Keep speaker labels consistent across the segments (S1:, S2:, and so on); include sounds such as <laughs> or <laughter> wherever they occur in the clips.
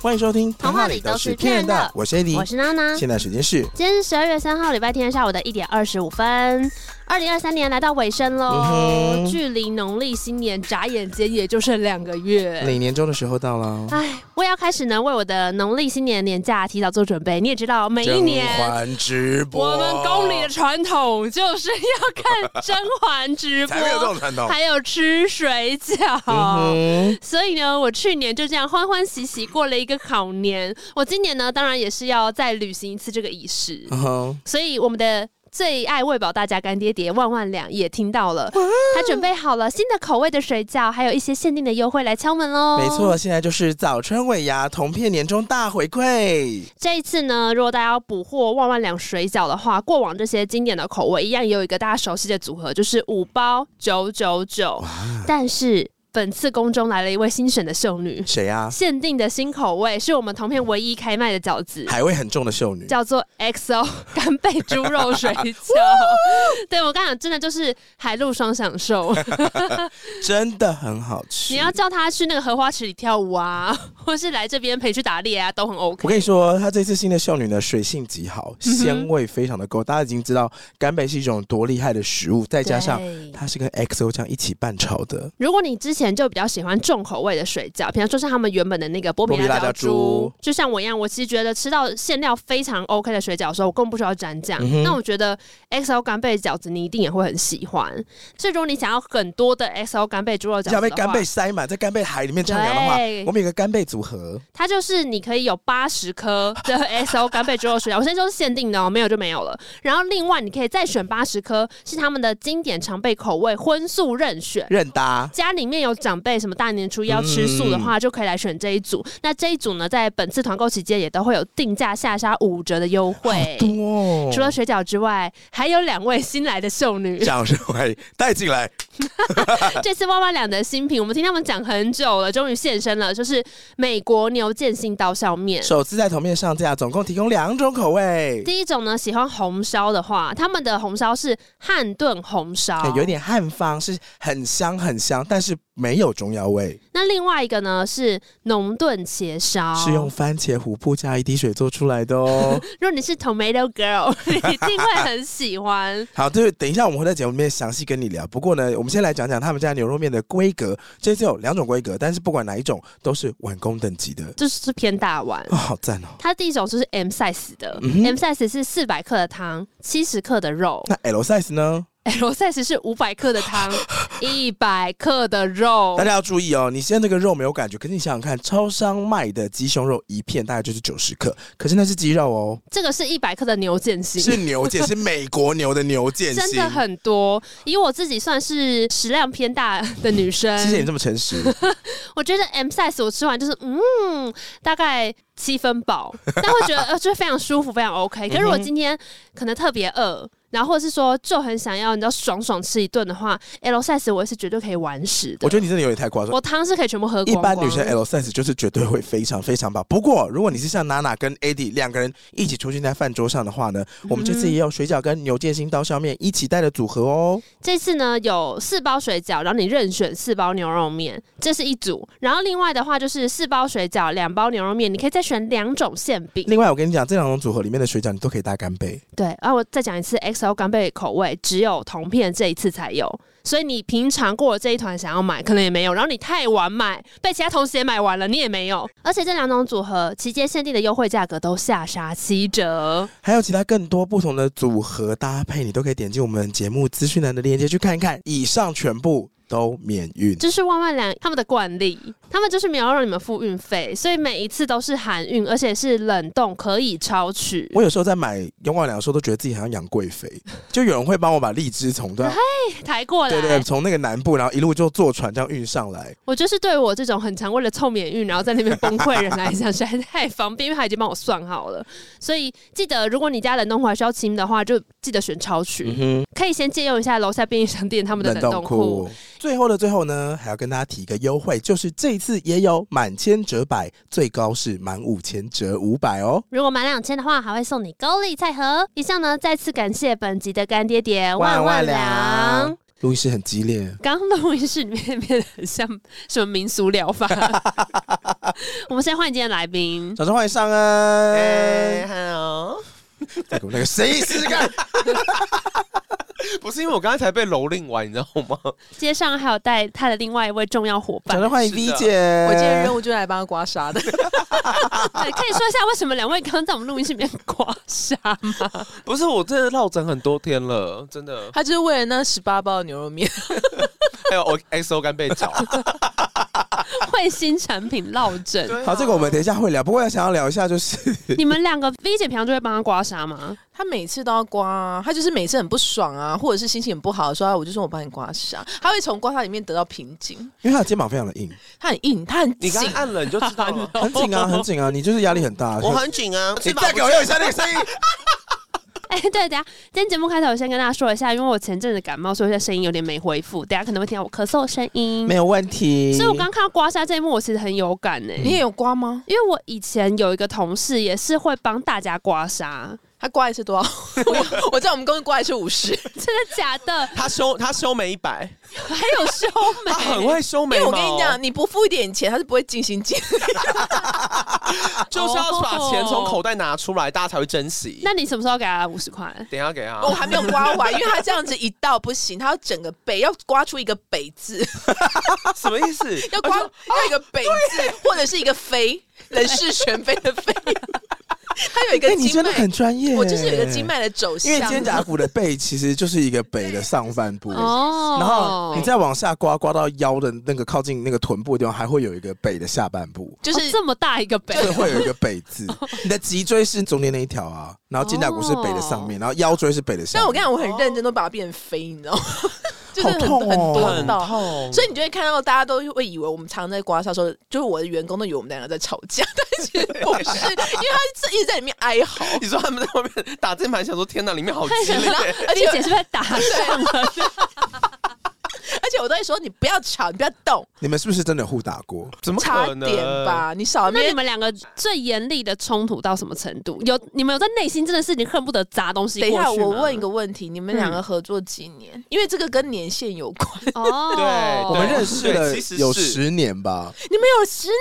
S1: 欢迎收听《
S2: 童话里都是骗人的
S1: 我是 AD，
S2: 我是娜娜。
S1: 现在时间是
S2: 今天是十二月三号，礼拜天下午的一点二十五分。二零二三年来到尾声喽
S1: 嗯，哼
S2: 距离农历新年眨眼间也就剩两个月。
S1: 每年终的时候到了。哦
S2: 哎，我也要开始呢，为我的农历新年年假提早做准备。你也知道，每一年
S1: 甄嬛直播，
S2: 我们宫里的传统就是要看甄嬛直播
S1: 才，没有这种传统。
S2: 还有吃水饺。
S1: 嗯哼，
S2: 所以呢，我去年就这样欢欢喜喜过了一个好年。我今年呢，当然也是要再履行一次这个仪式。
S1: 嗯哼
S2: 所以我们的最爱喂饱大家干爹爹万万两也听到了，他准备好了新的口味的水饺，还有一些限定的优惠来敲门喽。
S1: 没错，，现在就是早川尾牙同片年终大回馈，
S2: 这一次呢，如果大家要捕获万万两水饺的话，过往这些经典的口味一样也有一个大家熟悉的组合，就是五包九九九。但是本次宫中来了一位新选的秀女，
S1: 谁啊？
S2: 限定的新口味是我们同片唯一开卖的饺子。
S1: 海味很重的秀女，
S2: 叫做 XO 干贝猪肉水饺。对我刚讲，真的就是海陆双享受。
S1: 真的很好吃。
S2: 你要叫他去那个荷花池里跳舞啊， <laughs> 或是来这边陪去打猎啊，都很 OK。
S1: 我跟你说，她这次新的秀女呢，水性极好，
S2: 嗯
S1: 鲜味非常的够。大家已经知道干贝是一种多厉害的食物，再加上
S2: 对
S1: 它是跟 XO 酱一起拌炒的，
S2: 如果你之前就比较喜欢重口味的水饺，比方说像他们原本的那个波比
S1: 波比
S2: 辣
S1: 辣
S2: 椒
S1: 椒
S2: 猪
S1: 猪，
S2: 就像我一样，我其实觉得吃到馅料非常 OK 的水饺的时候，我更不需要蘸酱。
S1: 嗯哼
S2: 那我觉得 XO 干贝饺子你一定也会很喜欢。所以如果你想要很多的 XO 干贝猪肉饺子的
S1: 要
S2: 话，
S1: 被干贝塞满，在干贝海里面徜徉的话
S2: 对，
S1: 我们有个干贝组合，
S2: 它就是你可以有八十颗
S1: <laughs>
S2: 的 SO 干贝猪肉水饺，我现在说是限定的哦，没有就没有了。然后另外你可以再选八十颗，是他们的经典常备口味荤素任选。
S1: 任搭。
S2: 家里面有长辈什么大年初一要吃素的
S1: 嗯
S2: 话，就可以来选这一组。那这一组呢，在本次团购期间也都会有定价下杀五折的优惠。
S1: 多哦
S2: 除了
S1: <laughs>
S2: 水饺之外，还有两位新来的秀女。
S1: 掌声欢迎带进来，
S2: 这次万万两的新品，我们听他们讲很久了，终于现身了，就是美国牛腱性刀削面。
S1: 首次在同面上架，总共提供两种口味，
S2: 第一种呢，喜欢红烧的话，他们的红烧是汉炖红烧
S1: 哎，有。点汉方，是很香很香，但是没有中药味，
S2: 那另外一个呢是浓炖茄烧，
S1: 是哦用番茄、琥珀加一滴水做出来的
S2: <laughs>
S1: 哦。
S2: 如果你是 tomato girl，你 <laughs> 一定会很喜欢。
S1: 好，对，等一下我们会在节目里面详细跟你聊。不过呢，我们先来讲讲他们家牛肉面的规格，这次有两种规格，但是不管哪一种都是碗工等级的，
S2: 就是偏大碗
S1: 哦，。好赞哦。
S2: 它第一种就是 M size 的、
S1: 嗯哼
S2: m size 是四百克的汤，七十克的肉 <laughs>
S1: 那 L size 呢？
S2: ；L size 是五百克的汤，
S1: <laughs>
S2: 一百克的肉
S1: 大。家要注意哦，你现在那个肉没有感觉，可是你想想看，超商卖的鸡胸肉一片大概就是九十克，可是那是鸡肉哦，
S2: 这个是一百克的牛腱心，
S1: 是牛腱，是美国牛的牛腱
S2: 真
S1: 心
S2: 的。很多。以我自己算是食量偏大的女生，
S1: 谢谢你这么诚
S2: <laughs>
S1: 实，
S2: 啊我觉得 M size 我吃完就是嗯，大概七分饱，但会觉得呃，就是非常舒服，非常 OK。可是我今天可能特别饿，然后或者是说就很想要，你知道爽爽吃一顿的话，L size 我是绝对可以完食的。
S1: 我觉得你真的有点太夸张。
S2: 我汤是可以全部喝
S1: 一
S2: 光光。
S1: 般女生 L size 就是绝对会非常非常饱。不过，如果你是像娜娜跟 AD 两个人一起出现在饭桌上的话呢，我们这次也有水饺跟牛腱心刀削面一起带的组合哦。
S2: 这次呢有四包水饺，然后你任选四包牛肉面，这是一组。然后另外的话就是四包水饺，两包牛肉面，你可以再选两种馅饼。
S1: 另外，我跟你讲，这两种组合里面的水饺你都可以搭干贝。
S2: 对，啊，我再讲一次，XO 干贝口味只有铜片这一次才有，所以你平常过了这一团想要买，可能也没有。然后你太晚买，被其他同学买完了，你也没有。而且这两种组合期间限定的优惠价格都下杀七折。
S1: 还有其他更多不同的组合搭配，你都可以点击我们节目资讯栏的链接去看看。以上全部都免运。
S2: 这是万万良他们的惯例，他们就是没有让你们付运费，所以每一次都是含运，而且是冷冻可以超取。
S1: 我有时候在买永广粮的时候，都觉得自己好像养贵妃，
S2: <laughs>
S1: 就有人会帮我把荔枝从对
S2: 抬过来，
S1: 对对，从那个南部，然后一路就坐船这样运上来。
S2: 我就是对我这种很常为了凑免运，然后在那边崩溃的人来讲，实在太方便，因为他已经帮我算好了。所以记得，如果你家冷冻库还需要清的话，就记得选超区，
S1: 嗯哼，
S2: 可以先借用一下楼下便利商店他们的
S1: 冷
S2: 冷
S1: 冻
S2: 冻库。
S1: 库。最后的最后呢，还要跟大家提一个优惠，就是这一次也有满千折百，最高是满五千折五百哦。
S2: 如果满两千的话，还会送你高丽菜盒。以上呢，再次感谢本集的干爹爹
S1: 万万
S2: 万万
S1: 良
S2: 良。
S1: 录音室很激烈，
S2: 刚刚录音室里面变得很像 <laughs> 什么民俗
S1: <laughs>
S2: 疗法。我们先欢迎今天的来宾，
S1: 掌声欢迎上
S3: 哎
S1: 恩。
S3: Hello，
S1: 再给我那个谁试试看？
S3: 不是因为我刚才才被蹂躏完，你知道吗？ <laughs>
S2: 街上还有带他的另外一位重要伙伴
S1: 掌，声欢迎 V
S3: 是的
S1: 姐。
S4: 我今天任务就来帮他刮痧的，
S2: <laughs> 对，可以说一下为什么两位刚刚在我们录音室里面刮痧 <laughs> 吗？
S3: 不是，我真的落枕很多天了，真的。 <laughs>
S4: 他就是为了那十八包牛肉面。 <laughs>
S3: 还有我 XO 干贝脚，
S2: 会新产品落枕，
S3: 对啊
S1: 好，这个我们等一下会聊。不过想要聊一下，就是
S2: 你们两个 V 姐平常就会帮他刮痧吗？ <laughs>
S4: 他每次都要刮、啊，他就是每次很不爽啊，或者是心情很不好的时候，我就说我帮你刮痧，他会从刮痧里面得到平静。
S1: 因为她的肩膀非常的硬，
S4: 他很硬，他很
S3: 你
S4: 紧
S3: 刚，啊按了你就知道了。
S1: 很紧啊，很紧啊，你就是压力很大。
S3: 紧啊，
S1: 你再给我用一下那个声音。
S4: <laughs>
S2: 哎、对，等一下今天节目开头我先跟大家说一下，因为我前阵子感冒，所以我现在声音有点没恢复，等一下可能会听到我咳嗽的声音
S1: 没。有嗯问题。
S2: 所以我刚看到刮痧这一幕，我其实很有感呢、
S4: 你也有刮吗？
S2: 因为我以前有一个同事也是会帮大家刮痧，
S4: 他刮一次多少？ <laughs> 我我在我们公司刮一次五十，
S2: 真的假的？ <laughs>
S3: 他修他修眉一百，
S2: 还有修
S3: <laughs> 他很
S2: 眉， <laughs>
S3: 会修
S4: 因
S3: 眉
S4: 为
S3: 毛。
S4: 我跟你讲，，你不付一点钱，他是不会尽心尽力。
S3: 就是要把钱从口袋拿出来，大家才会珍惜。
S2: 那你什么时候给他五十块？
S3: 等一下给他
S4: 我，还没有刮完，因为他这样子一到不行，他要整个北要刮出一个北字，
S3: <laughs> 什么 <laughs> 意思？
S4: 要刮要一个北字，或者是一个飞，人事全非的非。 <laughs> 他有一
S1: 哎，
S4: 个
S1: 你
S4: 经
S1: 真的
S4: 脉
S1: 很专业。
S4: 我就是有一个经。脉的走
S1: 因
S4: 向，
S1: 为肩胛骨的背其实就是一个北的上半部，
S2: 哦
S1: 然后你再往下刮，刮到腰的那个靠近那个臀部的地方，还会有一个北的下半部，
S4: 就是
S2: 哦这么大一个杯，
S1: 所以会有
S4: 哦
S1: 一个北字。你的脊椎是中间那一条啊，然后肩胛骨是北的上面，然后腰椎是北的下面。
S4: 但哦我跟你讲，我很认真都把它变成飞，你知道吗？ <laughs> 就是很
S1: 好痛哦
S4: 很
S3: 很
S4: 痛到。
S3: 痛，
S4: 所以你就会看到，大家都会以为我们常常在刮痧的时候，就是我的员工都以为我们两个在吵架， <laughs> 但其实不是，因为他一直在里面哀嚎，
S3: 你说他们在外面打键盘，想说天哪，里面好
S1: <laughs>
S3: 激烈。
S2: V
S4: 而且
S2: 姐是不是打上
S1: 啊
S2: 了？
S4: 而且我都会说你不要吵，你不要动，
S1: 你们是不是真的互打过？
S3: <laughs> 怎么
S4: 差
S3: 可能？
S4: 点吧，你少在那
S2: 那你
S4: 边
S2: 们两个最严厉的冲突到什么程度？有你们有在内心真的是你恨不得砸东西
S4: 等一下，
S2: 过去吗
S4: 我问一个问题，你们两个合作几年？因为这个跟年限有关。
S2: 哦，
S3: 对
S1: 我们认识了
S3: 对其实是
S1: 有十年吧，
S4: 你们有十年？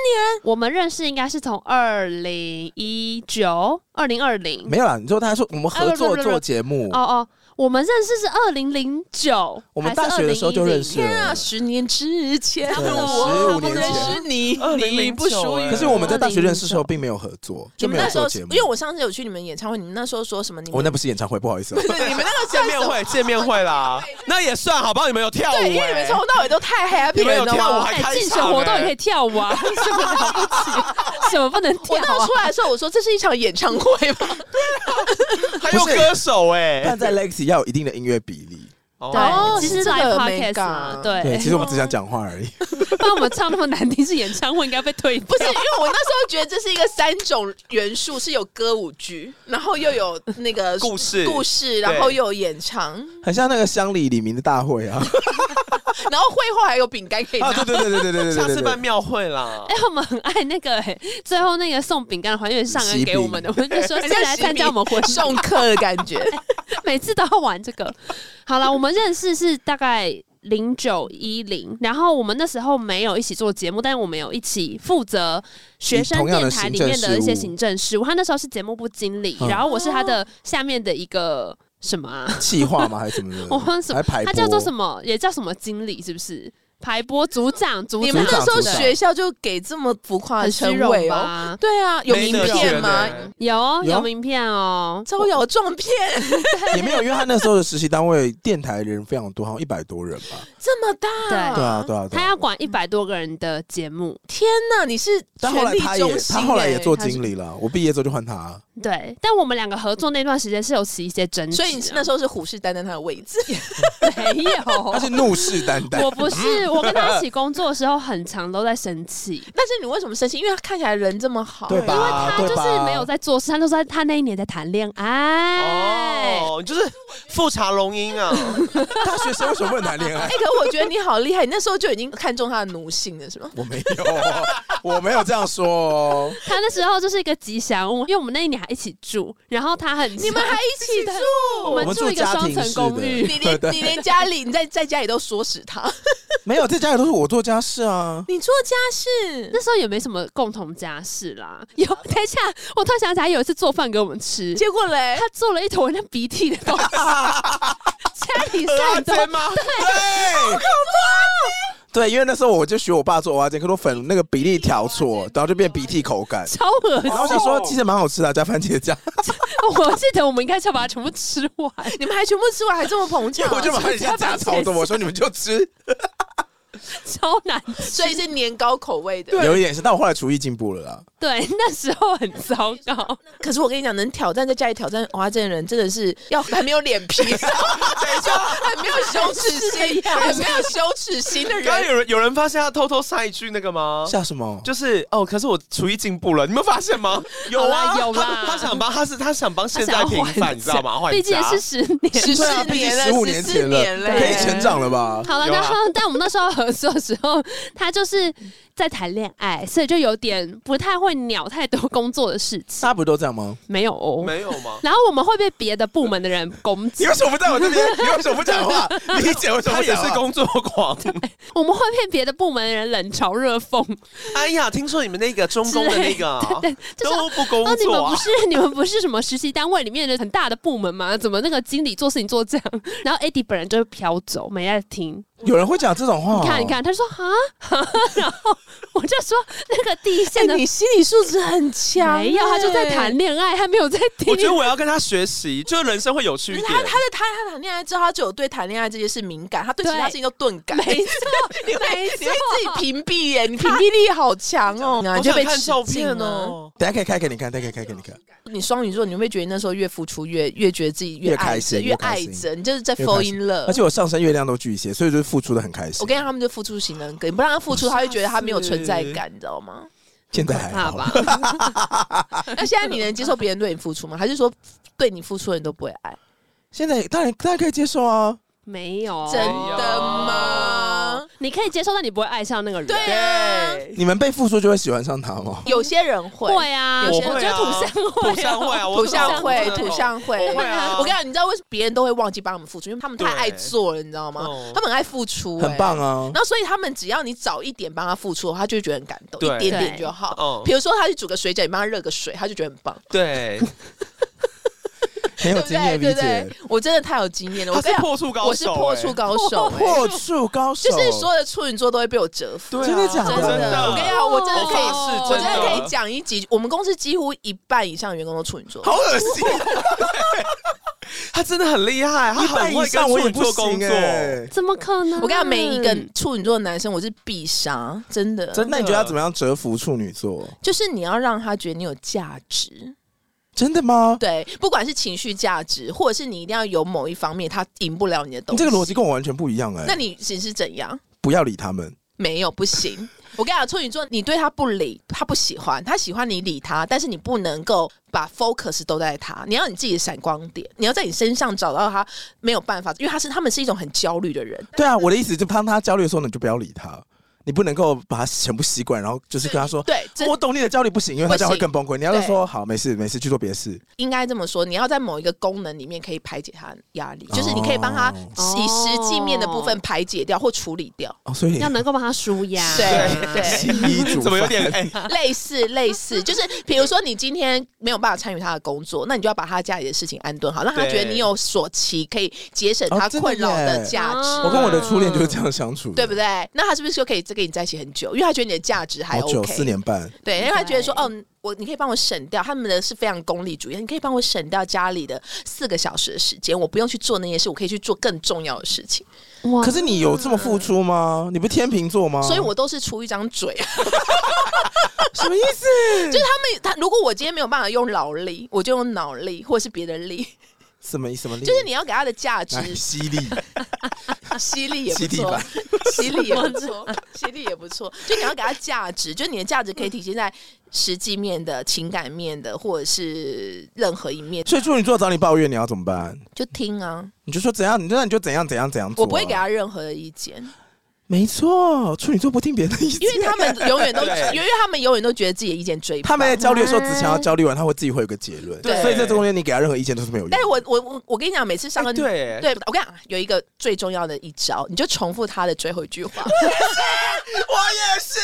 S2: 我们认识应该是从二零一九、二零二零，
S1: 没有啦。你说他说我们合
S2: 啊不
S1: 作
S2: 不不不
S1: 做节目
S2: 哦，哦，我们认识是二零零九，
S1: 我们大学的时候就认识
S4: 天啊，
S1: 了。
S4: 十年之前，
S2: 对
S4: 我
S1: 15
S4: 不
S1: 年
S4: 认
S1: 前
S4: 识你，
S3: 2009
S4: 你不属于
S3: 哎
S4: 我。
S1: 可是我们在大学认识的时候并没有合作，
S4: 你
S1: 就
S4: 们
S1: 没
S4: 那
S1: 有
S4: 时
S1: 做
S4: 候，
S1: 节目
S4: 因。为我上次有去你们演唱会，你们那时候说什么？你
S1: 我
S4: 们
S1: 那不是演唱会，不好意思哦。
S4: <laughs> 对你们
S3: <laughs>
S4: 那个
S3: 见面会，见面会 <laughs> 啦，那也算好不好？你们有跳舞、欸？
S4: 对，因为你们从头到尾都太啊 happy
S3: 你们
S4: 了，
S3: 有
S4: 你知
S3: 跳
S4: 道
S3: 舞
S4: 吗？
S3: 还
S2: 哎，
S3: 开
S2: 竞选
S3: 场
S2: 活动也
S3: 哎
S2: 可以跳舞啊，什么了不起？什么不能
S4: 我
S2: 跳
S4: 那
S2: 啊
S4: 出？来的时候，我说这是一场演唱
S3: <laughs>
S4: 会吧？
S3: 还有歌手哎、
S1: 但在 Lexi 要有一定的音乐比例。
S4: 哦
S2: 对，其实
S4: 是这
S2: live
S4: 个
S2: podcast 嘛
S4: mega
S2: 对，
S1: 对，其实我们只想讲话而已。
S2: 不然我们 <laughs> 唱那么难听，是演唱会应该被退
S4: 不
S2: 不
S4: 是，因为我那时候觉得这是一个三种元素，是有歌舞剧，然后又有那
S3: <laughs>
S4: 个
S3: 故事
S4: 故事，然后又有演唱，
S1: 很像那个乡里李明的大会啊！
S4: 然后会后还有饼干可以拿。
S1: 啊，对对对对对对对
S3: 下
S1: 对
S3: 次
S1: 对
S3: 办
S1: 对。
S3: 庙会啦
S2: 哎、。我们很爱那个、哎，最后那个送饼干的环节是上恩给我们的，我们就说
S1: <laughs>
S4: 很
S2: 是
S4: 像
S2: 来参加我们婚礼，
S4: 送客的感
S3: <laughs>
S4: 觉，
S2: 每次都要玩这个。好了，我们认识是大概零九一零，然后我们那时候没有一起做节目，但我们有一起负责学生
S1: 同样
S2: 电
S1: 的
S2: 台
S1: 行
S2: 里
S1: 政
S2: 面的
S1: 事
S2: 一些
S1: 务
S2: 行政事务。他那时候是节目部经理，
S1: 嗯
S2: 然后我是他的下面的一个什么啊？
S1: 气话吗？还是什么的？
S2: <laughs> 我忘了什
S1: 嗯
S2: 么
S1: 还排
S2: 他叫做什
S1: 么？
S2: 么？也叫什么经理？是不是？排播组长，组
S4: 你
S2: 长
S4: 们那时候
S1: 组长
S4: 学校就给这么浮夸的
S2: 很虚
S4: 称
S2: 荣
S4: 谓哦？
S2: 吧？
S4: 对啊，有名片吗
S3: 没得选？欸
S2: 有有
S1: 有
S2: 名片哦，
S4: 招摇撞骗
S1: 也没有，因为他那时候的实习单位电台人非常多，好像一百多人吧。
S4: 这么大，
S2: 对
S1: 对啊，对啊，对
S2: 他
S1: 啊。
S2: 要管一百多个人的节目，
S4: 天哪，你是
S1: 但后
S4: 权
S1: 来
S4: 力
S1: 他也
S4: 中，心
S1: 他后来
S4: 欸
S1: 也做经理了。我毕业之后就换他。啊
S2: 对。但我们两个合作那段时间是有起一些争执啊，
S4: 所以你那时候是虎视眈眈他的位置， <laughs>
S2: 没有，
S1: <laughs> 他是怒视眈眈，
S2: 我不是，我跟他一起工作的时候，很常都在生气，
S4: 但是你为什么生气？因为他看起来人这么
S1: <laughs>
S4: 好，哎
S1: 对
S4: 因为
S1: 吧？
S2: 就
S1: 啊对
S2: 是
S1: 吧？<laughs>
S2: 没有在做事，他都是在他那一年在谈恋爱。
S3: 哦，就是富察龙
S2: <laughs>
S3: 音啊，
S1: 大学生为什么不能谈恋爱 <laughs>
S4: 哎、？可我觉得你好厉害，你那时候就已经看中他的奴性了，是
S1: <laughs>
S4: 吗？
S1: 我没有哦，我没有这样说哦。
S2: 他那时候就是一个吉祥物，因为我们那一年还一起住，然后他很
S4: 你们还一起
S1: <laughs>
S2: 的
S4: 住，
S2: <laughs> 我
S1: 我
S2: 们
S1: 们
S2: 住一个
S1: 住家
S2: 双
S1: 庭
S2: 层
S1: 式
S2: 公
S1: 的
S2: 寓，
S4: 你连你连家里你在在家里都唆使他，
S1: 没有，在家里都是我做家事啊。
S4: 你做家
S1: <laughs>
S4: 事，
S2: 那时候也没什么共同家事啦。有，等一下，我突然想起来，有一次做饭给我们吃，
S4: 结果嘞， <laughs>
S2: 他做了一坨像鼻涕的东西，家里
S3: 拉
S2: 上都
S3: 肩啊吗？
S1: 对，对，因为那时候我就学我爸做蚵仔煎，可是我粉那个比例调错，然后就变鼻涕口感。
S2: 超恶心
S1: 然后我。想说，其实蛮好吃的啊，加番茄 <laughs> 酱。
S2: 我记得我们应该是要把它全部吃完。
S4: 你们还全部吃完，还这么捧
S1: <laughs> 因
S4: 场
S1: 为，我就把人家家炒的，我说你们就 <laughs> 吃，
S2: 超难
S4: 所以是年糕口味的。
S1: 有一点是，但我后来厨艺进步了啦。
S2: 对，那时候很糟糕。
S4: 可是我跟你讲，能挑战在家里挑战蚵仔煎的人，真的是要很没有脸
S1: <laughs>
S4: 皮，没错，很没有羞耻心，很没有羞耻心
S1: <laughs>
S4: 的
S3: 刚刚
S4: 人。
S3: 有人有人发现他偷偷塞一句那个吗？
S1: 下什么？
S3: 就是哦，可是我厨艺进步了，你们发现吗？有
S2: <laughs> 好
S3: 啊，
S2: 啦有啦
S3: 他他想帮，他是他想帮现在
S2: 他想要
S3: 平
S2: 换
S3: 反，你知道吗？换
S2: 毕竟也
S3: 家
S2: 是十年。
S3: <laughs>
S4: 十
S1: 对啊，
S4: 四
S1: 毕竟
S4: 年了，
S1: 十五年
S4: 四
S1: 前了
S4: 年，了，
S1: 可以成长了吧？
S2: 好了，
S3: 有啊
S2: 然后但我们那时候合作的时候，他就是在谈恋
S3: <laughs>
S2: 爱，所以就有点不太会鸟太多工作的事情，
S1: 大家不都这样吗？
S2: 没有哦。
S3: 没有吗？
S2: 然后我们会被别的部门的人攻
S1: 你
S2: 击
S1: 为，什么不在我这边？你为什么不讲话？理解为什么
S3: 他
S1: 不
S3: 也
S1: 讲话
S3: 是工作狂。
S2: 我们会被别的部门的人冷嘲热讽，
S3: <laughs> 哎呀，听说你们那个中工的那个啊
S2: 对对，就是
S3: 都不工
S2: 哦，你们
S3: 作
S2: 不
S3: 啊，
S2: 是 <laughs> 你们不是什么实习单位里面的很大的部门吗？怎么那个经理做事情做这样？然后 Eddie 本人就飘走，没在听。
S1: <laughs> 有人会讲这种话？哦
S2: 你
S4: 哦
S2: 看，你，看，他说啊， <laughs> 然后我就说那个第一线的
S4: 哎，你心理素质很强，
S2: 没有，他就在
S4: 哎
S2: 谈恋爱，他没有在听
S3: 我。觉得我要跟他学习，就是人生会有趣一
S4: 可是
S3: 点。
S4: 他他的他他谈恋爱之后，他就有对谈恋爱这件事敏感，他对其他
S2: 对
S4: 事情都钝感。
S2: 没错，
S4: <laughs> 你会
S2: 没
S4: 你
S2: 错
S4: 会，自己屏蔽耶，你屏蔽力好强哦，
S3: 我
S4: 你就
S3: 想
S4: 被
S3: 看
S4: 吃
S3: 照
S4: 尽
S3: 片
S1: 啊
S4: 了。
S3: 哦。
S1: 等一下可以开给你看，等一下可以开给你看。
S4: 你双鱼座，你会不会觉得那时候越付出越越觉得自己
S1: 越
S4: 爱
S1: 开
S4: 着，
S1: 心
S4: 越
S1: 越开
S4: 爱
S1: 心
S4: 着，你就是在
S1: 越
S4: fall
S1: 开心
S4: in love
S1: 而。且我上升月亮都巨蟹，所以就是付出的很开心。
S4: 我跟你讲，他们就付出型人格，你不让他付出，他会觉得他没有存在感，你知道
S3: <laughs>
S4: 吗？
S1: 现在还
S2: 怕
S1: 好
S2: 吧
S1: 吧？？
S4: 那现在你能接受别人对你付出吗？还是说对你付出的人都不会爱？
S1: 现在当然大家可以接受啊。
S2: 没有，
S4: 真的吗？
S2: 你可以接受，但你不会爱上那个人。
S4: 对啊，
S3: 对，
S1: 你们被付出就会喜欢上他哦吗？
S4: 有些人会，
S2: 会啊，
S4: 有
S2: 我
S4: 些人
S2: 觉
S3: 会
S2: 得
S3: 啊
S2: 土象会啊，
S3: 土象会啊，我
S4: 土象会，
S3: 我
S4: 土象会。
S3: 会啊。
S4: 我跟你讲，你知道为什么别人都会忘记帮他们付出？因为他们太
S3: 对
S4: 爱做了，你知道吗？
S3: 嗯
S4: 他们很爱付出、
S1: 很棒
S4: 啊。
S1: 啊
S4: <laughs> 然！后，所以他们只要你早一点帮他付出，他就会觉得很感动，
S3: 对
S4: 一点点就好。
S3: 嗯
S4: 比，如说，他去煮个水饺，你帮他热个水，他就觉得很棒，
S3: 对，
S1: 很有
S4: 对不
S1: 经验，
S4: 对？
S1: 理
S4: 对
S1: 解
S4: 不对。？我真的太有经验了，
S3: 他
S4: 我跟
S3: 是
S4: 你讲
S3: 破处高手，
S4: 我是破处
S3: 哎
S4: 高手、哎
S1: <laughs> 破处高手
S4: 就是所有的处女座都会被我折服。
S3: 对啊
S1: 真的假的
S4: 真
S1: 真
S4: 的，
S1: 的
S4: 我跟你讲，我真的
S2: 啊我
S4: 可以，
S2: 发誓
S4: 我真的
S2: 真的
S4: 可以讲一集。我们公司几乎一半以上的员工都处女座，
S1: 好恶心，
S3: <laughs> 他真的很厉害，他
S1: 一
S3: 很
S1: 半以
S3: 会跟
S1: 上我也
S3: 处女
S1: 不
S3: 座
S1: 行
S3: 工作。
S1: 哎。
S2: 怎么可能？
S4: 我跟你讲，每一个
S1: 嗯
S4: 处女座的男生，我是必杀，真的。
S3: 真
S1: 那
S3: 的
S1: 你觉得要怎么样折服处女座？
S4: 就是你要让他觉得你有价值，
S1: 真的吗？
S4: 对，不管是情绪价值，或者是你一定要有某一方面他赢不了你的东
S1: 你
S4: 西。
S1: 这个逻辑，跟我完全不一样哎。
S4: 那你只是怎样？
S1: 不要理他们，
S4: 没有，不行。我跟你讲，处女座，你对他不理，他不喜欢，他喜欢你理他，但是你不能够把 focus 都在他，你要你自己的闪光点，你要在你身上找到他没有办法，因为他是他们是一种很焦虑的人，
S1: 对啊，我的意思就当他焦虑的时候，你就不要理他，你不能够把他全部吸管，然后就是跟他说。
S4: 对，这
S1: 我懂你的焦虑不行，因为他这样
S4: 不
S1: 会
S4: 行
S1: 更崩溃。你要是
S4: 对
S1: 说好，没事没事，去做别的事。
S4: 应该这么说，你要在某一个功能里面可以排解他的压力，就是你可以帮他
S2: 哦
S4: 以实际面的部分排解掉或处理掉，
S1: 哦，所以
S2: 要能够帮他舒压。
S4: 对对
S1: 洗。衣
S4: 欸
S1: 煮饭
S3: <laughs> 怎么有点哎？
S1: <laughs>
S4: 类似类似，就是比如说你今天没有办法参与他的工作，那你就要把他家里的事情安顿好，让他觉得
S3: 对
S4: 你有所期，可以节省
S1: 哦
S4: 他
S1: 真的
S4: 困扰的
S1: 耶
S4: 价值。
S2: 哦
S1: 我跟我的初恋就是这样相处的，
S4: 对不对？那他是不是就可以再跟你在一起很久？因为他觉得你的价值还
S1: 好久，四
S4: OK。
S1: 年嗯半。
S4: 对，因为他觉得说，
S2: 对
S4: 哦，我你可以帮我省掉他们的是非常功利主义，你可以帮我省掉家里的四个小时的时间，我不用去做那些事，我可以去做更重要的事情。
S2: 哇
S1: 可是你有这么付出吗？你不是天秤座吗？
S4: 所以我都是出一张嘴。
S1: <laughs> 什么意思？
S4: 就是他们，他如果我今天没有办法用劳力，我就用脑力或者是别的力，
S1: 什么什么力？
S4: 就是你要给他的价值
S1: 哎犀利，
S4: <laughs> 犀利也不
S1: 吸地
S4: 错 <laughs>
S1: 板，
S4: 犀利也不 <laughs> 错，犀利也不错。就你要给他价值，就你的价值可以体现在实际面的、情感面的，或者是任何一面。
S1: 所以处女座找你抱怨，你要怎么办？
S4: 就听啊，
S1: 你就说怎样，你那你就怎样怎样怎样做啊、
S4: 我不会给他任何的意见，
S1: 没错，处女座不啊听别人的意见，
S4: 因为他们永
S1: <laughs>
S4: 远都，
S3: 对
S4: 因为他们永远都觉得自己的意见追不
S1: 他
S4: 上。
S1: 们在焦虑的时候，只想要焦虑完，他会自己会有个结论。
S4: 对
S1: 所以在这中间你给他任何意见都是没有用的。
S4: 但是我我我我跟你讲，每次上
S3: 哎
S4: 个
S3: 对
S4: 对我跟你讲，有一个最重要的一招，你就重复他的最后一句话。
S1: 我也是，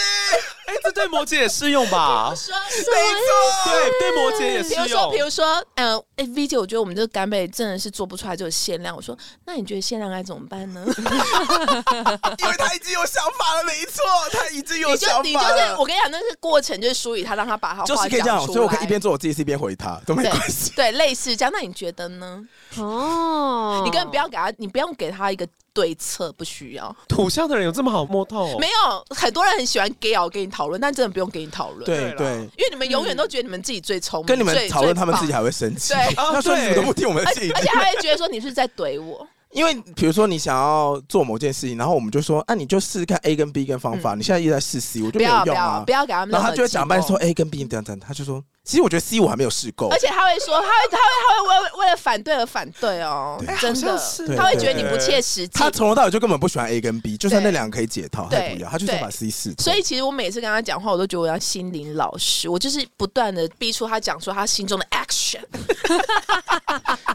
S3: 哎，这对摩羯也适用吧？对，对摩羯也
S1: 哦
S3: 适
S4: 比如说，
S3: 用
S4: 比。如说，嗯、呃，哎，V 姐，我觉得我们这个干贝真的是做不出来这种限量。我说，那你觉得限量该怎么办
S1: <laughs>
S4: 呢？
S1: 因为他已经有想法了，没错，他已
S4: <laughs>
S1: 经有
S4: 你就
S1: 想
S4: 你就
S1: 法
S4: 是，
S1: 了
S4: 我。跟你讲，那是过程，就是疏于他，让他把他
S1: 就
S4: 话
S1: 是可以这样，
S4: 讲出
S1: 所
S4: 来。
S1: 以我可以一边做我自己事，一边回他，都没
S4: 对
S1: 关系。
S4: 对类似这样。那你觉得呢？
S1: 嗯
S2: 哦，
S4: 你根本不要给他，你不用给他一个对策，不需要。
S3: 土象的人有这么好摸透哦？
S4: 没有很多人很喜欢给我跟你讨论，但真的不用跟你讨论。
S1: 对
S3: 对
S1: 对，
S4: 因为你们永远都觉得你们自己最聪明，
S1: 跟你们
S4: 最
S1: 讨论，他们自己。
S4: 最棒
S1: 还会生气。
S4: 对
S1: <laughs>
S3: 哦
S1: 他说你们都不听我们的
S4: 而
S1: 建议
S4: 且，而且还会觉得说你是在怼我，
S1: 因为比如说你想要做某件事情，然后我们就说，啊，你就试试看 A 跟 B 跟方法，你现在一直在试 C，我就
S4: 嗯不
S1: 没有
S4: 要不
S1: 用
S4: 要
S1: 啊
S4: 不。要给他们。
S1: 然后他就会讲半说，A 跟 B 等等，他就说，其实我觉得 C 我还没有试够
S4: 而。且他会说，他会他会他会为为了反对而反对哦，真
S3: 好
S4: 的
S3: 像是，
S4: 他会觉得你不切实际
S1: 他。从头到尾就根本不喜欢 A 跟 B，就算那
S4: 对
S1: 两个可以解套，他也不要，
S4: 对
S1: 他就是要
S4: 对
S1: 把 C 试透。
S4: 所以其实我每次跟他讲话，我都觉得我要心灵老师，我就是不断的逼出他讲出他心中的 action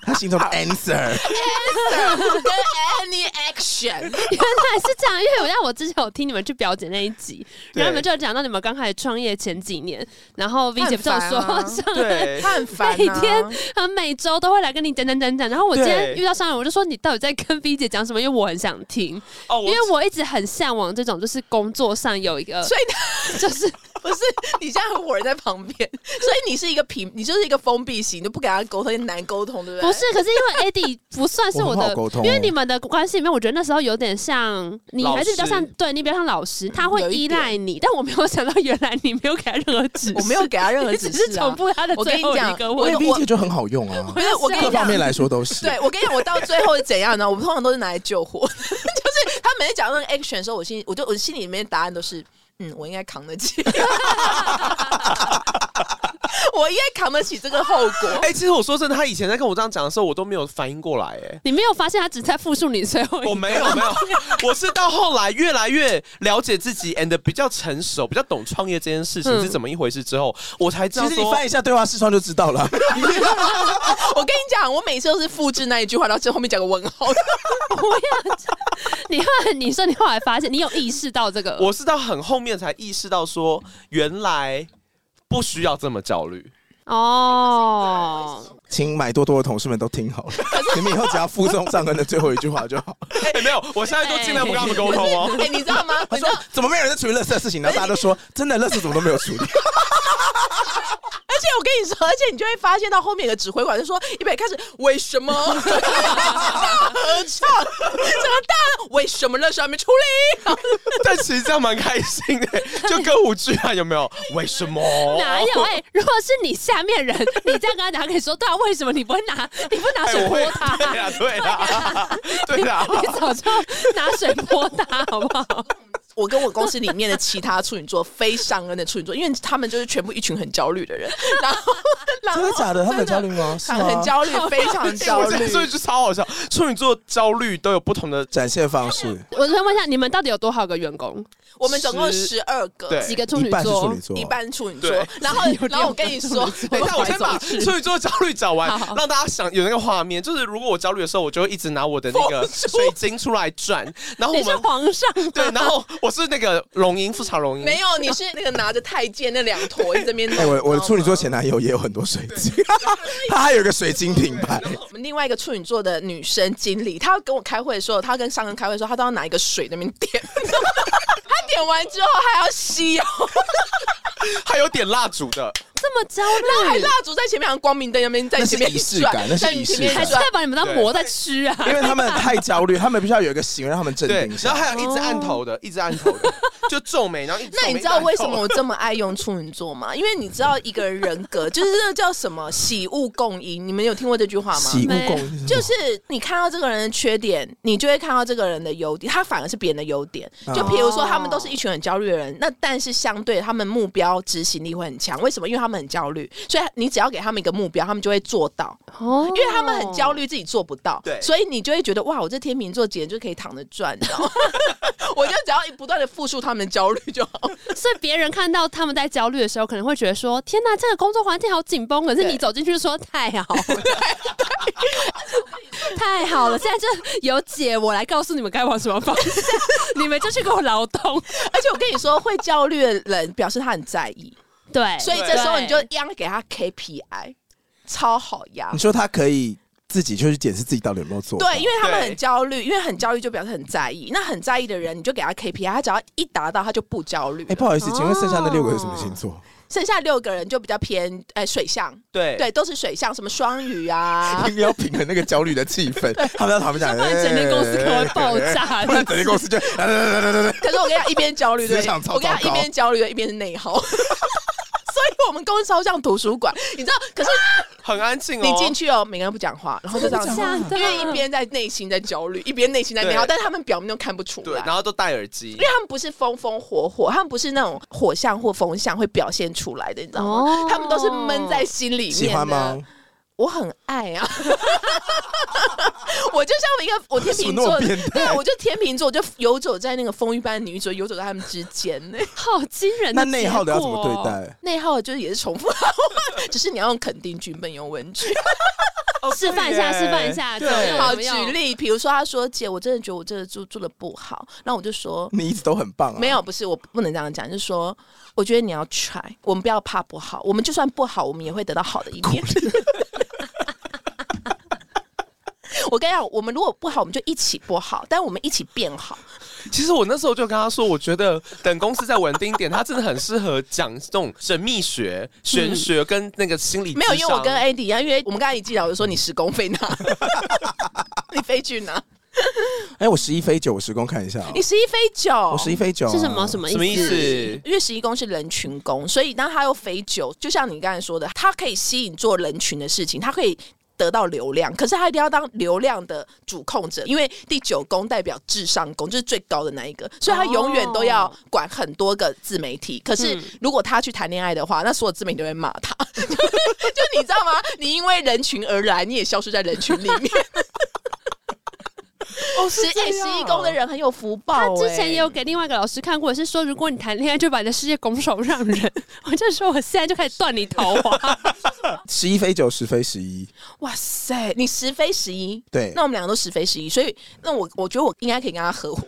S1: 他心中
S4: 啊
S1: 的 answer，
S4: 跟 any
S2: <laughs>
S4: action。
S2: 原来是这样，因为我像我之前有听你们去表姐那一集，然后你们就讲到你们刚开始创业前几年，然后 V 姐不是有说，
S4: 很烦啊
S2: 像
S3: 对，
S4: 他很烦、啊，
S2: 每天他每周都会来跟你讲讲讲讲，然后我今天
S3: 对
S2: 遇到商人，我就说你到底在跟 V 姐讲什么？因为我很想听，
S3: 哦，
S2: 因为我一直很向往这种，就是工作上有一个，
S4: 所以
S2: <laughs>
S4: 他
S2: 就是
S4: 不是你现在火人在旁边，所以你是一个平，你就是一个封闭型，你就不跟他沟通，难沟通，对不
S2: 不
S4: 对？
S2: 是，可是因为 Eddie 不算是
S1: 我
S2: 我
S1: 很好
S2: 的，
S1: 沟通欸
S2: 因为你们的关系里面，我觉得那时候有点像你，
S3: 老
S2: 还是比较像
S3: 师
S2: 对你比较像老师，他会
S4: 有一
S2: 依赖你，但我没有想到原来你没有给他任何指示，
S4: 我没有给他任何
S2: 你
S4: 指
S2: 只
S4: 示、啊，
S2: 是重复他的
S4: 我跟
S2: 最
S4: 你
S2: 后一
S4: 讲
S2: 个
S4: 我
S2: 问
S1: 因
S2: 题
S1: 为。B 哎姐就很好用啊
S4: 不，是我跟
S1: 各方
S4: 你讲
S1: 面，来说都是。
S4: 对我跟你讲，我到最后是怎样呢？我通常都是拿来救火， <laughs> 就是他每次讲到那个 action 的时候，我心里我就我心里面的答案都是，嗯，我应该扛得起， <laughs> 我应该扛得起这个后果。
S3: 哎，其实我说真的，他以前在跟我这样讲的时候，我都没有反应过来，哎。
S2: <laughs> 你没有发现他只在复述你最后一
S3: 我没有没有， <laughs> 我是到后来越来越了解自己，and 比较成熟，比较懂创业这件事情
S2: 嗯
S3: 是怎么一回事之后，我才知
S1: 其
S3: 道
S1: 实你
S3: 说
S1: 翻一下对话视窗就知道了。 <laughs>
S4: 我跟你讲，我每次都是复制那一句话，然后最后面加个问号。
S2: 不要这样，你后来你说你后来发现你有意识到这个，
S3: 我是到很后面才意识到说，原来不需要这么焦虑。
S2: 哦，
S1: 请买多多的同事们都听
S4: <laughs>
S1: 好了，你们以后只要附送上恩的最后一句话就好。
S3: 哎、没有，我现在都尽量不跟他们沟通哦。
S4: 哎、你知道吗？
S1: 他
S4: 你知
S1: 说
S4: 道，
S1: 怎么没有人在处理垃圾的事情？然后大家都说真的，垃圾怎么都没有处理。
S4: 而且我跟你说，而且你就会发现到后面有个指挥官就说，一边开始为什么 <laughs> 大合唱，怎么大了？为什么那时候还没处理？
S3: <laughs> 但其实这样蛮开心
S4: <laughs>
S3: 的，就歌舞剧啊，有没有？为什么？
S2: 哪有？哎、如果是你下面人，你这样跟他讲，他可以说对啊，为什么你不会拿？你不拿
S3: 哎、
S2: 水
S3: 我会
S2: 泼他、
S3: 对啦，对
S4: <laughs>
S3: 啦，对啊啦。
S2: <laughs>
S3: <laughs>
S2: 你早就拿水泼他，好不好？
S4: 我跟我公司里面的其他处女座，非上恩的处女座，因为他们就是全部一群很焦虑的人，然后 <laughs> 然
S1: 真的
S4: 后
S1: 假的？他们很焦虑吗？是吗？
S4: 很焦虑，非常焦
S3: 哎我这
S4: 虑。
S3: 所以就超好笑，处女座焦虑都有不同的，
S1: 展现方式，
S2: <laughs> 我先问一下，你们到底有多少个员工？
S4: 我们总共
S3: 十
S4: 十二个
S3: 对，
S2: 几个处
S1: 一
S2: 女
S1: 半是处
S2: 座
S1: 女？座，
S4: 一半处女座
S3: 对。
S4: 然后
S2: 有点
S4: 然后我跟你说，
S3: 等一下，哎我先把
S2: 是
S3: 处女座焦虑讲完
S2: 好，
S3: 让大家想有那个画面。就是如果我焦虑的时候，我就会一直拿我的那个水晶出来转，然后我
S2: 你是
S3: 们
S2: 皇上吗？
S3: 对，然后我是那个龙吟富察龙吟，
S4: 没有，你是那个拿着太监那两坨一直在那边弄。
S1: 哎，我我
S4: 你
S1: 的
S4: 知道吗
S1: 处女座前男友也有很多水晶， <laughs> 他还有一个水晶品牌。
S4: 我们另外一个处女座的女生经理，她跟我开会的时候，她跟上恩开会的时候，她都要拿一个水在那边点， <laughs> 她点完之后还要吸哦，
S3: 还有点蜡烛的，
S2: 这么焦
S4: 她还
S2: 虑 <laughs>
S4: 蜡，烛在前面，好像光明灯那边在前面
S1: 那是仪式
S4: 转
S1: 感那是
S4: 在你前面
S1: 仪式
S2: 还
S1: 感
S2: 是
S4: 转
S2: 在把你们当魔在吃 <laughs> 啊？
S1: 因为他们太焦虑，他们必须要有一个行为让他们镇
S3: 对
S1: 定，下
S3: 然
S1: 来
S3: 后。还有一直按头的，一直按头的，就皱眉，然后一皱
S4: 哦那
S3: 眉
S4: 你知道为什
S3: 一
S4: 么
S3: 烂
S4: 我这么爱用处女座吗？因为你知道一个人格就是那叫什么喜恶共因，你们有听过这句话吗？
S1: 喜
S2: 没
S1: 恶
S2: 有
S1: 共是什么
S4: 就是你看到这个人的缺点，你就会看到这个人的优点，他反而是别人的优点。
S1: 嗯
S4: 就比如说，他们都是一群很焦虑的人，那但是相对他们目标执行力会很强。为什么？因为他们很焦虑，所以你只要给他们一个目标，他们就会做到。
S2: 哦，
S4: 因为他们很焦虑，自己做不
S1: 哦
S4: 到，
S3: 对
S4: 所以你就会觉得哇，我这天秤座简直就可以躺着赚，你知道吗？ <laughs> 我就只要不断的复述他们的焦虑就好。
S2: 哦所以别人看到他们在焦虑的时候，可能会觉得说：“天哪，这个工作环境好紧绷。”可是
S4: 对
S2: 你走进去就说：“太好了， <laughs> 太好了，现在就有解，我来告诉你们该往什么方向， <laughs> 你们就去给我劳动。
S4: 而且我跟你说，会焦虑的人表示他很在意，”
S2: <laughs> 哎对，
S4: 所以这时候你就一样给他 KPI，超好压
S1: 你。说他可以自己就去检视自己到底有没有做，
S4: 对，因为他们
S3: 对
S4: 很焦虑，因为很焦虑就表示很在意。那很在意的人，你就给他 KPI，他只要一达到，他就不焦虑
S1: 哎，。不好意思，请问剩下那六个
S2: 哦
S1: 是什么星座？
S4: 剩下六个人就比较偏哎、水象，
S3: 对
S4: 对，都是水象，什么双鱼
S1: <laughs>
S4: 啊，
S1: 你们要平衡那个焦虑的气氛，他们要他们讲，
S2: 不然整间公司可能会爆炸。
S1: 哎不然整间公司
S4: <laughs>
S1: 就来来来来来来，
S4: 可是我跟你讲，一边焦虑，对不
S1: 职
S4: 对
S1: 场超
S4: 我跟你
S1: 糟
S4: 讲，
S1: 糕
S4: 一边焦虑，一边是内耗。 <laughs> 所以我们公司超像图书馆，你知道？可是
S3: 很安静哦。
S4: 你进去哦，每个人不讲话，然后就这样
S1: 真
S4: 子
S1: 的假，
S2: 的
S4: <laughs> 因为
S3: <laughs>
S4: 一边在内心在焦虑，一边内心在内耗，
S3: 对
S4: 但是他们表面都看不出
S3: 对，
S4: 来
S3: 然。后都戴耳机
S4: 因为。他们不是风风火火，他们不是那种火象或风象会表现出来的，你知道吗？
S2: 哦
S4: 他们都是闷在心里面的。
S1: 喜欢吗？？
S4: 我很爱啊， <laughs> 我就像一个我天秤
S1: <laughs> 为什么那么
S4: 座，
S1: 变态
S4: 对，我就天秤座，我就游走在那个风一般的女主游走在他们之间 <laughs> 呢。
S2: 好惊人
S1: 那
S2: 的哦
S1: 内耗的要怎么对待？
S4: 内耗就是也是重复， <laughs> 只是你要用肯定句，不能用问句。
S3: 哦
S2: 示范一下，示范一。下，
S3: 对
S2: 怎么样
S4: 好，
S2: 怎么
S4: 举
S2: 样
S4: 例，比如说他说：“姐，我真的觉得我这个做做的不好。”然后我就说
S1: 你一直都很棒：“啊，
S4: 没有，不是，我不能这样讲，就是说，我觉得你要 try，我们不要怕不好，我们就算不好，我们也会得到好的一面。” <laughs> 我跟你讲，我们如果不好，我们就一起不好，但我们一起变好。
S3: 对其实我那时候就跟他说，我觉得等公司再稳定一点，他真的很适合讲这种神秘学、玄学跟那个心理。
S4: 没有，因为我跟 AD 一样，因为我们刚才一进来我就说你时工费拿， <laughs> 你飞去哪？
S1: 哎，我十一飞九，我时工看一下哦
S4: 你，十一飞九，
S1: 我十一飞九啊
S2: 是什么什么
S3: 什么
S2: 意
S3: 意思？
S4: 因为十一宫是人群宫，所以当他又肥久，就像你刚才说的，他可以吸引做人群的事情，他可以。得到流量，可是他一定要当流量的主控者，因为第九宫代表智商宫，就是最高的那一个，所以他永远都要管很多个自媒体。可是
S2: 嗯
S4: 如果他去谈恋爱的话，那所有自媒体都会骂他，就就你知道吗？你因为人群而来，你也消失在人群里
S2: <laughs>
S4: 面。
S3: 哦，
S4: 十哎十一宫的人很有福报、
S2: 他之前
S4: 哎
S2: 也有给另外一个老师看过，是说如果你谈恋爱就把你的世界拱手让人，我就说我现在就开始断你啊桃 <laughs> 花。
S1: 十一飞九，十飞十一，
S4: 哇塞，你十飞十一，
S1: 对
S4: 那我们两个都十飞十一，所以那我我觉得我应该可以跟他合伙，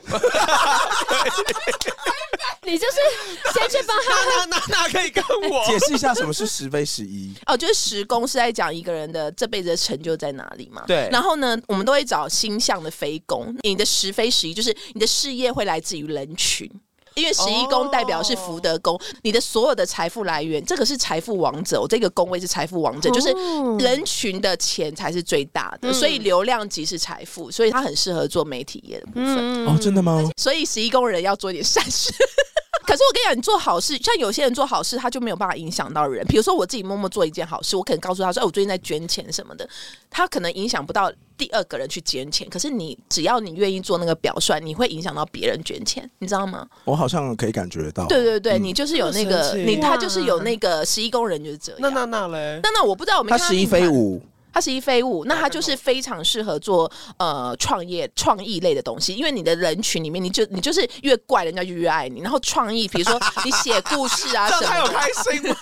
S2: 你就是先去帮他。
S3: 那那那可以跟
S4: <laughs>
S3: 我
S1: 解释一下什么是十飞十一。
S4: 哦，就是十宫是在讲一个人的这辈子的成就在哪里嘛。
S3: 对
S4: 然后呢，我们都会找星象的飞宫，你的十飞十一就是你的事业会来自于人群。因为十一宫代表是福德宫，你的所有的财富来源，这个是财富王者，我这个宫位是财富王者，就是
S2: 哦
S4: 人群的钱才是最大的，
S2: 嗯
S4: 所以流量即是财富，所以它很适合做媒体业的部
S2: 嗯
S4: 分。
S1: 哦，真的吗？
S4: 所以十一宫人要做一点善事。 <laughs> 可是我跟你讲，你做好事，像有些人做好事，他就没有办法影响到人。比如说我自己默默做一件好事，我可能告诉他说：“哎，我最近在捐钱什么的。”他可能影响不到第二个人去捐钱。可是你只要你愿意做那个表率，你会影响到别人捐钱，你知道吗？
S1: 我好像可以感觉到。
S4: 对对对，你就是有那
S3: 好
S4: 个，
S3: 神奇
S4: 你他就是有那个十一宫人就是这样。
S3: 那那那嘞，
S4: 那那我不知道，我没
S1: 他
S4: 看到
S1: 十一
S4: 命盘
S1: 飞五，
S4: 他是一飞舞，那他就是非常适合做呃创业、创意类的东西，因为你的人群里面，你就你就是越怪人家就越爱你，然后创意，比如说你写故事啊
S3: 这样
S4: 什
S3: 他有
S4: 么的，
S3: 开心吗？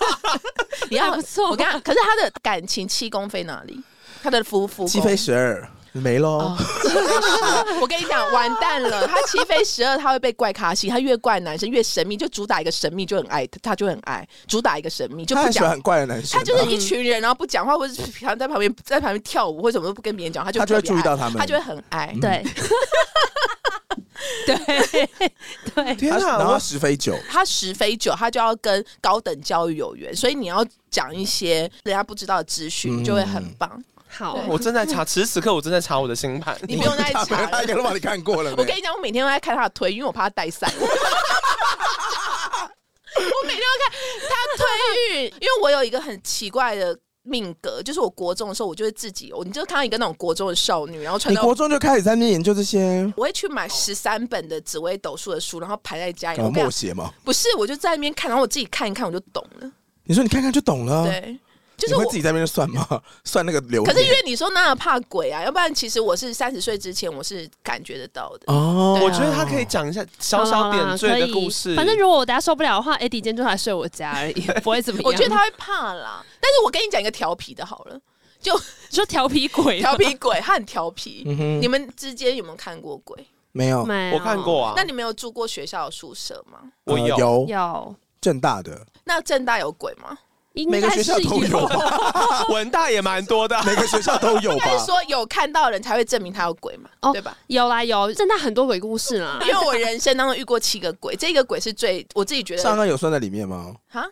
S4: 你要
S2: 还不错
S4: 我跟你讲，可是他的感情七宫飞哪里？他的夫夫
S1: 七
S4: 宫 <laughs>
S1: 飞十二没喽
S4: 哦。我跟你讲，完蛋了！他七飞十二，他会被怪咖西，他越怪男生越神秘，就主打一个神秘，就很爱他，他就很爱主打一个神秘，就
S1: 他
S4: 不
S1: 很喜欢
S4: 讲
S1: 很怪的男生
S4: 他
S1: 啊，
S4: 就是一群人，然后不讲话，或者是平常在旁边在旁边跳舞，或者什么都不跟别人讲，他就
S1: 他就会
S4: 特别
S1: 注意
S4: 爱
S1: 到他们嗯
S4: 他就会很爱。
S2: 对。对对，
S3: 天
S1: 他
S3: 哪！
S1: 然后他
S3: 我
S1: 十飞九，
S4: 他十非九，他就要跟高等教育有缘，所以你要讲一些人家不知道的资讯，
S1: 嗯
S4: 就会很棒。
S2: 好，
S4: 对
S3: <laughs> 我正在查，此时此刻我正在查我的星盘。
S4: 你不用再查了
S1: <laughs> 他都帮你看过了没。
S4: 我跟你讲，我每天都在看他的推，因 <laughs> 为我怕他带赛。我每天都看他推运，因为我有一个很奇怪的命格，就是我国中的时候，我就会自己，我你就看到一个那种国中的少女，然后穿
S1: 你
S4: 到
S1: 国中就开始在那边研究这些
S4: 我会去买十三本的紫微斗数的书，然后排在家里。
S1: 呃
S4: 哎我跟你
S1: 默
S4: 讲
S1: 写嘛？
S4: 不是，我就在那边看，然后我自己看一看，我就懂了。
S1: 你说你看看就懂了，
S4: 对，就
S1: 啊你
S4: 是我
S1: 会自。己在那边算吗？ <laughs> 算那个流
S4: 可
S1: 年？
S4: 是因为你说那怕鬼啊，要不然其实我是三十岁之前我是感觉得到的。
S1: 哦，
S4: 啊
S3: 我觉得他可以讲一下小
S2: 好
S3: 小
S2: 啦好啦
S3: 点缀
S2: 可
S3: 的
S2: 以
S3: 故事。
S2: 反正如果我等下受不了的话，Eddie 今天就来睡我家而已，不会怎么样。
S4: 我觉得他会怕啦，但是我跟你讲一个调皮
S1: <laughs>
S4: 的好了，
S2: 你说调皮鬼，
S4: 调皮鬼，他很调皮。
S1: 嗯哼
S4: 你们之间有没有看过鬼？
S1: 没有，
S2: 没有
S3: 我看过
S1: 哦
S3: 啊，
S4: 那你们有住过学校的宿舍吗？
S3: 我
S1: 呃
S3: 有
S1: 有
S3: <laughs>
S2: 有，
S1: 正大
S4: <laughs>
S1: 的，
S4: 那正大有鬼吗？
S2: 应
S1: 每个
S2: 该
S1: 学校
S2: 是
S1: 都有，
S3: 啊文大也蛮多
S4: <laughs>
S3: 的。
S1: 每个学校都有吧
S4: 但？是说有看到的人才会证明他有鬼嘛，
S2: 哦
S4: 对吧？
S2: <laughs> 有啦有，真的很多鬼故事
S4: <laughs>
S2: 啦
S4: 因。为我人生当中遇过七个鬼，这个鬼是最我自己觉
S1: 上
S4: 得
S1: 岸有算在里面吗？
S4: 哈，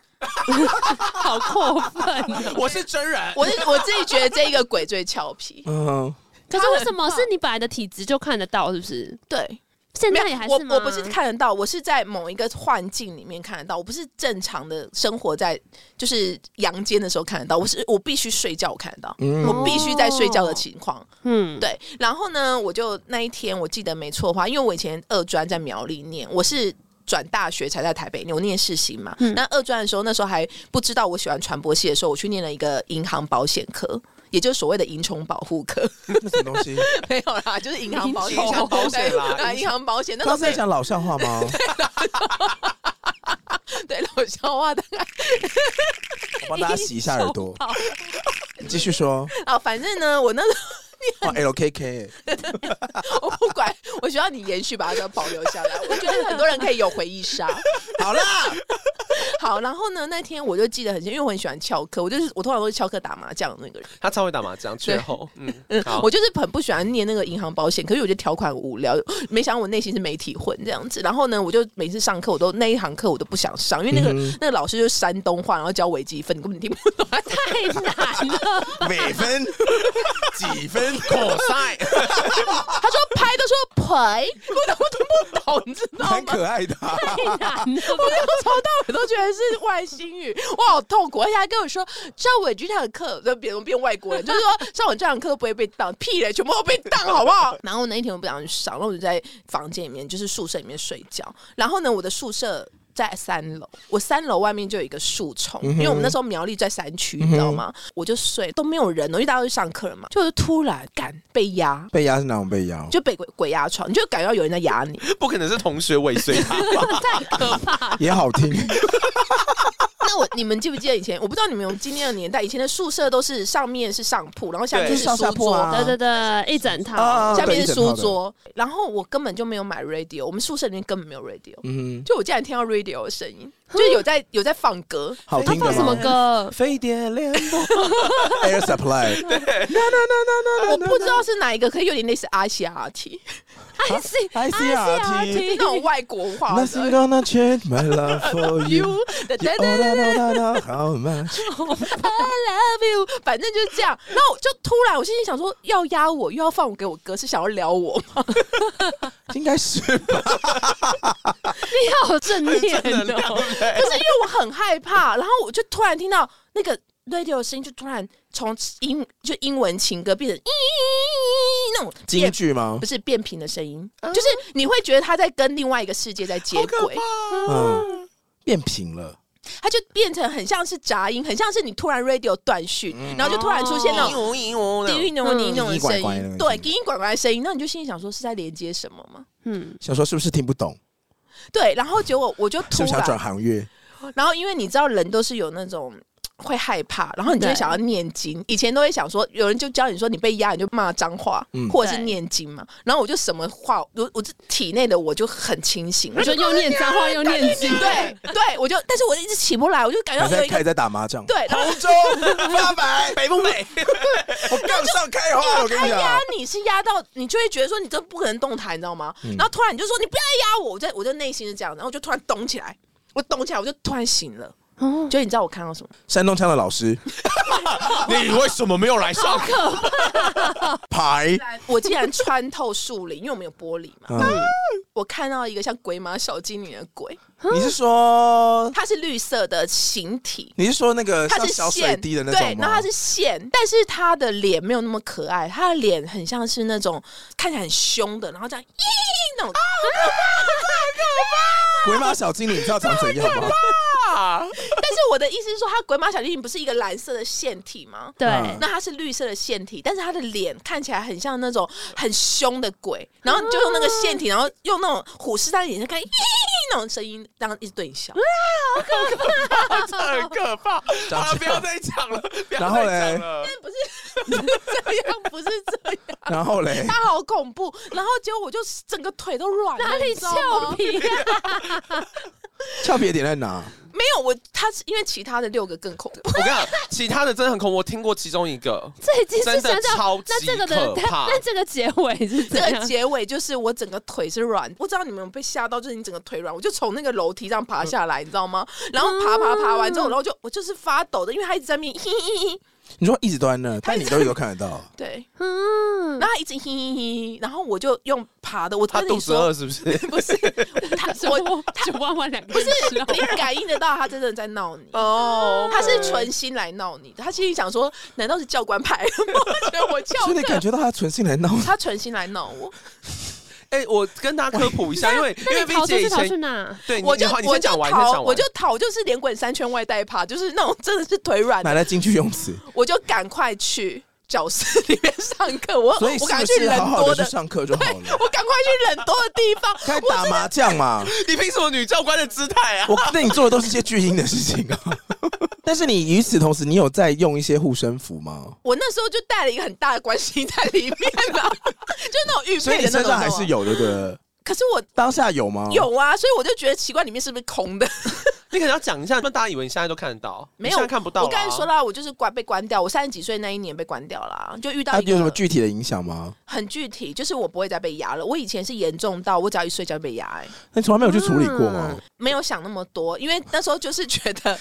S2: 好过分哦、
S3: 我是真人，
S4: 我是我自己觉得这个鬼最俏
S1: <laughs>
S4: 皮。
S1: 嗯哼，
S2: 可是为什么是你本来的体质就看得到，是不是？
S4: 对，
S2: 现
S4: 没
S2: 在
S4: 有
S2: 也还
S4: 我
S2: 是吗？
S4: 我不是看得到，我是在某一个幻境里面看得到，我不是正常的生活在就是阳间的时候看得到，我是我必须睡觉我看得到，
S1: 嗯
S2: 哦
S4: 我必须在睡觉的情况。
S2: 嗯，
S4: 对，然后呢，我就那一天我记得没错的话，因为我以前二专在苗栗念，我是。转大学才在台北念，我念世新嘛。那二专的时候，那时候还不知道我喜欢传播系的时候，我去念了一个银行保险科，也就是所谓的银虫保护科。 <laughs>
S1: 那什么东西？
S4: 没有啦，就是银行保险，
S3: 银行保险啦
S4: 对啊，银行保险。那时
S1: 刚刚
S4: 候
S1: 是在讲老笑话吗？
S4: 对老笑话 <laughs> 的
S1: 我帮大家洗一下耳
S4: <laughs>
S1: 朵，继续说。
S4: 啊，反正呢，我那时
S1: 哦，LKK，
S4: <laughs> 候我不管，我需要你延续把它保留下来。我觉得很多人可以有回忆杀。
S1: 好啦，
S4: 好，然后呢，那天我就记得很清，因为我很喜欢翘课，我就是我通常都是翘课打麻将的那个人。
S3: 他超会打麻将，缺后。嗯，好
S4: 我，就是很不喜欢念那个银行保险，可是我觉得条款无聊，没想到我内心是媒体混这样子。然后呢，我就每次上课我都那一堂课我都不想上，因为那个、
S1: 嗯
S4: 那个老师就是山东话，然后教微积分，你根本听不懂他在
S2: 太难了，
S1: 每
S3: <laughs>
S1: 分几分？
S3: 口塞， <laughs>
S4: 他说拍都说赔， <laughs> 我都听不懂，你知道
S1: 蛮
S4: 吗？
S1: 可爱的啊。 <laughs>
S2: 太难了
S4: 我。 <laughs> 从头到尾都觉得是外星语，我好痛苦，而且还跟我说上我这堂课，就别人变外国人，就是说上我这堂课都不会被当，屁嘞，全部都被当，好不好？然后那一天我不想去上，然后我就在房间里面，就是宿舍里面睡觉。然后呢，我的宿舍。在三楼，我三楼外面就有一个树丛，因为我们那时候苗栗在山区，你知道吗？我就睡都没有人哦，因为大家都去上课了嘛。就是突然干被压，
S1: 被压是哪种被压？
S4: 就被鬼鬼压床，你就感觉到有人在压你。
S3: 不可能是同学尾随 <laughs> 他
S1: <laughs>
S3: 吧？
S1: 也好听，
S4: <laughs> 那我你们记不记得以前？我不知道你们有今天的年代，以前的宿舍都是上面是上铺，然后下面
S3: 对
S4: 是
S1: 上下
S4: 书
S1: 铺
S4: 桌。
S1: 啊
S2: 对对对，一整
S1: 啊
S2: 套。
S4: 下面
S1: 对一
S4: 是
S1: 整
S4: 书
S1: 套的
S4: 桌，然后我根本就没有买 radio，我们宿舍里面根本没有 radio，
S1: 嗯，
S4: 就我竟然听到 radio 的声音，就是有在有在放
S1: <laughs>
S4: 歌，
S1: 好
S2: 他
S1: 听
S2: 放
S1: 的
S2: 什么
S1: 吗
S2: 歌？
S3: 飞碟联盟，
S1: ？Air Supply，
S4: 我不知道是哪一个，可是有点类似 R C R T，
S2: I C
S1: I C
S2: 啊
S1: R T
S4: 是那种外国话的。
S1: Nothing gonna change my love for
S4: You
S1: you。
S4: 的
S1: You all I know, I know how much。
S4: I love you，反正就是这样。然后我就突然我心里想说，要压我又要放我给我歌，是想要撩我吗？
S1: 应该是
S2: 你好正
S3: <laughs> 哎
S2: 念
S3: 正能量
S2: 哦，
S3: <laughs>
S4: 可是因为我很害怕，然后我就突然听到那个 radio 的声音，就突然从英就英文情歌变成咦那种
S1: 京
S4: 变
S1: 剧吗
S4: 不？是变频的声音，就是你会觉得他在跟另外一个世界在接轨，
S1: 嗯，变平了。
S4: 它就变成很像是杂音，很像是你突然 radio 断讯，
S1: 嗯
S4: 然后就突然出现那种。
S3: 呜一 <laughs>
S1: 哦
S3: 呜
S4: 地狱牛泥那种
S1: 叽叽
S4: 声
S1: 呱呱的那
S4: 音，
S1: 个
S4: 对，
S1: 声
S4: 叽叽呱呱的声音，那你就心里想说是在连接什么吗？
S2: 嗯，
S1: 想说是不是听不懂？
S4: 对，然后结果我就突
S1: 是不是想
S4: 然
S1: 转行业？
S4: 然后因为你知道人都是有那种。会害怕，然后你就会
S2: 对
S4: 想要念经。以前都会想说，有人就教你说你被压，你就骂脏话，
S1: 嗯
S4: 或者是
S2: 对
S4: 念经嘛。然后我就什么话，我我这体内的我就很清醒，
S2: 我 <laughs>
S4: 我
S2: 就
S4: 就
S2: 又念脏话又念经，
S4: 对对，我就，但是我一直起不来，我就感觉
S1: 还
S4: 到有
S1: 在
S4: 一
S1: 开
S4: 个
S1: 始在打麻将？
S4: 对，然后
S3: 同州八百，北不美，
S1: 我杠上开哦花，我跟
S4: 他
S1: 你
S4: 压
S1: 讲，
S4: 你是压到你就会觉得说你这不可能动弹，你知道吗？
S1: 嗯
S4: 然后突然你就说你不要压我，我在我就内心是这样，然后我就突然咚起来，我咚起来，我就突然醒了。
S2: 哦
S4: 就你知道我看到什么？ <laughs>
S1: 山东腔的老师，
S3: <laughs> 你为什么没有来 <laughs> 上课？
S1: 牌，
S4: 我竟然穿透树林，因为我们有玻璃嘛，
S1: 嗯
S4: 我看到一个像鬼马小精灵的鬼，
S1: 你是说
S4: 它是绿色的形体。
S1: 你是说那个
S4: 它
S1: 呃像
S4: 是
S1: 小水
S4: 线，
S1: 滴的那
S4: 对
S1: 种，吗
S4: 然后它？是线，但是它的脸没有那么可爱，它的脸很像是那种看起来很凶的，然后这样咦那种，
S1: 鬼马小精灵，你知道长怎样吗？
S4: 但是我的意思是说，它鬼马小精灵不是一个蓝色的线体吗？
S2: 对，
S1: 嗯
S4: 那它是绿色的线体，但是它的脸看起来很像那种很凶的鬼，然后你就用那个线体，然后用那种虎视眈眈眼睛看，咦 <laughs> 那种声音，然后一直对你笑。
S3: 这很可
S1: 长
S3: 怕啊！
S1: 这样
S3: 不要再讲 <laughs> 了，不
S1: 然
S3: 要
S1: 后
S3: 再
S1: 嘞
S3: 讲了。
S4: 不是不是这样，不是这样，
S1: 然后嘞，
S4: <laughs> 他好恐怖。然后结果我就整个腿都软了，
S2: 哪里
S4: 你知道吗
S2: 俏皮啊？
S1: 俏皮的点在哪？
S4: 没有我，他是因为其他的六个更恐怖。
S3: 我跟你讲，其他的真的很恐怖。我听过其中一个，
S2: 这已经是
S3: 真的
S2: 想
S3: 超
S2: 想，
S3: 级
S2: 那这个
S3: 可
S2: 的，那
S3: 怕
S2: 那这个结尾是
S4: 这
S2: 怎
S4: 个
S2: 样？
S4: 结尾就是我整个腿是软，我知道你们有被吓到，就是你整个腿软，我就从那个楼梯上爬下来，你知道吗？
S2: 嗯
S4: 然后爬爬爬完之后，然后就我就是发抖的，因为他一直在面，嘿嘿嘿，
S1: 你说一直都在那，但你都一直都看得
S4: <laughs>
S1: 到。
S4: 对，
S2: 嗯 <laughs>
S4: 然，后他一直嘿嘿嘿，然后我就用爬的，我
S3: 他
S4: 跟
S3: 肚
S4: 你
S3: 子
S4: 说
S3: 饿，是不是？ <laughs>
S2: <laughs>
S4: 不是他
S2: 九
S4: 我
S2: 九万万两个
S4: 不是
S2: 人
S4: 你感应得到他真的在闹你。
S3: 哦
S4: 他是存心来闹你的，他心里想说：“难道是教官派？ <laughs> 我觉得我教
S1: 所以你
S4: 课
S1: 感觉到他存心来闹你，
S4: 他存心来闹我，
S3: 哎，我跟大家科普一 <laughs> 下，因为因
S2: 那
S3: 为
S2: 你
S3: V
S2: 逃出
S3: 姐
S2: 去
S3: 以
S2: 逃去
S3: 前
S2: 哪？
S1: 哎
S3: 对，你
S4: 我就
S3: 你好你
S4: 我
S3: 先
S4: 就
S3: 讲完，你先
S4: 逃，
S3: 讲完。
S4: 我就逃，就是连滚三圈外带爬，就是那种真的是腿软
S1: 奶
S4: 的，
S1: 奶进去泳
S4: <laughs>
S1: 池，
S4: 我就赶快去教室里面上课，我
S1: 所以是
S4: 我赶
S1: 不
S4: 快去
S1: 是
S4: 人
S1: 好好
S4: 多
S1: 的
S4: 的
S1: 去，上课就好
S4: <laughs>
S1: 了？
S4: 我赶快去人多的地方，
S1: 该打麻将嘛。
S3: 你凭什么女教官的姿态啊？
S1: 我那你做的都是一些巨婴的事情啊。 <laughs> 但是你与此同时，你有在用一些护身符吗？
S4: 我那时候就带了一个很大的关心在里面吧，就那种玉
S1: 所以
S4: 佩
S1: 你
S4: 的那
S1: 身
S4: 种
S1: 上，还是
S4: 有，
S1: 有，对哦不对？
S4: 可是我。
S1: 当下有吗？。
S4: 有啊，所以我就觉得奇怪，里面是不是空的？
S3: 你可能要讲一下，那大家以为你现在都看得到，
S4: 没
S3: 你
S4: 有
S3: 现在看不到。啊
S4: 我刚才说，了，我就是关被关掉，我三十几岁那一年被关掉啦，就遇到
S1: 它
S4: 一个
S1: 啊有什么具体的影响吗？
S4: 很具体，就是我不会再被压了。我以前是严重到我只要一睡觉就被压、哎，
S1: 那你从来没有去处理过吗？
S4: 没有想那么多，因为那时候就是 <laughs> 觉得，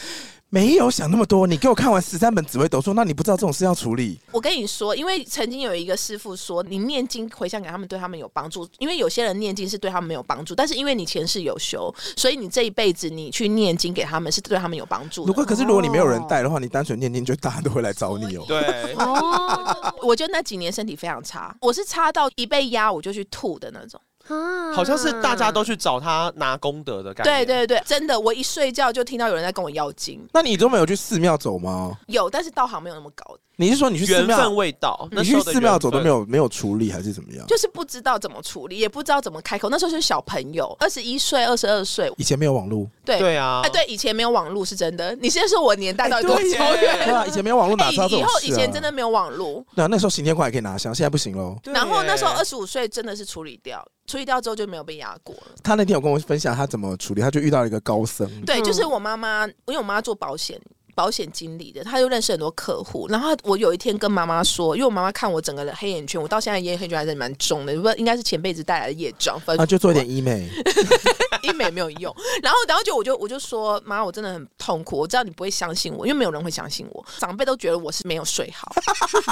S1: 没有想那么多。你给我看完十三本紫微斗数，那你不知道这种事要处理？
S4: 我跟你说，因为曾经有一个师傅说，你念经回向给他们，对他们有帮助。因为有些人念经是对他们没有帮助，但是因为你前世有修，所以你这一辈子你去念经给他们是对啊他们有帮助
S1: 如
S4: 的。
S1: 果可是如果你没有人带的话，你单纯念经，就大家都会来找你哦。
S4: <laughs>
S3: 对，
S2: 哦，
S4: 我就那几年身体非常差，我是差到一被压我就去吐的那种。
S2: 啊
S3: 好像是大家都去找他拿功德的感觉。
S4: 对对对，真的，我一睡觉就听到有人在跟我要经，
S1: 那你都没有去寺庙走吗？
S4: 有，但是道行没有那么高，
S1: 你是说你去寺
S3: 缘分
S1: 庙，
S3: 未到，
S1: 你
S3: 那
S1: 去
S3: 时候的
S1: 寺庙走都
S3: 缘分
S1: 没。有没有处理，还是怎么样？
S4: 就是不知道怎么处理，也不知道怎么开口。那时候就是小朋友，二十一岁、二十二岁，
S1: 以前没有网络，
S4: 对。
S3: 对啊，
S4: 哎、对，以前没有网络是真的。你现在说我年代到底多
S3: 哎对耶
S4: 久远？
S1: 对啊，以前没有网络哪
S4: 哎，
S1: 知道这
S4: 以
S1: 种
S4: 后
S1: 事
S4: 以
S1: 啊？
S4: 前真的没有网络，
S1: 对啊，那时候刑天官还可以拿香，现在不行喽。
S3: 对耶，
S4: 然后那时候二十五岁真的是处理掉，处理掉之后就没有被压过了。
S1: 他那天有跟我分享他怎么处理，他就遇到了一个高僧，
S4: 对，
S2: 嗯
S4: 就是我妈妈，因为我妈做保险。保险经理的，她就认识很多客户。然后我有一天跟妈妈说，因为我妈妈看我整个的黑眼圈，我到现在眼黑眼圈还是蛮重的，不应该是前辈子带来的业障，反
S1: 啊，
S4: 正
S1: 就做一点医美，
S4: 医美没有用。然后，然后就我就我就说，妈，我真的很痛苦，我知道你不会相信我，因为没有人会相信我，长辈都觉得我是没有睡好，
S3: <laughs>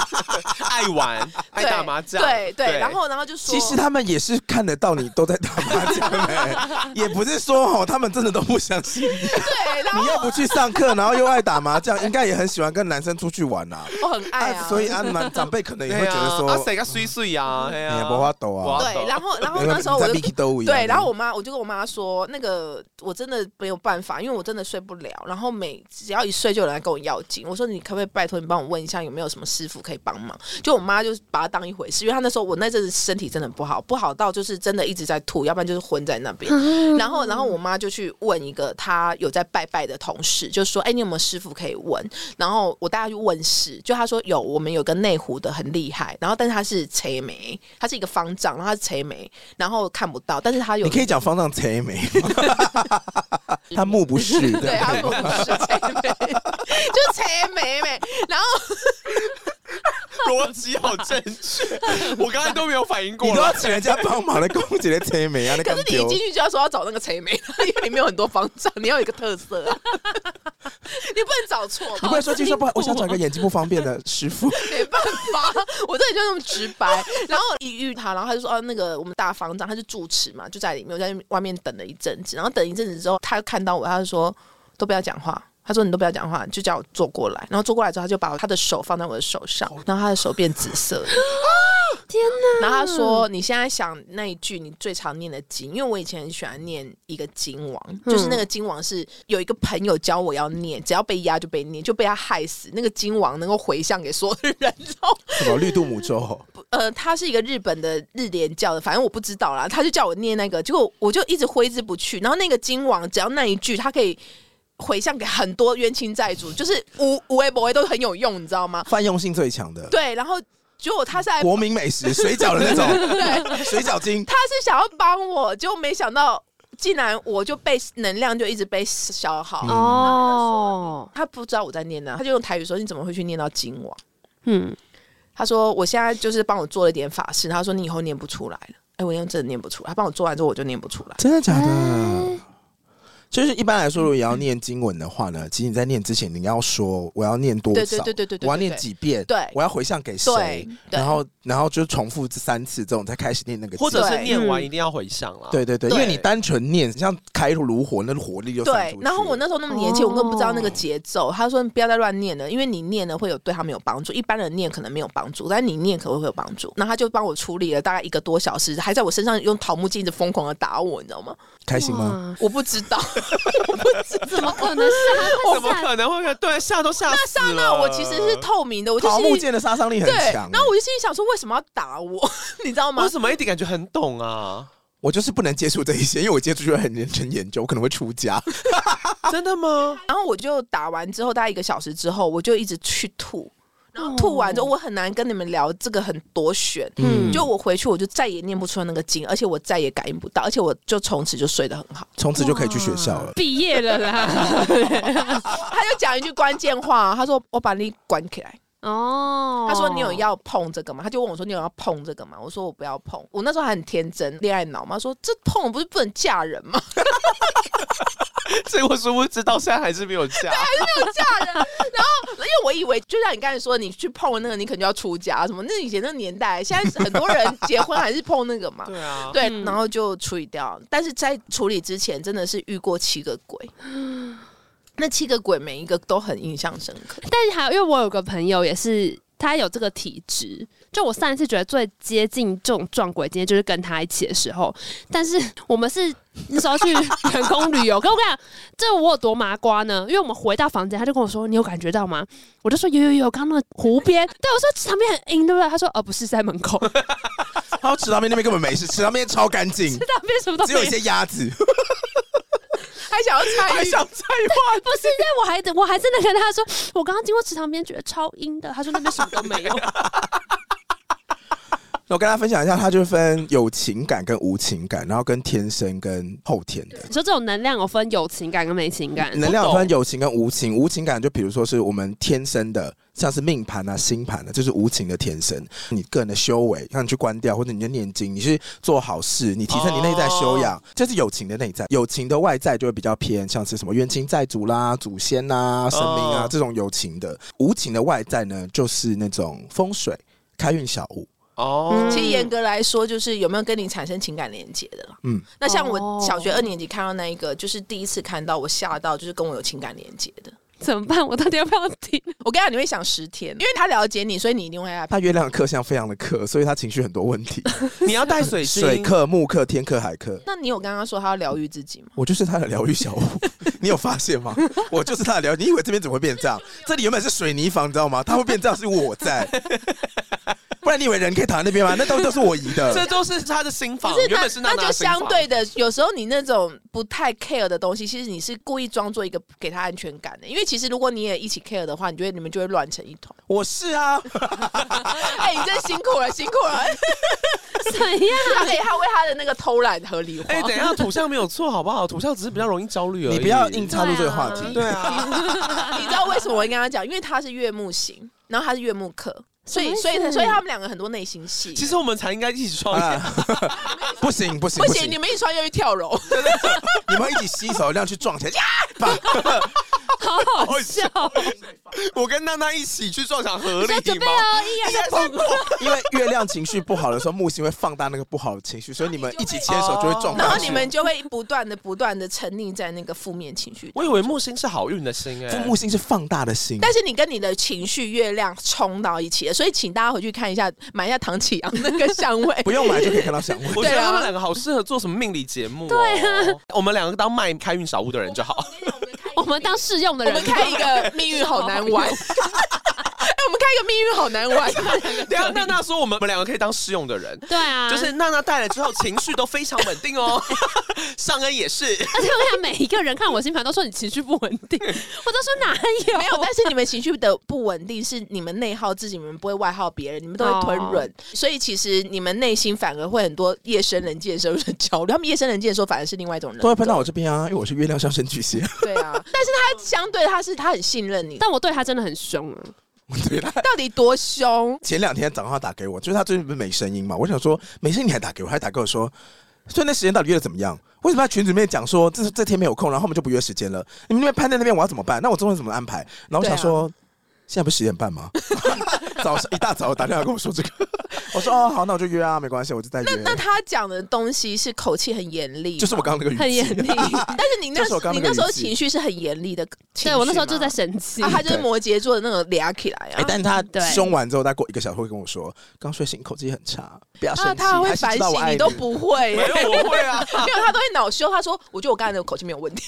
S3: 爱
S4: <laughs>
S3: 玩，爱打麻将，
S4: 对对然后然后就说，
S1: 其实他们也是看得到你都在打麻将、
S4: <laughs>
S1: 欸，也不是说哦，他们真的都不相信你。
S4: 对，然后
S1: 你又不去上课，然后又爱打麻
S4: <laughs>
S1: 将，应该也很喜欢跟男生出去玩啊。
S4: 我很爱啊，
S1: 所以啊，蛮长辈可能也会
S3: 对
S1: 觉得
S3: 啊，
S1: 说，
S3: 啊谁个水水啊，哎
S1: 哎呀，
S3: 呀，
S1: 不花抖啊。
S4: 对，然后然后
S1: 因为
S4: 那时候我
S1: 在
S4: 就
S1: Mickey 都一样啊
S4: 对，然后我妈我就跟我妈说，那个我真的没有办法，因为我真的睡不了，然后每只要一睡就有人来跟我要紧，我说你可不可以拜托你帮我问一下有没有什么师傅可以帮忙？就我妈就把它当一回事，因为她那时候我那阵子身体真的不好，不好到就是真的一直在吐，要不然就是昏在那边。然后，然后我妈就去问一个她有在拜拜的同事，就说：“哎、你有没有师傅可以问？”然后我带她去问事，就她说有，我们有个内湖的很厉害，然后但是她是垂眉，她是一个方丈，然后她是垂眉，然后看不到，但是她有
S1: 你可以讲方丈贼
S4: <laughs>
S1: 眉，他目不识，对不
S4: 对，
S1: 对
S4: 她不是垂眉，就垂眉眉，然后
S3: 逻辑好正
S4: <laughs>
S3: 确，我刚才都没有反应
S1: 你
S3: 过
S1: 都要
S3: 来。
S1: 请人家帮忙的，攻击的催眉啊，那
S4: <laughs> 可是
S1: 个
S4: 你一进去就要说要找那个垂眉，因为里面有很多方丈，你要有一个特色、啊，你不能找错
S1: 你
S4: 吧
S1: 不？能说就说不好，我想找一个眼睛不方便的师傅。 <laughs>
S4: 没办法，我这里就那么直白。然后一遇他，然后他就说：“哦，那个我们大方丈他是住持嘛，就在里面，我在外面等了一阵子。然后等一阵子之后，他看到我，他就说都不要讲话。”他说：“你都不要讲话，就叫我坐过来。”然后坐过来之后，他就把他的手放在我的手上，然后他的手变紫色了。
S2: <laughs> 天哪！
S4: 然后他说：“你现在想那一句你最常念的经，因为我以前很喜欢念一个经王，
S2: 嗯
S4: 就是那个经王是有一个朋友教我要念，只要被压就被念，就被他害死。那个经王能够回向给所有的人，然后
S1: 什么绿度母咒？
S4: 呃，他是一个日本的日莲教的，反正我不知道啦。他就叫我念那个，结果我就一直挥之不去。然后那个金王，只要那一句，他可以回向给很多冤亲债主，就是无无为不为都很有用，你知道
S1: <laughs>
S4: 吗？
S1: 泛用性最强的，
S4: 对，然后结果他是来，
S1: 国民美
S4: <laughs>
S1: 食水饺的那种
S4: 对，
S1: 水饺
S4: <laughs>
S1: 精。
S4: 他是想要帮我，结果没想到，竟然我就被能量就一直被消耗。
S1: 嗯
S2: 哦，
S4: 他不知道我在念呢、他就用台语说：“你怎么会去念到金王？”
S2: 嗯，
S4: 他说我现在就是帮我做了一点法事，他说你以后念不出来了。哎、我用真的念不出来，他帮我做完之后我就念不出来。
S1: 真的假的
S2: 哎？
S1: 就是一般来说，如果也要念经文的话呢，其实你在念之前，你要说我要念多少，
S4: 对对对对对对对
S1: 我要念几遍，
S4: 对
S1: 我要回向给谁
S4: 对，，对
S1: 然后然后就重复这三次，这种才开始念那个经，
S3: 或者是
S4: 对
S3: 念完
S2: 嗯
S3: 一定要回想啦。
S1: 对对对，因
S4: 对
S1: 为你单纯念，像开炉火，那火力就散
S4: 对
S1: 出。去
S4: 然后我那时候那么年轻，我根本不知道那个节奏。他说你不要再乱念了，因为你念了会有对他们有帮助，一般人念可能没有帮助，但你念可能会有帮助。然后他就帮我处理了大概一个多小时，还在我身上用桃木镜子疯狂的打我，你知道吗？
S1: 开心吗？
S4: 我不知
S1: <laughs>
S4: 道，
S2: 怎么可能 <laughs> 是
S3: 怎么可能会看？对，吓都吓
S4: 那
S3: 死
S4: 刹
S3: 了。
S4: 那我其实是透明的，我就
S1: 桃
S4: 心
S1: 木
S4: 里
S1: 剑的杀伤力很
S4: 对，
S1: 强欸
S4: 然，后我就心里想说为什么要打我， <laughs> 你知道吗
S3: 为？什么一点感觉很懂啊？
S1: 我就是不能接触这一些，因为我接触就会很认真研究，我可能会出
S4: <laughs>
S1: 家。
S3: 真的吗？
S4: 然后我就打完之后，大概一个小时之后，我就一直去吐，然后吐完之后，我很难跟你们聊这个很多选。
S2: 嗯
S4: 就我回去，我就再也念不出那个经，而且我再也感应不到，而且我就从此就睡得很好。
S1: 从此就可以去学校了。
S2: 毕业了啦？
S4: 他就讲一句关键话，他说：“我把你关起来。”
S2: <laughs> 哦，
S4: 他说：“你有要碰这个吗？”他就问我说：“你有要碰这个吗？”我说：“我不要碰。”我那时候还很天真，恋爱脑嘛，说这碰了不是不能嫁人吗？ <laughs>
S3: 结果殊不知到现在还是没有嫁。
S4: 嫁人。然后，因为我以为，就像你刚才说，你去碰那个，你可能就要出家什么。那以前那年代，现在很多人结婚还是碰那个嘛。
S3: 对啊，
S4: 对
S2: 嗯，
S4: 然后就处理掉。但是在处理之前，真的是遇过七个鬼，那七个鬼每一个都很印象深刻。
S2: 但是还有，因为我有个朋友也是，他有这个体质。就我上一次觉得最接近这种撞鬼经验，就是跟他一起的时候。但是我们是那时候去员工旅游，可我跟你讲，这我有多麻瓜呢？因为我们回到房间，他就跟我说：“你有感觉到吗？”我就说：“有有有，刚刚那个湖边。”对，我说旁边很阴，对不对？他说：“哦，不是，是在门口，那
S1: 然后池塘边那边根本没
S4: <laughs>
S1: 事，池塘边超干净，
S2: 边什么都
S1: 只
S2: 没
S1: 有一些鸭子。
S4: 还想要参
S3: 还
S4: 与，
S3: 想再
S2: <laughs>
S3: 换？
S2: 不是，但我还我还真的跟他说，我刚刚经过池塘边，觉得超阴的。他说那边什么都没有。
S1: 我跟大家分享一下，它就分有情感跟无情感，然后跟天生跟后天的。
S2: 你说这种能量有分有情感跟没情感，
S1: 能量有分有情跟无情，无情感就比如说是我们天生的，像是命盘啊、星盘啊，就是无情的天生。你个人的修为，让你去关掉，或者你就念经，你去做好事，你提升你内在修
S3: 哦
S1: 养，这是有情的内在。有情的外在就会比较偏像是什么冤亲债主啦、祖先呐、神明啊、
S3: 哦
S1: 这种有情的。无情的外在呢，就是那种风水、开运小物。嗯
S3: 哦，
S4: 其实严格来说，就是有没有跟你产生情感连接的啦。
S1: 嗯
S4: 嗯，那像
S2: 哦
S4: 我小学二年级看到那一个，就是第一次看到，我吓到，就是跟我有情感连接的。
S2: 怎么办？我到底要不要听？
S4: 我跟你讲，你会想十天，因为他了解你，所以你一定会害怕。
S1: 他月亮的克相非常的克，所以他情绪很多问题。
S3: 你要带水晶
S1: 水克、木克、天克、海克，
S4: 那你有刚刚说他要疗愈自己吗？
S1: 我就是他的疗愈
S4: <laughs>
S1: 小屋，你有发现吗？我就是他的疗，你以为这边怎么会变这
S4: <laughs>
S1: 样？这里原本是水泥房，你知道吗？他会变这样是我在，不然你以为人可以躺在那边吗？那都都是我移
S3: 这
S4: <laughs>
S1: 的。
S3: 都是他的新房
S4: 不，是
S3: 原
S4: 那
S3: 本是娜
S4: 那
S3: 娜
S4: 就
S3: 的新房
S4: 相对的，有时候你那种不太 care 的东西，其实你是故意装作一个给他安全感的，因为其实如果你也一起 care 的话，你觉得你们就会乱成一团。 <laughs>
S1: 我是啊，
S4: 哎、你真辛苦了，辛苦了！ <laughs>
S2: 怎样？
S4: 他可以他为他的那个偷懒合理化。
S3: 哎、等一下，土象没有错，好不好？土象只是比较容易焦虑而
S1: <laughs>
S3: 已。
S1: 你不要硬插入这个话题。
S3: 对啊，
S4: 你知道为什么我会跟他讲？因为他是月木型，然后他是月木克，所以
S2: 什么意思
S4: 所以所以他们两个很多内心戏。
S3: 其实我们才应该一起创业，
S1: 啊， <laughs> 不行不行
S4: 不
S1: 不
S4: 行，
S1: 行，
S4: 你们一穿又一跳楼，
S1: 你们一起携手，这样去撞起来，呀
S4: <laughs>
S1: 吧
S2: 好好笑。
S3: 我跟娜娜一起去撞场合
S2: 我
S3: 理
S2: 说准备
S3: 吗？
S4: 啊
S2: 哦，依然在
S3: 通过，
S1: 因为月亮情绪不好的时候，木星会放大那个不好的情绪，所以你们一起牵手就会撞
S4: 哦然
S1: 到。
S4: 后你们就会不断的不断的沉溺在那个负面情绪。
S3: 我以为木星是好运的星哎、
S1: 父木星是放大的星，。
S4: 但是你跟你的情绪月亮冲到一起了，所以请大家回去看一下，买一下唐启阳那个香味
S1: 不用买就可以看到香
S3: 我
S1: 味。
S3: 觉
S4: 对
S3: 得
S4: 啊
S3: 他们两个好适合做什么命理节目、哦。
S2: 对
S3: 啊，我们两个当卖开运小物的人就好。
S2: <laughs> 我们当试用的
S4: <laughs> 我
S2: 人，
S4: 们开一个命运好难
S2: <laughs>
S4: 玩。哎，哎我们开一个命运好难玩，
S2: <laughs>
S3: 对啊，娜娜说我们我们两个可以当试用的人，
S2: 对啊，
S3: 就是娜娜带来之后情绪都非常稳定
S4: <laughs>
S3: 哦。尚恩也是，
S2: 而且我想每一个人看我星盘都说你情绪不稳定，我都说哪有？
S4: 没有。但是你们情绪的不稳定是你们内耗自己，你们不会外耗别人，你们都会吞忍，
S2: 哦
S4: 所以其实你们内心反而会很多夜深人静的时候很焦虑。他们夜深人静的时候反而是另外一种人，
S1: 都会喷到我这边啊，因为我是月亮上升巨蟹， <laughs>
S4: 对啊。但是他相对他是他很信任你，
S2: 但我对他真的很凶啊！
S1: 我对他
S4: 到底多凶？
S1: 前两天早上他打给我，就是他最近不是没声音嘛，我想说没声音你还打给我，还打给我说，所以那时间到底约的怎么样？为什么在群组里面讲说这这天没有空，然后我们就不约时间了？你们那边拍在那边，我要怎么办？那我中午怎么安排？然后我想说，
S4: 啊
S1: 现在不是十点半吗？早上一大早打电话跟我说这个， <laughs> 我说哦好，那我就约啊，没关系，我就再约。
S4: 那他讲的东西是口气很严厉，
S1: 就是我刚刚那个语气，
S2: 很严厉
S4: 但是你那
S1: 就是我刚
S4: 你
S1: 刚那个
S4: 那时候
S1: 语气
S4: 情绪是很严厉的情绪
S2: 对
S4: 吗，
S2: 我那时候就在生气，
S4: 啊，他就是摩羯座的那种嗲起来
S1: 哎、
S4: 啊。
S1: 但他
S2: 对
S1: 凶完之后，大概过一个小时会跟我说，刚睡醒，口气很差，不要生气，
S4: 啊，他还会
S1: 还是
S4: 反
S1: 知道我
S4: 省，
S1: 爱
S4: 你都不会、
S3: <laughs> 没有我会啊。
S4: 没有， <laughs> 他都会恼羞。他说：“我觉得我刚才那个口气没有问题。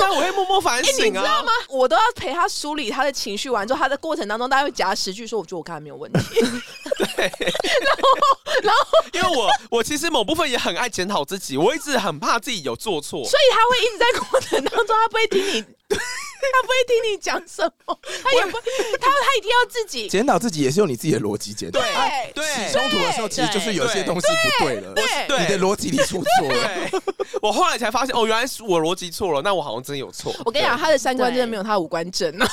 S3: 但我会默默
S4: <laughs>
S3: 反
S4: 哎你
S3: 省
S4: 知道
S3: 啊 <laughs>
S4: 吗。？我都要陪他梳理他的情绪，完之后，他的过程当中，大家会夹十句说：‘我觉得我刚才没
S1: <laughs>
S4: 有问题。 <laughs>
S3: 因为我我其实某部分也很爱检讨自己，我一直很怕自己有做错’，
S4: 所以他会一直在过程当中，他不会听你，他不会听你讲什么，他也不，他他一定要自己
S1: 检讨自己也是用你自己的逻辑检讨。
S4: 对
S3: 对
S1: 起冲突的时候，其实就是有些东西不对了，
S4: 对
S3: 对
S1: 你的逻辑里出错了。
S3: 对，我后来才发现哦，原来是我逻辑错了，那我好像真有错。
S4: 我跟你讲，他的三观真的没有他的五官正啊！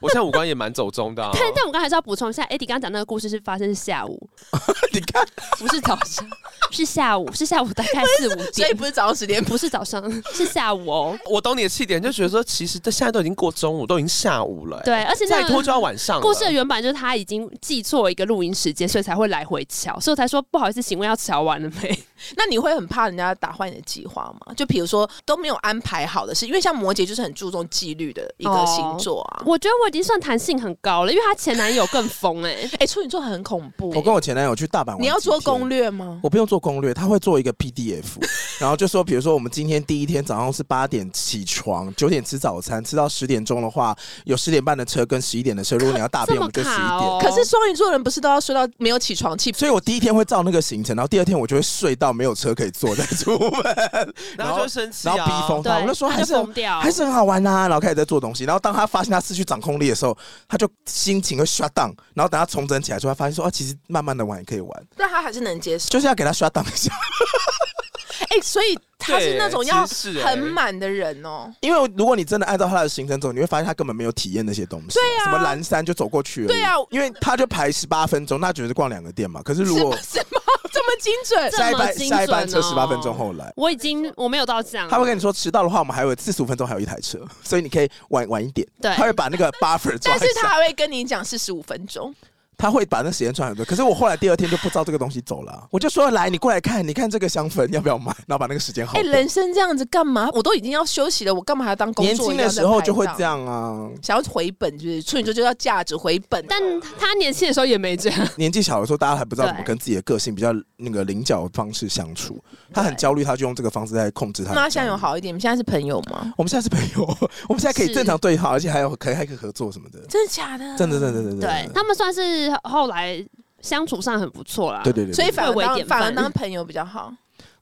S3: 我现在五官也蛮走中
S4: <laughs>
S3: 的、啊。
S2: 但但我刚才还是要补充一下，Eddie 刚刚讲那个故事是发生是下午，
S1: <laughs> 你看，
S2: 不是早上， <laughs> 是下午，是下午大概四五
S4: <laughs> 所以
S2: 点，
S4: 不是早上十点，
S2: 不是早上，是下午哦。
S3: 我懂你的气点，就觉得说，其实这现在都已经过中午，都已经下午了、欸
S2: 对，而且
S3: 再
S2: 那
S3: 拖
S2: 个
S3: 就要晚上了。
S2: 故事的原版就是他已经记错一个录音时间，所以才会来回瞧，所以我才说不好意思，请问要瞧完了
S1: <laughs>
S2: 没？
S4: 那你会很怕人家打坏你的计划吗？就比如说都没有安排好的事，因为像摩羯就是很注重纪律的一
S3: 哦
S4: 个星座啊。
S2: 我觉得我已经算弹性很高了，因为她前男友更疯哎、
S4: 哎、处女座很恐怖。欸
S1: 我跟我前男友去大阪玩，
S4: 你要做攻，略吗？
S1: 我不用做攻略，他会做一个 PDF，然后 <laughs> 就说，比如说我们今天第一天早上是八点起床，九点吃早餐，吃到十点钟的话，有十点半的车跟十一点的车，如果你要 <laughs> 大便，
S2: 这
S1: 我
S2: 么
S1: 们就十一
S2: 卡
S1: 点
S2: 哦。
S4: 可是双鱼座人不是都要睡到没有起床气？
S1: 所以我第一天会照那个行程，然后第二天我就会睡到没有车可以坐再出门，
S3: 然后就会生气、啊，
S1: 然后逼疯
S2: 对
S1: 他，，我就说
S2: 她
S1: 还是
S2: 就疯掉，
S1: 还是很好玩呐、然后开始在做东西，然后当他发现他失去掌控力的时候，他就心情会 shut down，然后等他重整起来之后，他发现说啊，其实慢慢的玩也可以玩，
S4: 但他还是能接受。
S1: 就是要给他 shut down 一下。 <laughs>
S4: 哎、所以他是那种要
S3: 对其实是哎
S4: 很满的人哦、
S1: 因为如果你真的按照他的行程走，你会发现他根本没有体验那些东西。
S4: 对啊
S1: 什么蓝山就走过去了。
S4: 对啊
S1: 因为他就排十八分钟，那只是逛两个店嘛。可是如
S4: 是
S1: 果
S4: 吗？是吗？ <laughs> 这么精准？
S2: 这
S1: <laughs> 下一
S2: 么
S1: 班
S2: 精
S1: 下一班车
S2: 准哦
S1: 十八分钟后来。
S2: 我已经我没有到这样，
S1: 他会跟你说迟到的话，我们还有四十五分钟，还有一台车，所以你可以晚晚一点。
S2: 对
S1: 他会把那个 buffer 抓
S4: 但
S1: 一
S4: 是他
S1: 下，
S4: 还会跟你讲四十五分钟，
S1: 他会把那时间串很多。可是我后来第二天就不知道这个东西走了啊，我就说来，你过来看，你看这个香氛要不要买，然后把那个时间耗
S4: 哎、
S1: 掉。
S4: 人生这样子干嘛？我都已经要休息了，我干嘛还要当工作
S1: 年
S4: 一样
S1: 轻
S4: 在
S1: 的时候
S4: 排
S1: 就会
S4: 档
S1: 这样啊，
S4: 想要回本，就是处女座就要价值回本。
S2: 但他年轻的时候也没
S1: <laughs>
S2: 这样，
S1: 年纪小的时候，大家还不知道怎么
S2: 对
S1: 跟自己的个性比较那个棱角的方式相处。他很焦虑，他就用这个方式在控制他。
S4: 那现在有？好一点，你们现在是朋友吗？
S1: 我们现在是朋友，我们现在可以
S2: 是
S1: 正常对话，而且还有可以还可以合作什么的。
S4: 真的假的？
S1: 真的，真的，。真的，
S2: 对
S1: 真的
S2: 他们算是后来相处上很不错啦。
S1: 对对对，
S4: 所以
S1: 对
S4: 反而
S2: 会为
S4: 当
S2: 典
S4: 反而
S2: 范
S4: 当朋友比较好。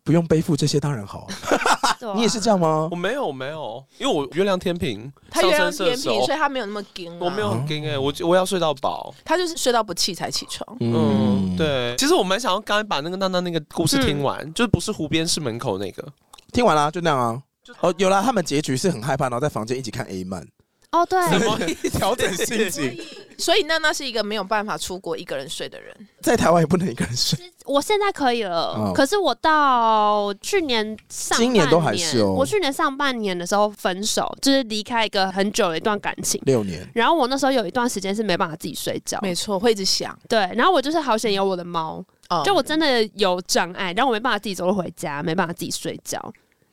S1: 不用背负这些，当然好啊。
S2: 对啊
S1: 你也是这样吗
S3: 我？没有我没有，因为我月亮天平，
S4: 他月亮
S3: 上升
S4: 天
S3: 射手
S4: 平，所以他没有那么硬、啊。
S3: 我没有很跟哎、我我要睡到饱。
S4: 他就是睡到不气才起床。
S3: 嗯，，对。嗯其实我蛮想要刚才把那个娜娜那个故事听完，就是不是湖边是门口那个。
S1: 听完了就那样啊。哦，有啦，他们结局是很害怕，然后在房间一起看 A 漫，
S2: 哦，对，
S3: <laughs> 什么意 <laughs> 思
S1: 调整心情，
S4: 所以娜娜是一个没有办法出国一个人睡的人。
S1: 在台湾也不能一个人睡。
S2: 我现在可以了，
S1: 哦
S2: 可是我到去年上半
S1: 今年都还是哦
S2: 我去年上半年的时候分手，就是离开一个很久的一段感情。
S1: 六年，
S2: 然后我那时候有一段时间是没办法自己睡觉，
S4: 没错，会一直想。
S2: 对。然后我就是好险有我的猫，
S4: 哦
S2: 就我真的有障碍，然后我没办法自己走路回家，没办法自己睡觉。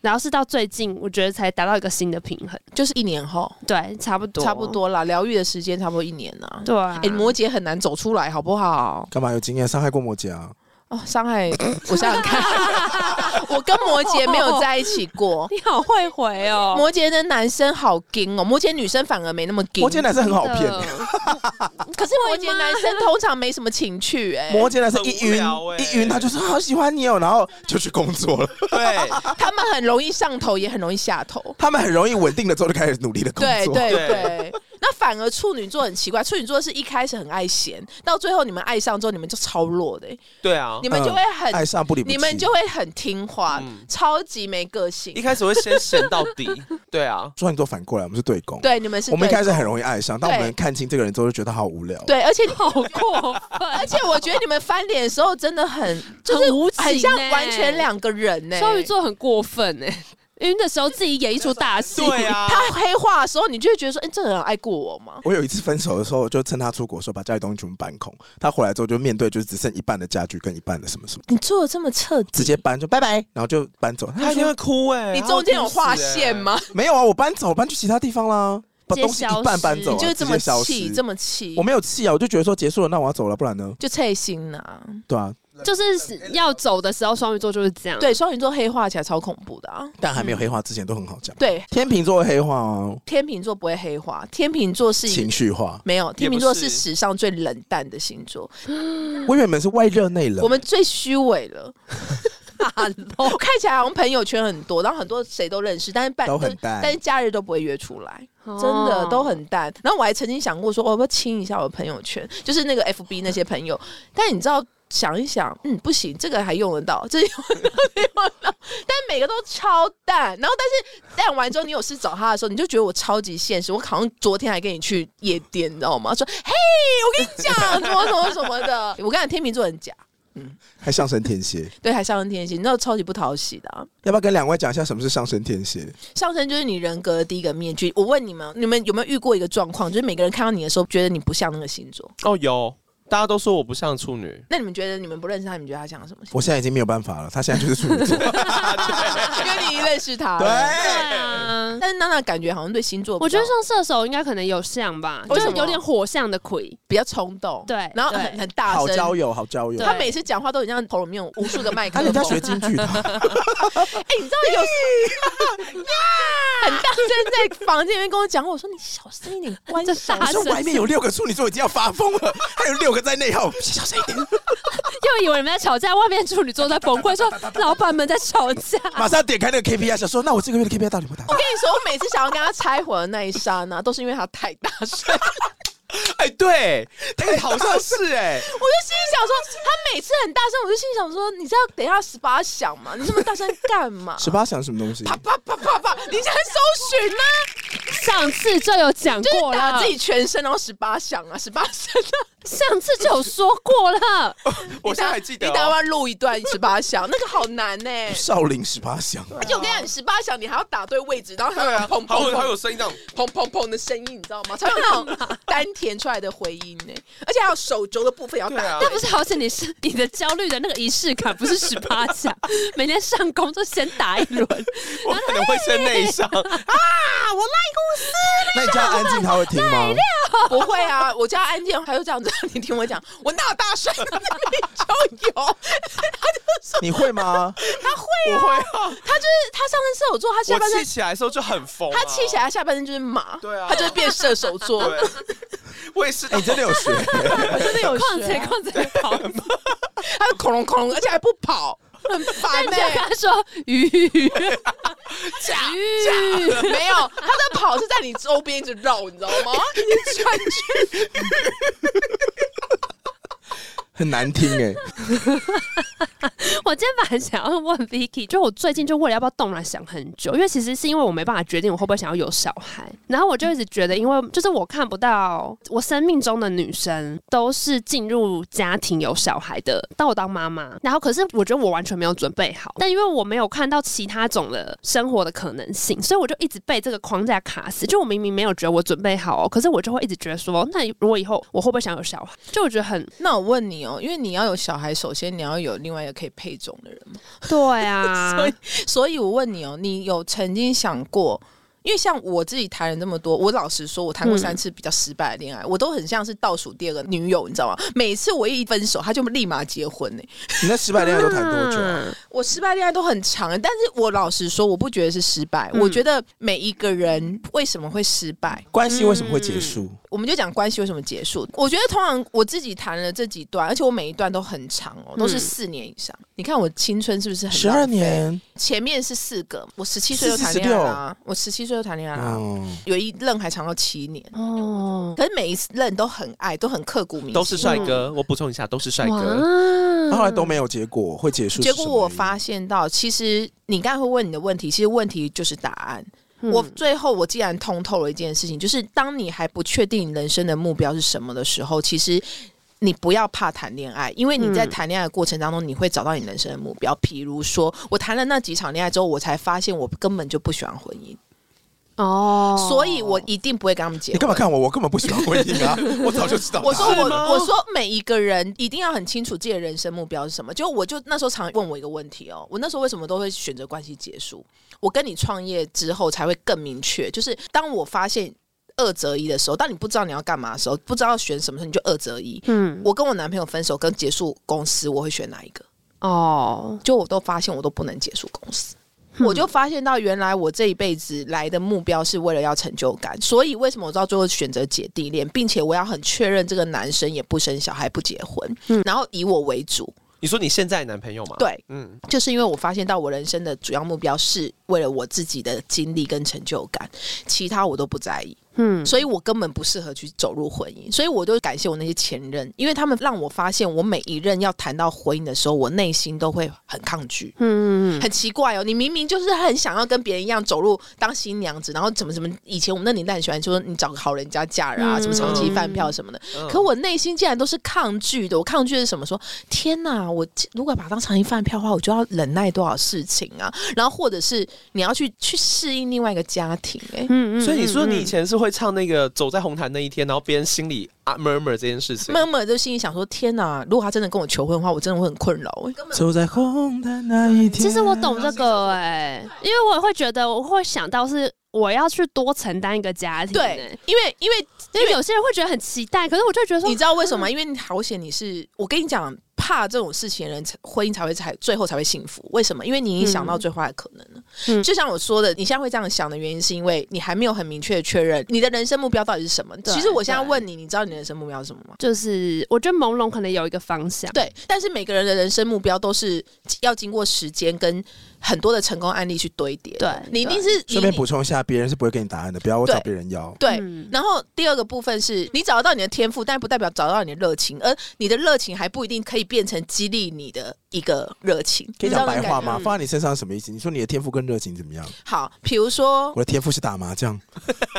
S2: 然后是到最近，我觉得才达到一个新的平衡，
S4: 就是一年后，
S2: 对，差不多，
S4: 差不，多啦，疗愈的时间差不多一年呐、啊。
S2: 对、啊。
S4: 哎、摩羯很难走出来，好不好？
S1: 干嘛有经验？伤害过摩羯啊？
S4: 哦，伤害，我想想 <laughs> 看，我跟摩羯没有在一起过。
S2: 你好会回 <laughs> 哦，
S4: 摩羯的男生好硬哦，摩羯女生反而没那么硬。
S1: 摩羯男生很好骗
S2: 真，的
S4: <laughs> 可是摩羯男
S1: <laughs>
S4: <laughs> 生通常没什么情趣哎、
S1: 摩羯男生
S3: 很
S1: 一
S3: 无
S1: 晕
S3: 聊欸
S1: 一晕，他就是好喜欢你哦，然后就去工作
S4: <laughs>
S1: 了。
S3: 对
S4: 他们很容易上头，也很容易下头。
S1: 他们很容易稳定了之后就开始努力的工
S4: 对
S1: 作。
S4: 对
S3: 对
S4: 对，那反而处女座很奇怪，处女座是一开始很爱闲，到最后你们爱上之后，你们就超弱的欸、
S3: 对啊
S4: 你！们就会
S1: 嗯爱
S4: 很，
S1: 上不离不弃，
S4: 你们就会很听话，
S3: 嗯
S4: 超级没个
S3: 一
S4: 性。
S3: 开始会先神到底，对啊，
S1: 双鱼座反过来，我们是对攻。
S4: 对，你们是
S1: 我们一
S4: 对
S1: 开始很容易爱上，当我
S4: 对
S1: 们看清这个人之后，就觉得他好无聊。
S4: 对，而且 <laughs>
S2: 好过分，
S4: 而且我觉得你们翻脸的时候真的很，就是
S2: 很无情
S4: 很像
S2: 欸
S4: 完全两个人欸呢、
S2: 双鱼。座很过分哎、因为那时候自己演一出大戏，
S3: 对啊，
S4: 他黑化的时候，你就会觉得说：“哎、这人有爱过我吗
S1: 我有一次分手的时候，就趁他出国的时候，把家里东西全部搬空。他回来之后，就面对就是只剩一半的家具跟一半的什么什么？”，
S4: 你做的这么彻底，
S1: 直接搬就拜拜，然后就搬走。
S3: 他
S1: 他
S3: 一定
S1: 说
S3: 会哭欸哎！
S4: 你中间有划线吗？
S1: 没有啊，我搬走，我搬去其他地方啦，把
S2: 直接
S1: 东西
S2: 消
S1: 一半搬
S2: 失
S1: 走啊，
S4: 你就是这么
S1: 直接消
S4: 气，
S1: 失
S4: 这么气
S1: 我，没有气啊，我就觉得说结束了，那我要走了，不然呢？
S4: 就脆心呐、
S1: 对啊，
S2: 就是要走的时候，双鱼座就是这样。
S4: 对，双鱼座黑化起来超恐怖的啊。
S1: 但还没有黑化之前都很好讲。
S4: 对，
S1: 天秤座会黑化哦，
S4: 天秤座不会黑化，天秤座是
S1: 情绪化。
S4: 没有，天
S3: 不
S4: 秤座
S3: 是
S4: 是史上最冷淡的星座，
S1: 我原本是外热内冷，
S4: 嗯我们最虚伪 <laughs> 了。
S2: Hello，
S4: 我看起来好像朋友圈很多，然后很多谁都认识，但是办
S1: <laughs> 都很淡
S4: 但是假日都不会约出来，
S2: 真
S4: 真的都很淡。然后我还曾经想过说，我哦要不要清一下我的朋友圈，就是那个 FB 那些朋友。但你知道，想一想，嗯，不行，这个还用得到， <laughs> 这个用得到，这个用得到。但每个都超淡。然后，但是淡完之后，你有事找他的时候，你就觉得我超级现实。我好像昨天还跟你去夜店，你知道吗？说，嘿，我跟你讲，什么什么什么的。我跟你讲，天秤座很假，
S1: 还上升天蝎。
S4: 对，还上升天蝎，你知道超级不讨喜的、啊。
S1: 要不要跟两位讲一下什么是上升天蝎？
S4: 上升就是你人格的第一个面具。我问你们，你们有没有遇过一个状况，就是每个人看到你的时候，觉得你不像那个星座？
S3: 哦，有，大家都说我不像处女，
S4: 那你们觉得你们不认识他，你们觉得他像什么星
S1: 我
S4: 座？
S1: 现在已经没有办法了，他现在就是处女
S4: <laughs>
S1: 座。
S4: 因为你认识他。
S1: 对，
S2: 对啊。
S4: 但是娜娜感觉好像对星座比较，
S2: 我觉得像射手应该可能有像吧，
S4: 为
S2: 就
S4: 什
S2: 是
S4: 么
S2: 有点火象的魁，
S4: 比较冲动，
S2: 对
S4: 然后
S2: 对
S4: 很很大
S1: 好交
S4: 声。
S1: 友，好交友。
S2: 对
S4: 他每次讲话都很像喉咙里面有无数个麦克
S1: 他人
S4: 风。
S1: 家学京剧的，
S4: 哎、你知道有时候很大声在房间里面跟我讲话，我说你小声一点，关
S2: 这 <laughs>
S4: 小
S2: 大
S1: 我
S2: 声
S1: 说外面有六个处女座已经要发疯了，还有六个在内耗，小声一点，
S2: <laughs> 又以为你们在吵架，外面处女座在崩溃，说老板们在吵架。
S1: 马上点开那个 KPI，想说那我这个月的 KPI 到底有没有达
S4: 我
S1: 到？
S4: 跟你说，我每次想要跟他拆伙的那一刹那，都是因为他太大声。
S3: 哎，对，哎，好像是哎，
S4: 我就心里想说，他每次很大声，我就心里想说，你知道等一下十八响嘛？你这么大声干嘛？
S1: <laughs> 十八想什么东西？
S4: <laughs> 啪啪啪啪啪！你现在搜寻呢、啊 <laughs>
S2: 上次就有讲
S4: 就
S2: 过
S4: 是打
S2: 了
S4: 自，己全身，然后十八响啊，十八声啊。
S2: 上次就有说过了，
S3: <laughs> <laughs> 我现在还记得
S4: 你打
S3: 哦，
S4: 完录一段十八响，那个好难呢、
S3: <laughs>
S1: 少林十八响，
S4: 而且我跟你讲，你十八响你还要打对位置，然后还
S3: 对
S4: 有
S3: 啊，
S4: 砰
S3: 好
S4: 砰
S3: 有好有
S4: 砰
S3: 声音这样，
S4: 砰砰砰的声音，你知道吗？才有那 <laughs> 种丹田出来的回音呢、而且还有手肘的部分也要
S3: 对啊
S4: 打。
S2: 那不是好险，你是你的焦虑的那个仪式感，不是十八
S4: <laughs>
S2: 下，每天上工就先打一轮，
S3: 我可能会先内伤，
S1: 那你叫他安静，他会听吗？
S4: <laughs> 不会啊，我叫他安静，他就这样子。你听我讲，我哪有大声？你
S3: <laughs>
S4: 就有。
S1: 你会
S4: <laughs>
S1: 吗？
S4: 他会
S3: 我
S4: 啊，
S3: 会啊，
S4: 他就是他上身射手座，他 <laughs> 下
S3: 我
S4: 半
S3: 气
S4: 身
S3: 起来的时候就很疯啊，
S4: 他气起来，他下半身就是马，
S3: 对啊
S4: 他就是变射手座， <laughs>
S3: 对，我也是，
S1: 哎，你真的有学？
S4: 我真的有
S2: 况
S4: 学
S2: 且
S4: 啊，
S2: 况且跑步，
S4: 他就恐龙恐龙，而且还不跑，很烦欸
S2: 你
S4: 呢
S2: 就。跟他
S4: <laughs>
S2: 说鱼鱼鱼，
S4: <laughs> 没有，他在跑是在你周边一直绕，你知道
S2: <laughs>
S4: 吗？一直穿去，
S1: 很难听哎，
S2: <laughs> 我我今天本来想要问 Vicky，就我最近就为了要不要冻卵想很久，因为其实是因为我没办法决定我会不会想要有小孩，然后我就一直觉得，因为就是我看不到我生命中的女生都是进入家庭有小孩的，当我当妈妈，然后可是我觉得我完全没有准备好，但因为我没有看到其他种的生活的可能性，所以我就一直被这个框架卡死。就我明明没有觉得我准备好哦，可是我就会一直觉得说，那如果以后我会不会想有小孩？就我觉得很
S4: 那我问你哦，因为你要有小孩，首先你要有另外一个可以配种的人嘛。
S2: 对 <laughs> 啊，
S4: 所以，所以我问你哦，你有曾经想过？因为像我自己谈了这么多，我老实说，我谈过三次比较失败的恋爱，我都很像是倒数第二个女友，你知道吗？每次我一分手，他就立马结婚呢、
S1: 你那失败恋爱都谈多久啊？
S2: 嗯
S4: 我失败恋爱都很长，但是我老实说，我不觉得是失败。
S2: 嗯
S4: 我觉得每一个人为什么会失败，
S1: 关系为什么会结束？
S4: 我们就讲关系为什么结束。我觉得通常我自己谈了这几段，而且我每一段都很长哦，都是
S2: 嗯
S4: 四年以上。你看我青春是不是很
S1: 十二
S4: 浪费
S1: 年，
S4: 前面是四个，我十七岁就谈恋爱啦、我十七岁就谈恋爱啦、
S1: 嗯，
S4: 有一任还长到七年，
S2: 哦，
S4: 可是每一任都很爱，都很刻骨铭心，
S3: 都是帅哥，
S4: 嗯
S3: 我补充一下，都是帅哥。
S2: 哇
S1: 那后来都没有结果，会结束是
S4: 嗯结
S1: 什么原因。
S4: 果我发现到，其实你刚才会问你的问题，其实问题就是答案。
S2: 嗯
S4: 我最后我既然通透了一件事情，就是当你还不确定你人生的目标是什么的时候，其实。你不要怕谈恋爱，因为你在
S2: 嗯
S4: 谈恋爱的过程当中，你会找到你人生的目标。比如说，我谈了那几场恋爱之后，我才发现我根本就不喜欢婚姻，
S2: 哦
S4: 所以我一定不会跟他们结
S1: 你
S4: 婚
S1: 干。嘛看我？我根本不喜欢婚姻
S4: <laughs>
S1: 啊！我早就知道答案。
S4: 我说我我说每一个人一定要很清楚自己的人生目标是什么。就我就那时候常问我一个问题哦，我那时候为什么都会选择关系结束？我跟你创业之后才会更明确，就是当我发现二择一的时候，当你不知道你要干嘛的时候，不知道选什么时候，你就二择一。
S2: 嗯
S4: 我跟我男朋友分手跟结束公司，我会选哪一个？
S2: 哦，
S4: 就我都发现我都不能结束公司。我就发现到，原来我这一辈子来的目标是为了要成就感，所以为什么我到最后选择姐弟恋，并且我要很确认这个男生也不生小孩、不结婚，
S2: 嗯哦
S4: 然后以我为主。
S3: 你说你现在的男朋友吗？，
S4: 对，
S3: 嗯，
S4: 就是因为我发现到我人生的主要目标是为了我自己的经历跟成就感，其他我都不在意，
S2: 嗯
S4: 所以我根本不适合去走入婚姻。所以我就感谢我那些前任，因为他们让我发现，我每一任要谈到婚姻的时候，我内心都会很抗拒。
S2: 嗯嗯
S4: 很奇怪哦，你明明就是很想要跟别人一样走路当新娘子，然后怎么怎么，以前我们那年代很喜欢说你找个好人家嫁人啊，
S2: 嗯
S4: 什么长期饭票什么的。
S3: 嗯
S4: 可我内心竟然都是抗拒的，我抗拒的是什么？说天哪，我如果把它当长期饭票的话，我就要忍耐多少事情啊！然后或者是你要去去适应另外一个家庭、哎、
S2: 嗯
S3: 所以你说你以前是会唱那个《走在红毯那一天》，然后别人心里啊 murmur 这件事情。
S4: 慢慢就心里想说：天哪，如果他真的跟我求婚的话，我真的会很困扰、哎
S1: 走在红毯那一天，
S2: 其实我懂这个哎、因为我也会觉得我会想到是我要去多承担一个家庭、哎
S4: 对，，因为因为
S2: 因为有些人会觉得很期待，可是我就觉得说嗯
S4: 你知道为什么吗？因为你好险，你是我跟你讲，怕这种事情的人才，婚姻才会才最后才会幸福。为什么？因为你已经想到最坏的可能了。
S2: 嗯
S4: 就像我说的，你现在会这样想的原因，是因为你还没有很明确的确认你的人生目标到底是什么。
S2: 对
S4: 其实我现在问你，你知道你的人生目标是什么吗？
S2: 就是我觉得朦胧可能有一个方向，
S4: 对，但是每个人的人生目标都是要经过时间跟很多的成功案例去堆叠的。
S2: 对
S4: 你一定
S2: 对
S4: 是
S1: 顺便
S4: 你
S1: 补充一下，别人是不会给你答案的，不要我
S4: 对
S1: 找别人要。
S4: 对，
S2: 嗯
S4: 然后第二个部分是你找得到你的天赋，但不代表找到你的热情，而你的热情还不一定可以变成激励你的一个热情。
S1: 可以
S4: 你知
S1: 讲
S4: 道那
S1: 白
S4: 种
S1: 话
S4: 感觉
S1: 吗？
S2: 嗯
S1: 放在你身上是什么意思？你说你的天赋跟热情怎么样？
S4: 好，比如说
S1: 我的天赋是打麻将，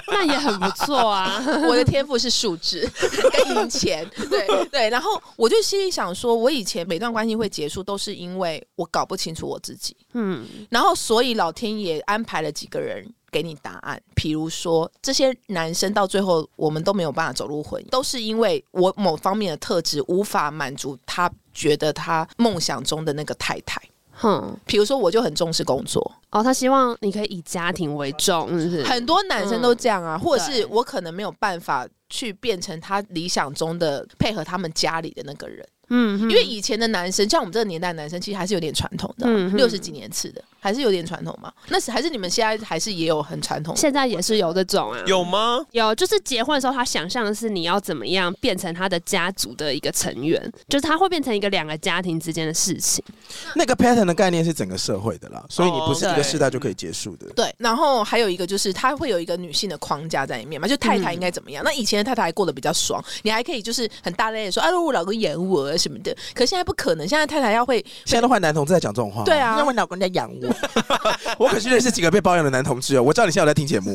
S2: 那也很不错
S4: <laughs>
S2: 啊。
S4: 我的天赋是数字跟赢钱，对对。然后我就心里想说，我以前每段关系会结束，都是因为我搞不清楚我自己，
S2: 嗯
S4: 然后所以老天爷安排了几个人。给你答案，比如说这些男生到最后我们都没有办法走入婚姻，都是因为我某方面的特质无法满足他觉得他梦想中的那个太太。
S2: 哼，
S4: 比如说，我就很重视工作，
S2: 哦，他希望你可以以家庭为重，是不是？
S4: 很多男生都这样啊，或者是
S2: 嗯对
S4: 我可能没有办法去变成他理想中的配合他们家里的那个人，
S2: 嗯，因
S4: 因为以前的男生，像我们这个年代的男生，其实还是有点传统的啊
S2: 嗯，哼
S4: 六十、几年次的还是有点传统嘛。那是还是你们现在还是也有很传统的
S2: 现在也是有这种啊，
S3: 有吗？
S2: 有，就是结婚的时候，他想象的是你要怎么样变成他的家族的一个成员，就是他会变成一个两个家庭之间的事情。
S1: <laughs> 那个 pattern 的概念是整个社会的啦，所以你不是
S3: 哦
S1: 一个世代
S3: 对
S1: 就可以结束的。
S4: 对，然后还有一个就是，他会有一个女性的框架在里
S2: 嗯
S4: 面嘛，就太太应该怎么样？那以前的太太还过得比较爽，你还可以就是很大咧咧地说，哎、我老公演我，儿什么的。可现在不可能，现在太太要会
S1: 现在都换男同志在讲这种话，
S4: 对啊
S1: 因为老公在养我， <laughs> 我可是认识几个被包养的男同志哦。我知道你现在有在听节目，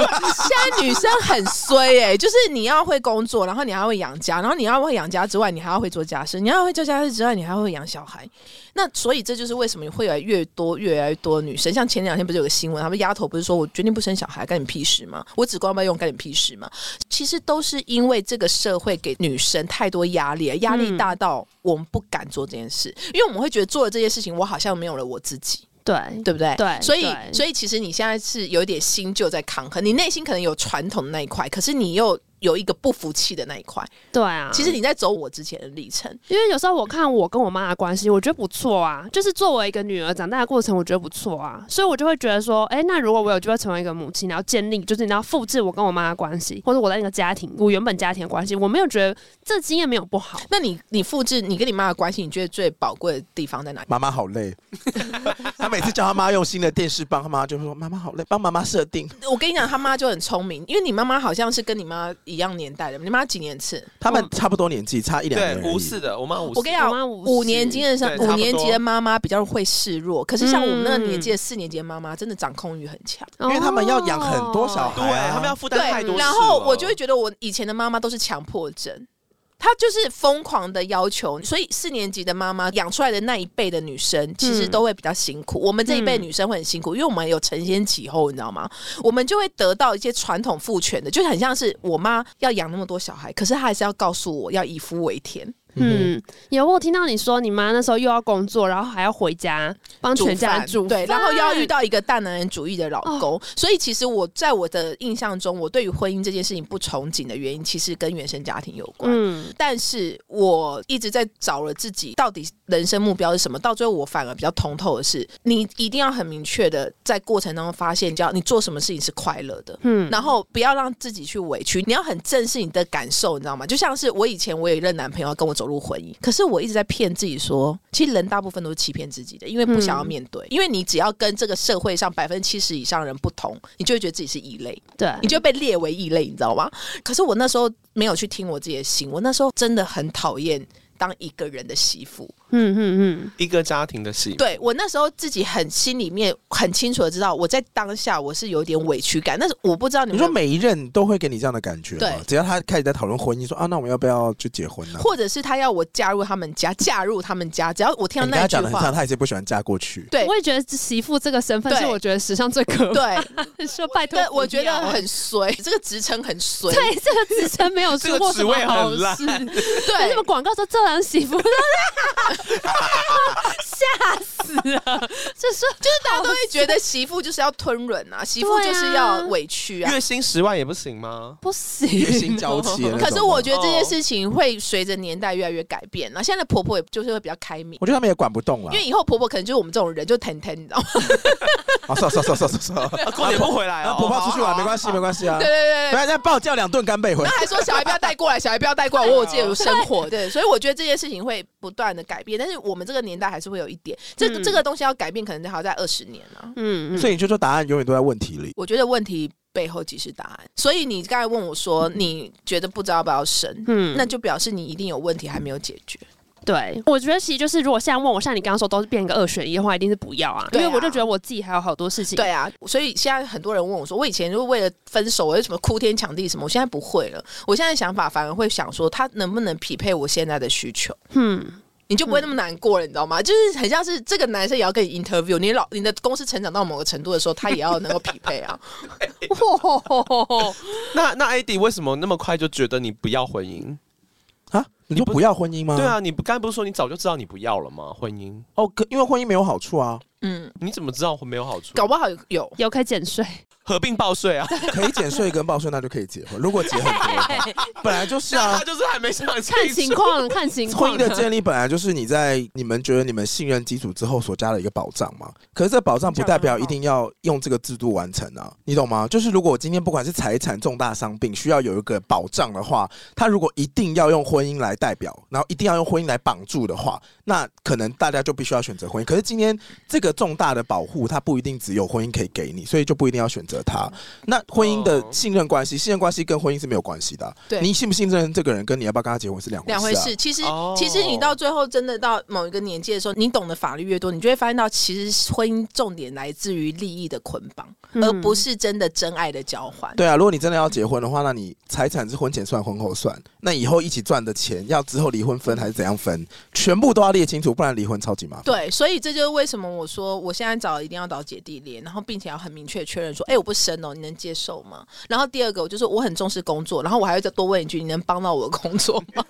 S4: 现在女生很衰哎、就是你要会工作，然后你还要会养家，然后你要会养家之外，你还要会做家事，你要会做家事之外，你还会养小孩。那所以这就是为什么会有越多越来越多女生，像前两天不是有个新闻，他们丫头不是说我决定不生小孩，干你屁事吗？我子宫要不要用，干你屁事吗？其实都是因为这个社会给女生太多压力了，压力大到我们不敢做这件事，因为我们会觉得做了这些事情，我好像没有了我自己。
S2: 对
S4: 对不对？
S2: 对
S4: 所以
S2: 对
S4: 所以其实你现在是有一点新旧在抗衡，你内心可能有传统的那一块，可是你又有一个不服气的那一块。
S2: 对啊，
S4: 其实你在走我之前的历程，
S2: 因为有时候我看我跟我妈的关系，我觉得不错啊，就是作为一个女儿长大的过程，我觉得不错啊，所以我就会觉得说，哎、那如果我有机会成为一个母亲，然后建立就是你要复制我跟我妈的关系，或者我在那个家庭我原本家庭的关系，我没有觉得这经验没有不好，
S4: 那你你复制你跟你妈的关系，你觉得最宝贵的地方在哪里？
S1: 妈妈好累。 <laughs> 他每次叫他妈用新的电视棒，他妈就会说：“妈妈好累，帮妈妈设定。
S4: 我跟你讲，他妈就很聪明，因为你妈妈好像是跟你妈一样年代的，你妈几年次？”
S1: 他们差不多年纪，差一两
S3: 对
S1: 年而已。
S3: 五四的，我妈五四
S4: 我跟你讲
S2: 我妈，五
S4: 五
S2: 十
S4: 年级的上
S3: 对差不多
S4: 五年级的妈妈比较会示弱，可是像我们那个年纪
S2: 嗯
S4: 的四年级的妈妈，真的掌控欲很强。
S2: 因
S1: 为他们要养很多小孩
S3: 对他们要负担太多事了，
S4: 然后我就会觉得我以前的妈妈都是强迫症。她就是疯狂的要求，所以四年级的妈妈养出来的那一辈的女生，其
S2: 嗯
S4: 实都会比较辛苦。我们这一辈女生会很辛苦，因为我们有承先启后，你知道吗？我们就会得到一些传统父权的，就是很像是我妈要养那么多小孩，可是她还是要告诉我要以夫为天，
S2: 嗯，有我有听到你说你妈那时候又要工作，然后还要回家帮全家人煮
S4: 对，然后又要
S2: 饭哦
S4: 遇到一个大男人主义的老公，所以其实我在我的印象中，我对于婚姻这件事情不憧憬的原因，其实跟原生家庭有关。
S2: 嗯
S4: 但是我一直在找了自己到底人生目标是什么，到最后我反而比较通透的是，你一定要很明确的在过程当中发现，叫你做什么事情是快乐的。
S2: 嗯，
S4: 然后不要让自己去委屈，你要很正视你的感受，你知道吗？就像是我以前我有一任男朋友要跟我走入婚姻，可是我一直在骗自己说，其实人大部分都是欺骗自己的，因为不想要面对，因为你只要跟这个社会上百分之七十以上人不同，你就会觉得自己是异类。
S2: 对，
S4: 你就被列为异类，你知道吗？可是我那时候没有去听我自己的心，我那时候真的很讨厌当一个人的媳妇。
S2: 嗯嗯
S3: 一个家庭的戏，
S4: 对我那时候自己很心里面很清楚的知道，我在当下我是有点委屈感，但是我不知道你
S1: 你
S4: 们
S1: 说每一任都会给你这样的感觉吗
S4: 对
S1: 只要他开始在讨论婚姻，说啊，那我们要不要就结婚呢、
S4: 或者是他要我加入他们家，嫁入他们家，只要我听
S1: 哎你跟
S4: 到那
S1: 他
S4: 句
S1: 讲的很
S4: 话
S1: 像，，他也是不喜欢嫁过去。
S4: 对
S2: 嗯，我也觉得媳妇这个身份
S4: 对
S2: 是我觉得史上最可怕
S4: 对，
S2: 的，说 <laughs> 拜托
S4: 对，，我觉得
S2: 很。
S4: 很衰，这个职称很
S2: <laughs>
S4: 衰，
S2: 对，这个职称没有出过什么好
S3: 这个
S2: 事
S3: 职
S2: <laughs>
S3: 位。
S2: 为什么
S4: 对。
S2: 广告说这样媳妇？ <laughs> 吓死了！就说就是
S4: 大家都会觉得媳妇就是要吞忍啊，媳妇就是要委屈啊，
S3: 月薪十万也不行吗？
S2: 不行，
S1: 月薪娇妻的那种
S4: <laughs> 可是我觉得这件
S3: 哦
S4: 事情会随着年代越来越改变，然后现在的婆婆也就是会比较开明。
S1: 我觉得他们也管不动了
S4: 因。为以后婆婆可能就是我们这种人，就疼疼，你知道吗？
S1: 啊，算了算了算了算了算了，
S3: 啊过年不回来
S1: 啊
S3: 哦，
S1: 婆婆出去
S3: 好啊
S1: 玩没关系没关系啊
S4: 对，对对
S1: 不
S4: 对。
S1: 要再暴叫两顿干贝回
S4: 然
S1: 来。
S4: 后还说小孩不要带过来，小孩不要带过来，我有自己的生活。 <laughs> 对，所以我觉得这件事情会不断的改变，但是我们这个年代还是会有一点，这个、
S2: 嗯
S4: 这个东西要改变，可能还要在二十年啊。
S2: 嗯嗯，
S1: 所以你就说答案永远都在问题里。
S4: 我觉得问题背后即是答案。所以你刚才问我说，你觉得不知道要不要生，
S2: 嗯
S4: 那就表示你一定有问题还没有解决。
S2: 对，我觉得其实就是，如果现在问我，像你刚刚说都是变一个二选一的话，一定是不要啊，因
S4: 对啊
S2: 为我就觉得我自己还有好多事情。
S4: 对啊，所以现在很多人问我说，我以前就为了分手，我为什么哭天抢地什么，我现在不会了。我现在想法反而会想说，他能不能匹配我现在的需求？
S1: <laughs>
S2: 嗯，
S4: 你就不会那么难过了，你知道吗？就是很像是这个男生也要跟你 interview，你老你的公司成长到某个程度的时候，他也要能够匹配
S1: <laughs>
S4: 啊。
S2: 哇，
S3: 那那 AD 为什么那么快就觉得你不要婚姻？
S1: 啊，你就不要婚姻吗？
S3: 对，啊，你不刚才不是说你早就知道你不要了吗？婚姻，
S1: 哦，可因为婚姻没有好处啊，
S4: 嗯，
S3: 你怎么知道没有好处？
S4: 搞不好有有
S2: 有可以减税，
S3: 合并报税啊？
S1: 可以减税跟报税，那就可以结婚。如果结很多
S3: <laughs>
S1: 的话，本来就是
S3: 那
S1: 啊
S3: 他。就是还没想清
S2: 看
S3: 楚
S2: 情。况，看情
S1: 婚
S2: 况
S1: 姻的建立本来就是你在你们觉得你们信任基础之后所加的一个保障嘛。可是这保障不代表一定要用这个制度完成啊，你懂吗？就是如果我今天不管是财产重大伤病需要有一个保障的话，他如果一定要用婚姻来代表，然后一定要用婚姻来绑住的话，那可能大家就必须要选择婚姻。可是今天这个重大的保护，它不一定只有婚姻可以给你，所以就不一定要选择它。那婚姻的
S3: 哦
S1: 信任关系，信任关系跟婚姻是没有关系的啊、
S4: 对
S1: 你信不信任这个人，跟你要不要跟他结婚是两
S4: 两
S1: 回
S4: 回
S1: 事、啊。
S4: 事。其实
S3: 哦，
S4: 其实你到最后真的到某一个年纪的时候，你懂得法律越多，你就会发现到，其实婚姻重点来自于利益的捆绑，
S2: 嗯
S4: 而不是真的真爱的交换。
S1: 对啊，如果你真的要结婚的话，那你财产是婚前算，婚后算。那以后一起赚的钱，要之后离婚分还是怎样分，全部都要列清楚，不然离婚超级麻烦。
S4: 对，所以这就是为什么我说我现在找一定要找姐弟恋，然后并且要很明确确认说，哎、我不生哦，你能接受吗？然后第二个，我就是我很重视工作，然后我还会再多问一句，你能帮到我的工作吗？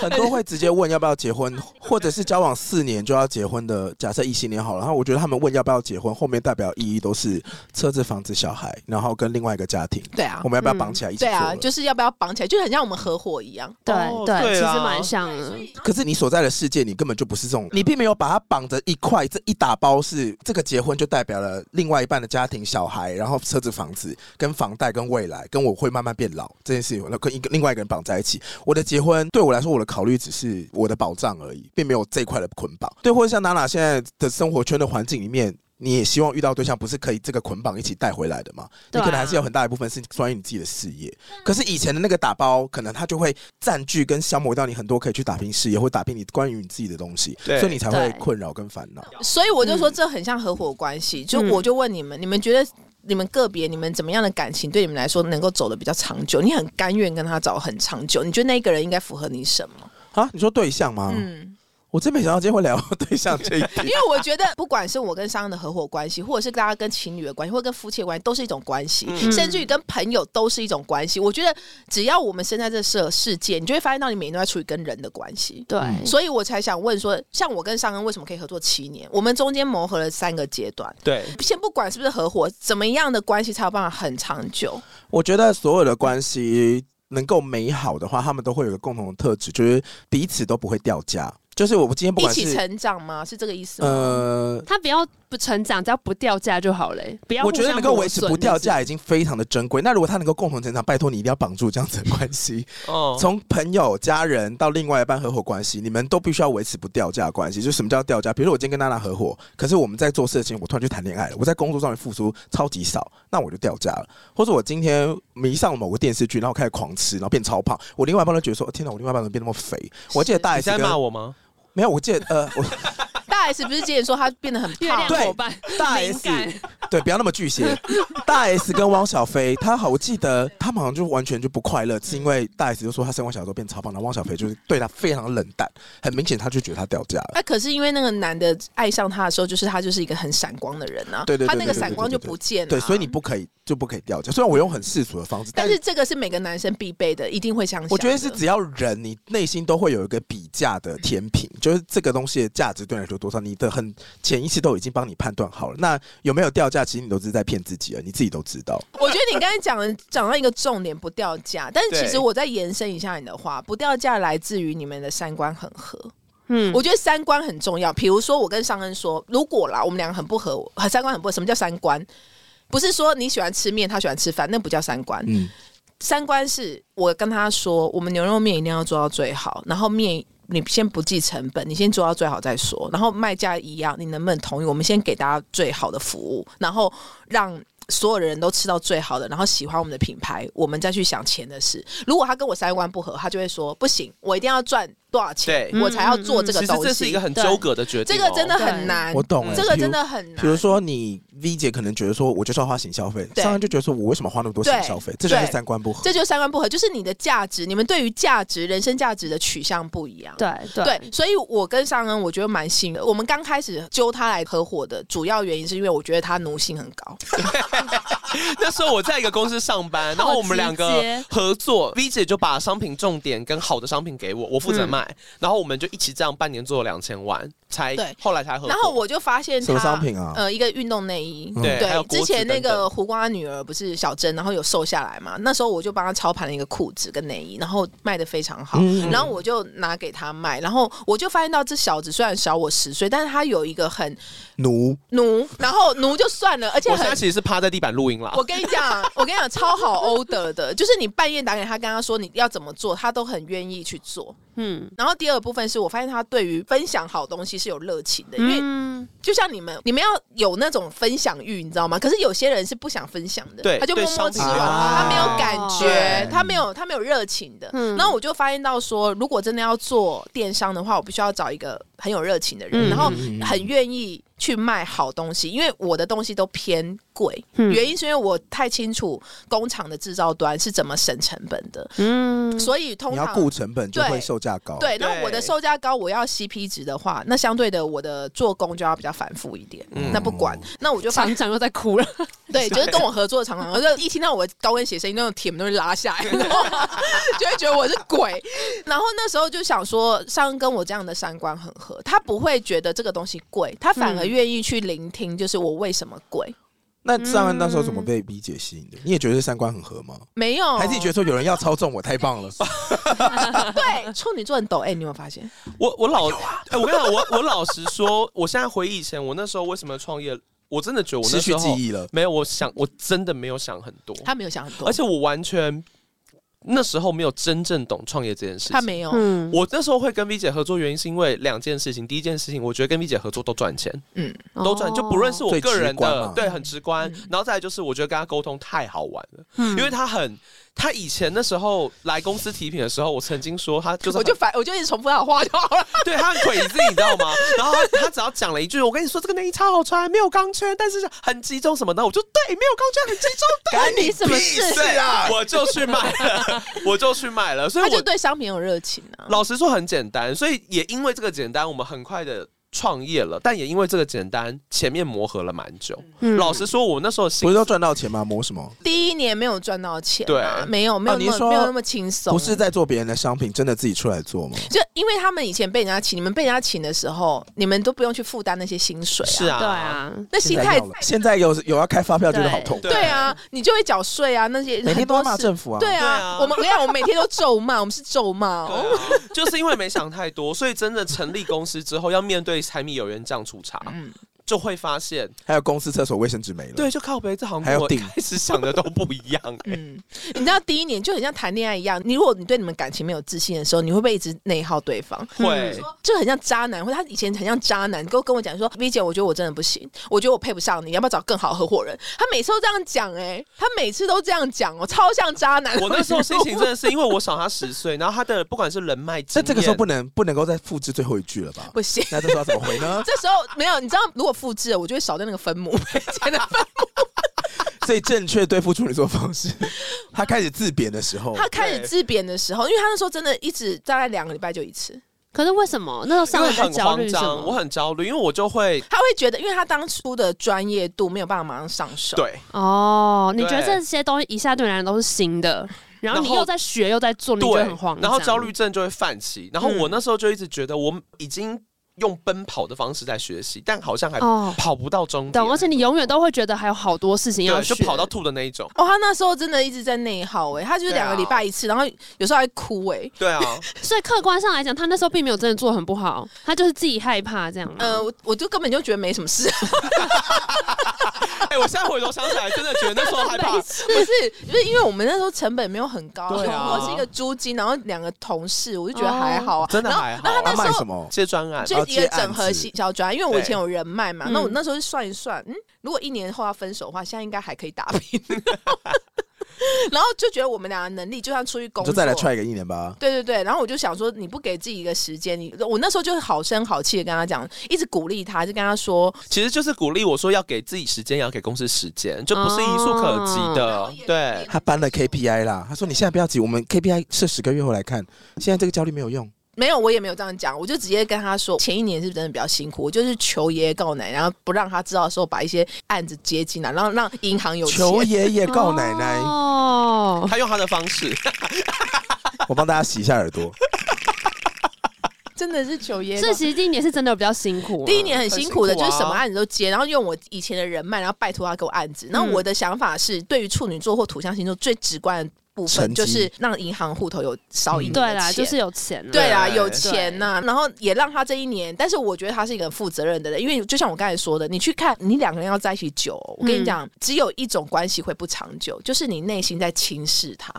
S1: 很多会直接问要不要结婚，或者是交往四年就要结婚的，假设异性恋好了。然后我觉得他们问要不要结婚，后面代表意义都是车子、房子、小孩，然后跟另外一个家庭，
S4: <laughs> 对啊
S1: 我，们要不要绑起来一起
S4: 对
S1: 做了？
S4: 啊，就是要不要绑起来，就很像我们合伙一样。
S2: 对
S3: 哦
S2: 对，
S3: 对
S2: 其实
S1: 啊
S3: 啦
S2: 蛮像
S4: 啊
S2: 的。
S1: 可是你所在的世界，你根本就不是这种，你并没有把它绑着一块，这一打包是这个结婚就代表了另外一半的家庭、小孩，然后车子、房子、跟房贷、跟未来，跟我会慢慢变老这件事情，那跟一个另外一个人绑在一起。我的结婚对我来说，我的考虑只是我的保障而已，并没有这一块的捆绑。对，或者像娜娜现在的生活圈的环境里面。你也希望遇到对象不是可以这个捆绑一起带回来的吗？你
S2: 对啊
S1: 可能还是有很大一部分是关于你自己的事业。可是以前的那个打包，可能它就会占据跟消磨掉你很多可以去打拼事业或打拼你关于你自己的东西，
S3: 对
S1: 所以你才会
S2: 对
S1: 困扰跟烦恼。
S4: 所以我就说这很像合伙关系。就我就问你们，你们觉得你们个别你们怎么样的感情对你们来说能够走得比较长久？你很甘愿跟他走很长久？你觉得那个人应该符合你什么？
S1: 啊，你说对象吗？
S4: 嗯，
S1: 我真没想到今天会聊到对象这一
S4: 因
S1: 题。
S4: <laughs> 为我觉得不管是我跟商人的合伙关系，或者是大家跟情侣的关系，或者跟夫妻的关系，都是一种关系，
S3: 嗯
S4: 甚至于跟朋友都是一种关系。我觉得只要我们生在这世世界，你就会发现到你每天都在处于跟人的关系。
S2: 对，
S1: 嗯
S4: 所以我才想问说，像我跟尚恩为什么可以合作七年？我们中间磨合了三个阶段，
S3: 对，
S4: 先不管是不是合伙，怎么样的关系才有办法很长久？
S1: 我觉得所有的关系能够美好的话，他们都会有一个共同的特质，就是彼此都不会掉价。就是我们今天不
S4: 一
S1: 管
S4: 起
S1: 是
S4: 成长吗？是这个意思吗？
S1: 呃，
S2: 他不要不成长，只要不掉价就好嘞。不要
S1: 我觉得
S2: 互相
S1: 能够
S2: 磨
S1: 维持
S2: 损
S1: 不掉
S2: 就是
S1: 价已经非常的珍贵。那如果他能够共同成长，拜托你一定要绑住这样子的关系。
S3: 哦，
S1: 从朋友、家人到另外一半合伙关系，你们都必须要维持不掉价的关系。就什么叫掉价？比如说我今天跟娜娜合伙，可是我们在做事情，我突然去谈恋爱了，我在工作上面付出超级少，那我就掉价了。或者我今天迷上了某个电视剧，然后开始狂吃，然后变超胖，我另外一半都觉得说：哦天哪，我另外一半怎么变那么肥？我记得大
S3: 你
S1: S
S3: 在
S1: 跟
S3: 骂我吗？
S1: 没有，我记得呃，我
S4: 大 S 不是之前说她变得很
S2: 月
S4: 胖
S2: 亮
S1: 对？
S2: 伙伴，
S1: 大
S2: 敏
S1: S
S2: 感
S1: 对，不要那么巨蟹。大 S 跟汪小菲，他好，我记得他们好像就完全就不快乐，是因为大 S 就说他生完小孩之后变超胖，然后汪小菲就是对他非常冷淡，很明显他就觉得他掉价了。
S4: 那、可是因为那个男的爱上她的时候，就是他就是一个很闪光的人啊，
S1: 对对对
S4: 他那个
S1: 对对
S4: 闪光就不见了、啊
S1: 对，所以你。不可以就不可以掉价。虽然我用很世俗的方式，
S4: 但是这个是每个男生必备的，一定会相信。
S1: 我觉得是只要人你内心都会有一个比价的天平，就是这个东西的价值对你来说多少，你的很潜意识都已经帮你判断好了。那有没有掉价，其实你都是在骗自己了，你自己都知道。
S4: <laughs> 我觉得你刚才讲的讲到一个重点，不掉价。但是其实
S3: 对
S4: 我再延伸一下你的话，不掉价来自于你们的三观很合。
S2: 嗯，
S4: 我觉得三观很重要。比如说，我跟尚恩说，如果啦，我们两个很不合，三观很不合。什么叫三观？不是说你喜欢吃面，他喜欢吃饭，那不叫三观。
S1: 嗯，
S4: 三观是我跟他说，我们牛肉面一定要做到最好，然后面你先不计成本，你先做到最好再说，然后卖价一样，你能不能同意？我们先给大家最好的服务，然后让。所有的人都吃到最好的，然后喜欢我们的品牌，我们再去想钱的事。如果他跟我三观不合，他就会说不行，我一定要赚多少钱，
S3: 对
S4: 我才要做这
S3: 其
S4: 个
S3: 实
S4: 东西。
S3: 这是一个很
S2: 对
S3: 纠葛的 <laughs> 决定
S4: 这
S3: 哦，
S4: 个真的
S2: 对
S4: 很难，
S1: 我懂、欸。
S4: 这个
S1: 比如
S4: 真的很难。
S1: 比如说，你 V 姐可能觉得说，我就是要花型消费，
S4: 对
S1: 上人就觉得说我为什么花那么多型
S4: 对
S1: 消费，这就是
S4: 对
S1: 三观不合。
S4: 这就是三观不合，就是你的价值，你们对于价值、人生价值的取向不一样。
S2: 对对
S4: 对，所以我跟尚恩我觉得蛮幸运的。我们刚开始揪他来合伙的主要原因是因为我觉得他奴性很高，
S3: 那时候我在一个公司上 <laughs> 班，然后我们两
S2: 好直
S3: 个
S2: 接
S3: 合作，V 姐就把商品重点跟好的商品给我，我负责卖，然后我们就一起这样半年做了两千万，才
S4: 对
S3: 后来才合作。
S4: 然后我就发现他
S1: 什么商品啊
S4: 呃，一个运动内衣。
S1: 嗯
S3: 对，还有锅
S4: 对，之
S3: 子
S4: 前那
S3: 等
S4: 个
S3: 等
S4: 胡瓜女儿不是小珍，然后有瘦下来嘛？那时候我就帮她操盘了一个裤子跟内衣，然后卖的非常好。
S1: 嗯
S4: 然后我就拿给她卖，然后我就发现到这小子虽然小我十岁，但是他有一个很
S1: 奴
S4: 奴，然后奴就算了，而且
S3: 我现
S4: 很
S3: 在其实是趴在地板录音啦
S2: <laughs>
S4: 我。跟你讲，我跟你讲，超好 order 的，就是你半夜打给他，跟他说你要怎么做，他都很愿意去做。
S2: 嗯
S4: 然后第二部分是我发现他对于分享好东西是有热情的，因为
S2: 嗯，
S4: 就像你们，你们要有那种分享欲，你知道吗？可是有些人是不想分享的，
S3: 对
S4: 他就默默
S3: 对
S4: 吃
S3: 商
S4: 完，
S1: 品啊
S4: 他没有感觉
S1: 对，
S4: 他没有他没有热情的。
S2: 嗯
S4: 然后我就发现到说，如果真的要做电商的话，我必须要找一个很有热情的
S2: 嗯
S4: 人，然后很愿意去卖好东西，因为我的东西都偏贵，
S2: 嗯
S4: 原因是因为我太清楚工厂的制造端是怎么省成本的，
S2: 嗯，
S4: 所以通
S1: 你
S4: 常
S1: 要顾哦成本就
S4: 对
S1: 会售价高。
S4: 对，那
S3: 对
S4: 我的售价高，我要 CP 值的话，那相对的我的做工就要比较繁复一点。
S3: 嗯
S4: 那不管，那我就发
S2: 厂长又在哭了，
S4: 对，就是跟我合作的厂商，我就一听到我高跟鞋声音，那种铁门都会拉下来，你知道吗就会觉得我是鬼。然后那时候就想说，尚恩跟我这样的三观很合，他不会觉得这个东西贵，他反而
S2: 嗯
S4: 愿意去聆听，就是我为什么贵。
S1: 那上恩那时候怎
S4: 嗯
S1: 么被理解吸引的？你也觉得三观很合吗？
S4: 没有，
S1: 还是你觉得说有人要操纵我太棒了？
S4: 对处女座很抖哎、你有没有发现？
S3: 我我老哎，我跟你讲，我我老实说，我现在回忆以前，我那时候为什么创业，我真的觉得 <laughs> 我那
S1: 失去
S3: 时
S1: 记
S3: 候
S1: 忆了。
S3: 没有，我想我真的没有想很多，
S4: 他没有想很多，
S3: 而且我完全那时候没有真正懂创业这件事
S4: 他
S3: 情。
S4: 没有。
S2: 嗯，
S3: 我那时候会跟 V 姐合作，原因是因为两件事情。第一件事情，我觉得跟 V 姐合作都赚钱，嗯都赚，就不论是我
S1: 哦最
S3: 个人
S1: 直观
S3: 的
S1: 嘛，
S3: 对，很直观。
S4: 嗯
S3: 然后再来就是，我觉得跟她沟通太好玩了，因为她很，她以前那时候来公司提品的时候，我曾经说她就是
S4: 我
S3: 很
S4: 就反，我就一直重复他的话就好了。
S3: 对他很鬼子，你知道吗？然后他他只要讲了一句，我跟你说这个内衣超好穿，没有钢圈，但是很集中什么的，我就对，没有钢圈很集中，对
S1: 干
S2: 你什么事
S1: 屁事啊？
S3: 我就去买了，我就去买了。所
S4: 他
S3: 以
S4: 就
S3: 我
S4: 对商品有热情啊。
S3: 老实说很简单，所以也因为这个简单，我们很快的创业了，但也因为这个简单，前面磨合了蛮久。
S2: 嗯
S3: 老实说，我那时候心
S1: 不是要赚到钱吗？磨什么？
S4: 第一年没有赚到钱、啊，
S3: 对
S4: 没有没有
S1: 哦
S4: 那
S1: 你
S4: 么、
S1: 说
S4: 没有那么轻松，
S1: 不是在做别人的商品，真的自己出来做吗？
S4: 就因为他们以前被人家请，你们被人家请的时候，你们都不用去负担那些薪水、啊，
S3: 是，啊，
S2: 对，啊，
S4: 那心
S1: 现在
S4: 态
S1: 要了现在有有要开发票，觉得好痛。
S3: 对
S4: 对啊，你就会缴税啊，那些
S1: 每天都要骂
S4: 很多事
S1: 政府啊。
S4: 对
S3: 对
S4: 啊
S3: 啊，
S4: 我们我跟你讲，我们每天都咒骂，我们是咒骂
S3: 对
S4: 哦。
S3: 啊， <laughs> 就是因为没想太多，所以真的成立公司之后，要面对柴米油盐酱醋茶，
S4: 嗯
S3: 就会发现
S1: 还有公司厕所卫生纸没了。
S3: 对，就靠背，这好像
S1: 还
S3: 跟
S1: 要
S3: 我
S1: 订
S3: 开始想的都不一
S2: <laughs>
S3: 样、欸。
S4: 嗯，你知道第一年就很像谈恋爱一样，你如果你对你们感情没有自信的时候，你会不会一直内耗对方？
S2: 嗯
S3: 会，
S4: 就很像渣男，或者他以前很像渣男，跟跟我讲说，V 姐，我觉得我真的不行，我觉得我配不上你，要不要找更好的合伙人？他每次都这样讲，哎，他每次都这样讲哦，超像渣男。
S3: 我那时候心情真的是因为我少他十岁，然后他的不管是人脉经
S1: 那
S3: 验，
S1: 这个时候不能不能够再复制最后一句了吧
S4: <laughs> ？不行，
S1: 那这时候要怎么回呢？
S4: <laughs> 这时候没有，你知道，如果复制了，我就会少掉那个分
S3: <laughs>
S4: 母，<laughs> 真的分母。
S1: 最正确对付处女座方式，他开始自贬的时候，
S4: 他开始自贬的时候，因为他那时候真的一直大概两个礼拜就一次，
S2: 可是为什么那时候
S3: 因
S2: 上
S3: 为
S2: 海在
S3: 很
S2: 焦
S3: 慌
S2: 虑什
S3: 张，我
S2: 么？
S3: 很焦虑，因为我就会
S4: 他会觉得，因为他当初的专业度没有办法马上上手，，
S3: 对，
S2: 哦，你觉得
S3: 对
S2: 这些东西一下对你来讲都是新的，然后你
S3: 然后
S2: 又在学又在做，你就会
S3: 对
S2: 很慌张，嗯
S3: 然后焦虑症就会泛起，然后我那时候就一直觉得我已经用奔跑的方式在学习，但好像还
S2: 哦，
S3: 跑不到终点，
S2: 懂，而且你永远都会觉得还有好多事情要
S3: 对，就
S2: 学，
S3: 跑到吐的那一种。
S4: 哦，他那时候真的一直在内耗、哎，他就是两个礼拜一次，然后有时候还哭、哎。
S3: 对啊，
S2: 所以客观上来讲，他那时候并没有真的做得很不好，他就是自己害怕这样。啊
S3: 嗯
S4: 呃，我我就根本就觉得没什么事，
S3: 哎，我现在回头想起来，真的觉得那时候害怕
S2: <laughs> 没。
S4: <laughs> 不是，就是因为我们那时候成本没有很高，
S3: 对啊
S4: 我是一个租金，然后两个同事，我就觉得还好啊，
S3: 哦真的
S4: 然后
S3: 还好
S4: 然后
S1: 他
S4: 他那时
S1: 卖
S4: 候
S1: 什么？
S3: 接专案，
S4: 就一个整合
S1: 接
S4: 型小专，因为我以前有人脉嘛，
S2: 对
S4: 那我那时候算一算，嗯，如果一年后要分手的话，现在应该还可以打拼。 <laughs> 然后就觉得我们俩的能力，就算出去
S1: 你
S4: 工
S1: 就
S4: 作，
S1: 再来踹个一年吧。
S4: 对对对，然后我就想说，你不给自己一个时间，你我那时候就是好声好气的跟他讲，一直鼓励他，就跟他说，
S3: 其实就是鼓励我说要给自己时间，也要给公司时间，就不是一触可及的
S4: 哦。
S3: 对，
S1: 他搬了 KPI 啦，他说你现在不要急，我们 KPI 设十个月后来看，现在这个焦虑没有用。
S4: 没有，我也没有这样讲，我就直接跟他说，前一年是真的比较辛苦，我就是求爷爷告奶奶，然后不让他知道说把一些案子接进来，然后让银行有钱。
S1: 求爷爷告奶奶，
S2: 哦，
S3: 他用他的方式，
S1: 我帮大家洗一下耳朵。
S4: 真的是求爷爷告
S2: 所以其实第一年是真的比较辛苦啊。
S4: 第一年很辛苦的，
S3: 很辛苦
S4: 就
S3: 啊
S4: 是什么案子都接，然后用我以前的人脉，然后拜托他给我案子。那我的想法是，对于处女座或土象星座最直观的部分，
S1: 成绩
S4: 就是让银行户头有少一年的
S2: 对啦，
S4: 钱
S2: 就是有钱啊。
S4: 对啦，
S3: 对
S4: 有钱呐、然后也让他这一年，但是我觉得他是一个很负责任的人，因为就像我刚才说的，你去看你两个人要在一起久，我跟你讲，只有一种关系会不长久，就是你内心在轻视他。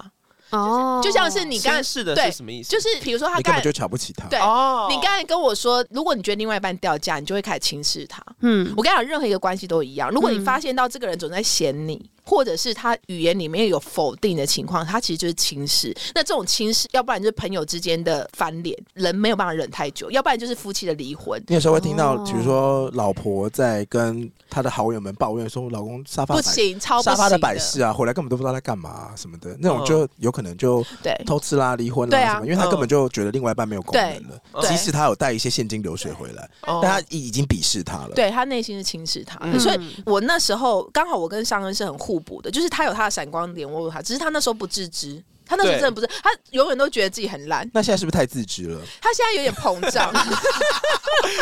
S2: 哦
S4: 就像是你刚才
S3: 绅士的
S4: 对
S3: 是什么意思？
S4: 就是比如说他
S1: 你根
S4: 刚
S1: 本
S4: 才
S1: 就瞧不起他。
S4: 对
S3: 哦
S4: 你刚才跟我说，如果你觉得另外一半掉价，你就会开始轻视他。
S2: 嗯
S4: 我跟你讲，任何一个关系都一样。如果你
S2: 嗯
S4: 发现到这个人总在嫌你，或者是他语言里面有否定的情况，他其实就是轻视。那这种轻视，要不然就是朋友之间的翻脸，人没有办法忍太久；要不然就是夫妻的离婚。
S1: 你有时候会听到
S2: 哦，
S1: 比如说老婆在跟她的好友们抱怨说，我老公沙发
S4: 不
S1: 摆
S4: 行，超不
S1: 沙
S4: 行嗯
S1: 发的摆饰啊，回来根本都不知道在干嘛啊、什么的，那种就有可能就
S4: 对
S1: 偷吃啦、离婚啦
S4: 欸对啊
S1: 什么，因为他根本就觉得另外一半没有功能了。
S4: 对
S1: 即使他有带一些现金流水回来，
S3: 哦
S1: 但他已已经鄙视他了。，
S4: 对他内心是轻视他的，
S3: 嗯
S4: 所以我那时候刚好我跟尚恩是很互补的，就是他有他的闪光点，我有他，只是他那时候不自知，他那时候
S3: 对
S4: 真的不是，他永远都觉得自己很烂，
S1: 那现在是不是太自知了？
S4: 他现在有点膨
S3: <laughs>
S4: 胀，他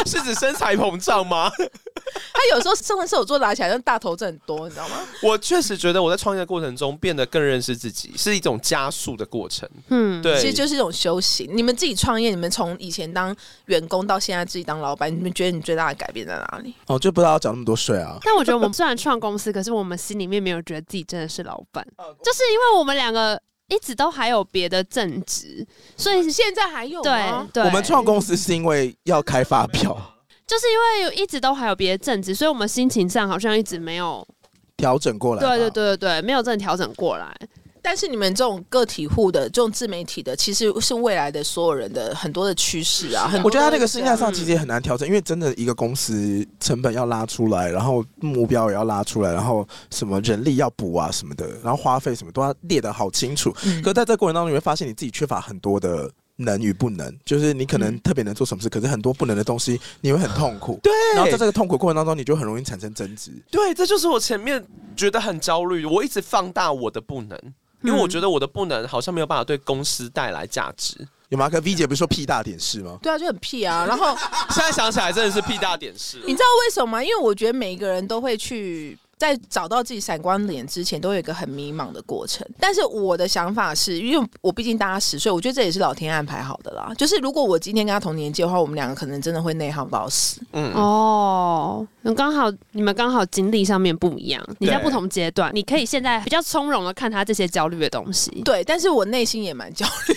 S3: 是指身材膨胀吗？
S4: <laughs> 有时候上完射手座拿起来，那大头症很多，你知道吗？
S3: 我确实觉得我在创业的过程中变得更认识自己，是一种加速的过程。
S2: 嗯，
S3: 对，
S4: 其实就是一种修行。你们自己创业，你们从以前当员工到现在自己当老板，你们觉得你最大的改变在哪里？
S1: 哦，就不知道要缴那么多税啊。
S2: 但我觉得我们虽然创公司，可是我们心里面没有觉得自己真的是老板，就是因为我们两个一直都还有别的正职，所以
S4: 现在还有
S2: 对
S4: 哦吗？
S2: 对，
S1: 我们创公司是因为要开发票
S4: 嗯
S2: 就是因为一直都还有别的正职，所以我们心情上好像一直没有，
S1: 调整过来，
S2: 对对，对对对，没有真的调整过来。
S4: 但是你们这种个体户的、这种自媒体的，其实是未来的所有人的很多的趋势啊。很多
S1: 我觉得他那
S4: 都
S1: 个
S4: 是
S1: 心
S4: 这样
S1: 态上其实也很难调整，因为真的一个公司成本要拉出来，然后目标也要拉出来，然后什么人力要补啊什么的，然后花费什么都要列得好清楚。
S4: 嗯
S1: 可是在这个过程当中，你会发现你自己缺乏很多的。能与不能，就是你可能
S4: 嗯
S1: 特别能做什么事，可是很多不能的东西，你会很痛苦。
S3: 对，
S1: 然后在这个痛苦过程当中，你就很容易产生争执。
S3: 对，这就是我前面觉得很焦虑，我一直放大我的不能。因
S4: 嗯
S3: 为我觉得我的不能好像没有办法对公司带来价值，
S1: 有吗？可 V 姐不是说屁大点事吗？
S4: 对啊，就很屁啊。然后
S3: 现在想起来真的是屁大点事。
S4: <laughs> 你知道为什么吗？因为我觉得每一个人都会去。在找到自己闪光点之前，都有一个很迷茫的过程。但是我的想法是，因为我毕竟大他十岁，我觉得这也是老天安排好的啦。就是如果我今天跟他同年纪的话，我们两个可能真的会内耗
S1: <laughs>
S4: 到死。
S3: 嗯，
S2: 哦，那刚好你们刚好经历上面不一样，你在不同阶段，你可以现在比较从容的看他这些焦虑的东西。
S4: 对，但是我内心也蛮焦虑，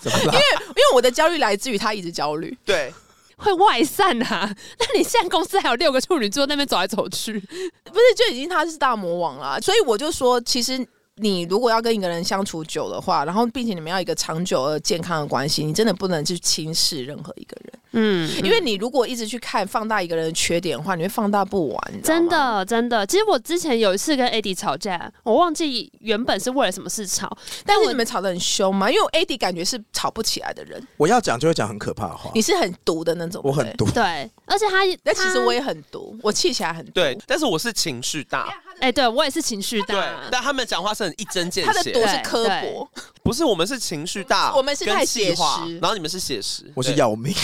S1: 怎么啦？
S4: <laughs> 因为我的焦虑来自于他一直焦虑。
S3: 对，
S2: 会外散啊！ <laughs> 那你现在公司还有六个处女座那边走来走去，
S4: 不是就已经他是大魔王了，所以我就说，其实你如果要跟一个人相处久的话，然后并且你们要一个长久而健康的关系，你真的不能去轻视任何一个人，
S2: 嗯，
S4: 因为你如果一直去看放大一个人的缺点的话，你会放大不完，你知道吗
S2: 真。的真的，其实我之前有一次跟 AD 吵架，我忘记原本是为了什么事吵，
S4: 但是
S2: 我
S4: 你们吵得很凶嘛，因为我 AD 感觉是吵不起来的人，
S1: 我要讲就会讲很可怕的话
S4: 你，是很毒的那种，
S1: 我很
S4: 对不对。
S1: 毒。
S2: 对，而且他
S4: <laughs> 但其实
S2: 他
S4: 我也很毒，我气起来很毒。
S3: 对，但是我是情绪大，
S2: 哎、对我也是情绪
S3: 对
S2: 大，，
S3: 但他们讲话是很一针见
S4: 他的毒
S3: 血，
S4: 是
S2: 对
S4: 刻
S1: <laughs>
S2: 对
S4: 薄，
S3: 不是我们是情绪大，
S4: 我们是
S3: 跟
S4: 太
S3: 气
S4: 写
S3: 话
S4: 实
S3: 然后你们是写实，
S1: 我是
S3: 对，
S1: 要命，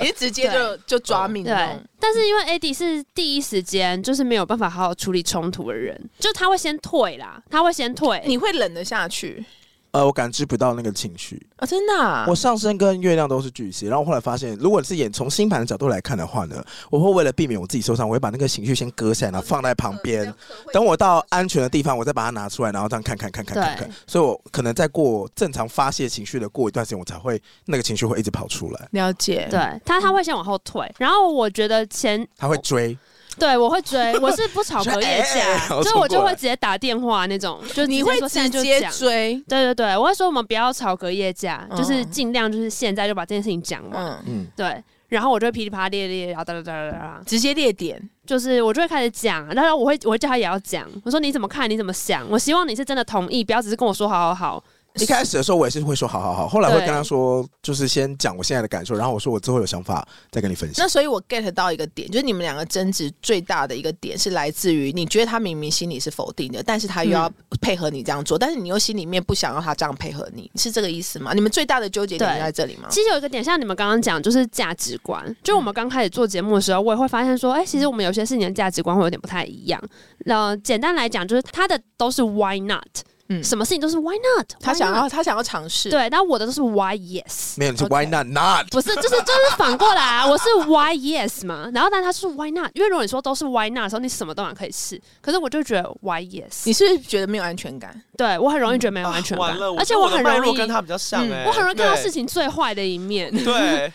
S4: 你直接就就抓命那
S2: 对
S4: 种。，
S2: 但是因为 AD 是第一时间就是没有办法好好处理冲突的人，就他会先退啦，他会先退。
S4: 你会冷得下去
S1: 呃，我感知不到那个情绪。
S4: 啊？真的啊？
S1: 我上升跟月亮都是巨蟹，然后我后来发现，如果是演从星盘的角度来看的话呢，我会为了避免我自己受伤，我会把那个情绪先割下来，然后放在旁边，等我到安全的地方，我再把它拿出来，然后这样看看看看看看
S2: 对。
S1: 所以我可能再过正常发泄情绪的过一段时间，我才会那个情绪会一直跑出来，
S4: 了解，
S2: 对他，他会先往后退，然后我觉得前
S1: 他会追。
S2: 对我会追，我是不吵隔夜
S1: 哎哎哎
S2: 架，
S1: 我
S2: 所以
S1: 冲
S2: 我就
S1: 过
S2: 会
S1: 来
S2: 直接打电话那种，就
S4: 你会
S2: 说现在
S4: 直
S2: 就
S4: 接
S2: 讲
S4: 追，
S2: 对对对，我会说我们不要吵隔夜架，
S4: 嗯
S2: 就是尽量就是现在就把这件事情讲完。
S4: 嗯，
S1: 嗯，
S2: 对，然后我就会噼里啪啦咧咧，然后哒哒哒哒哒哒，
S4: 直接列点，
S2: 就是我就会开始讲，然后我会我会叫他也要讲，我说你怎么看，你怎么想？我希望你是真的同意，不要只是跟我说好好好。
S1: 一开始的时候我也是会说好好好，后来会
S2: 对
S1: 跟他说，就是先讲我现在的感受，然后我说我之后有想法再跟你分享
S4: 那。所以我 get 到一个点，就是你们两个争执最大的一个点是来自于你觉得他明明心里是否定的，但是他又要配合你这样做，但是你又心里面不想要他这样配合你，是这个意思吗？你们最大的纠结点
S2: 对
S4: 就在这里吗？
S2: 其实有一个点，像你们刚刚讲，就是价值观。就我
S4: 嗯
S2: 们刚开始做节目的时候，我也会发现说，哎、其实我们有些事情的价值观会有点不太一样。那、简单来讲，就是他的都是 why not，
S4: 嗯
S2: 什么事情都是 Why not？
S4: 他
S2: why
S4: 想
S2: not？
S4: 要他想要尝试，，
S2: 对，那我的都是 Why yes。
S1: 没有，你说
S4: OK
S1: Why not not？
S2: 不是，就是就是反过来啊！我是 why yes 嘛，然后但他是 why not，因为如果你说都是 why not 的时候，你什么都想可以试，可是我就觉得 why yes，
S4: 你是不是觉得没有安全感？
S2: 对我很容易觉得没有安全
S3: 啊
S2: 感
S3: 完了，，
S2: 而且
S3: 我觉得
S2: 很
S3: 的脉
S2: 容
S3: 络
S2: 易，
S3: 跟他比较像
S4: 嗯
S3: 哎，
S2: 我很容易看到
S3: 对
S2: 事。情最坏的一面，对，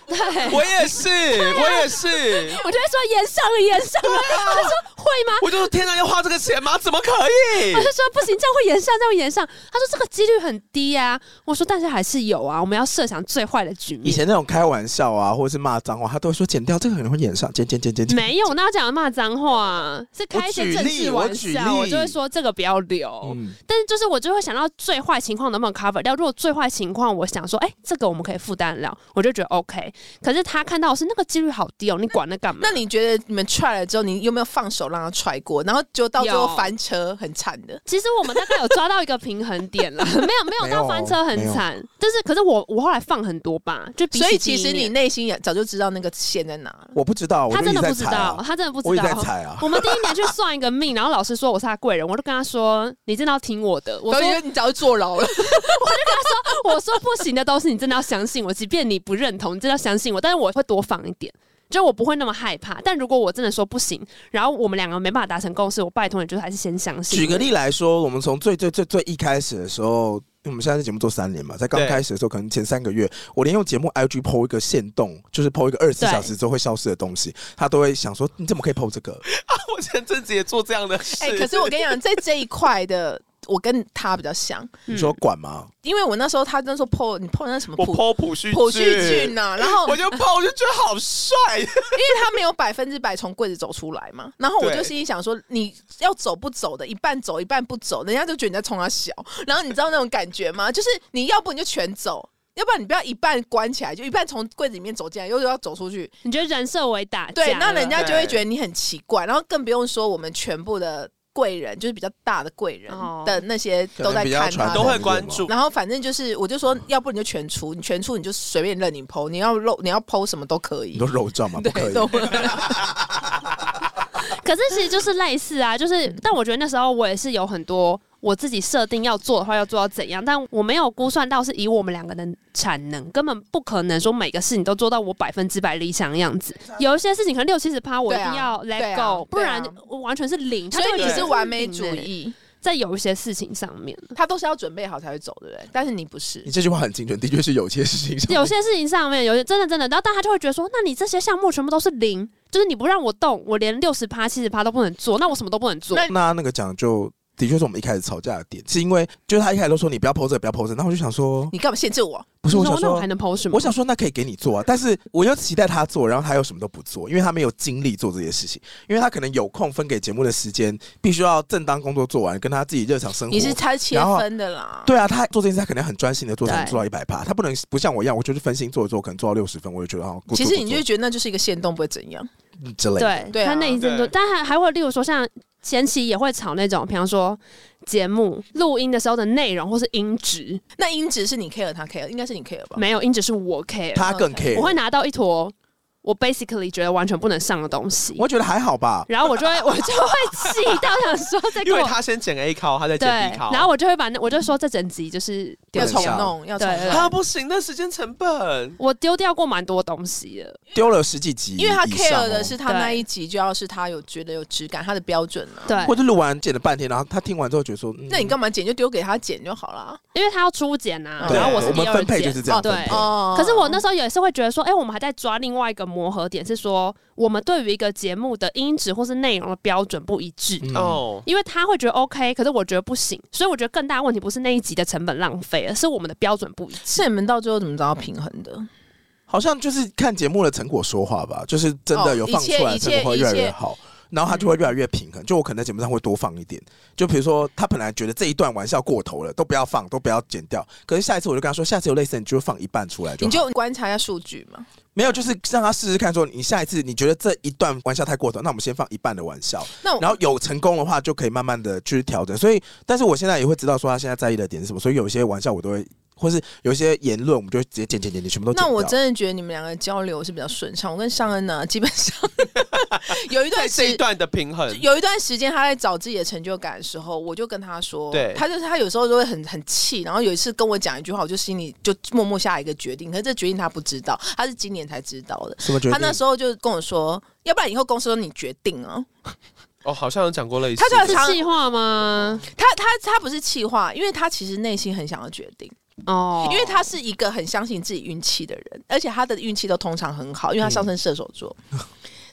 S3: <laughs> 对，
S2: 我
S3: 我
S2: <laughs>
S3: 也是，
S2: 啊
S3: 我也是，
S2: 就会说演上了，演上
S3: <laughs>
S2: 了，他说会吗？
S3: 我就说天哪，要花这个钱吗？怎么可
S2: <laughs>
S3: 以
S2: 我？就说不行，这样会延上，这样会延上。他说这个几率很低啊。我说但是还是有啊，我们要设想最坏的局
S1: 以
S2: 面。
S1: 前那种开玩笑啊，或者是骂脏话，他都会说剪掉，这个可能会演上，剪剪剪剪。剪
S2: 没有，那我讲骂脏话是开一些政治玩笑，
S1: 我举例我举例
S2: 我就会说这个不要留。
S1: 嗯，
S2: 但是就是我就会想到最坏情况能不能 cover 掉。如果最坏情况，我想说，哎、这个我们可以负担得了，我就觉得 OK。可是他看到的是那个几率好低哦，你管那干嘛？
S4: 那你觉得你们踹了之后，你有没有放手让他踹过？然后就到最后
S2: 有
S4: 翻车，很惨的。
S2: 其实我们大概有抓到一个平衡点
S1: <laughs>
S2: 了，没有没有
S1: 没有哦
S2: 到翻车很
S1: 没有
S2: 惨，但是可是我我后来放很多吧，就比起
S4: 所以
S2: 第一
S4: 其实你
S2: 年
S4: 内心也早就知道那个线在哪了。
S1: 我不知道，我
S2: 他
S1: 就一
S2: 真
S1: 直
S2: 的
S1: 在
S2: 不知
S1: 踩
S2: 道，
S1: 啊，
S2: 他真的不
S1: 我一
S2: 知
S1: 直在
S2: 道。
S1: 踩啊。
S2: 我们第一年去算一个命，然后老师说我是他贵人，我就跟他说：“你真的要听我的。”我
S4: 所
S2: 说
S4: 以你早就坐牢了，：“
S2: <laughs> 我说不行的东西，你真的要相信我，即便你不认同，你真的要相信我。但是我会多放一点，就我不会那么害怕。但如果我真的说不行，然后我们两个没办法达成共识，我拜托你，就还是先相信。
S1: 举个，例来说，我们从最最最最一开始的时候，因为我们现在是节目做三年嘛，在刚
S3: 对
S1: 开始的时候，可能前三个月，我连用节目 IG PO 一个限动，就是 PO 一个二十四
S2: 对
S1: 小时之后会消失的东西，他都会想说你怎么可以 PO 这个？
S2: 嗯
S3: 我前阵子也做这样的事。
S4: <laughs> 哎、可是我跟你讲，在这一块的，我跟他比较像，
S2: 嗯
S1: 你说管吗？
S4: 因为我那时候他那时候破你破那什么
S3: 我
S4: 普
S3: 剖普旭
S4: 普旭俊呐、然后
S3: 我就剖，我就觉得好帅。
S4: 因为他没有百分之百从柜子走出来嘛，然后我
S3: 对
S4: 就心里想说，你要走不走的，一半走一半不走，人家就觉得你在冲他笑，然后你知道那种感觉吗？就是你要不你就全走。要不然你不要一半关起来，就一半从柜子里面走进来，又要走出去。
S2: 你觉得人设为打架
S4: 对，
S2: 了
S4: 那人家就会
S3: 对
S4: 觉得你很奇怪，然后更不用说我们全部的贵人，就是比较大的贵人
S2: 哦
S4: 的那些
S1: 可
S4: 都
S1: 能
S4: 在
S1: 比较
S4: 看
S1: 传
S4: 他
S1: 统
S3: 都
S4: 的。
S3: 会关注
S4: 然后反正就是，我就
S1: 嗯
S4: 说，要不你就全出，你全出你就随便任你剖，你要露你要剖什么都可
S1: 你
S4: 以
S1: 说。肉照吗？不可
S4: 对，
S1: 以。
S4: 都
S2: 可是其实就是类似啊，
S4: 嗯
S2: 就是，但我觉得那时候我也是有很多我自己设定要做的话要做到怎样，但我没有估算到是以我们两个的产能，根本不可能说每个事情都做到我百分之百理想的样子。有一些事情可能六七十趴，我一
S4: 对
S2: 定
S4: 啊
S2: 要 let
S4: 对啊
S2: go，、不
S4: 对
S2: 然
S4: 啊
S2: 我完全是零。它
S4: 所以
S2: 就
S4: 你
S2: 已经
S4: 是完美主
S2: 零了，
S4: 义，
S2: 嗯在有一些事情上面，
S4: 他都是要准备好才会走，对不对？但是你不是
S1: 你，这句话很精准，的确是有些事情上面
S2: 有些事情上面有些真的真的，然后但他就会觉得说，那你这些项目全部都是零，就是你不让我动，我连六十趴、七十趴都不能做，那我什么都不能做。
S4: 那
S1: 那那个讲就的确是我们一开始吵架的点，是因为就是他一开始都说你不要 PO 这个，不要 PO 这个，那我就想说
S4: 你干嘛限制我？
S1: 不是，
S2: 你
S1: 我
S2: 说
S1: 想
S2: 那我
S1: 说
S2: 还。能抛什么？
S1: 我想说，那可以给你做啊，但是我又期待他做，然后他又什么都不做，因为他没有精力做这些事情，因为他可能有空分给节目的时间，必须要正当工作做完，跟他自己日常生活。
S4: 你是他切分的啦。
S1: 对啊，他做这件事，他可能很专心的做，才能
S2: 对
S1: 做到一百趴。他不能不像我一样，我就是分心做一做，可能做到六十分，我就觉得哦，
S4: 嗯其实你就觉得那就是一个限动，不会怎样。
S1: 就之类的。
S2: 对，
S4: 对啊
S2: 他那一阵多，
S3: 对
S2: 但还还会，例如说像前期也会吵那种，比方说节目录音的时候的内容或是音质，
S4: 那音质是你 care 他 care，应该是你 care 吧？
S2: 没有音质是我 care，
S1: 他更
S4: OK，
S1: care，
S2: 我会拿到一坨我 basically 觉得完全不能上的东西，
S1: 我觉得还好吧。
S2: 然后
S1: <laughs>
S2: 我就会我就会气到想说这
S3: 因
S2: 个
S3: 为
S2: 我
S3: 他先剪 A 考，他再
S2: 对
S3: 剪 B 考，，
S2: 然后我就会把那我就说这整集就是
S1: 对
S4: 要
S2: 丢
S4: 重
S2: 掉，
S4: 弄，要重
S2: 对
S4: 弄。
S3: 他不行，那时间成本。
S2: 我丢掉过蛮多东西的，
S1: 丢了十几集以
S4: 因为
S1: 上哦，
S4: 他 care 的是他
S2: 对
S4: 那一集就要是他有觉得有质感，他的标准啊。
S2: 对，
S1: 或者录完剪了半天，然后他听完之后觉得说，嗯
S4: 那你干嘛剪就丢给他剪就好了。
S2: 因为他要初剪啊，
S4: 对
S2: 然后
S1: 我
S2: 是第
S1: 们
S2: 二
S1: 分配
S2: 剪
S1: 就。是这样
S4: 哦
S1: 分
S2: 对
S1: 配。
S4: 哦
S2: 可是我那时候也是会觉得说，哎、我们还在抓另外一个磨合点，是说我们对于一个节目的音质或是内容的标准不一致。
S1: 嗯
S3: 哦，
S2: 因为他会觉得 OK，可是我觉得不行，所以我觉得更大的问题不是那一集的成本浪费了，是我们的标准不一致。
S4: 是你们到最后怎么找到平衡的？
S1: 好像就是看节目的成果说话吧，就是真
S4: 哦
S1: 的有放出来，
S4: 一
S1: 成
S4: 切
S1: 果会越来
S4: 一切
S1: 越好。然后他就会越来越平衡，就我可能在节目上会多放一点，就比如说他本来觉得这一段玩笑过头了，都不要放，都不要剪掉。可是下一次我就跟他说，下次有类似的你就放一半出来就好
S4: 你就观察一下数据嘛。
S1: 没有，就是让他试试看，说你下一次你觉得这一段玩笑太过头，那我们先放一半的玩笑，
S4: 那我
S1: 然后有成功的话就可以慢慢的去调整。所以，但是我现在也会知道说他现在在意的点是什么，所以有一些玩笑我都会或是有一些言论，我们就会直接剪剪剪剪，全部都剪
S4: 那
S1: 掉。
S4: 我真的觉得你们两个交流是比较顺畅。我跟尚恩呢、基本上 <laughs> 有一
S3: <laughs>
S4: 段
S3: 在这一
S4: 时
S3: 段的平衡，
S4: 有一段时间他在找自己的成就感的时候，我就跟他说，
S3: 对
S4: 他就是他有时候都会很很气，然后有一次跟我讲一句话，我就心里就默默下一个决定，可是这决定他不知道，他是今年才知道的。
S1: 什么决定？
S4: 他那时候就跟我说，要不然以后公司都你决定啊。
S3: 哦，好像有讲过类似
S4: 他就
S3: 的，
S2: 是
S4: 常
S2: 计划吗？
S4: 他他他不是气话，因为他其实内心很想要决定，
S2: 哦，
S4: 因为他是一个很相信自己运气的人，而且他的运气都通常很好，因为他上升射手座。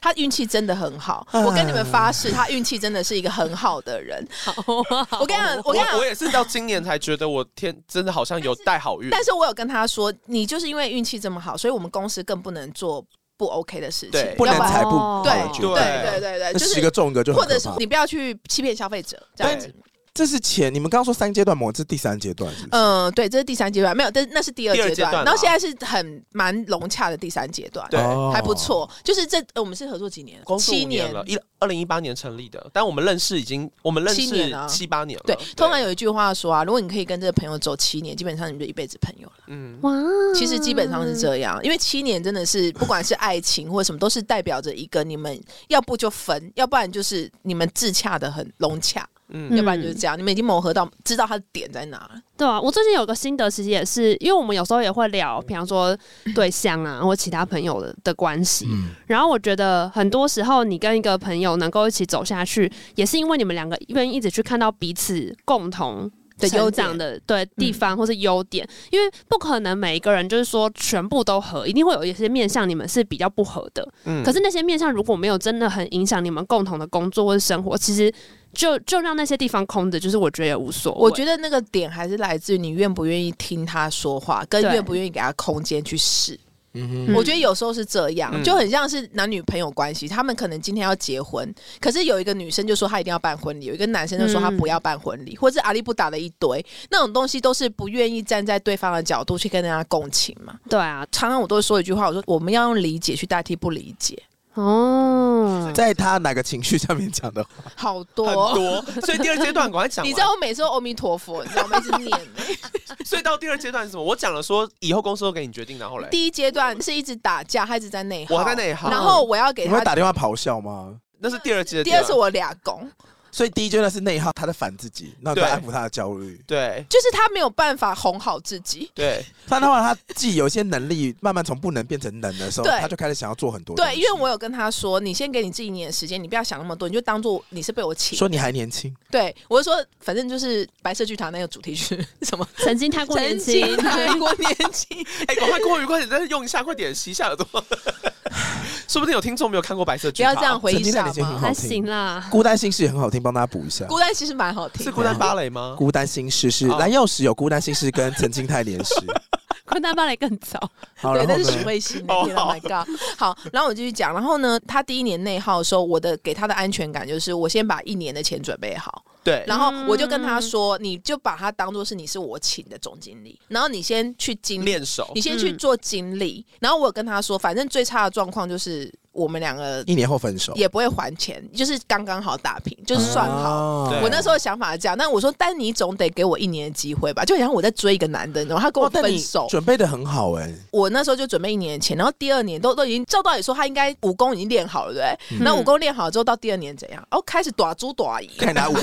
S4: 他运气真的很好，我跟你们发誓，他运气真的是一个很好的人。我跟你讲，我跟你
S3: 我
S4: 讲
S3: 我，也是到今年才觉得我天真的好像有带好运，
S4: 但是我有跟他说，你就是因为运气这么好，所以我们公司更不能做不 OK 的事情
S3: 对，
S1: 不能
S4: 要然
S1: 财不
S2: 哦
S1: 好的决
S4: 对
S1: 定
S3: 对
S4: 对对对对，
S1: 那
S4: 就
S1: 十个
S4: 是
S1: 中一个就很
S4: 或
S1: 可怕
S4: 者是你不要去欺骗消费者这样子。
S1: 这是前你们刚刚说三阶段嘛，这是第三阶段是不是
S4: 嗯，对，这是第三阶段，没有，但是那是第二
S3: 第二
S4: 阶
S3: 阶段
S4: 然后
S3: 啊
S4: 现在是很蛮融洽的第三阶段，
S3: 对
S1: 哦
S4: 还不错。就是这呃我们是合作几年？
S3: 公司
S4: 七
S3: 五年了，嗯一二零一八年成立的，但我们认识已经我们认
S4: 七年啊
S3: 识七八年了，
S4: 对，通常有一句话说啊，如果你可以跟这个朋友走七年，基本上你们就一辈子朋友了。
S3: 嗯，
S2: 哇，
S4: 其实基本上是这样，因为七年真的是不管是爱情或者什么，都是代表着一个你们要不就分，要不然就是你们自洽的很融洽，
S3: 嗯
S4: 要不然就是这样，你们已经磨合到知道他的点在哪了。
S2: 对啊，我最近有个心得，其实也是因为我们有时候也会聊，比方说对象啊，或其他朋友的的关系。
S1: 嗯，
S2: 然后我觉得很多时候，你跟一个朋友能够一起走下去，也是因为你们两个愿意一直去看到彼此共同。的
S4: 成
S2: 优
S4: 长
S2: 长的对地方或是优点，因为不可能每一个人就是说全部都合，一定会有一些面向你们是比较不合的。
S3: 嗯
S2: 可是那些面向如果没有真的很影响你们共同的工作或者生活，其实就就让那些地方空着，就是我觉得也无所谓。
S4: 我觉得那个点还是来自于你愿不愿意听他说话，跟
S2: 对
S4: 愿不愿意给他空间去试。
S1: 嗯
S2: 嗯
S4: 我觉得有时候是这样，
S3: 嗯
S4: 就很像是男女朋友关系，他们可能今天要结婚，可是有一个女生就说她一定要办婚礼，有一个男生就说他不要办婚礼，或是阿里不打的一堆，那种东西都是不愿意站在对方的角度去跟人家共情嘛。
S2: 对啊，
S4: 常常我都会说一句话，我说我们要用理解去代替不理解，
S2: 哦
S4: 嗯
S1: 哼，，在他哪个情绪下面讲的？
S4: 好
S3: 很
S4: 多。
S3: 多，所以第二阶段赶快讲完，
S4: <laughs> 你知道我每次都阿弥陀佛，你知道吗？一直念、
S3: <laughs> 所以到第二阶段是什么？我讲了说以后公司都给你决定，然后嘞，
S4: 第一阶段是一直打架，他一直在内耗，
S3: 我在内耗
S4: 然后我要给
S1: 你
S4: 他
S1: 会打电话咆哮吗？
S3: 那是第二阶段。
S4: 第二次我俩攻，
S1: 所以第一阶段是内耗，他在反自己，那在
S3: 对
S1: 安抚他的焦虑。
S3: 对
S4: 就是他没有办法哄好自己。
S3: 对，
S1: 他的话，他自己有一些能力，慢慢从不能变成能的时候，
S4: 对
S1: 他就开始想要做很多东西。
S4: 对，因为我有跟他说，你先给你自己一年的时间，你不要想那么多，你就当做你是被我请。
S1: 说你还年轻，
S4: 对，我就说，反正就是白色巨塔那个主题曲 <laughs> 什么，
S2: 曾经太过年轻，
S4: 曾经太过年
S1: <laughs>
S4: 轻，
S3: 哎，赶快过于快点，再用一下，快点洗一下耳朵。 <laughs> 说不定有听众没有看过《白色
S4: 不
S3: 巨塔》，
S4: 要这样回
S1: 曾
S4: 忆
S1: 经那
S4: 杀
S1: 年纪很
S4: 嘛。
S1: 好
S2: 还
S1: 听
S2: 行啦。
S1: 《孤单心事》也很好听，帮大家补一下。
S4: 孤单其实蛮好听啊
S3: 是
S4: 的，
S3: 孤单芭蕾吗？
S1: 孤单心事是
S3: 哦
S1: 蓝曜石有孤单心事跟曾经太年
S4: <laughs>
S1: 时，
S2: 昆大芭蕾更早，
S1: 好，
S4: 对，
S1: 然后
S4: 那是许
S1: 呢？
S4: 慧欣的。
S3: 哦
S4: Oh
S1: <laughs>
S4: my god！好，然后我继续讲。然后呢，他第一年内耗的时候，我的给他的安全感就是，我先把一年的钱准备好，
S3: 对，
S4: 然后我就跟
S2: 嗯
S4: 他说，你就把他当做是你是我请的总经理，然后你先去经历，
S3: 练
S1: 哦
S3: 手
S4: 你先去
S2: 嗯
S4: 做经理。然后我有跟他说，反正最差的状况就是我们两个
S1: 一年后分手，
S4: 也不会还钱，就是刚刚好打平，就是算好。
S1: 哦
S3: 对
S4: 我那时候想法是这样，但我说，但你总得给我一年的机会吧，就好像我在追一个男的，然后他跟我
S1: 哦，但
S4: 分
S1: 你
S4: 手，
S1: 准备的很好哎、
S4: <laughs> 我那时候就准备一年的钱，然后第二年都都已经照道理说他应该武功已经练好了，对不
S1: 嗯
S4: 对？那、武功练好之后，到第二年怎样？哦，开始打猪打姨，
S1: 可以拿武功，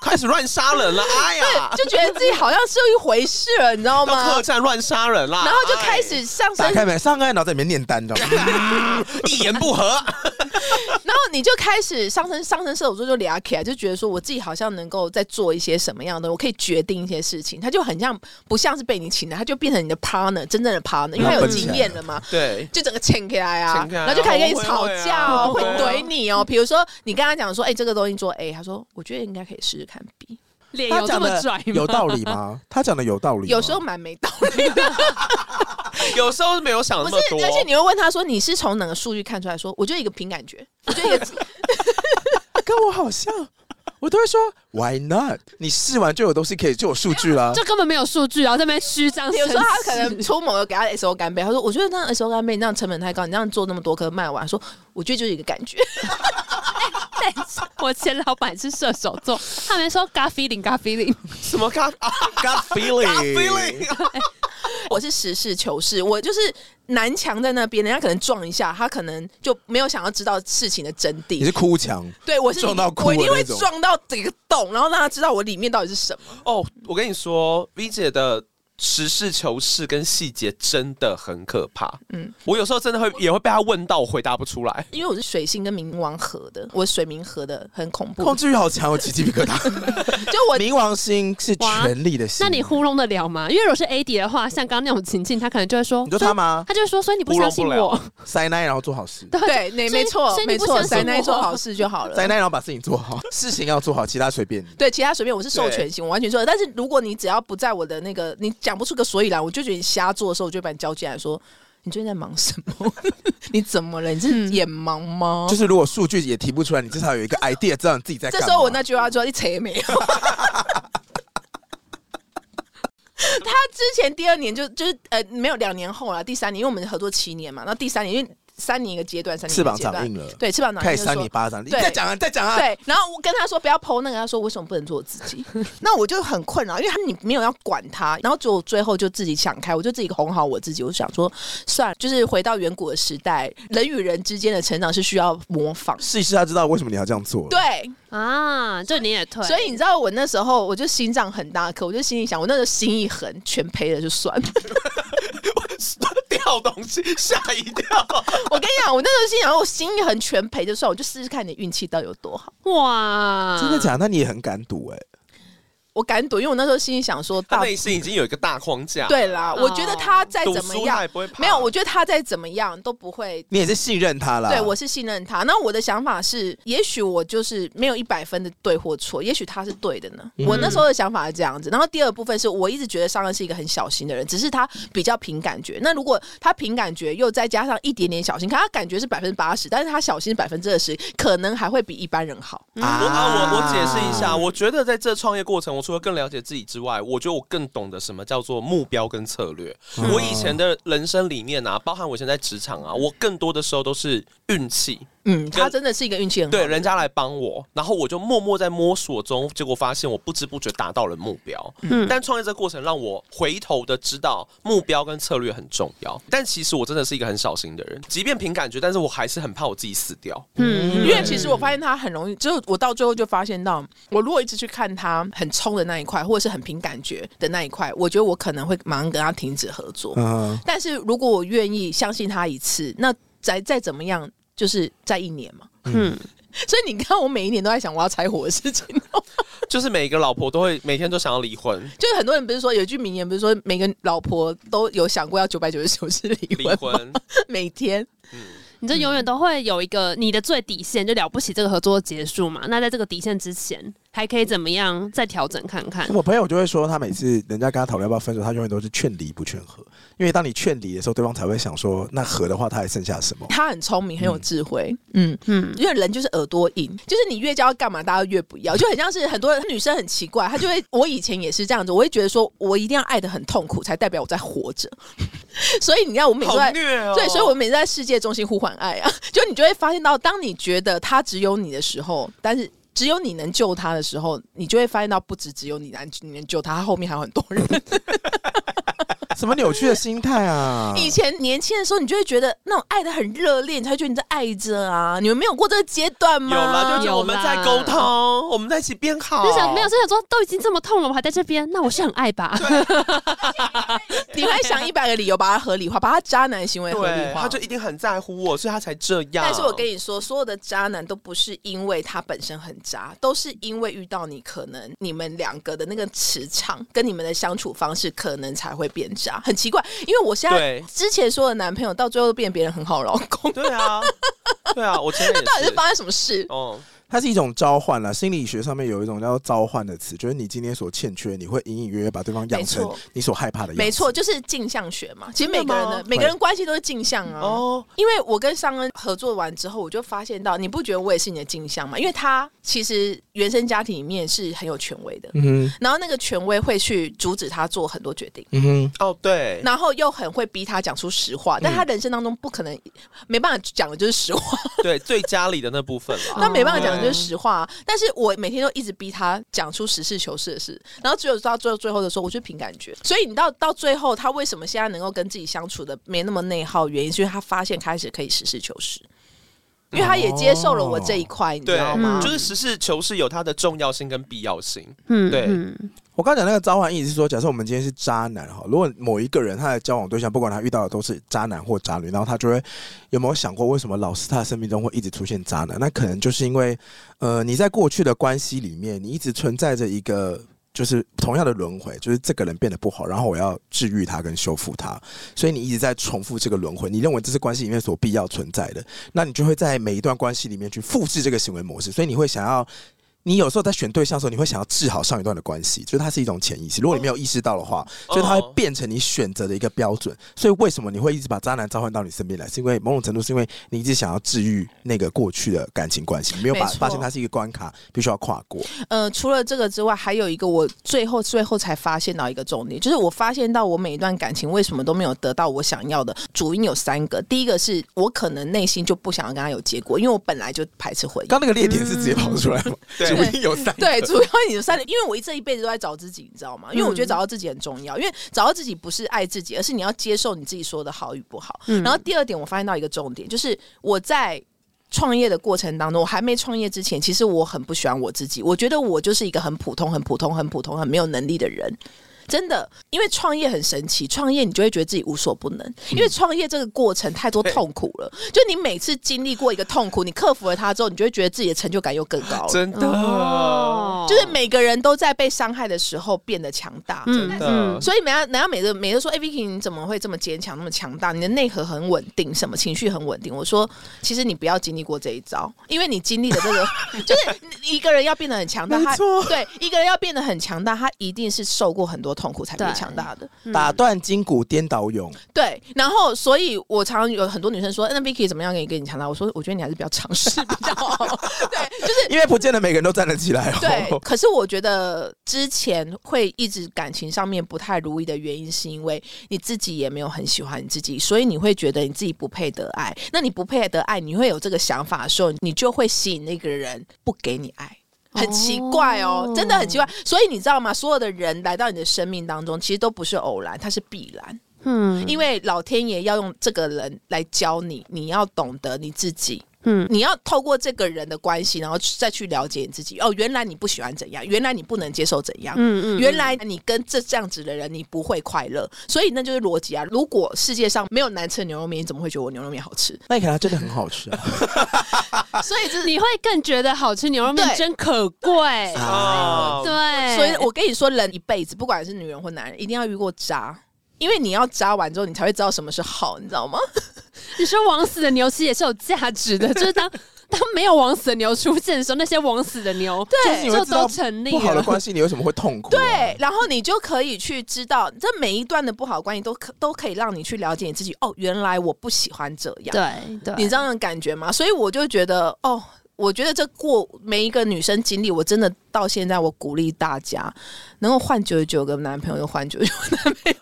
S3: 开始乱杀人
S4: <laughs>
S3: 了，哎呀，
S4: 就觉得自己好像是一回事了，你知道
S1: <laughs>
S3: 到客
S4: 吗？
S3: 栈乱杀人啦，
S4: 然后就
S3: 哎
S4: 开始上升
S1: 啊打，开门，上个脑在里面念
S4: <laughs>
S1: 单的，
S4: 哎
S3: 一言不合，
S4: 然后你就开始上升上升射手座就聊起来，就觉得说我自己好像能够再做一些什么样的，我可以决定一些事情。他就很像不像是被你请的，他就变成你的 partner 真正的 partner，因为他有经验了嘛。
S3: 对，
S4: 就整个请起来啊
S3: 请，起来啊
S4: 然后就开始跟你吵架哦，
S3: 我
S4: 会
S3: 会会啊会啊
S4: 怼你哦。比如说你跟他讲说，哎，这个东西做 A，他说我觉得应该可以试试看 B，
S2: 脸
S1: 他
S2: 有这
S1: 讲
S2: 么
S1: 的
S2: 拽吗？
S1: 有道理吗？他讲的有道理吗，
S3: 啊
S4: 有时候蛮没道理
S3: <laughs>
S4: 的。
S3: 有时候没有想那
S4: 不是
S3: 么多，，
S4: 而且你会问他说，你是从哪个数据看出来说？我就一个凭感觉，我就一个
S1: 跟我好像，我都会说 Why not？你试完就有东西可以就有数据
S4: <laughs>
S1: 啦。
S2: 就根本没有数据，然后在那边虚张
S4: 比
S2: 声
S4: 如
S2: 势。
S4: 说他可能出某个给他 S O 干杯，他说我觉得那 S O 干杯你这样成本太高，你这样做那么多颗卖完，说我觉得就是一个感觉，
S2: <laughs> 等一下，我前老板是射手座，他们说嘎 feeling 嘎 feeling，
S3: 什么啊咖
S4: <laughs>
S1: Gut feeling，
S4: <laughs> 我是实事求是，我就是南墙在那边，人家可能撞一下，他可能就没有想要知道事情的真
S1: 你
S4: 谛
S1: 是。哭墙，
S4: 对，我是
S1: 撞到哭
S4: 我一定
S1: 的
S4: 会
S1: 那种
S4: 撞到整个洞，然后让他知道我里面到底是什么。
S3: 哦，我跟你说，V 姐的实事求是跟细节真的很可怕。嗯
S4: 嗯，
S3: 我有时候真的会也会被她问到，我回答不出来。 <laughs>
S4: 因为我是水星跟冥王合的，我水冥合的很恐怖
S1: 控。制欲好强，我起鸡皮疙瘩。
S4: 就 <laughs> 我
S1: 冥王星是权力的星，
S2: 那你糊弄得了吗？因为如果是 A D 的话，像刚刚那种情境，他可能就会说，
S1: 你就他吗？
S2: 他就会说，所以你不相信
S3: 糊弄不
S2: 我，
S1: 塞奶然后做好事，
S4: 对，没
S2: 所以
S4: 没错
S2: 所以，你
S4: 没
S2: 不
S4: 错，
S2: 相信
S4: 塞奶
S2: 我
S4: 做好事就好了。
S1: 塞奶然后把事情做
S4: <laughs>
S1: 好，事情要做好，其他随便你。
S4: 对，其他随便，我是授权型，我完全说。但是如果你只要不在我的那个，你讲不出个所以然，我就觉得你瞎做的时候，我就把你叫进来说：“你最近在忙什么？ <laughs> 你怎么了？你是眼盲吗？”
S1: 就是如果数据也提不出来，你至少有一个 idea，知道你自己在
S4: 这
S1: 干嘛。
S4: 时候我那句话说：“一扯也没有。” <laughs> 他之前第二年就就是呃没有两年后啦，第三年，因为我们合作七年嘛，然后第三年因为三年一个阶段，三年一
S1: 翅
S4: 个
S1: 膀
S4: 阶
S1: 长
S4: 段，
S1: 硬了，
S4: 对，翅膀长硬
S1: 开
S4: 就
S1: 始
S4: 是
S1: 扇
S4: 说
S1: 你巴掌，你
S4: 对
S1: 再讲啊，你再
S4: <laughs>
S1: 讲啊。
S4: 对，然后我跟他说不要剖那个，他说为什么不能做我自己？ <laughs> 那我就很困扰，因为他你没有要管他，然后就我最后就自己想开，我就自己哄好我自己，我就想说算了，就是回到远古的时代，人与人之间的成长是需要模仿。
S1: 试一试，他知道为什么你要这样做。，
S4: 对，
S2: 啊，就你也退，
S4: 所以你知道我那时候我就心脏很大颗，我就心里想，我那时候心一横，全赔了就算 <laughs> 了。
S3: 掉东西，吓一
S4: <laughs>
S3: 跳。
S4: 我跟你讲，我那时候心想，我心一横全赔就算，我就试试看你运气到底有多好。
S2: 哇，
S4: 啊
S1: 真的假的？那你也很敢赌哎。
S4: 我敢赌，因为我那时候心里想说，
S3: 她
S4: 大
S3: 内心已经有一个大框架，，
S4: 对啦，我觉得他再
S3: 赌
S4: 怎么
S3: 输
S4: 样
S3: 她也，不会怕。
S4: 没有，我觉得他再怎么样都不会。
S1: 你也是信任他啦。
S4: 对，我是信任他。那我的想法是，也许我就是没有一百分的对或错，也许他是对的呢。
S1: 嗯
S4: 我那时候的想法是这样子。然后第二部分是我一直觉得商恩是一个很小心的人，只是他比较凭感觉。那如果他凭感觉，又再加上一点点小心，可他感觉是百分之八十，但是他小心百分之二十，可能还会比一般人好。
S3: 我啊，我我解释一下，我觉得在这创业过程，我除了更了解自己之外，我觉得我更懂得什么叫做目标跟策略。
S1: 嗯
S3: 我以前的人生理念啊，包含我以前在职场啊，我更多的时候都是运气，
S4: 嗯，他
S3: 跟
S4: 真的是一个运气很好。
S3: 对，人家来帮我，然后我就默默在摸索中，结果发现我不知不觉达到了目标。
S2: 嗯
S3: 但创业这个过程让我回头的知道目标跟策略很重要。但其实我真的是一个很小心的人，即便凭感觉，但是我还是很怕我自己死掉。
S2: 嗯
S4: 因为其实我发现他很容易，就是我到最后就发现到，我如果一直去看他很冲的那一块，或者是很凭感觉的那一块，我觉得我可能会马上跟他停止合作。
S1: 嗯，
S4: 但是如果我愿意相信他一次，那再再怎么样，就是在一年嘛。 <laughs>
S2: 嗯，
S4: 所以你看，我每一年都在想我要拆伙的事情， <laughs>
S3: 就是每个老婆都会每天都想要离婚，
S4: 就是很多人不是说有一句名言，不是说每个老婆都有想过要九百九十九次离
S3: 离
S4: 婚，
S3: 婚。
S4: 每天
S2: 你就永远都会有一个你的最底线，就了不起这个合作结束嘛。那在这个底线之前，还可以怎么样再调整看看？
S1: 我朋友就会说，他每次人家跟他讨论要不要分手，他永远都是劝离不劝和，因为当你劝离的时候，对方才会想说，那和的话，他还剩下
S4: <laughs>
S1: 什么？
S4: 他很聪明，很有智慧，嗯
S2: 嗯，
S4: 因为人就是耳朵硬，就是你越教他干嘛，大家越不要，就很像是很多女生很奇怪，她就会，我以前也是这样子，我会觉得说我一定要爱的很痛苦，才代表我在活着， <laughs> 所以你知道我每次
S3: 好
S4: 都在。
S3: 虐哦！
S4: 对，所以我每次在世界中心呼唤爱啊， <laughs> 就你就会发现到，当你觉得他只有你的时候，但是只有你能救他的时候，你就会发现到，不止只有你能你能救他，他后面还有很多
S3: <laughs>
S4: 人。！
S3: 嗯
S1: 什么扭曲的心态啊
S4: <laughs> 以前年轻的时候，你就会觉得那种爱的很热烈，你才会觉得你在爱着啊。你们没有过这个阶段吗？
S3: 有啦，
S2: 有
S3: 就是我们在
S2: 啦
S3: 沟通，我们在一起变好。
S2: 就想没有，就想说都已经这么痛了，我还在这边，那我是很爱吧？
S4: <laughs>
S3: <laughs>
S4: 你会想一百个理由把它合理化，把他渣男行为合
S3: 对
S4: 理，化。
S3: 他就啊一定很在乎我，所以他才这样。
S4: 但是我跟你说，所有的渣男都不是因为他本身很渣，都是因为遇到你，可能你们两个的那个磁场跟你们的相处方式，可能才会变渣。很奇怪，因为我现在
S3: 对
S4: 之前说的男朋友，到最后都变别人很好的老公，
S3: 对啊，对啊，我前面也
S4: 到底是
S3: 是
S4: 发生什么事？
S3: 哦，
S1: 它是一种召唤啦，心理学上面有一种叫召唤的词，就是你今天所欠缺，你会隐隐约约把对方养
S4: 没
S1: 成
S4: 错
S1: 你所害怕的样子。
S4: 没错，，就是镜像学嘛。其实每
S3: 真的
S4: 个人
S3: 吗
S4: 的每个人关系都是镜像啊。
S3: 哦，
S4: 因为我跟尚恩合作完之后，我就发现到，你不觉得我也是你的镜像吗？因为他其实原生家庭里面是很有权威的，
S1: 嗯哼，
S4: 然后那个权威会去阻止他做很多决定，
S1: 嗯哼，
S3: 哦，对，
S4: 然后又很会逼他讲出实话，但他人生当中不可能没办法讲的就是实话，
S3: 对，最家里的那部分啦。
S4: <laughs> 他没办法讲的讲
S3: 哦
S4: 就是实话、啊。但是我每天都一直逼他讲出实事求是的事，然后只有到最后最后的时候，我就凭感觉。所以你到到最后，他为什么现在能够跟自己相处的没那么内耗？原因是因为他发现开始可以实事求是，因为他也接受了我这一块，你知
S3: 哦对
S4: 道
S2: 嗯
S4: 吗？
S3: 就是实事求是有它的重要性跟必要性。
S2: <laughs> 嗯，
S3: 对
S2: 嗯
S1: 我刚刚讲那个召唤意思是说，假设我们今天是渣男哈，如果某一个人他的交往对象，不管他遇到的都是渣男或渣女，然后他就会有没有想过，为什么老是他的生命中会一直出现渣男？那可能就是因为，呃，你在过去的关系里面，你一直存在着一个就是同样的轮回，就是这个人变得不好，然后我要治愈他跟修复他，所以你一直在重复这个轮回。你认为这是关系里面所必要存在的，那你就会在每一段关系里面去复制这个行为模式，所以你会想要你有时候在选对象的时候，你会想要治好上一段的关系，就是它是一种潜意识。如果你没有意识到的话，所以它会变成你选择的一个标准。所以为什么你会一直把渣男召唤到你身边来？是因为某种程度是因为你一直想要治愈那个过去的感情关系，你没有把
S4: 没错
S1: 发现它是一个关卡，必须要跨过。
S4: 呃，除了这个之外，还有一个我最后最后才发现到一个重点，就是我发现到我每一段感情为什么都没有得到我想要的，主因有三个。第一个是我可能内心就不想要跟他有结果，因为我本来就排斥婚姻。
S1: 刚那个列点是直接跑出来吗？
S3: 对
S1: 主因有三个
S4: 嗯
S1: 嗯
S4: 对，主要有三点，因为我这一辈子都在找自己，你知道吗？因为我觉得找到自己很重要，因为找到自己不是爱自己，而是你要接受你自己说的好与不好。
S2: 嗯
S4: 然后第二点，我发现到一个重点，就是我在。创业的过程当中，我还没创业之前，其实我很不喜欢我自己。我觉得我就是一个很普通、很普通、很普通、很没有能力的人。真的，因为创业很神奇，创业你就会觉得自己无所不能，因为创业这个过程太多痛苦了。就你每次经历过一个痛苦，你克服了它之后，你就会觉得自己的成就感又更高了。
S3: 真的，
S2: 哦
S4: 就是每个人都在被伤害的时候变得强大。
S2: 嗯嗯
S3: 真的，
S4: 所以每家，人家每个每个说，哎、v i c k y 你怎么会这么坚强，那么强大？你的内核很稳定，什么情绪很稳定？我说，其实你不要经历过这一招，因为你经历的
S2: <laughs>
S4: 这个，就是你一个人要变得很强大，
S1: 没
S4: 他
S1: 错
S4: 对一个人要变得很强大，他一定是受过很多痛苦才变
S2: 对
S4: 强大的。
S2: 嗯
S1: 打断筋骨颠倒泳，
S4: 对，然后所以我常常有很多女生说，哎那 Vicky 怎么样给你跟你强大？我说，我觉得你还是不要尝试比较好。对，就是
S1: 因为不见得每个人都站得起来
S4: 对，
S1: <laughs> 哦。
S4: 可是我觉得之前会一直感情上面不太如意的原因，是因为你自己也没有很喜欢你自己，所以你会觉得你自己不配得爱。那你不配得爱，你会有这个想法的时候，你就会吸引那个人不给你爱。很奇怪哦，
S2: 哦
S4: 真的很奇怪。所以你知道吗？所有的人来到你的生命当中，其实都不是偶然，它是必然。
S2: 嗯
S4: 因为老天爷要用这个人来教你，你要懂得你自己。
S2: 嗯
S4: 你要透过这个人的关系，然后再去了解你自己。哦，原来你不喜欢怎样，原来你不能接受怎样，
S2: 嗯嗯，
S4: 原来你跟这这样子的人你不会快乐，所以那就是逻辑啊。如果世界上没有难吃的牛肉面，你怎么会觉得我牛肉面好吃？
S1: 那可能它真的很好吃
S4: <laughs>
S1: 啊！
S4: 所以这是。
S2: 你会更觉得好吃牛肉面
S4: 对
S2: 真可
S4: <laughs>
S2: 贵，
S4: 哎
S3: 哦，
S2: 对，
S4: 所以我跟你说，人一辈子，不管是女人或男人，一定要遇过渣，因为你要渣完之后，你才会知道什么是好，你知道吗？
S2: 你说枉死的牛其实也是有价值的，就是当当没有枉死的牛出现的时候，那些枉死的牛
S1: 就是你会
S2: 就
S1: 知道
S2: 都成立
S1: 不好的
S2: 了。
S1: 关系，你为什么会痛苦啊？
S4: 对，哎然后你就可以去知道，这每一段的不好关系都可都可以让你去了解你自己。哦，原来我不喜欢这样，
S2: 对对，
S4: 啊你知道那种感觉吗？所以我就觉得，哦，我觉得这过每一个女生经历，我真的到现在，我鼓励大家能够换九十九个男朋友，就换九十九个男朋友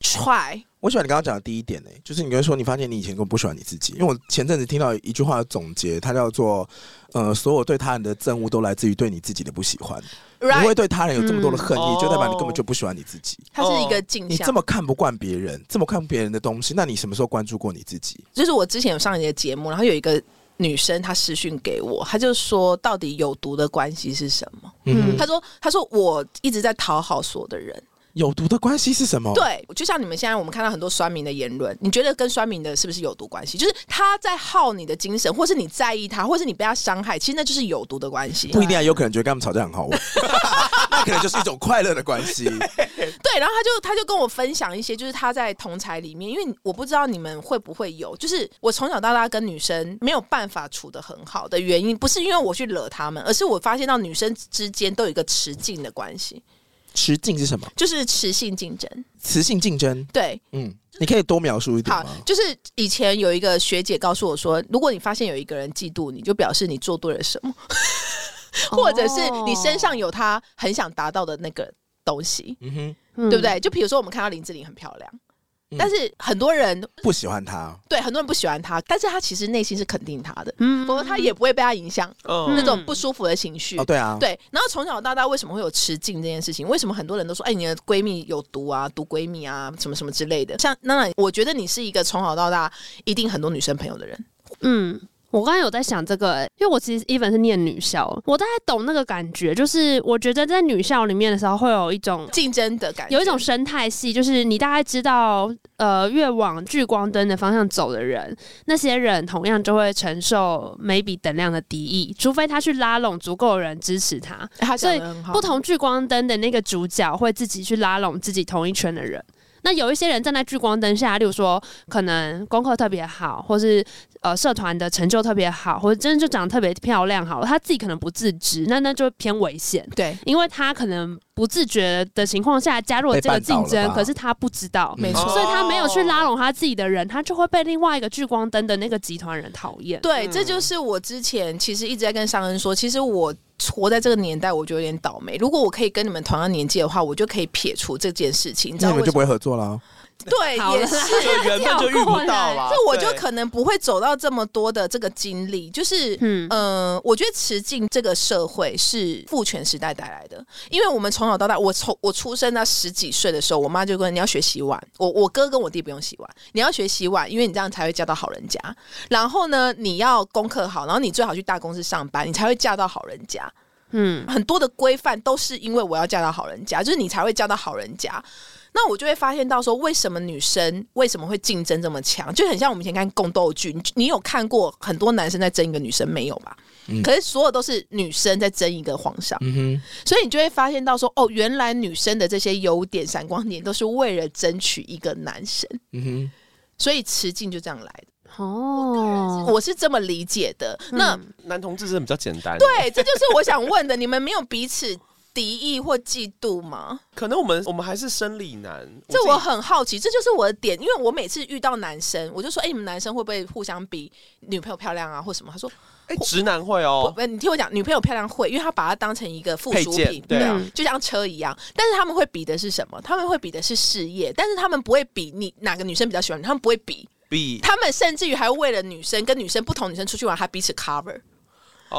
S4: ，try。
S1: 我 <laughs> 喜欢你刚刚讲的第一点呢、就是你跟说你发现你以前根本不喜欢你自己，因为我前阵子听到一句话的总结，它叫做呃，所有对他人的憎恶都来自于对你自己的不喜欢。你会
S4: Right，
S1: 对他人有这么多的恨
S3: 嗯
S1: 意，就代表你
S3: 哦
S1: 根本就不喜欢你自己。
S4: 它是一个镜
S1: 哦你
S4: 像。
S1: 这么看不惯别人，这么看别人的东西，那你什么时候关注过你自己？
S4: 就是我之前有上你的节目，然后有一个女生她私讯给我，她就说到底有毒的关系是什么？
S2: 嗯
S1: 嗯，
S4: 她说她说我一直在讨好所有的人，
S1: 有毒的关系是什么？，
S4: 对，就像你们现在我们看到很多酸民的言论，你觉得跟酸民的是不是有毒关系？就是他在耗你的精神，或是你在意他，或是你被他伤害，其实那就是有毒的关系。
S1: 不一定啊，有可能觉得跟他们吵架很好玩，
S4: <laughs>
S1: 那可能就是一种快乐的关系。
S4: 对，然后他就他就跟我分享一些，就是他在同才里面，因为我不知道你们会不会有，就是我从小到大跟女生没有办法处的很好的原因，不是因为我去惹他们，而是我发现到女生之间都有一个雌竞的关系，
S1: 雌竞是什么？
S4: 就是雌性竞争。
S1: 雌性竞争。
S4: 对，
S1: 嗯，你可以多描述一点
S4: 好
S1: 吗，？
S4: 就是以前有一个学姐告诉我说，如果你发现有一个人嫉妒你，就表示你做对了什么，
S1: 哦
S2: 哦
S4: 或者是你身上有他很想达到的那个东西，
S1: 嗯哼，
S2: 对
S4: 对不？对？就比如说我们看到林志玲很漂亮，
S1: 嗯
S4: 但是很多人
S1: 不喜欢他，
S4: 对很多人不喜欢他，但是他其实内心是肯定他的，
S2: 嗯
S4: 不过他也不会被他影响那
S3: 嗯，
S4: 种不舒服的情绪
S1: 哦，。对啊，
S4: 对，然后从小到大为什么会有吃劲这件事情？为什么很多人都说，哎，你的闺蜜有毒啊，毒闺蜜啊，什么什么之类的？像娜娜，我觉得你是一个从小到大一定很多女生朋友的人，
S2: 嗯。我刚刚有在想这个、因为我其实 even 是念女校，我大概懂那个感觉，就是我觉得在女校里面的时候，会有一种
S4: 竞争的感觉，
S2: 有一种生态系，就是你大概知道，呃，越往聚光灯的方向走的人，那些人同样就会承受 maybe 等量的敌意，除非他去拉拢足够的人支持他。
S4: 他
S2: 啊所
S4: 讲
S2: 以
S4: 得很好，
S2: 不同聚光灯的那个主角会自己去拉拢自己同一圈的人。那有一些人站在聚光灯下，例如说可能功课特别好，或是呃社团的成就特别好，或者真的就长得特别漂亮好了，他自己可能不自知，那那就偏危险。
S4: 对，
S2: 因为他可能不自觉的情况下加入了这个竞
S1: 被绊倒了
S2: 争，
S1: 吧
S2: 可是他不知道，
S1: 没
S4: 错
S2: 所以他没有去拉拢他自己的人，他就会被另外一个聚光灯的那个集团人讨厌。
S4: 对，
S1: 嗯
S4: 这就是我之前其实一直在跟尚恩说，其实我活在这个年代，我就有点倒霉。如果我可以跟你们同样年纪的话，我就可以撇除这件事情，你知
S1: 那你
S4: 道
S1: 们
S4: 为
S1: 就
S4: 什
S1: 不
S4: 么？
S1: 会合作了哦。
S4: 对，
S2: 好了
S4: 也
S2: 啦
S4: 是。
S3: 就缘分就遇不到啦。
S4: 这我就
S3: 对
S4: 可能不会走到这么多的这个经历，就是。
S2: <laughs> 嗯，
S4: 嗯、我觉得持进这个社会是父权时代带来的，因为我们从小到大，我从我出生到啊十几岁的时候，我妈就跟我你要学洗碗，我我哥跟我弟不用洗碗，你要学洗碗，因为你这样才会嫁到好人家。然后呢，你要功课好，然后你最好去大公司上班，你才会嫁到好人家。
S2: 嗯，
S4: 很多的规范都是因为我要嫁到好人家，就是你才会嫁到好人家。那我就会发现到说，为什么女生为什么会竞争这么强，就很像我们以前看宫斗剧，你你有看过很多男生在争一个女生没有吧？
S1: 嗯
S4: 可是所有都是女生在争一个皇上，
S1: 嗯
S4: 所以你就会发现到说，哦，原来女生的这些优点、闪光点都是为了争取一个男生，
S1: 哼，嗯哼，
S4: 所以雌竞就这样来的。
S2: 哦，
S4: 我是这么理解的。那
S2: 嗯
S3: 男同志真的比较简单。，
S4: 对，这就是我想问的，你们没有彼此敌意或嫉妒吗？
S3: 可能我们我们还是生理男。
S4: 这我
S3: 自己
S4: 很好奇，这就是我的点，因为我每次遇到男生，我就说：“哎、你们男生会不会互相比女朋友漂亮啊，或什么？”他说
S3: 哎直男会：“
S4: 我
S3: 哦，
S4: 不，你听我讲，女朋友漂亮会，因为他把它当成一个附属
S3: 配
S4: 品嗯
S3: 件，对
S2: 啊
S4: 就像车一样。但是他们会比的是什么？他们会比的是事业，但是他们不会比你哪个女生比较喜欢你，他们不会比，
S3: 比
S4: 他们甚至于还为了女生跟女生不同女生出去玩，还彼此 cover。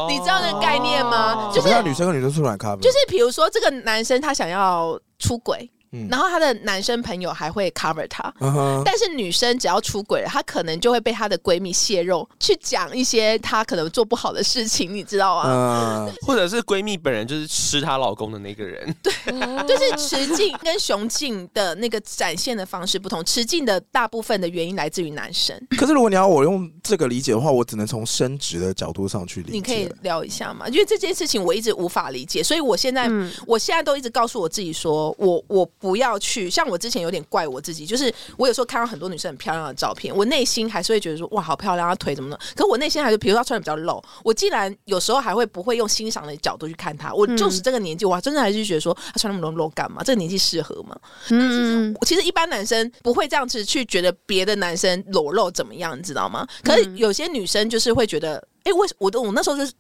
S4: 你知道那个概念吗
S3: 哦
S4: 就
S1: 什么
S4: 是
S1: 叫女生跟女生出来 cover？
S4: 就是比如说，这个男生他想要出轨，
S1: 嗯
S4: 然后他的男生朋友还会 cover 他，
S1: 嗯哼，
S4: 但是女生只要出轨了，她可能就会被她的闺蜜泄露，去讲一些她可能做不好的事情，你知道吗？
S1: 嗯，
S3: 或者是闺蜜本人就是吃她老公的那个人。
S1: 嗯
S4: 就是池静跟雄静的那个展现的方式不同，池静的大部分的原因来自于男生，
S1: 可是如果你要我用这个理解的话，我只能从生殖的角度上去理解。
S4: 你可以聊一下吗？因为这件事情我一直无法理解，所以我现在、
S2: 嗯
S4: 我现在都一直告诉我自己说，我我不要去。像我之前有点怪我自己，就是我有时候看到很多女生很漂亮的照片，我内心还是会觉得说，哇，好漂亮啊，腿怎么的？可我内心还是，比如说她穿的比较露，我竟然有时候还会不会用欣赏的角度去看她。我
S2: 嗯
S4: 就是这个年纪，我还真的还是觉得说，她穿那么露干嘛？这个年纪适合吗？
S2: 嗯，嗯
S4: 我其实一般男生不会这样子去觉得别的男生裸露怎么样，你知道吗？可是有些女生就是会觉得，哎、为什我都我那时候就是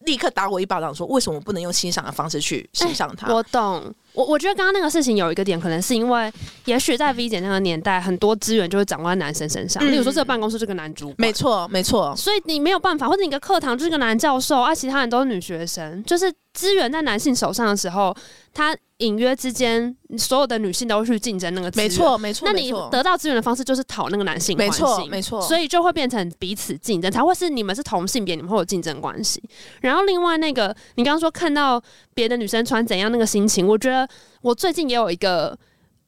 S4: 立刻打我一巴掌，说为什么我不能用欣赏的方式去欣赏他？
S2: 我懂。我我觉得刚刚那个事情有一个点，可能是因为，也许在 V 姐那个年代，很多资源就会掌握在男生身上。
S4: 嗯
S2: 例如说，这个办公室这个男主管，
S4: 没错，没错，
S2: 所以你没有办法，或者你个课堂就是个男教授啊，其他人都是女学生，就是资源在男性手上的时候，他隐约之间所有的女性都去竞争那个资源。
S4: 没，错，没错。
S2: 那
S4: 没
S2: 你
S4: 错
S2: 得到资源的方式就是讨那个男性
S4: 没
S2: 欢
S4: 错，
S2: 心
S4: 没错。
S2: 所
S4: 以
S2: 以就会变成彼此竞争，才会是你们是同性别，你们会有竞争关系。然后另外那个，你刚刚说看到别的女生穿怎样那个心情，我觉得我最近也有一个，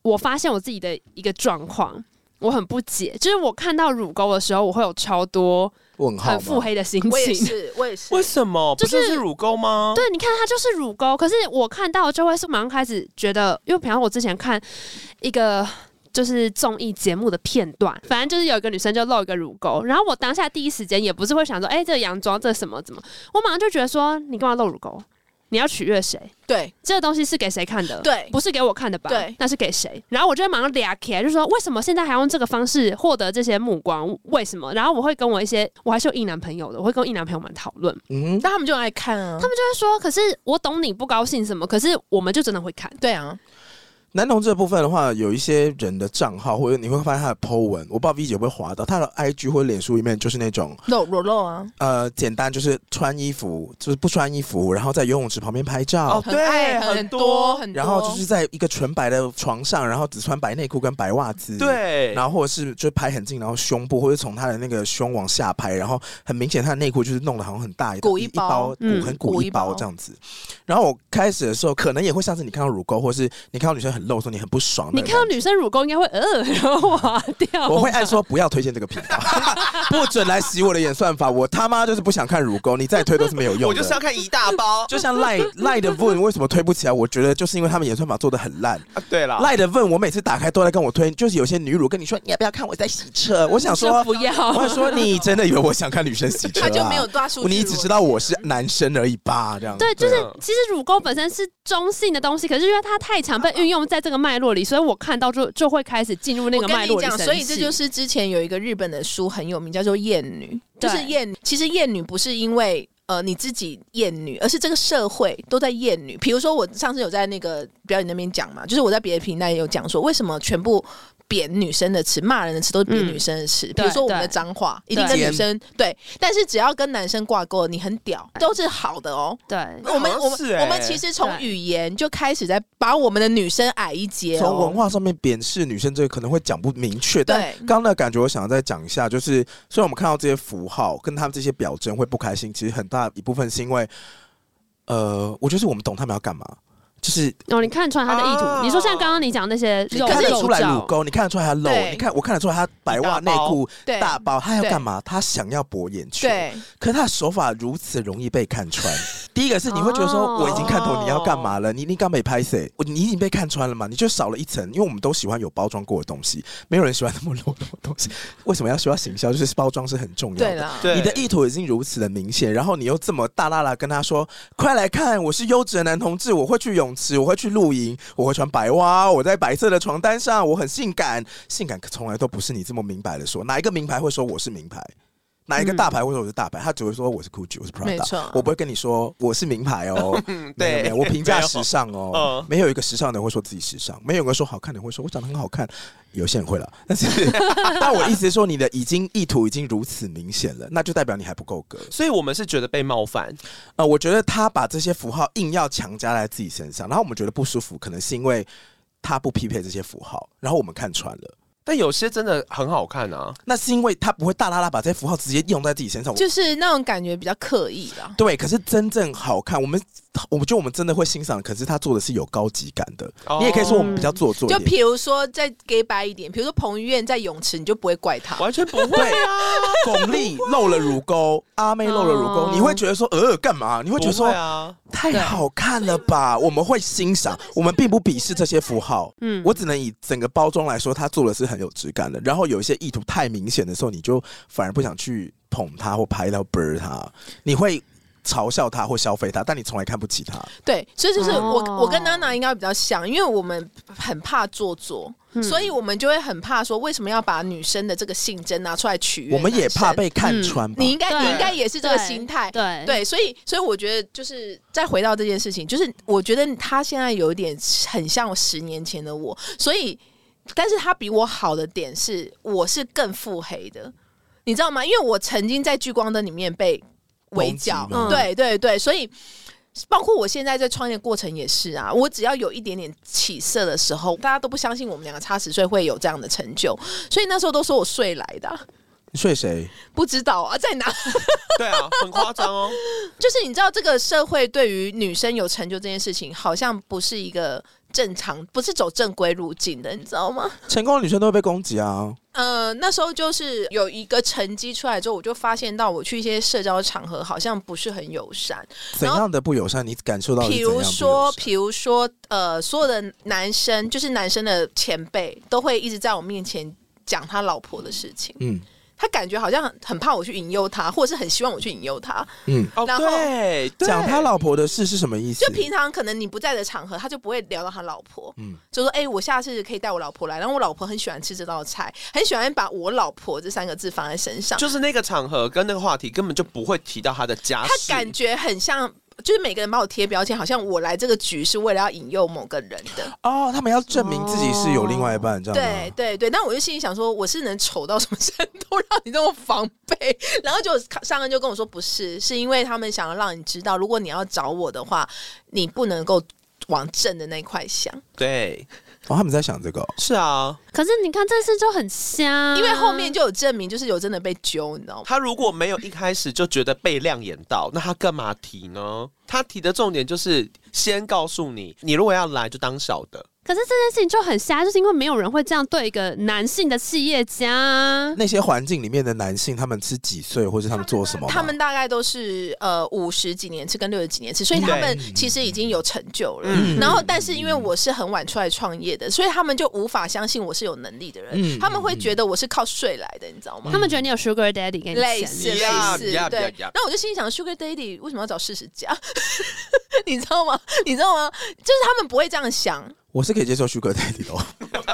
S2: 我发现我自己的一个状况，我很不解，就是我看到乳沟的时候，我会有超多
S1: 问号
S2: 很
S1: 吗
S2: 腹黑的心
S4: 我也
S2: 情。
S4: 是， <laughs> 我也是
S3: 为。什么？
S2: 就
S3: 不
S2: 是
S3: 就是乳沟吗？
S2: 对，你看它就是乳沟，可是我看到就会是马上开始觉得，因为比方我之前看一个。就是综艺节目的片段，反正就是有一个女生就露一个乳沟，然后我当下第一时间也不是会想说，哎、这个洋装这什么怎么，我马上就觉得说，你干嘛露乳沟？你要取悦谁？
S4: 对
S2: 这个东西是给谁看的？
S4: 对
S2: 不是给我看的吧？
S4: 对
S2: 那是给谁？然后我就会马上俩起来，就说为什么现在还用这个方式获得这些目光？为什么？然后我会跟我一些，我还是有异男朋友的，我会跟异男朋友们讨论，
S1: 嗯，
S4: 那他们就爱看啊，他们
S2: 他说：“可是我懂你不高兴什么，可是我们就真的会看。
S4: 对啊，
S1: 男同志的部分的话，有一些人的账号，或者你会发现他的 po 文，我不知道 V 姐会不会滑到他的 IG 或脸书里面，就是那种
S4: 肉裸露啊，
S1: 呃，简单就是穿衣服，就是不穿衣服，然后在游泳池旁边拍照，
S3: 哦
S4: 很
S3: 对
S4: 爱
S3: 很
S4: 很
S3: 多
S4: 很多，
S1: 然后就是在一个纯白的床上，然后只穿白内裤跟白袜子，。
S3: 对，
S1: 然后或者是就拍很近，然后胸部或者从他的那个胸往下拍，然后很明显他的内裤就是弄得好像很大一
S4: 鼓
S1: 一
S4: 一
S1: 包
S4: 包，
S1: 鼓
S2: 嗯
S1: 很鼓
S4: 鼓
S1: 一
S4: 一包
S1: 包这样子。然后我开始的时候，可能也会像是你看到乳沟，或是你看到女生很露的时候，你很不爽的
S2: 你
S1: 感
S2: 看
S1: 觉。
S2: 到女生乳沟应该会呃， <laughs> 然后滑掉。
S1: 我会按说不要推荐这个频道， <laughs> 不准来洗我的演算法。我他妈就是不想看乳沟，你再推都是没有用的。
S3: 我就是要看一大
S1: <laughs>
S3: 包。
S1: 就像赖赖的 Vun 为什么推不起来？我觉得就是因为他们演算法做的很烂。
S3: 啊对了，
S1: 赖的 Vun 我每次打开都在跟我推，就是有些女乳跟你说你要不要看我在洗车？
S4: <laughs>
S1: 我想
S2: 就
S1: 说，
S2: 不要，
S1: 我想说你真的以为我想看女生洗车、啊？
S4: 他就没有抓数据，
S1: 你只知道我是男生而已吧？这样
S2: 对，就是
S3: 对啊
S2: 其实乳沟本身是中性的东西，可是因为它太
S1: <laughs>
S2: 常被运用在这个脉络里，所以我看到就就会开始进入那
S4: 我
S2: 个
S4: 跟
S2: 脉
S4: 你
S2: 络里
S4: 讲，
S2: 生气。
S4: 所以这就是之前有一个日本的书很有名，叫做《厌女》，就是
S2: 对
S4: 厌女。其实厌女不是因为。呃，你自己厌女，而是这个社会都在厌女。比如说，我上次有在那个表演那边讲嘛，就是我在别的平台也有讲说，为什么全部贬女生的词、骂人的词都是贬
S2: 嗯
S4: 女生的词。比
S2: 对
S4: 如说我们
S2: 对
S4: 的脏话，一定跟
S1: 对
S4: 女生对，但是只要跟男生挂钩，你很屌，都是好的哦。
S2: 对，
S3: 那
S4: 我们
S3: 好像
S4: 我们、
S3: 是欸
S4: 我们其实从
S2: 对
S4: 语言就开始在把我们的女生矮一截、哦，
S1: 啊从文化上面贬视女生这个可能会讲不明确，但
S4: 对
S1: 刚刚的感觉我想要再讲一下，就是虽然我们看到这些符号跟他们这些表征会不开心，其实很大一部分是因为，呃，我就是我们懂他们要干嘛，就是
S2: 哦，你看穿他的意
S3: 啊
S2: 图。你说像刚刚你讲那些肉
S1: 看得出来乳
S2: 肉照，
S1: 沟，你看得出来他露，
S4: 对
S1: 你看我看得出来他白袜
S3: 一
S1: 内
S3: 大包
S1: 裤
S4: 对
S1: 大包，他要干嘛？他想要博眼球，
S4: 对。
S1: 可他的手法如此容易被看
S4: <laughs>
S1: 穿。第一个是你会觉得说
S2: 哦
S1: 我已经看懂你要干嘛了，你你刚没拍谁，我你已经被看穿了嘛，你就少了一层，因为我们都喜欢有包装过的东西，没有人喜欢那么裸露的东西。为什么要需要行销？就是包装是很重要
S4: 对
S1: 的。
S4: 啦，
S3: 对
S1: 你的意图已经如此的明显，然后你又这么大啦啦跟他说：“快来看，我是优质的男同志，我会去泳池，我会去露营，我会穿白袜，我在白色的床单上，我很性感。性感从来都不是你这么明白的说，哪一个名牌会说我是名牌？哪一个大牌会说我是大牌？他只会说我是 Gucci，我是
S4: 没
S1: Prada，
S4: 错
S1: 我不会跟你说我是名牌哦。
S3: 嗯
S1: 没有没
S3: 对，
S1: 有我评价时尚哦
S3: 嗯，
S1: 没有一个时尚的人会说自己时尚，没有一个说好看的人会说我长得很好看，有些人会了， <laughs> 但是但我的意思是说，你的已经意图已经如此明显了，那就代表你还不够格。
S3: 所以我们是觉得被冒犯，
S1: 呃，我觉得他把这些符号硬要强加在自己身上，然后我们觉得不舒服，可能是因为他不匹配这些符号，然后我们看穿了，
S3: 但有些真的很好看啊。
S1: 那是因为他不会大拉拉把这些符号直接用在自己身上。我
S4: 就是那种感觉比较刻意啦。
S1: 对，可是真正好看，我们我觉得我们真的会欣赏，可是他做的是有高级感的。你也可以说我们比较做作一
S4: 哦就
S1: 点，
S4: 比如说再 gay 白一点，比如说彭于晏在泳池，你就不会怪他。
S3: 完全不会
S1: 对
S3: 啊，
S1: 巩俐露了乳沟，阿妹露了乳沟，
S2: 哦
S1: 你会觉得说呃干嘛？你会觉得
S3: 不
S1: 说
S3: 会啊，
S1: 太好看了吧？我们会欣赏，我们并不鄙视这些符号。
S2: 嗯，
S1: 我只能以整个包装来说，它做的是很有质感的。然后有一些意图太明显的时候，你就反而不想去捧它或拍到 b 它，你会嘲笑它或消费它，但你从来看不起它。
S4: 对，所以就是我、
S2: 哦
S4: 我跟娜娜应该比较像，因为我们很怕做作，
S2: 嗯
S4: 所以我们就会很怕说为什么要把女生的这个性征拿出来取悦。
S1: 我们也怕。被看穿吧
S4: 你？应该
S2: 对
S4: 你应该也是这个心态。
S2: 对
S4: 对，所以所以我觉得就是再回到这件事情，就是我觉得他现在有一点很像我十年前的我，所以但是他比我好的点是，我是更腹黑的，你知道吗？因为我曾经在聚光灯里面被围剿
S1: 攻击吗，
S4: 对对对，所以。包括我现在在创业过程也是啊，我只要有一点点起色的时候，大家都不相信我们两个差十岁会有这样的成就，所以那时候都说我睡来的啊、
S1: 你睡谁？
S4: 不知道啊，在哪
S3: 对啊，很夸张
S4: <laughs>
S3: 哦。
S4: 就是你知道，这个社会对于女生有成就这件事情，好像不是一个正常，不是走正规路径的，你知道吗？
S1: 成功的女生都会被攻击啊！
S4: 呃，那时候就是有一个成绩出来之后，我就发现到我去一些社交场合好像不是很友善，
S1: 怎样的不友善？你感受到的是
S4: 比
S1: 怎样的
S4: 如
S1: 不友善？
S4: 说，比如说，呃，所有的男生就是男生的前辈都会一直在我面前讲他老婆的事情，
S1: 嗯
S4: 他感觉好像很很怕我去引诱他，或者是很希望我去引诱他，
S1: 嗯，
S3: 哦，
S4: 然后
S3: 对，对
S1: 讲他老婆的事是什么意思？
S4: 就平常可能你不在的场合，他就不会聊到他老婆，
S1: 嗯
S4: 嗯，就说哎、我下次可以带我老婆来，然后我老婆很喜欢吃这道菜，很喜欢把我老婆这三个字放在身上，
S3: 啊就是那个场合跟那个话题根本就不会提到他的家
S4: 他
S3: 事，
S4: 感觉很像。就是每个人把我贴标签，好像我来这个局是为了要引诱某个人的。
S1: 哦，他们要证明自己是有另外一半，这样吗
S4: 哦对对对，但我就心里想说，我是能丑到什么程度让你这么防备？ <laughs> 然后就上恩就跟我说，不是，是因为他们想要让你知道，如果你要找我的话，你不能够往正的那一块想，
S3: 对，
S1: 哦，他们在想这个哦、
S3: 是啊，
S2: 可是你看这次就很瞎，
S4: 因为后
S2: 嗯
S4: 面就有证明，就是有真的被揪，你知道吗？
S3: 他如果没有一开始就觉得被亮眼到，那他干嘛提呢？他提的重点就是先告诉你，你如果要来就当小的，
S2: 可是这件事情就很瞎，就是因为没有人会这样对一个男性的企业家啊。
S1: <laughs> 那些环境里面的男性，他们是几岁，或是他们做什么吗？
S3: 哦
S4: 他们大概都是呃五十几年次跟六十几年次，所以他们其实已经有成就了。
S3: 嗯
S4: 然后，但是因为我是很晚出来创业的，所以他们就无法相信我是有能力的人，
S1: 嗯
S4: 他们会觉得我是靠税来的，你知道吗？
S2: 他们觉得你有 Sugar Daddy 给你
S4: 类
S2: 钱，
S4: 似
S3: 嗯
S4: 类
S3: Yeah,
S4: 似
S3: yeah,
S4: 对
S3: yeah, yeah.。
S4: 那我就心里想，Sugar Daddy 为什么要找事实家？ <laughs> 你知道吗？你知道吗？就是他们不会这样想，
S1: 我是可以接受 Sugar Daddy 的、哦，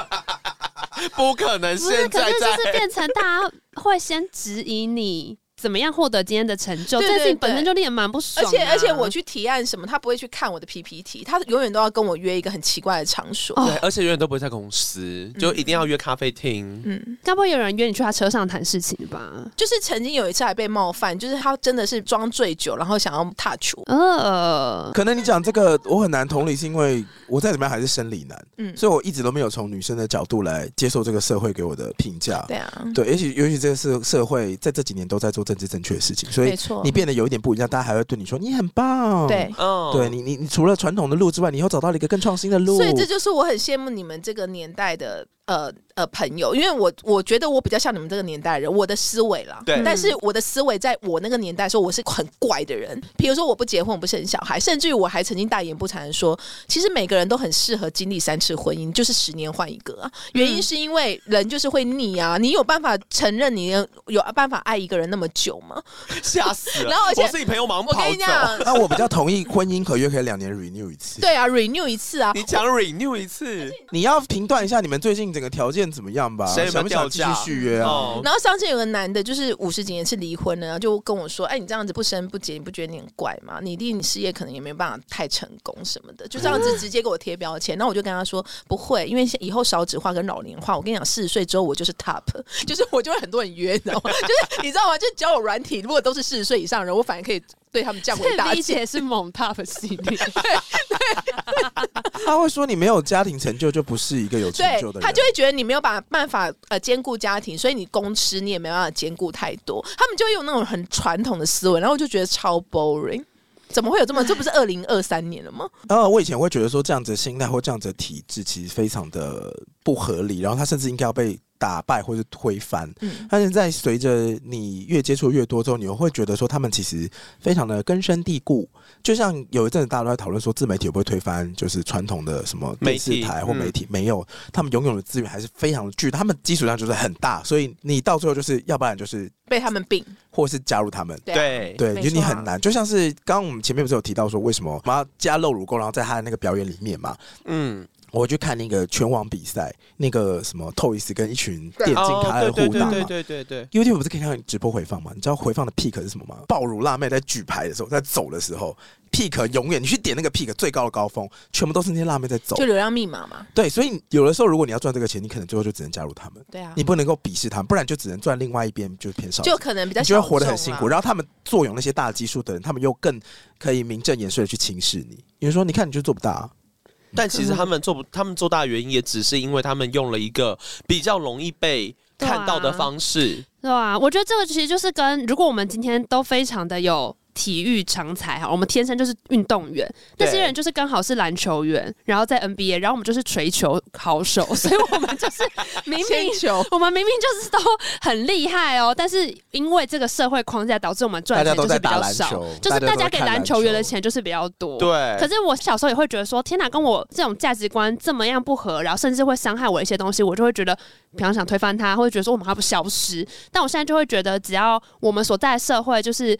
S3: <laughs>
S1: <laughs>
S3: 不可能
S2: 不是？
S3: 现
S2: 可
S3: 在
S2: 是就
S3: 在
S2: 是变成大家会先质疑你怎么样获得今天的成就，
S4: 对对
S2: 这件事情本身就令人蛮不
S4: 而
S2: 爽啊、
S4: 且而且我去提案什么，他不会去看我的 PPT，他永远都要跟我约一个很奇怪的场所。
S2: 哦
S3: 对，而且永远都不会在公司，就一定要约咖啡厅。
S4: 嗯。
S2: 该不会有人约你去他车上谈事情吧？
S4: 就是曾经有一次还被冒犯，就是他真的是装醉酒，然后想要 touch 我。
S2: 呃，
S1: 可能你讲这个我很难同理，是因为我再怎么样还是生理男，
S4: 嗯，
S1: 所以我一直都没有从女生的角度来接受这个社会给我的评价。
S4: 对啊，
S1: 对，尤其尤其这个社社会在这几年都在做政治正确的事情，所以
S4: 没错
S1: 你，变得有一点不一样，大家还会对你说你很棒。
S4: 对。
S3: 嗯
S1: 对你，你你除了传统的路之外，你又找到了一个更创新的路。
S4: 所以这就是我很羡慕你们这个年代的呃呃朋友，因为我我觉得我比较像你们这个年代的人，我的思维啦。
S3: 对
S4: 但是我的思维在我那个年代的时候，我是很怪的人。比如说我不结婚，我不生小孩，甚至于我还曾经大言不惭的说，其实每个人都很适合经历三次婚姻，就是十年换一个啊。原因是因为人就是会腻啊，你有办法承认你有办法爱一个人那么久吗？
S3: 吓死了！
S4: 然后而且
S3: 我是你朋友，马上
S4: 我跟
S3: 跑
S4: 你
S3: 走。 <laughs>
S4: 讲，
S1: 那我比较同意婚姻合约可以两年 renew 一
S4: <laughs>
S1: 次。
S4: 对啊，renew 一次啊。
S3: 你讲 renew 一次，
S1: 你要评断一下你们最近整个条件怎么样吧？
S3: 谁有没有
S1: 想不想继
S3: 掉
S1: 续
S3: 价
S1: 续约啊？
S3: 哦，
S4: 然后上次有个男的，就是五十几年是离婚了，然后就跟我说：“哎，你这样子不生不结，你不觉得你很怪吗？你一定事业可能也没有办法太成功什么的。”就这样
S3: 嗯
S4: 子直接给我贴标签。那我就跟他说：“不会，因为以后少子化跟老年化，我跟你讲，四十岁之后我就是 top，就是 <laughs> 我就会很多人约，你知道吗？ <laughs> 就是你知道吗？就交友软体，如果都是四十岁以上的人，我反而可以对他们降
S2: <laughs>
S4: 维打
S2: 理
S4: 击。
S2: 解是猛 top 系
S4: <laughs>
S2: 列，
S1: 他会说你没有家庭成就就不是一个有成
S4: 对
S1: 就的人，
S4: 他就会觉得你没有把办法呃兼顾家庭，所以你公司你也没办法兼顾太多。他们就会用那种很传统的思维，然后我就觉得超 boring。怎么会有这么？这不是二零二三年了吗？
S1: 呃，我以前会觉得说这样子的心态或这样子的体制其实非常的不合理，然后他甚至应该要被打败或是推翻。
S4: 嗯
S1: 但是在随着你越接触越多之后，你会觉得说他们其实非常的根深蒂固。就像有一阵子大家都在讨论说自媒体会不会推翻，就是传统的什么
S3: 媒
S1: 电
S3: 体
S1: 视台或
S3: 嗯
S1: 媒体，没有，他们拥有的资源还是非常的巨大，他们基础上就是很大，所以你到最后就是要不然就是
S4: 被他们并
S1: 或是加入他们。
S4: 对啊
S3: 对，
S1: 对，
S4: 没
S1: 就你
S4: 错啊
S1: 很难，就像是刚刚我们前面不是有提到说，为什么我们要加露乳沟，然后在他的那个表演里面嘛，
S3: 嗯，
S1: 我去看那个拳王比赛，那个什么 Toys 跟一群电竞
S3: 哦
S1: 咖的
S3: 对
S1: 互
S3: 对
S1: 打
S3: 对
S1: 嘛。
S3: 对对对
S1: YouTube 不是可以看到直播回放吗？你知道回放的 peak 是什么吗？爆乳辣妹在举牌的时候，在走的时候，peak 永远你去点那个 peak 最高的高峰，全部都是那些辣妹在走
S4: 就。流量密码嘛。
S1: 对，所以有的时候如果你要赚这个钱，你可能最后就只能加入他们，
S4: 对啊，
S1: 你不能够鄙视他们，不然就只能赚另外一边就是偏少的
S4: 就可能比较
S1: 你就
S4: 小
S1: 会活得很
S4: 众
S1: 辛
S4: 啦
S1: 苦。然后他们坐拥那些大基数的人，他们又更可以名正言顺的去轻视你。你就说，你看你就做不大、啊，
S3: 但其实他们做不，他们做大的原因也只是因为他们用了一个比较容易被看到的方式。
S2: 对啊，我觉得这个其实就是跟如果我们今天都非常的有体育常才哈，我们天生就是运动员，
S3: 对
S2: 那些人就是刚好是篮球员，然后在 NBA，然后我们就是锤球好手，所以我们就是明明
S4: 铅球，
S2: <laughs> 我们明明就是都很厉害哦，但是因为这个社会框架导致我们赚
S1: 大家
S2: 钱就
S1: 都
S2: 是
S1: 在
S2: 比
S1: 打
S2: 较
S1: 篮
S2: 少，
S1: 球，
S2: 就是大家
S1: 都
S2: 给
S1: 看
S2: 篮球员的钱就是比较多。
S3: 对，
S2: 可是我小时候也会觉得说，天哪，跟我这种价值观这么样不合，然后甚至会伤害我一些东西，我就会觉得，比方想推翻它，或者觉得说我们还不消失。但我现在就会觉得，只要我们所在的社会就是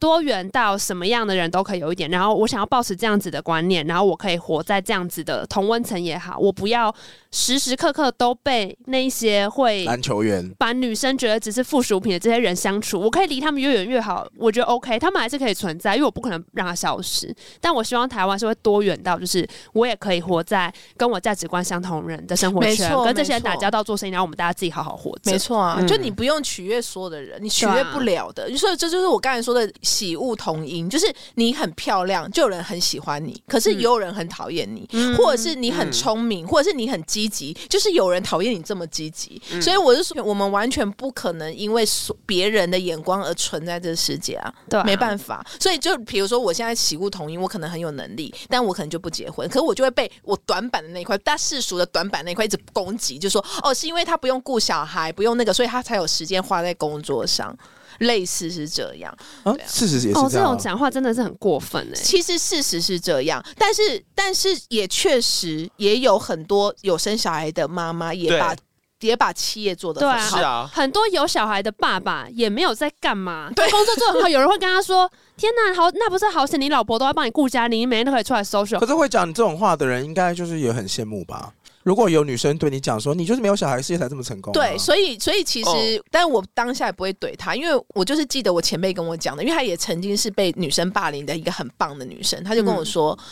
S2: 多元到什么样的人都可以有一点。然后我想要保持这样子的观念，然后我可以活在这样子的同温层也好，我不要时时刻刻都被那一些会
S1: 篮球员
S2: 把女生觉得只是附属品的这些人相处，我可以离他们越远越好，我觉得 OK，他们还是可以存在，因为我不可能让它消失。但我希望台湾是会多元到，就是我也可以活在跟我价值观相同人的生活圈
S4: 没，错
S2: 跟这些人
S4: 没错
S2: 打交道做生意，然后我们大家自己好好活着。
S4: 没错啊，
S2: 嗯
S4: 就你不用取悦所有的人，你取
S2: 对
S4: 悦
S2: 啊
S4: 不了的。所以这就是我刚才说的喜恶同音，就是你很漂亮，就有人很喜欢你，可是也有人很讨厌你，
S2: 嗯
S4: 或者是你很聪明，或者是你很积极，就是有人讨厌你这么积极。
S2: 嗯
S4: 所以我就说，我们完全不可能因为所别人的眼光而存在这个世界啊。
S2: 对啊
S4: <laughs> 没办法。所以就比如说，我现在喜恶同音，我可能很有能力，但我可能就不结婚，可我就会被我短板的那一块，大世俗的短板那一块一直攻击，就说哦，是因为他不用顾小孩，不用那个，所以他才有时间花在工作上。类似是这样，
S1: 啊
S4: 对，啊
S1: 事实也是，
S2: 哦
S1: 这
S2: 这
S1: 样
S2: 种
S1: 啊。
S2: 讲话真的是很过分哎、
S4: 其实事实是这样，但是但是也确实也有很多有生小孩的妈妈也
S3: 对
S4: 把也把企业做得
S2: 对
S4: 很
S2: 啊
S4: 好，
S3: 是啊，
S2: 很多有小孩的爸爸也没有在干嘛，对，工作做得很好，有人会跟他说：“天哪，好，那不是好险，你老婆都要帮你顾家，你每天都可以出来 social。
S1: 可是会讲你这种话的人，应该就是也很羡慕吧？如果有女生对你讲说，你就是没有小孩，事业才这么成功、啊，
S4: 对，所以所以其实，
S3: 哦
S4: 但我当下也不会怼他，因为我就是记得我前辈跟我讲的，因为他也曾经是被女生霸凌的一个很棒的女生，他就跟我说。
S3: 嗯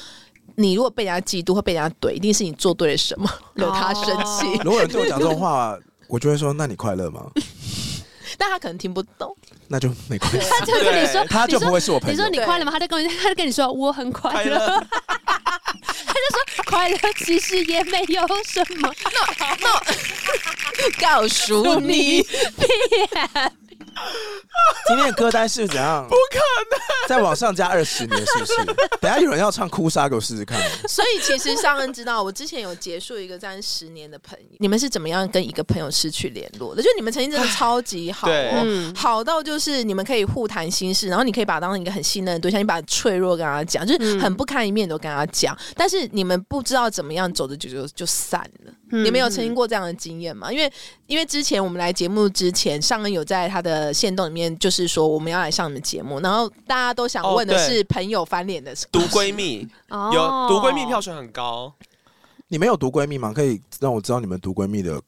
S4: 你如果被人家嫉妒，会被人家怼，一定是你做对了什么，
S3: 哦
S4: 惹他生气。
S3: <laughs>
S1: 如果有人对我讲这种话， <laughs> 我就会说：“那你快乐吗
S4: 但他可能听不懂，？”
S1: 那就没
S4: <laughs>
S1: 关系，
S2: 他就跟你说，
S3: 对
S1: 他就不会是我朋
S2: 你
S1: 友
S2: 说。你快乐吗？他就跟你， <laughs> 他就跟你说我很快 <laughs>
S3: 快
S2: 乐，
S3: 乐
S2: 快乐其实也没有什么。
S3: <laughs>
S4: 告诉你，
S1: 今天的歌单是怎样？不可能，再往上加二十年，是不是？等一下有人要唱《哭砂》给我试试看。
S4: 所以其实上恩知道，我之前有结束一个在十年的朋友，你们是怎么样跟一个朋友失去联络的？就你们曾经真的超级好、
S3: 对
S4: 哦，
S2: <laughs> 嗯，
S4: 好到就是你们可以互谈心事，然后你可以把他当成一个很信任的对象，你把脆弱跟他讲，就是很不堪一面都跟他讲。但是你们不知道怎么样走着就就就散了。
S2: 嗯
S4: 你们有曾经过这样的经验吗？因为因为之前我们来节目之前，上恩有在他的线动里面就是说我们要来上你们节目，然后大家都想
S3: 哦
S4: 问的
S3: 对
S4: 是朋友翻脸的事
S3: 读闺蜜
S2: 哦
S1: 嗯
S3: 有读闺蜜票选很高，
S1: 你们有读闺蜜吗？可以让我知道你们读闺蜜的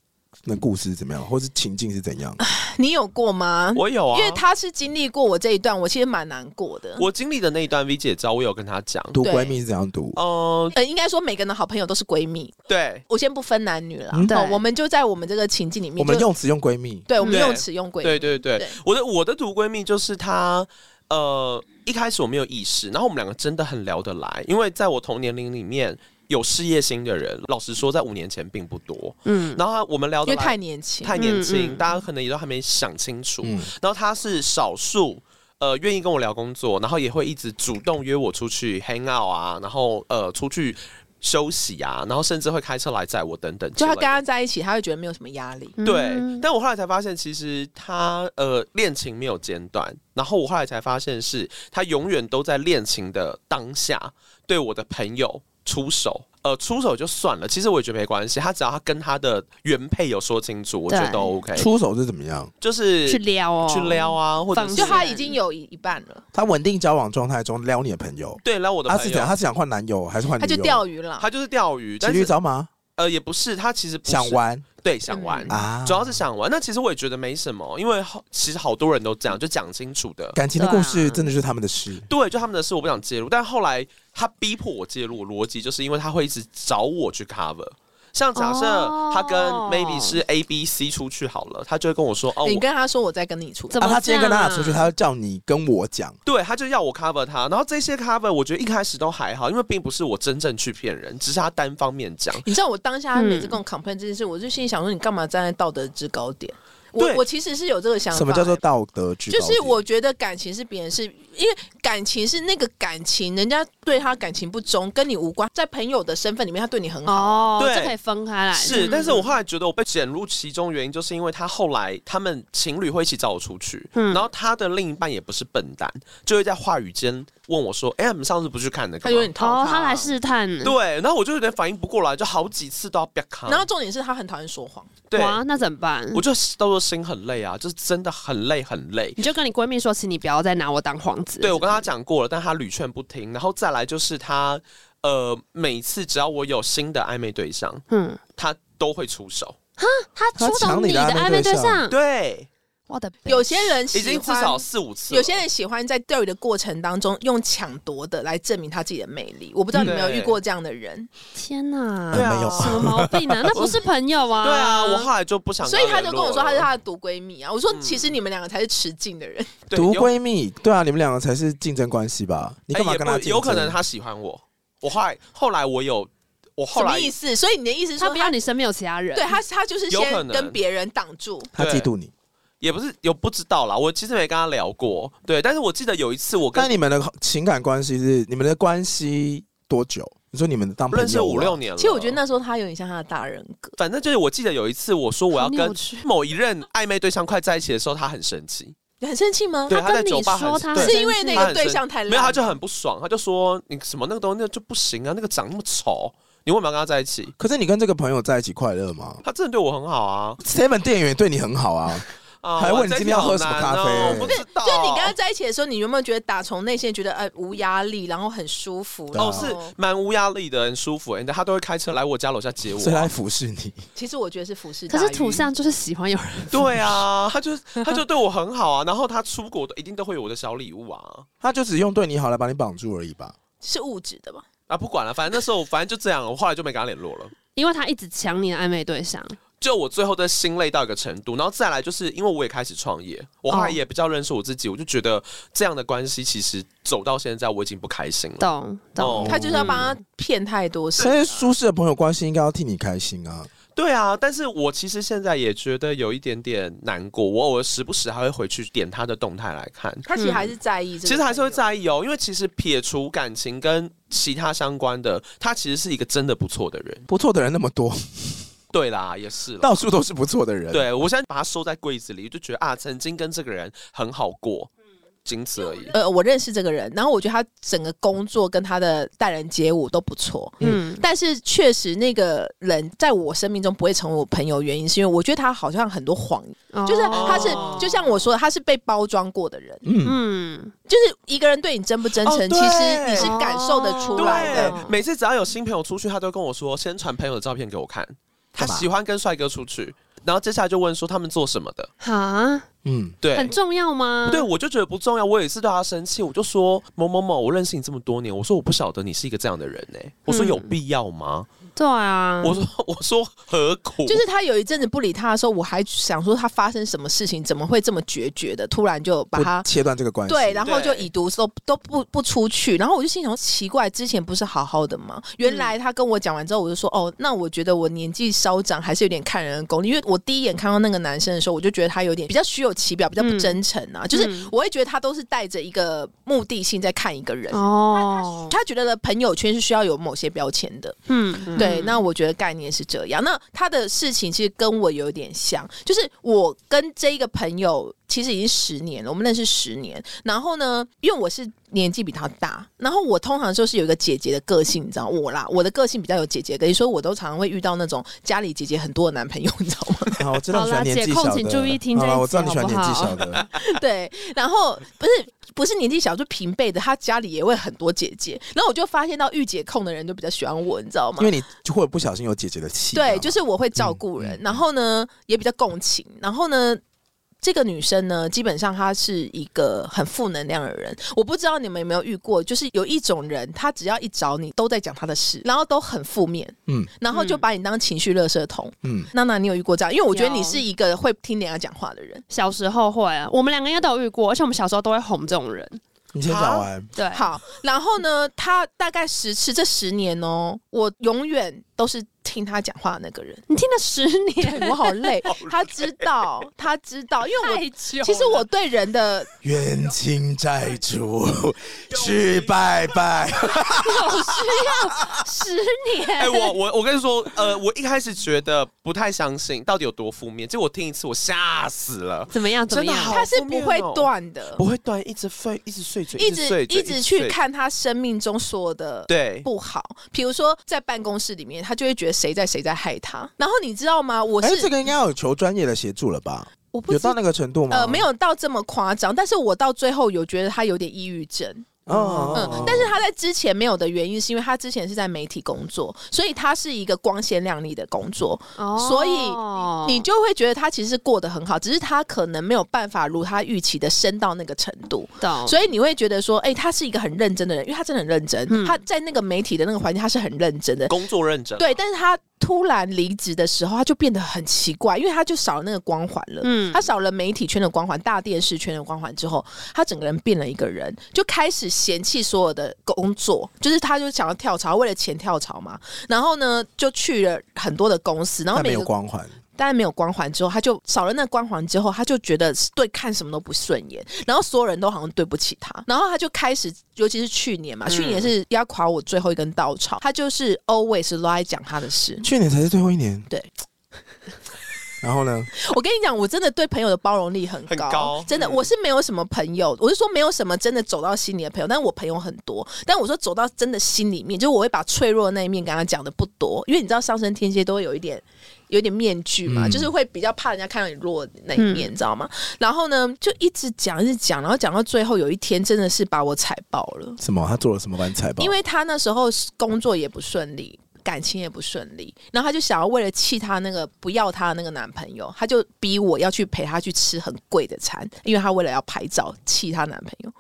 S1: 那故事怎么样，或是情境是怎样？
S4: 你有过吗？
S3: 我有啊，
S4: 嗯因为他嗯是经历过我这一段，我其实蛮难过的。
S3: 我经历的那一段 V 姐也知道，我有跟她讲，
S1: 读闺蜜是怎样读？
S3: 嗯，
S4: 呃，应该说每个人的好朋友都是闺蜜，
S3: 对，
S4: 我先不分男女了，
S1: 嗯
S2: 对
S4: 哦我们就在我们这个情境里面，
S1: 我们
S4: 就
S1: 用词用闺蜜，
S4: 对，我
S3: 嗯
S4: 们
S3: 对
S4: 用词用鬼。
S3: 对对对
S4: 对，
S3: 我的我的毒闺蜜就是她，呃，一开始我没有意识，然后我们两个真的很聊得来，因为在我同年龄里面有事业心的人，老实说，在五年前并不多。
S2: 嗯，
S3: 然后她我们聊
S4: 因
S3: 得
S4: 为
S3: 来
S4: 太年轻。
S3: 太年轻，
S2: 嗯嗯
S3: 大家可能也都还没想清楚。
S1: 嗯，
S3: 然后她是少数。呃，愿意跟我聊工作，然后也会一直主动约我出去 hang out 啊，然后呃出去休息啊，然后甚至会开车来载我等等之
S4: 就
S3: 类
S4: 他
S3: 的。
S4: 跟他在一起，他会觉得没有什么压力。
S3: 对
S2: 嗯，
S3: 但我后来才发现，其实他呃恋情没有间断，然后我后来才发现是他永远都在恋情的当下对我的朋友出手。呃，出手就算了，其实我也觉得没关系。他只要他跟他的原配有说清楚，我觉得都 OK。
S1: 出手是怎么样？
S3: 就是
S2: 去撩哦，
S3: 去撩啊，或者
S2: 放
S3: 是
S4: 就他
S2: 是
S4: 已经有一一半了，
S1: 她稳定交往状态中撩你的朋友，
S3: 对撩我的
S1: 她
S3: 朋
S1: 啊
S3: 友，
S1: 是怎样？她是想换男友还是换女
S4: 他
S1: 友？
S4: 就钓鱼了。
S3: 他就是钓鱼，
S1: 骑
S3: 但
S1: 驴
S3: 是
S1: 找马，
S3: 呃也不是，他其实不是
S1: 想玩
S3: 对想玩
S4: 嗯
S1: 啊？
S3: 主要是想玩。那其实我也觉得没什么，因为好其实好多人都这样，就讲清楚的。
S1: 感情的故事
S2: 对啊
S1: 真的就是他们的事。
S3: 对，就他们的事我不想介入，但后来他逼迫我介入，逻辑就是因为他会一直找我去 cover。像假设
S2: 哦
S3: 他跟 maybe 是 A B C 出去好了，他就会跟我说哦，
S4: 你
S3: 我
S4: 跟他说我在跟你出，
S2: 怎
S1: 啊，
S2: 么这样？
S1: 她今天跟她俩出去，她要叫你跟我讲，
S3: 对，他就要我 cover 他。然后这些 cover 我觉得一开始都还好，因为并不是我真正去骗人，只是他单方面讲。
S4: 你知道我当下他每次
S2: 嗯
S4: 跟我 complain 这件事，我就心里想说你干嘛站在道德制高点？我
S3: 对
S4: 我其实是有这个想法。欸
S1: 什么叫做道德制高
S4: 就
S1: 点？
S4: 是我觉得感情是别人是，因为感情是那个感情，人家对他感情不忠，跟你无关。在朋友的身份里面，他对你很好，
S2: 哦，
S3: 对
S2: 这可以分
S4: 嗯
S2: 开来，
S3: 是，但是我后来觉得我被卷入其中，原因就是因为他后来他们情侣会一起找我出去，
S2: 嗯
S3: 然后他的另一半也不是笨蛋，就会在话语间问我说：“哎、我们上次不去看那个
S4: 他啊有
S3: 吗
S4: 点讨
S2: 哦，他来试探，？”
S3: 对，然后我就有点反应不过来，就好几次都要啪卡。
S4: 然后重点是他很讨厌说谎，
S3: 对，
S2: 哇，那怎么办？
S3: 我就到时候心很累啊，就是真的很累很累。
S4: 嗯
S2: 你就跟你闺蜜说，请你不要再拿我当幌子。
S3: 对我跟他讲过了，但他屡劝不听。然后再来就是他，呃，每次只要我有新的暧昧对象，
S2: 嗯，
S3: 他都会出手。
S2: 他
S1: 他
S2: 出
S1: 抢
S2: 走
S1: 你
S2: 你
S1: 的
S2: 的
S1: 暧昧
S2: 暧
S1: 对
S2: 昧对
S1: 象
S2: 象，
S3: 对，
S2: 我的
S4: 有些人
S3: 已
S4: 嗯喜
S3: 经至
S4: 欢
S3: 少四五次了。
S4: 有些人喜欢在钓鱼的过程当中用抢夺的来证明他自己的魅力。我不知道你有没有遇过这样的人，
S2: 天哪，
S3: 对啊
S1: 嗯没有
S2: 什么毛病啊？那不是朋友啊！
S3: <laughs> 对啊，我后来就不想
S4: 所
S3: 跟
S4: 以
S3: 联络
S4: 他
S3: 了，
S4: 就跟我说他是他的毒闺蜜啊。我说
S3: 嗯
S4: 其实你们两个才是吃劲的人，
S3: 对
S1: 毒
S3: 有
S1: 闺蜜，对啊，你们两个才是竞争关系吧？你
S3: 哎
S1: 干嘛
S3: 也
S1: 跟他
S3: 不
S1: 竞争？
S3: 有可能他喜欢我，我后来后来我有，我
S4: 什
S3: 后
S4: 么
S3: 来
S4: 意思？所以你的意思是
S2: 他
S4: 说
S2: 不要你身边有其他人，
S4: 对他他就是
S3: 有可
S4: 先
S3: 能
S4: 跟别人挡住，
S1: 他嫉妒你。
S3: 也不是有不知道啦，我其实没跟他聊过，对，但是我记得有一次我
S1: 但
S3: 跟
S1: 你们的情感关系是你们的关系多久？你说你们当朋友
S3: 认识五
S1: 啊
S3: 六年了，
S4: 其实我觉得。那时候他有点像他的大人格，
S3: 反正就是，我记得有一次我说我要
S2: 好扭
S3: 跟
S2: 曲
S3: 某一任暧昧对象快在一起的时候，他很生气，
S4: 你很生气吗？
S3: 对
S2: 他
S3: 他在
S2: 跟
S3: 酒
S2: 你
S3: 吧
S2: 说
S3: 很
S2: 他
S3: 对
S2: 很
S4: 是因为
S2: 生
S4: 那
S2: 气
S3: 他
S4: 个
S3: 很
S4: 对
S3: 生
S4: 象太烂，
S3: 没有他就很不爽，他就说你什么那个东西那就不行啊，那个长那么丑，你为什么要跟他在一起？
S1: 可是你跟这个朋友在一起快乐吗
S3: 他真的对我很好啊，
S1: ？Seven 店员对你很好啊，
S3: 啊，
S1: 还问你
S3: 这一
S1: 今天要
S3: 条
S1: 喝什么
S3: 难
S1: 咖
S3: 哦
S1: 啡
S3: 我不知道，
S4: 就你跟他在一起的时候，你有没有觉得打从内心觉得呃无压力，然后很舒服？
S1: 对啊
S3: 哦，是蛮无压力的，很舒服、欸。他都会开车来我家楼下接
S1: <laughs>
S3: 我、啊
S1: 所以他在服侍你。
S4: 其实我觉得是服饰，
S2: 可是土象就是喜欢有人，
S3: 对啊，他就他就对我很好啊。然后他出国的一定都会有我的小礼物啊。
S1: 他就只用对你好来把你绑住而已吧？
S4: 是物质的吧？
S3: 啊，不管了，反正那时候反正就这样，我后来就没跟他联络了。
S2: 因为他一直抢你的暧昧对象。
S3: 就我最后的心累到一个程度，然后再来就是因为我也开始创业，我后来也比较认识我自己，我就觉得这样的关系其实走到现在我已经不开心了。
S2: 懂懂，
S3: 哦
S4: 他就是要帮他骗太多事
S1: 所。以舒适的朋友关系应该要替你开心啊。
S3: 对啊，但是我其实现在也觉得有一点点难过，我偶尔时不时还会回去点他的动态来看。
S4: 他其实还是在意这
S3: 嗯
S4: 个，
S3: 其实还是会。在意哦，因为其实撇除感情跟其他相关的，他其实是一个真的不错的人。
S1: 不错的人那么多，
S3: 对啦，也是啦。
S1: 到处都是不错的人。，
S3: 对我现在把他收在柜子里，就觉得啊，曾经跟这个人很好过，仅此而已。
S4: 呃，我认识这个人，然后我觉得他整个工作跟他的待人接物都不错，
S2: 嗯，
S4: 但是确实那个人在我生命中不会成为我朋友，原因是因为我觉得他好像很多谎，就是他是
S2: 哦
S4: 就像我说的，他是被包装过的人，
S1: 嗯，
S2: 嗯，
S4: 就是一个人对你真不真诚，
S3: 哦对
S4: 其实你是感受得出来的。
S2: 哦
S3: 对，每次只要有新朋友出去，他都跟我说先传朋友的照片给我看，他
S1: 干嘛
S3: 喜欢跟帅哥出去，然后接下来就问说他们做什么的。
S2: 哈，
S1: 嗯，
S3: 对，
S2: 很重要吗？
S3: 对，我就觉得不重要。我有一次对他生气，我就说某某某，我认识你这么多年，我说我不晓得你是一个这样的人呢、我
S4: 嗯
S3: 说有必要吗？
S2: 对啊，
S3: 我说 <laughs> 我说何苦？
S4: 就是他有一阵子不理他的时候，我还想说他发生什么事情，怎么会这么决绝的，突然就把
S1: 不
S4: 他
S1: 切断这个关系。
S4: 对，然后就
S3: 对
S4: 已读都都不不出去，然后我就心想说奇怪，之前不是好好的吗？原来他跟我讲完之后，我就说哦，那我觉得我年纪稍长，还是有点看人的功力，因为我第一眼看到那个男生的时候，我就觉得他有点比较虚有其表，比较不
S2: 嗯
S4: 真诚啊，就是
S2: 嗯
S4: 我会觉得他都是带着一个目的性在看一个人。
S2: 哦，
S4: 他觉得的朋友圈是需要有某些标签的，
S2: 嗯，嗯
S4: 对，那我觉得概念是这样。那他的事情其实跟我有点像，就是我跟这一个朋友其实已经十年了，我们认识十年。然后呢，因为我是年纪比他大，然后我通常就是有一个姐姐的个性，你知道我啦，我的个性比较有姐姐的个性，所以我都常常会遇到那种家里姐姐很多的男朋友，你知道吗？ <laughs>
S1: 啊，我知道你喜欢
S2: 好啦
S1: 年纪
S2: 姐
S1: 小
S2: 控
S1: 的。
S2: 请注意听这一
S1: 好啦我
S2: 集
S1: 知道你喜欢
S2: 好不
S1: 年纪
S2: 好
S1: 小
S2: <laughs>
S1: 的。
S4: 对，然后不是不是年纪小就平辈的，他家里也会很多姐姐。然后我就发现到御姐控的人就比较喜欢我，你知道吗
S1: 因？为你就会不小心有姐姐的气。啊
S4: 对，就是我会照顾人，
S1: 嗯嗯
S4: 然后呢也比较共情，然后呢。这个女生呢，基本上她是一个很负能量的人。我不知道你们有没有遇过，就是有一种人，她只要一找你，都在讲她的事，然后都很负面，
S1: 嗯
S4: 然后就把你当情绪垃圾桶。
S1: 嗯，
S4: 娜娜，你有遇过这样？因为我觉得
S2: 有
S4: 你是一个会听人家讲话的人。
S2: 小时候会啊，我们两个应该都有遇过，而且我们小时候都会哄这种人。
S1: 你先讲完。
S2: 对，，
S4: 好，然后呢，她大概十次，这十年哦，我永远都是听他讲话的那个人。
S2: 你听了十年，
S4: 我好累， <laughs> 他知道，他知道，因为我
S2: 太久了。
S4: 其实我对人的
S1: 冤亲债
S4: <laughs>
S1: 主，去拜拜。
S2: 有需要十年。
S3: 哎、
S4: <laughs>
S3: 我我我跟你说，呃，我一开始觉得不太相信到底有多负面，结果我听一次我吓死了，
S2: 怎么样？怎么
S3: 真的好
S2: 样？
S4: 他是
S3: 负
S4: 不
S3: 面
S4: 会
S3: 哦
S4: 断的
S3: 不，会断，一直碎，一直碎嘴，
S4: 一
S3: 直
S4: 直
S3: 碎嘴
S4: 一直去
S3: 碎
S4: 看他生命中所有的
S3: 对
S4: 不好，比如说在办公室里面，他就会觉得谁在谁在害他。然后你知道吗？我
S1: 哎，
S4: 是、
S1: 这个应该要有求专业的协助了吧？
S4: 我不
S1: 有
S4: 知
S1: 到那个程度吗？
S4: 呃没。有到这么夸张，但是我到最后有觉得他有点抑郁症。
S1: 哦
S4: 嗯，但是他在之前没有的原因，是因为他之前是在媒体工作，所以他是一个光鲜亮丽的工作，
S2: 哦
S4: 所以你就会觉得他其实是过得很好，只是他可能没有办法如他预期的升到那个程度。
S2: 懂。
S4: 所以你会觉得说，哎、他是一个很认真的人，因为他真的很认真，
S2: 嗯
S4: 他在那个媒体的那个环境，他是很认真的。
S3: 工作认真，
S4: 对，但是他突然离职的时候，他就变得很奇怪，因为他就少了那个光环了。
S2: 嗯
S4: 他少了媒体圈的光环、大电视圈的光环之后，他整个人变了一个人，就开始嫌弃所有的工作，就是他就想要跳槽，为了钱跳槽嘛。然后呢，就去了很多的公司，然后
S1: 但没
S4: 每
S1: 有
S4: 个
S1: 光环，
S4: 当然没有光环之后，他就少了那个光环之后，他就觉得对看什么都不顺眼，然后所有人都好像对不起他，然后他就开始，尤其是去年嘛，去年是压垮我最后一根稻草，他就是 always 都在讲他的事。
S1: 去年才是最后一年。
S4: 对。
S1: <laughs> 然后呢？
S4: 我跟你讲，我真的对朋友的包容力很高，
S3: 很高
S4: 真的，
S3: 嗯
S4: 我是没有什么朋友，我是说没有什么真的走到心里的朋友，但我朋友很多，但我说走到真的心里面，就是我会把脆弱的那一面跟他讲的不多，因为你知道上升天蝎都会有一点。有一点面具嘛，
S1: 嗯
S4: 就是会比较怕人家看到你弱的那一
S3: 嗯
S4: 面，你知道吗？然后呢，就一直讲，一直讲，然后讲到最后，有一天真的是把我踩爆了。
S1: 什么？他做了什么晚财报？
S4: 因为他那时候工作也不顺利，感情也不顺利，然后他就想要为了气他那个不要他的那个男朋友，他就逼我要去陪他去吃很贵的餐，因为他为了要拍照气她男朋友，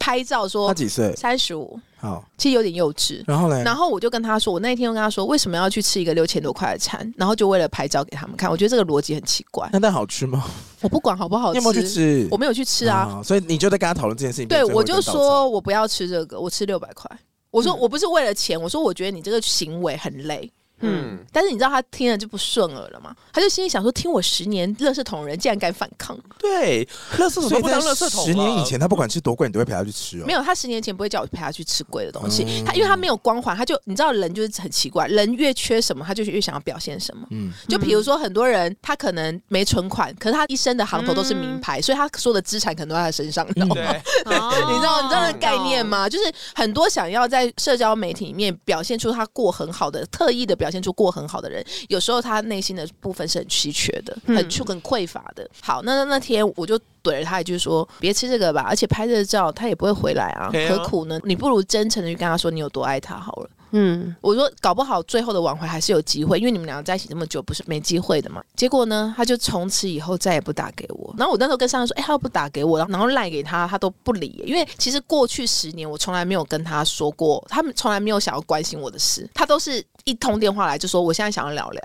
S4: 拍照
S1: 他
S4: 说
S1: 几嗯岁？
S4: 三十五，
S1: 好，
S4: 其实有点幼稚。
S1: 然后呢？
S4: 然后我就跟他说，我那一天就跟他说，为什么要去吃一个六千多块的餐？然后就为了拍照给他们看，我觉得这个逻辑很奇怪。
S1: 那蛋好吃吗？
S4: 我不管好不好
S1: 嗯你
S4: 吃，
S1: 有没有去吃？
S4: 我没有去吃啊，
S1: 哦所以你就在跟他讨论这件事情。
S4: 对，
S1: 变成最后
S4: 我
S1: 一根
S4: 就
S1: 稻草
S4: 说我不要吃这个，我吃六百块。我说
S2: 嗯
S4: 我不是为了钱，我说我觉得你这个行为很累。
S3: 嗯，
S4: 但是你知道他听了就不顺耳了嘛？他就心里想说，听我十年，乐视同仁竟然敢反抗，
S3: 对，垃圾桶
S1: 所
S3: 都
S1: 以
S3: 不
S1: 在
S3: 当垃圾桶了
S1: 十年以前，他不管吃多贵，你都会陪他去吃哦。
S4: 没
S1: 有，
S4: 有，他十年前不会叫我陪他去吃贵的东西，
S1: 嗯
S4: 他因为他没有光环，他就你知道人就是很奇怪，人越缺什么，他就越想要表现什么。
S1: 嗯，
S4: 就比如说，很多人他可能没存款，可是他一生的行头都是
S1: 嗯
S4: 名牌，所以他所有的资产可能都在他身上，你知道吗？
S3: 对，
S4: <laughs>
S2: 哦
S4: 你
S2: 你
S4: 知道你知道那个概念？
S3: 哦
S4: 吗？就是很多想要在社交媒体里面表现出他过很好的，特意的表现出过很好的人，有时候他内心的部分是很稀缺的，
S2: 嗯
S4: 很缺很匮乏的。好，那那那天我就怼了他一句说：“别吃这个吧，而且拍这个照他也不会回来啊，
S3: 对啊
S4: 何苦呢？你不如真诚的去跟他说你有多爱他好了。”
S2: 嗯，
S4: 我说搞不好最后的挽回还是有机会，因为你们两个在一起这么久，不是没机会的嘛。结果呢，他就从此以后再也不打给我。然后我那时候跟上说，哎、他又不打给我，然后赖给他，他都不理。因为其实过去十年，我从来没有跟他说过，他们从来没有想要关心我的事，他都是一通电话来就说我现在想要聊聊。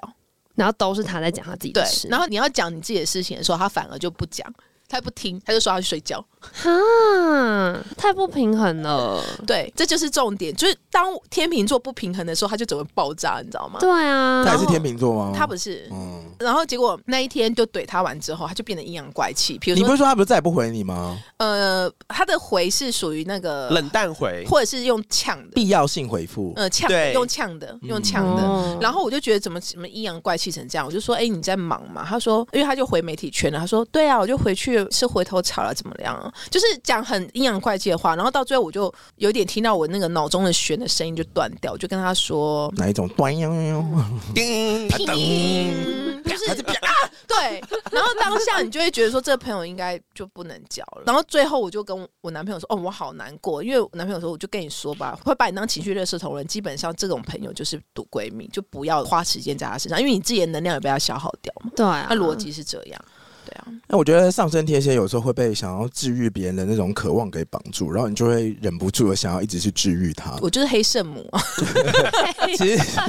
S2: 然后都是他在讲他自己
S4: 对
S2: 的事，，
S4: 然后你要讲你自己的事情的时候，他反而就不讲。他不听，他就说要去睡觉。
S2: 哈，太不平衡了。
S4: 对，这就是重点，就是当天秤座不平衡的时候，他就整个爆炸，你知道吗？
S2: 对啊，
S1: 他还是
S4: 嗯然后
S1: 天秤座吗？
S4: 他不是，
S1: 嗯，
S4: 然后结果那一天就怼他完之后，他就变得阴阳怪气。比如
S1: 你不
S4: 说
S1: 是，说他不是再也不回你吗？
S4: 呃，他的回是属于那个，
S3: 冷淡回，
S4: 或者是用呛的，
S1: 必要性回复。
S4: 呃，呛的，
S3: 对
S4: 用呛的，用
S1: 嗯
S4: 呛的。
S2: 哦
S4: 然后我就觉得怎么怎么阴阳怪气成这样，我就说，哎、你在忙吗？他说，因为他就回媒体圈了，他说，对啊，我就回去吃回头草了，怎么样、啊？ <laughs> 就是讲很阴阳怪气的话，然后到最后我就有点听到我那个脑中的弦的声音就断掉，我就跟他说，
S1: 哪一种？端呀呀呀
S4: 嗯
S3: 叮，
S4: 叮，就是啊，对。然后当下你就会觉得说，这个朋友应该就不能交了。然后最后我就跟我男朋友说，哦，我好难过，因为我男朋友说，我就跟你说吧，会把你当情绪热射同人，基本上这种朋友就是赌闺蜜，就不要花时间在他身上，因为你自己的能量也被他消耗掉嘛。
S2: 对啊，
S4: 他
S2: <laughs>
S4: 逻辑是这样，对啊，
S1: 那我觉得上升天蝎有时候会被想要治愈别人的那种渴望给绑住，然后你就会忍不住的想要一直去治愈他。
S4: 我就是黑圣母，啊
S1: 其实，
S2: 好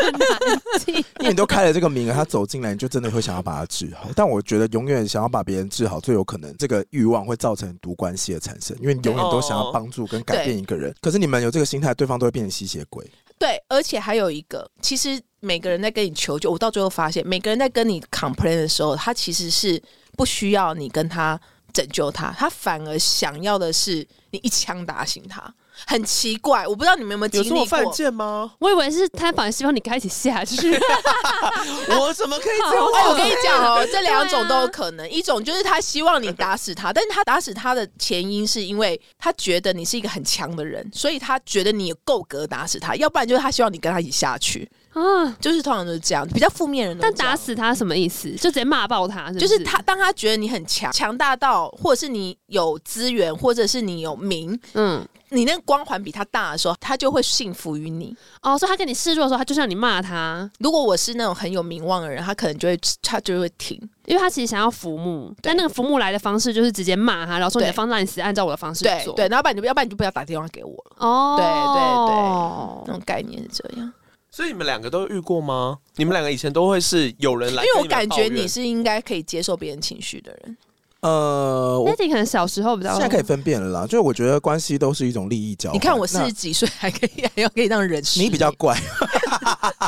S2: 哎难听。
S1: 因为你都开了这个名额，他走进来，你就真的会想要把他治好。但我觉得，永远想要把别人治好，最有可能这个欲望会造成毒关系的产生，因为你永远都想要帮助跟改变一个人。可是你们有这个心态，对方都会变成吸血鬼。
S4: 对，而且还有一个，其实每个人在跟你求救，我到最后发现，每个人在跟你 complain 的时候，他其实是不需要你跟他拯救他，他反而想要的是你一枪打醒他。很奇怪，我不知道你们有没有经
S3: 有
S4: 历
S3: 这
S4: 过。
S3: 么犯贱
S4: <laughs>
S3: 吗？
S2: 我以为是他反而希望你跟他一起下去，
S3: 我怎么可以这
S2: 好
S3: 样？
S4: 哎，我跟你
S3: <laughs>
S4: 讲哦，这两
S2: 对啊
S4: 种都有可能。一种就是他希望你打死他，但是他打死他的前因是因为他觉得你是一个很强的人，所以他觉得你够格打死他；要不然就是他希望你跟他一起下去，
S2: 啊！
S4: 就是通常都是这样。比较负面的人都
S2: 但
S4: 是这样，
S2: 打死他什么意思？就直接骂爆他，是不
S4: 就是他，当他觉得你很强，强大到或者是你有资源，或者是你有名，
S2: 嗯，
S4: 你那个光环比他大的时候，他就会信服于你。
S2: 哦，所以他跟你示弱的时候，他就像你骂他，
S4: 如果我是那种很有名望的人，他可能就会他就会停。
S2: 因为他其实想要服木，但那个服木来的方式就是直接骂他，然后说你的
S4: 对
S2: 方式让你死按照我的方式
S4: 对
S2: 做，
S4: 对，，然后要不然你就要不然你就不要打电话给我了，
S2: 哦，
S4: 那种概念是这样。
S3: 所以你们两个都有遇过吗？你们两个以前都会是有人
S1: 哦
S3: 来
S4: 因
S3: 跟们
S4: 为
S3: 抱
S4: 我
S3: 怨，
S4: 感觉你是应该可以接受别人情绪的人，
S1: 呃，我
S2: d a d d y 可能小时候比较，
S1: 现在可以分辨了啦，就是我觉得关系都是一种利益交换。
S4: 你看我四
S1: 哦那
S4: 十几岁还可以，还要可以让人
S1: 你比较怪， <laughs>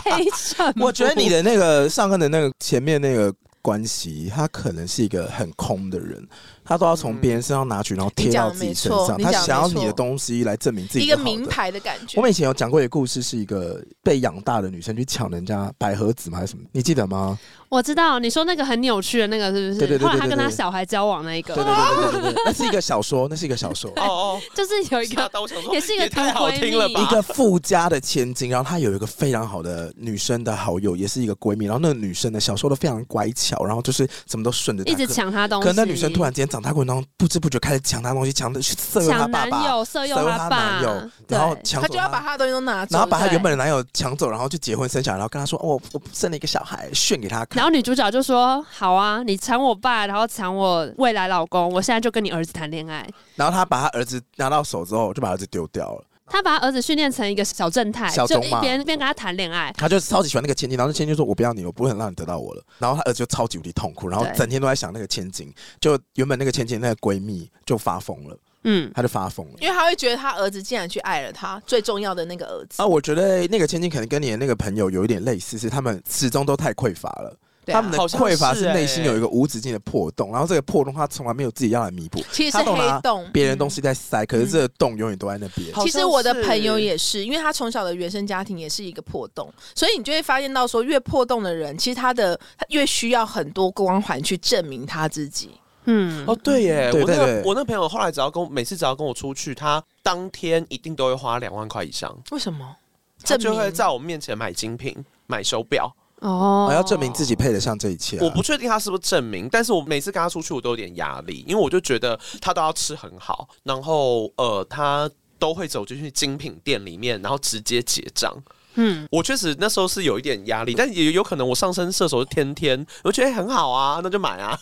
S2: 黑什么
S1: 我觉得你的那个上课的那个前面那个关系，他可能是一个很空的人，他都要从别人身上拿取，然后贴到自己身上，
S4: 你
S1: 他想
S4: 讲得没错
S1: 要
S4: 你讲得没错
S1: 你的东西来证明自己
S4: 一个
S1: 是好的
S4: 名。牌的感觉
S1: 我。们以前有讲过一个故事，是一个被养大的女生去抢人家百合子吗？还是什么？你记得吗？
S2: 我知道你说那个很扭曲的那个是
S1: 对
S2: 不是？
S1: 对对对
S2: 后来他
S1: 对
S2: 跟
S1: 对
S2: 他小孩交往那一
S1: 对对
S2: 个，
S1: 对对对对对，那是一个小说，那是一个小 <laughs> 说。
S3: 哦哦，
S4: <laughs>
S2: 就是有一
S3: 吓
S2: 个
S3: 到我想说
S2: 也是一个
S3: 太好听了吧？
S1: 一个富家的千金，然后她有一个非常好的女生的好友，也是一个闺蜜。然后那个女生呢，小时候都非常乖巧，然后就是什么都顺着她。
S2: 一直抢他东西，
S1: 可能那女生突然间长大过程当中，不知不觉开始抢她东西，抢的去色诱她
S2: 抢
S1: 爸
S2: 男
S1: 爸，
S2: 友色诱
S1: 诱
S2: 他
S1: 她男友
S2: 爸，，
S1: 然后
S2: 对
S1: 抢
S4: 他
S1: 走
S4: 就要把
S1: 她。
S4: 他的东西都拿走，
S1: 然后把她
S2: 对
S1: 原本的男友抢走，然后就结婚生小孩，然后跟她说：“哦，我我生了一个小孩，炫给她
S2: 然
S1: 看。
S2: 后女主角就说：“好啊，你抢我爸，然后抢我未来老公，我现在就跟你儿子谈恋爱。””
S1: 然后她把她儿子拿到手之后，就把儿子丢掉了。
S2: 他把他儿子训练成一个小正太，
S1: 小
S2: 就
S1: 种
S2: 一
S1: 嘛
S2: 边一边跟他谈恋爱。
S1: 她就超级喜欢那个千金，然后那千金就说：“我不要你，我不会让你得到我了。”然后她儿子就超级无敌痛苦，然后
S2: 对
S1: 整天都在想那个千金。就原本那个千金那个闺蜜就发疯了，
S2: 嗯，
S1: 她就发疯了。
S4: 因为他会觉得他儿子竟然去爱了他最重要的那个儿子
S1: 啊，，我觉得那个千金可能跟你的那个朋友有一点类似，是他们始终都太匮乏了。
S4: 对
S1: 他
S4: 啊
S1: 们的
S3: 好像
S1: 匮乏
S3: 是
S1: 是
S3: 欸
S1: 内心有一个无止境的破洞，然后这个破洞他从来没有自己要来弥补，
S4: 其实
S1: 他
S4: 是
S1: 懂拿
S4: 黑
S3: 嗯
S4: 洞。嗯
S1: 别人东西在塞，可是这个洞永远都在那边。
S3: 好
S4: 其实
S3: 像
S4: 我的
S3: 是
S4: 朋友也是，因为他从小的原生家庭也是一个破洞，所以你就会发现到说，越破洞的人，其实他的他越需要很多光环去证明他自己。
S2: 嗯，
S3: 哦，对耶，
S1: 对
S3: 我那
S1: 对对
S3: 个我那朋友后来只要跟我每次只要跟我出去，他当天一定都会花两万块以上，
S4: 为什么？
S3: 他
S4: 证明
S3: 就会在我面前买精品、买手表。
S2: 哦
S1: 我要证明自己配得上这一切啊、
S3: 我不确定他是不是证明，但是我每次跟他出去，我都有点压力，因为我就觉得他都要吃很好，然后呃，他都会走进去精品店里面，然后直接结账。
S2: 嗯，
S3: 我确实那时候是有一点压力，但也有可能我上升射手是天天，我觉得很好啊，那就买
S1: <laughs>
S3: 啊。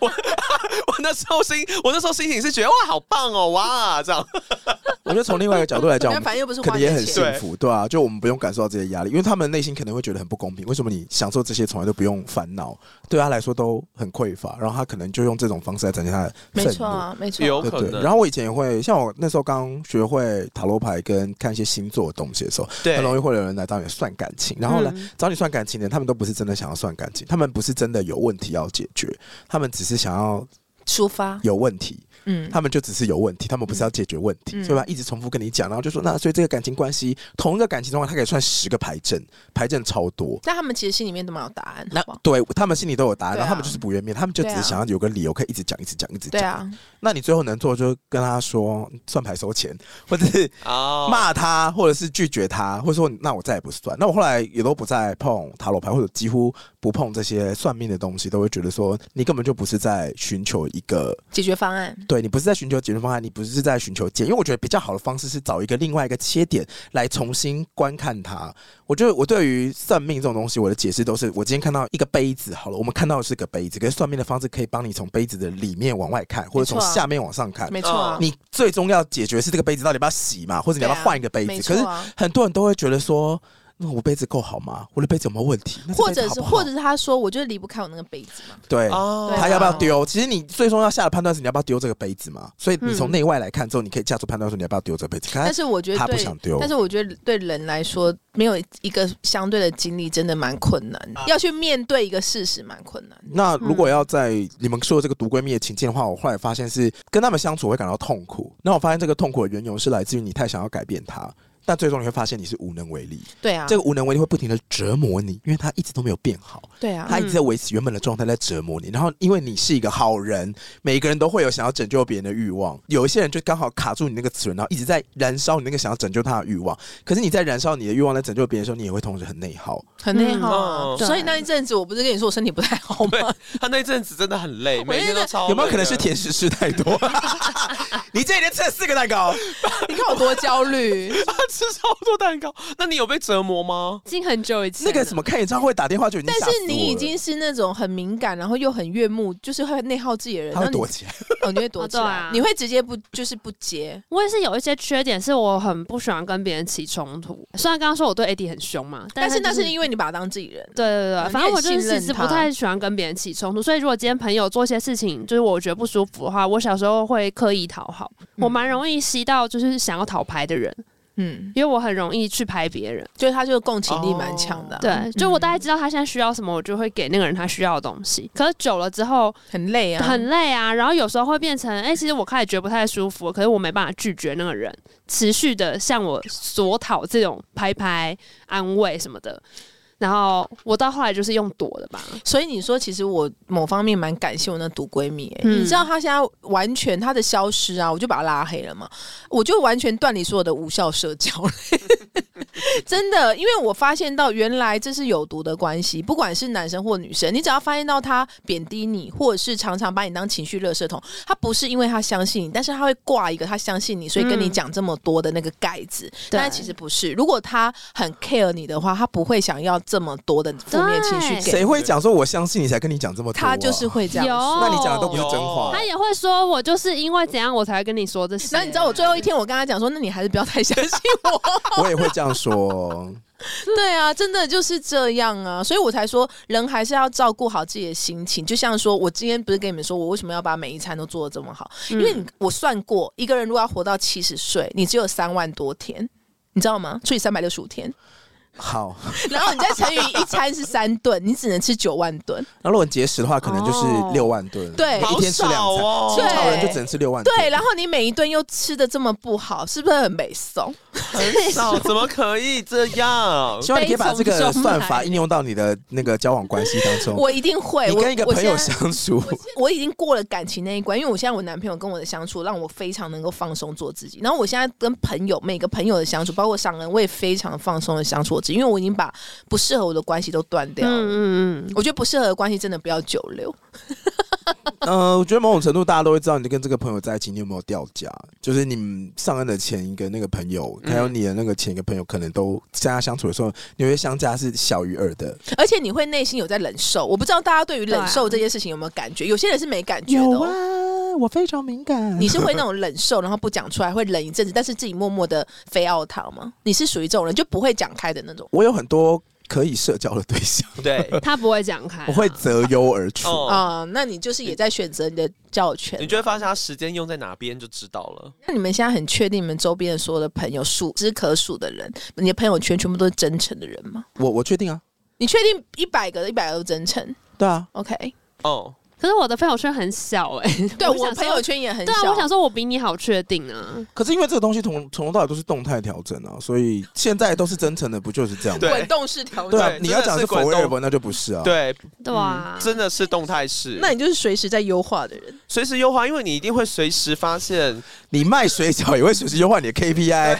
S3: 我 <laughs> 我那时候心，我那时候心情是觉得哇，好棒哦，哇，这样。
S1: <laughs> 我觉得从另外一个角度来讲，我
S4: 反
S1: 们
S4: 正又不是
S1: 可
S4: 花
S1: 能也
S4: 你
S1: 很
S4: 的钱，
S1: 幸福，对啊，就我们不用感受到这些压力，因为他们内心可能会觉得很不公平，为什么你享受这些从来都不用烦恼，对他来说都很匮乏，然后他可能就用这种方式来展现他的
S4: 没
S1: 愤
S4: 错
S1: 怒。
S4: 啊，没错啊。
S3: 有
S1: 对
S3: 可能
S1: 对，然后我以前也会，像我那时候刚学会塔罗牌跟看一些星座的东西的时候，
S3: 对
S1: 很容易会有人来找你算感情，然后呢，
S4: 嗯
S1: 找你算感情的人，他们都不是真的想要算感情，他们不是真的有问题要解决，他们只是想要
S4: 出发，
S1: 有问题，
S4: 嗯，
S1: 他们就只是有问题，他们不是要解决问题，
S4: 嗯
S1: 所以他一直重复跟你讲，然后就说那所以这个感情关系，同一个感情状况，他可以算十个牌阵，牌阵超多。
S4: 但他们其实心里面都蛮有答案，好不好
S1: 对他们心里都有答案，
S4: 对啊
S1: 然后他们就是不愿面，他们就只是
S4: 对啊
S1: 想要有个理由可以一直讲、一直讲、一直
S4: 对
S1: 讲。
S4: 啊，
S1: 那你最后能做的就是跟他说算牌收钱，或者是
S4: 哦
S3: 啊
S1: 骂他，或者是拒绝他，或者说那我再也不算。那我后来也都不再碰塔罗牌，或者几乎不碰这些算命的东西，都会觉得说你根本就不是在寻求一个，
S4: 解决方案。
S1: 对你不是在寻求解决方案，你不是在寻求解，因为我觉得比较好的方式是找一个另外一个切点来重新观看它。我觉得我对于算命这种东西，我的解释都是我今天看到一个杯子，好了，我们看到的是个杯子，可是算命的方式可以帮你从杯子的里面往外看，或者从
S4: 没错啊
S1: 下面往上看。
S4: 没错啊，
S1: 哦你最终要解决是这个杯子到底要不要洗嘛，或者你要不要
S4: 对啊
S1: 换一个杯子？
S4: 没
S1: 可
S4: 错
S1: 是
S4: 啊，
S1: 很多人都会觉得说，那我杯子够好吗？我的杯子有没有问题？那这
S4: 或
S1: 杯子
S4: 者
S1: 好
S4: 是
S1: 不好
S4: 或者是他说，我就是离不开我那个杯子嘛。
S1: 对，
S3: 哦
S4: 对
S1: 他要不要
S4: 啊
S1: 丢？其实你最终要下的判断是你要不要丢这个杯子嘛。所以你从
S2: 嗯
S1: 内外来看之后，你可以下出判断说你要不要丢这个杯子。可
S4: 但
S1: 是
S4: 是我觉得
S1: 他不
S4: 对
S1: 想丢
S4: 但是我觉得对人来说，没有一个相对的经历，真的蛮困难
S2: 啊
S4: 的。要去面对一个事实，蛮困难的。
S1: 那如果要在你们说的这个毒闺蜜的情境的话，我后来发现是跟他们相处会感到痛苦。那我发现这个痛苦的缘由是来自于你太想要改变他。但最终你会发现你是无能为力，
S4: 对啊，
S1: 这个无能为力会不停的折磨你，因为他一直都没有变好。
S4: 对啊，
S1: 他一直在维持原本的状态，在折磨你。然后，因为你是一个好人，每个人都会有想要拯救别人的欲望。有一些人就刚好卡住你那个齿轮，然后一直在燃烧你那个想要拯救他的欲望。可是你在燃烧你的欲望，在拯救别人的时候，你也会同时很内耗。
S4: 很内
S3: 嗯
S4: 耗啊。
S3: 哦
S4: 所以那一阵子，我不是跟你说我身体不太好吗？
S3: 他那一阵子真的很累，每
S4: 那
S3: 天都超累的
S1: 有没有可能是？甜食吃太多？你这一天吃了四个蛋糕，
S4: 你看我多焦 <laughs> 虑。
S3: 他 <laughs> 吃超多蛋糕，那你有被折磨吗？
S2: 已经很久以前
S1: 那
S2: 了
S1: 个什么看演唱会打电话就已经
S4: 但
S1: 吓死我了，
S4: 是你已经是那种很敏感，然后又很悦目，就是会内耗自己的人，
S1: 他
S4: 然后
S1: 会
S4: 你
S1: 躲起来。
S4: 哦，你会躲起
S2: 哦
S4: 来，
S2: 对啊
S4: 你会直接不就是不接，
S2: 我也是有一些缺点，是我很不喜欢跟别人起冲突。虽然刚刚说我对 AD 很凶嘛，
S4: 但是
S2: 是
S4: 那
S2: 就是
S4: 因为你把他当自己人。
S2: 对对
S4: 你
S2: 对，反正
S4: 也
S2: 我就是
S4: 信任
S2: 其实
S4: 他
S2: 不太喜欢跟别人起冲突，所以如果今天朋友做一些事情，就是我觉得不舒服的话，我小时候会刻意讨好，我蛮容易吸到就是想要讨牌的人，
S4: 嗯，
S2: 因为我很容易去拍别人。
S4: 就是他就是共情力蛮强的啊、
S2: 对，就我大概知道他现在需要什么，我就会给那个人他需要的东西。可是久了之后
S4: 很累啊，
S2: 很累啊，然后有时候会变成，哎、其实我开始觉得不太舒服，可是我没办法拒绝那个人，持续的向我索讨这种拍拍安慰什么的。然后我到后来就是用躲的吧，
S4: 所以你说，其实我某方面蛮感谢我那毒闺蜜、欸，
S2: 嗯
S4: 你知道她现在完全她的消失啊，我就把她拉黑了嘛，我就完全断你所有的无效社交了， <laughs> 真的，因为我发现到原来这是有毒的关系，不管是男生或女生，你只要发现到他贬低你，或者是常常把你当情绪垃圾桶，他不是因为他相信你，但是他会挂一个他相信你，所以跟你
S2: 嗯
S4: 讲这么多的那个盖子，
S2: 对
S4: 但其实不是，如果他很 care 你的话，他不会想要这么多的负面情绪
S2: 对
S4: 给你
S1: 谁会讲说我相信你才跟你讲这么多啊？
S4: 他就是哦会这样
S2: 有
S4: 说。
S1: 那你讲的都不是真话
S2: 他。也会说，我就是因为怎样我才会跟你说这些。嗯
S4: 然后你知道我最后一天，我跟他讲说，那你还是不要太相信我。
S1: 我也会这样说。
S4: <laughs> 对啊，真的就是这样啊，所以我才说，人还是要照顾好自己的心情。就像说我今天不是跟你们说，我为什么要把每一餐都做的这么好？因为你我算过，一个人如果要活到七十岁，你只有三万多天。你知道吗？除以三百六十五 <laughs> 天，
S1: 好，
S4: 然后你再乘以一餐是三顿，你只能吃九万
S1: <laughs>
S4: 顿。
S1: 那如果你节食的话，可能就是
S2: 哦
S1: 六万吨，
S4: 对
S1: 一天吃两
S3: 好
S1: 餐
S3: 少，哦
S1: 清朝人
S4: 对
S1: 就只能吃六万吨，
S4: 对，然后你每一顿又吃的这么不好，是不是很美颂？
S3: 很少，怎么可以这
S1: <laughs>
S3: 样？
S1: 希望你可以把这
S2: 悲从
S1: 个
S2: 中
S1: 算法
S2: 来
S1: 应用到你的那个交往关系当 <laughs> 中。
S4: 我一定会。
S1: 嗯你
S4: 我
S1: 跟一个
S4: 我
S1: 朋
S4: 现
S1: 友
S4: 在
S1: 相 <laughs> 处，
S4: 我已经过了感情那一关，因为我现在我男朋友跟我的相处让我非常能够放松做自己。然后我现在跟朋友每个朋友的相处，包括上人，我也非常放松的相处我自己，因为我已经把不适合我的关系都断掉了。
S2: 嗯嗯嗯，
S4: 我觉得不适合的关系真的不要久留，
S1: 呃，我觉得某种程度大家都会知道，你跟这个朋友在一起，你有没有掉价？就是你们上岸的前一个那个朋友，还有你的那个前一个朋友，可能都大家相处的时候，你会相加是小于二的。
S4: 而且你会内心有在忍受。我不知道大家对于忍受这
S2: 对啊
S4: 件事情有没有感觉，有些人是没感觉的、哦。，
S1: 啊我非常敏感
S4: 你是会那种忍受，然后不讲出来，会忍一阵子，但是自己默默的非奥糖吗？你是属于这种人，就不会讲开的那种。
S1: 我有很多可以社交的对 <laughs> 象，
S3: 对，
S2: 他不会讲开啊、
S1: 我会择优而处。
S3: 哦，
S4: 啊、那你就是也在选择你的交友圈。
S3: 你就会发现他时间用在哪边就知道了。
S4: 那你们现在很确定你们周边的所有的朋友数之可数的人，你的朋友圈全部都是真诚的人吗？
S1: 我我确定啊，
S4: 你确定一百个一百个都真诚
S1: 对啊，
S4: ？OK，
S3: 哦，
S2: 可是我的朋友圈很小哎、 <laughs>
S4: 对
S2: 想
S4: 啊我
S2: 说
S4: 朋友圈也很小。
S2: 对啊，我想说我比你好确定啊。
S1: 可是因为这个东西从从头到尾都是动态调整啊，所以现在都是真诚的，不就是这样吗？
S3: 对
S4: 滚动式调
S1: 对啊，
S4: 整，
S3: 对
S1: 你要讲是
S3: 真的是滚
S1: forever，那就不是啊。，
S3: 对，
S2: 对啊，
S3: 嗯真的是动态式，
S4: 那你就是随时在优化的人。
S3: 随时优化，因为你一定会随时发现。
S1: 你卖水饺也会随时优化你的 KPI，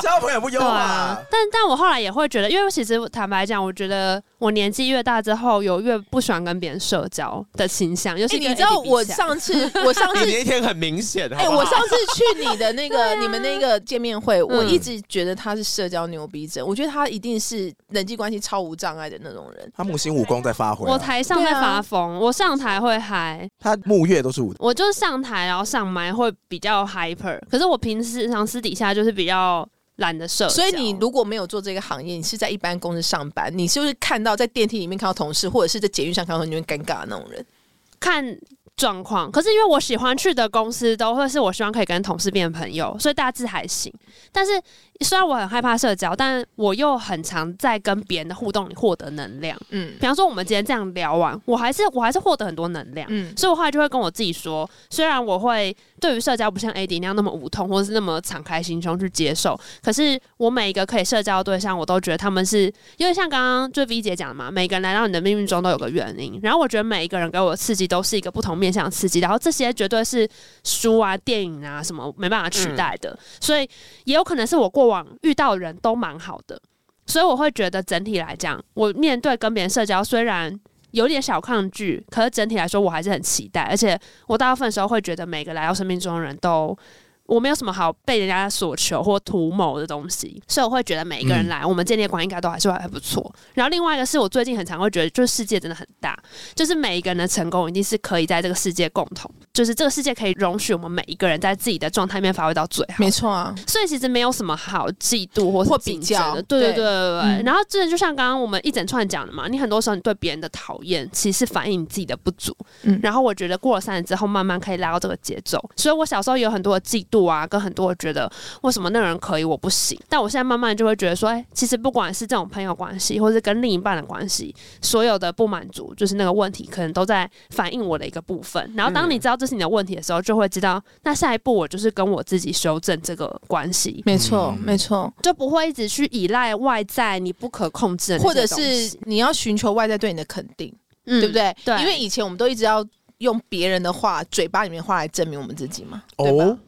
S1: 交
S3: 啊
S1: 朋友不优
S2: 对
S1: 化
S2: 啊
S1: 啊。，
S2: 但但我后来也会觉得，因为其实坦白讲，我觉得我年纪越大之后，有越不喜欢跟别人社交的倾向，尤
S4: 哎、
S2: 其跟
S4: 你知道
S2: AD 比
S4: 我
S2: 起来
S4: 上次，我上
S3: <laughs> 你
S4: 次。
S3: 那一天很明显，
S4: 哎、
S3: 好不
S4: 我
S3: 好？
S4: 上次去你的那 <laughs> 个、你们那个见面会，我
S2: 嗯
S4: 一直觉得他是社交牛逼症，我觉得他一定是人际关系超无障碍的那种人。
S1: 他木星武功在发挥啊、
S2: 我台上在发疯，我上台会嗨，
S1: 他木月都是武，
S2: 我就上台然后上麦会比较 hyper，可是我平时常私底下就是比较懒得社交。
S4: 所以你如果没有做这个行业，你是在一般公司上班，你是不是看到在电梯里面看到同事，或者是在捷运上看到同事，你会尴尬的那种人？
S2: 看状况，可是因为我喜欢去的公司都会是我希望可以跟同事变朋友，所以大致还行。但是虽然我很害怕社交，但我又很常在跟别人的互动里获得能量。
S4: 嗯
S2: 比方说，我们今天这样聊完，我还是我还是获得很多能量。
S4: 嗯，
S2: 所以我后来就会跟我自己说，虽然我会对于社交不像 AD 那样那么无痛，或是那么敞开心胸去接受，可是我每一个可以社交的对象，我都觉得他们是，因为像刚刚就 V 姐讲的嘛，每个人来到你的命运中都有个原因。然后我觉得每一个人给我的刺激都是一个不同面向的刺激，然后这些绝对是书啊、电影啊什么没办法取代的，所以也有可能是我过往遇到的人都蛮好的。所以我会觉得整体来讲，我面对跟别人社交虽然有点小抗拒，可是整体来说我还是很期待，而且我大部分时候会觉得每个来到生命中的人都。我没有什么好被人家所求或图谋的东西，所以我会觉得每一个人来，我们建立的关系应该都还是还不错。然后另外一个是我最近很常会觉得，就是世界真的很大，就是每一个人的成功一定是可以在这个世界共同，就是这个世界可以容许我们每一个人在自己的状态里面发挥到最好。
S4: 没错啊，
S2: 所以其实没有什么好嫉妒或
S4: 或
S2: 是
S4: 比
S2: 竞争的，
S4: 较
S2: 对对
S4: 对
S2: 对对对。
S4: 嗯
S2: 然后真的就像刚刚我们一整串讲的嘛，你很多时候你对别人的讨厌，其实是反映你自己的不足。
S4: 嗯
S2: 然后我觉得过了三十之后，慢慢可以拉到这个节奏。所以我小时候有很多的嫉妒啊，跟很多的觉得为什么那个人可以我不行，但我现在慢慢就会觉得说，哎、其实不管是这种朋友关系，或是跟另一半的关系，所有的不满足，就是那个问题，可能都在反映我的一个部分。然后当
S4: 嗯
S2: 你知道这是你的问题的时候，就会知道，那下一步我就是跟我自己修正这个关系，
S4: 没错，
S1: 嗯
S4: 没错。
S2: 就不会一直去依赖外在你不可控制的那些
S4: 或者
S2: 东
S4: 是
S2: 西，
S4: 你要寻求外在对你的肯定，
S2: 嗯
S4: 对不？对？
S2: 对
S4: 因为以前我们都一直要用别人的话、嘴巴里面的话来证明我们自己嘛，对吧？
S1: 哦，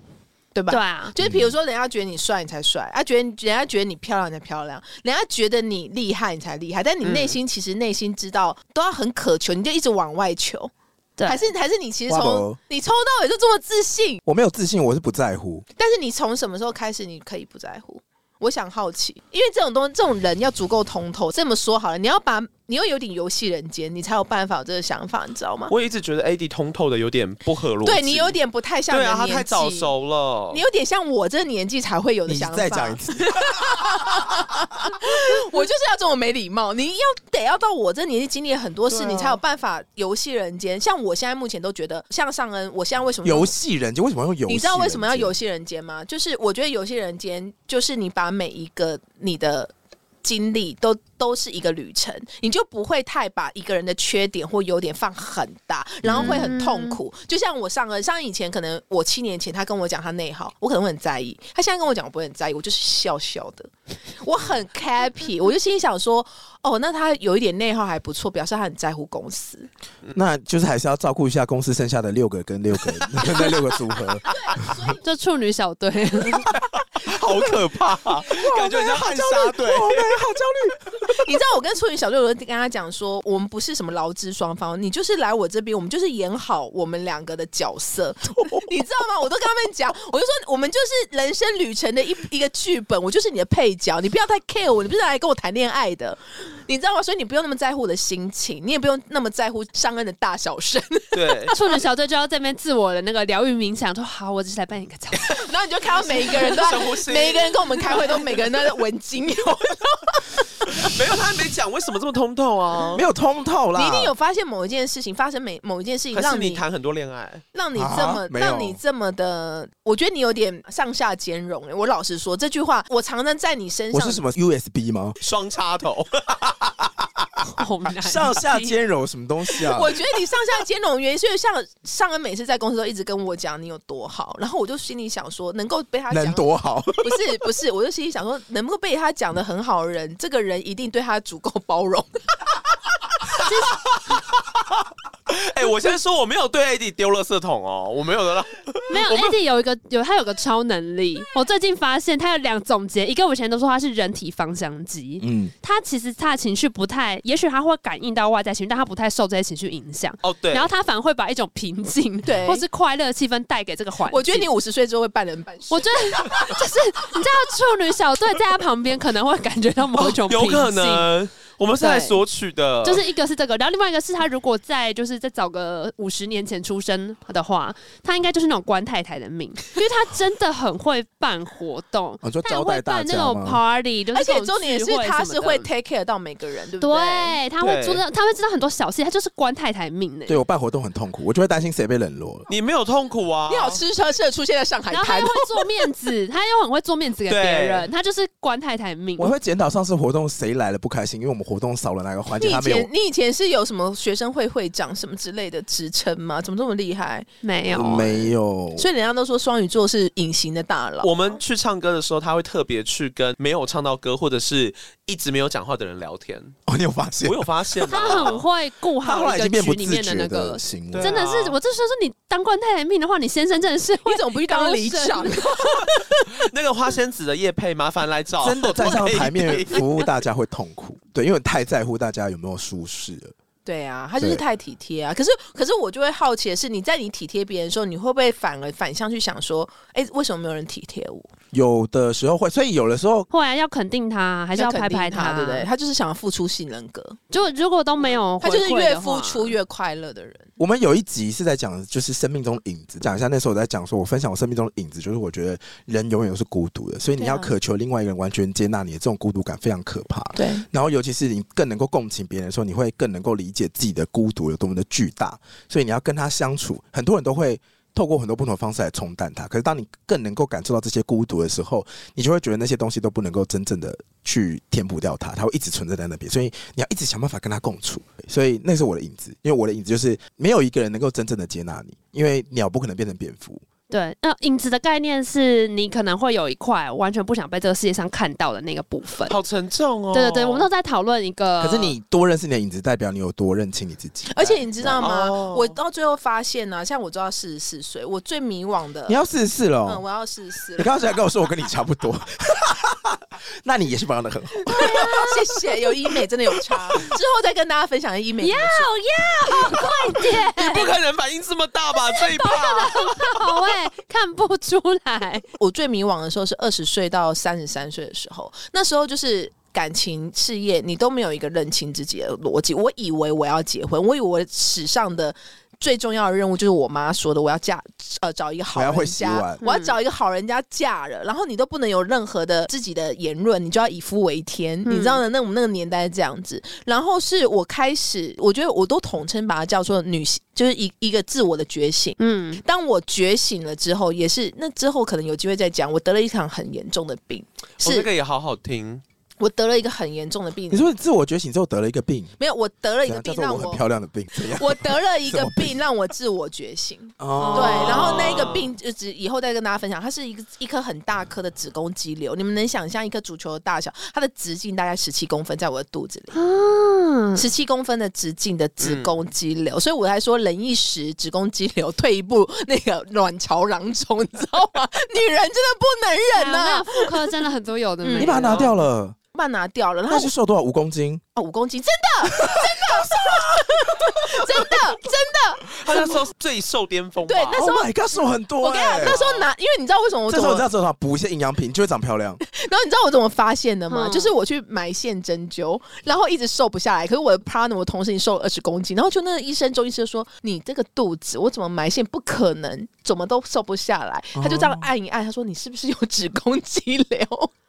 S4: 对吧？
S2: 对啊，
S4: 就是比如说，人家觉得你帅，你才帅；，啊，觉得人家觉得你漂亮，你才漂亮；，人家觉得你厉害，你才厉害。
S2: 嗯
S4: 但你内心其实内心知道，都要很渴求，你就一直往外求。
S2: 对
S4: 还是还是你其实
S1: 哇
S4: 从
S1: 哦
S4: 你从头到尾就这么自信，
S1: 我没有自信，我是不在乎。
S4: 但是你从什么时候开始你可以不在乎？我想好奇，因为这种东这种人要足够通透。这么说好了，你要把你要有点游戏人间，你才有办法有这个想法，你知道吗？
S3: 我一直觉得 AD 通透的有点不合逻辑，
S4: 对你有点不太像
S3: 对
S4: 人
S3: 啊，
S4: 的
S3: 他
S4: 年纪，
S3: 太早熟了
S4: 你。有点像我这年纪才会有的
S1: 你
S4: 想法。
S1: 再讲一次，
S4: 我就是要这种没礼貌，你要得要到我这年纪经历了很多事，
S1: 对啊
S4: 你才有办法游戏人间。像我现在目前都觉得，像上恩，我现在为什么
S1: 游戏人间为什么要用游戏人间？
S4: 你知道为什么要游戏人间吗？就是我觉得游戏人间就是你把每一个你的经历都都是一个旅程，你就不会太把一个人的缺点或优点放很大，然后会很痛苦。就像我上个上以前，可能我七年前他跟我讲他内耗，我可能会很在意；他现在跟我讲，我不会很在意，我就是笑笑的，我很 happy，我就心里想说，哦，那他有一点内耗还不错，表示他很在乎公司。
S1: 那就是还是要照顾一下公司剩下的六个跟六个 <laughs> 那六个组合。
S2: 啊就处女小队， <laughs>
S3: 好可
S4: <laughs>
S3: 怕、啊，感觉很像暗杀队。
S4: <laughs> 你知道我跟处女小六，我就跟他讲说，我们不是什么劳资双方，你就是来我这边，我们就是演好我们两个的角色， <laughs> 你知道吗？我都跟他们讲，我就说我们就是人生旅程的一一个剧本，我就是你的配角，你不要太 care 我，你不是来跟我谈恋爱的，你知道吗？所以你不用那么在乎我的心情，你也不用那么在乎上恩的大小声， <laughs>
S3: 对，
S2: 处女小队就要在那边自我的那个疗愈冥想，说好，我只是来扮演一个角色。
S4: 然后你就看到每一个人
S3: <laughs>
S4: 都在
S3: 深呼吸
S4: 每一个人跟我们开会都每个人都在闻精油。
S3: 没有他还没讲为什么这么通透啊
S1: 没？有通透啦，
S4: 你一定有发现某一件事情发生每某一件事情
S3: 可是
S4: 让
S3: 你谈很多恋爱，
S4: 让你这么、
S1: 啊没有
S4: 让你这么的，我觉得你有点上下兼容、欸。我老实说，这句话我常常在你身
S1: 我
S4: 上，
S1: 是什么 USB 吗？
S3: 双插头， <laughs>
S2: <laughs> 好难啊
S1: 上下兼容什么东西啊？
S4: <laughs> 我觉得你上下兼容，原因是因为像上恩每次在公司都一直跟我讲你有多好，然后我就心里想说，能够被他
S1: 能
S4: 讲。
S1: 多好？
S4: 不是不是，我就心里想说，能够被他讲的很好的人，这个人一定对他足够包容。
S3: 哎、我先说我没有对 AD 丢垃圾桶哦，我没有的啦。
S2: 没有，AD 有一个有他有个超能力，我最近发现他有两总结，一个我以前都说他是人体芳香机，
S1: <laughs> 嗯，
S2: 他其实他的情绪不太，也许他会感应到外在情绪，但他不太受这些情绪影响。
S3: 哦，对，
S2: 然后他反而会把一种平静，
S4: 对
S2: 或是快乐的气氛带给这个环境。
S4: 我觉得你，五十岁之后会半人半事。
S2: 我觉得 <laughs> 就是你知道，处女小队在他旁边可能会感觉到某一种
S3: 哦有可
S2: 平静
S3: 能，我们是来
S4: 对
S3: 索取的，
S2: 就是一个是这个，然后另外一个是他如果在就是再找个五十年前出生的话，他应该就是那种官太太的命，因为他真的很会办活动，
S1: 哦，就
S2: 他
S1: 招
S2: 很
S1: 待
S2: 会
S1: 大
S2: 办那
S1: 家
S2: 种
S1: 嘛。
S2: party，就是
S4: 而且
S2: 这种
S4: 重点是
S2: 聚会
S4: 他
S2: 什么
S4: 是
S2: 的
S4: 会 take care 到每个人，对不对？
S2: 对，他会
S3: 对
S2: 知道，他会知道很多小细节，他就是官太太命呢。
S1: 对我办活动很痛苦，我就会担心谁被冷
S2: 嗯
S1: 落了。
S3: 你没有痛苦啊，
S4: 你好吃车车出现在上海
S2: 然后他
S4: 滩
S2: 又，会做面子，他又很会做面子给别人，他就是官太太命。
S1: 我会检讨上次活动谁来了不开心，因为我们活动少了哪个环
S4: 你
S1: 节，
S4: 以
S1: 他没有
S4: 前你以前是有什么学生会会长什么之类的职称吗？怎么这么厉害？
S2: 没有，
S1: 没有，
S4: 所以人家都说双鱼座是隐形的大佬。
S3: 我们去唱歌的时候，他会特别去跟没有唱到歌或者是一直没有讲话的人聊天。
S1: 哦， <laughs> 你有发现
S3: 我？有发现啊，
S2: 他很会顾
S1: 他
S2: 好
S1: 后来已
S2: 一
S1: 经
S2: 个
S1: 变
S2: 局
S1: 不
S2: 里
S1: 自
S2: 面的
S1: 觉
S2: 那个
S1: 的。行为，
S3: 对啊
S2: 真的是，我这时候说你当官太太命的话，你先生真
S1: <laughs>
S2: 的是会
S4: 你怎么不去当里长？
S3: <laughs> 那个花仙子的叶配，麻烦来找，
S1: 真的站上台面
S3: 我
S1: 服务大家会痛苦，对，因为太在乎大家有没有舒适了。
S4: <laughs> 对啊，他就是太体贴啊。可是，可是我就会好奇的是，你在你体贴别人的时候，你会不会反而反向去想说，哎、为什么没有人体贴我？
S1: 有的时候会，所以有的时候
S2: 后来要肯定他，还是要
S4: 肯
S2: 拍
S4: 定
S2: 拍
S4: 他，对不对？他就是想要付出性人格，
S2: 就如果都没有
S4: 他
S2: 哦回馈的
S4: 就
S2: 话，
S4: 是越付出越快乐的人。
S1: 我们有一集是在讲，就是生命中的影子。讲一下那时候我在讲，说我分享我生命中的影子，就是我觉得人永远都是孤独的，所以你
S4: 对啊
S1: 要渴求另外一个人完全接纳你的这种孤独感非常可怕。
S4: 对，
S1: 然后，尤其是你更能够共情别人的时候，你会更能够理解自己的孤独有多么的巨大。所以你要跟他相处，很多人都会透过很多不同的方式来冲淡它。可是，当你更能够感受到这些孤独的时候，你就会觉得那些东西都不能够真正的去填补掉它，它会一直存在在那边。所以你要一直想办法跟他共处。所以那是我的影子，因为我的影子就是没有一个人能够真正的接纳你，因为鸟不可能变成蝙蝠。
S2: 对。那影子的概念是你可能会有一块完全不想被这个世界上看到的那个部分。
S3: <laughs> 好沉重哦。
S2: 对对对，我们都在讨论一个。
S1: 可是你多认识你的影子，代表你有多认清你自己。
S4: 而且你知道吗？
S3: 哦
S4: 我到最后发现呢、像我做到四十四岁，我最迷惘的
S1: 你，要试试喽。
S4: 嗯，我要四十四
S1: 你
S4: 了。
S1: 刚刚才跟我说我跟你差不多，那你也是保养的很好。
S4: <laughs> 谢谢，有医美真的有差，之后再跟大家分享医美怎
S2: 要
S4: 么做。
S2: 要快点，
S3: 你不可能反应这么大吧？这一趴
S2: 好哎、看不出来。
S4: 我最迷惘的时候是二十岁到三十三岁的时候，那时候就是。感情、事业，你都没有一个认清自己的逻辑。我以为我要结婚，我以为我史上的最重要的任务就是我妈说的，我要嫁呃找一个好
S1: 我要会
S4: 人
S1: 洗
S4: 家，
S1: 碗
S4: 我要找一个好人家嫁了。然后你都不能有任何的自己的言论，你就要以夫为天，
S2: 嗯
S4: 你知道的。那我们那个年代是这样子，然后是我开始，我觉得我都统称把它叫做女性，就是一一个自我的觉醒。
S2: 嗯，
S4: 当我觉醒了之后，也是那之后可能有机会再讲。我得了一场很严重的病，
S3: 哦这
S4: 是
S3: 个也好好听，
S4: 我得了一个很严重的病
S1: 你。说你自我觉醒之后得了一个病，
S4: 没有，我得了一
S1: 怎
S4: 个
S1: 样叫
S4: 病
S1: 做
S4: 让
S1: 我很
S4: 我，
S1: 漂亮的病？怎样？
S4: 我得了
S1: <laughs>
S4: 一
S1: 什
S4: 个
S1: 么
S4: 病让我自我觉醒。
S1: 哦
S4: 对，然后那一个病就只以后再跟大家分享，它是一个一颗很大颗的子宫肌瘤，你们能想象一颗足球的大小，它的直径大概十七公分，在我的肚子里。
S2: 啊，
S4: 十七公分的直径的子宫肌瘤，所以我才说忍一时，子宫肌瘤退一步，那个卵巢囊肿，你知道吗？女人真的不能忍呐、
S2: 那妇科真的很多有的没
S4: 嗯
S2: 的。
S1: 你把它拿掉了，
S4: 把它拿掉了，然
S1: 啊那
S4: 后
S1: 是瘦多少？五公斤？
S4: 我五公斤，真的，真的，真的，真的。
S3: 他那时候最受巅峰吧。
S4: 对那时
S1: Oh
S4: 候
S1: my god，瘦很多
S4: 我跟你讲，
S1: 哎！
S4: 那时候拿，因为你知道为什么我
S1: 这
S4: 怎
S1: 时
S4: 么
S1: 候你知道怎么补一些营养品，你就会长漂 <laughs> 亮。
S4: 然后你知道我怎么发现的吗？
S2: 嗯
S4: 就是我去埋线针灸，然后一直瘦不下来。可是我的 partner，我同时已经瘦了二十公斤，然后就那个医生中医师就说：“你这个肚子，我怎么埋线不可能，怎么都瘦不下来。”
S2: 哦
S4: 他就这样按一按，他说：“你是不是有子宫肌瘤？”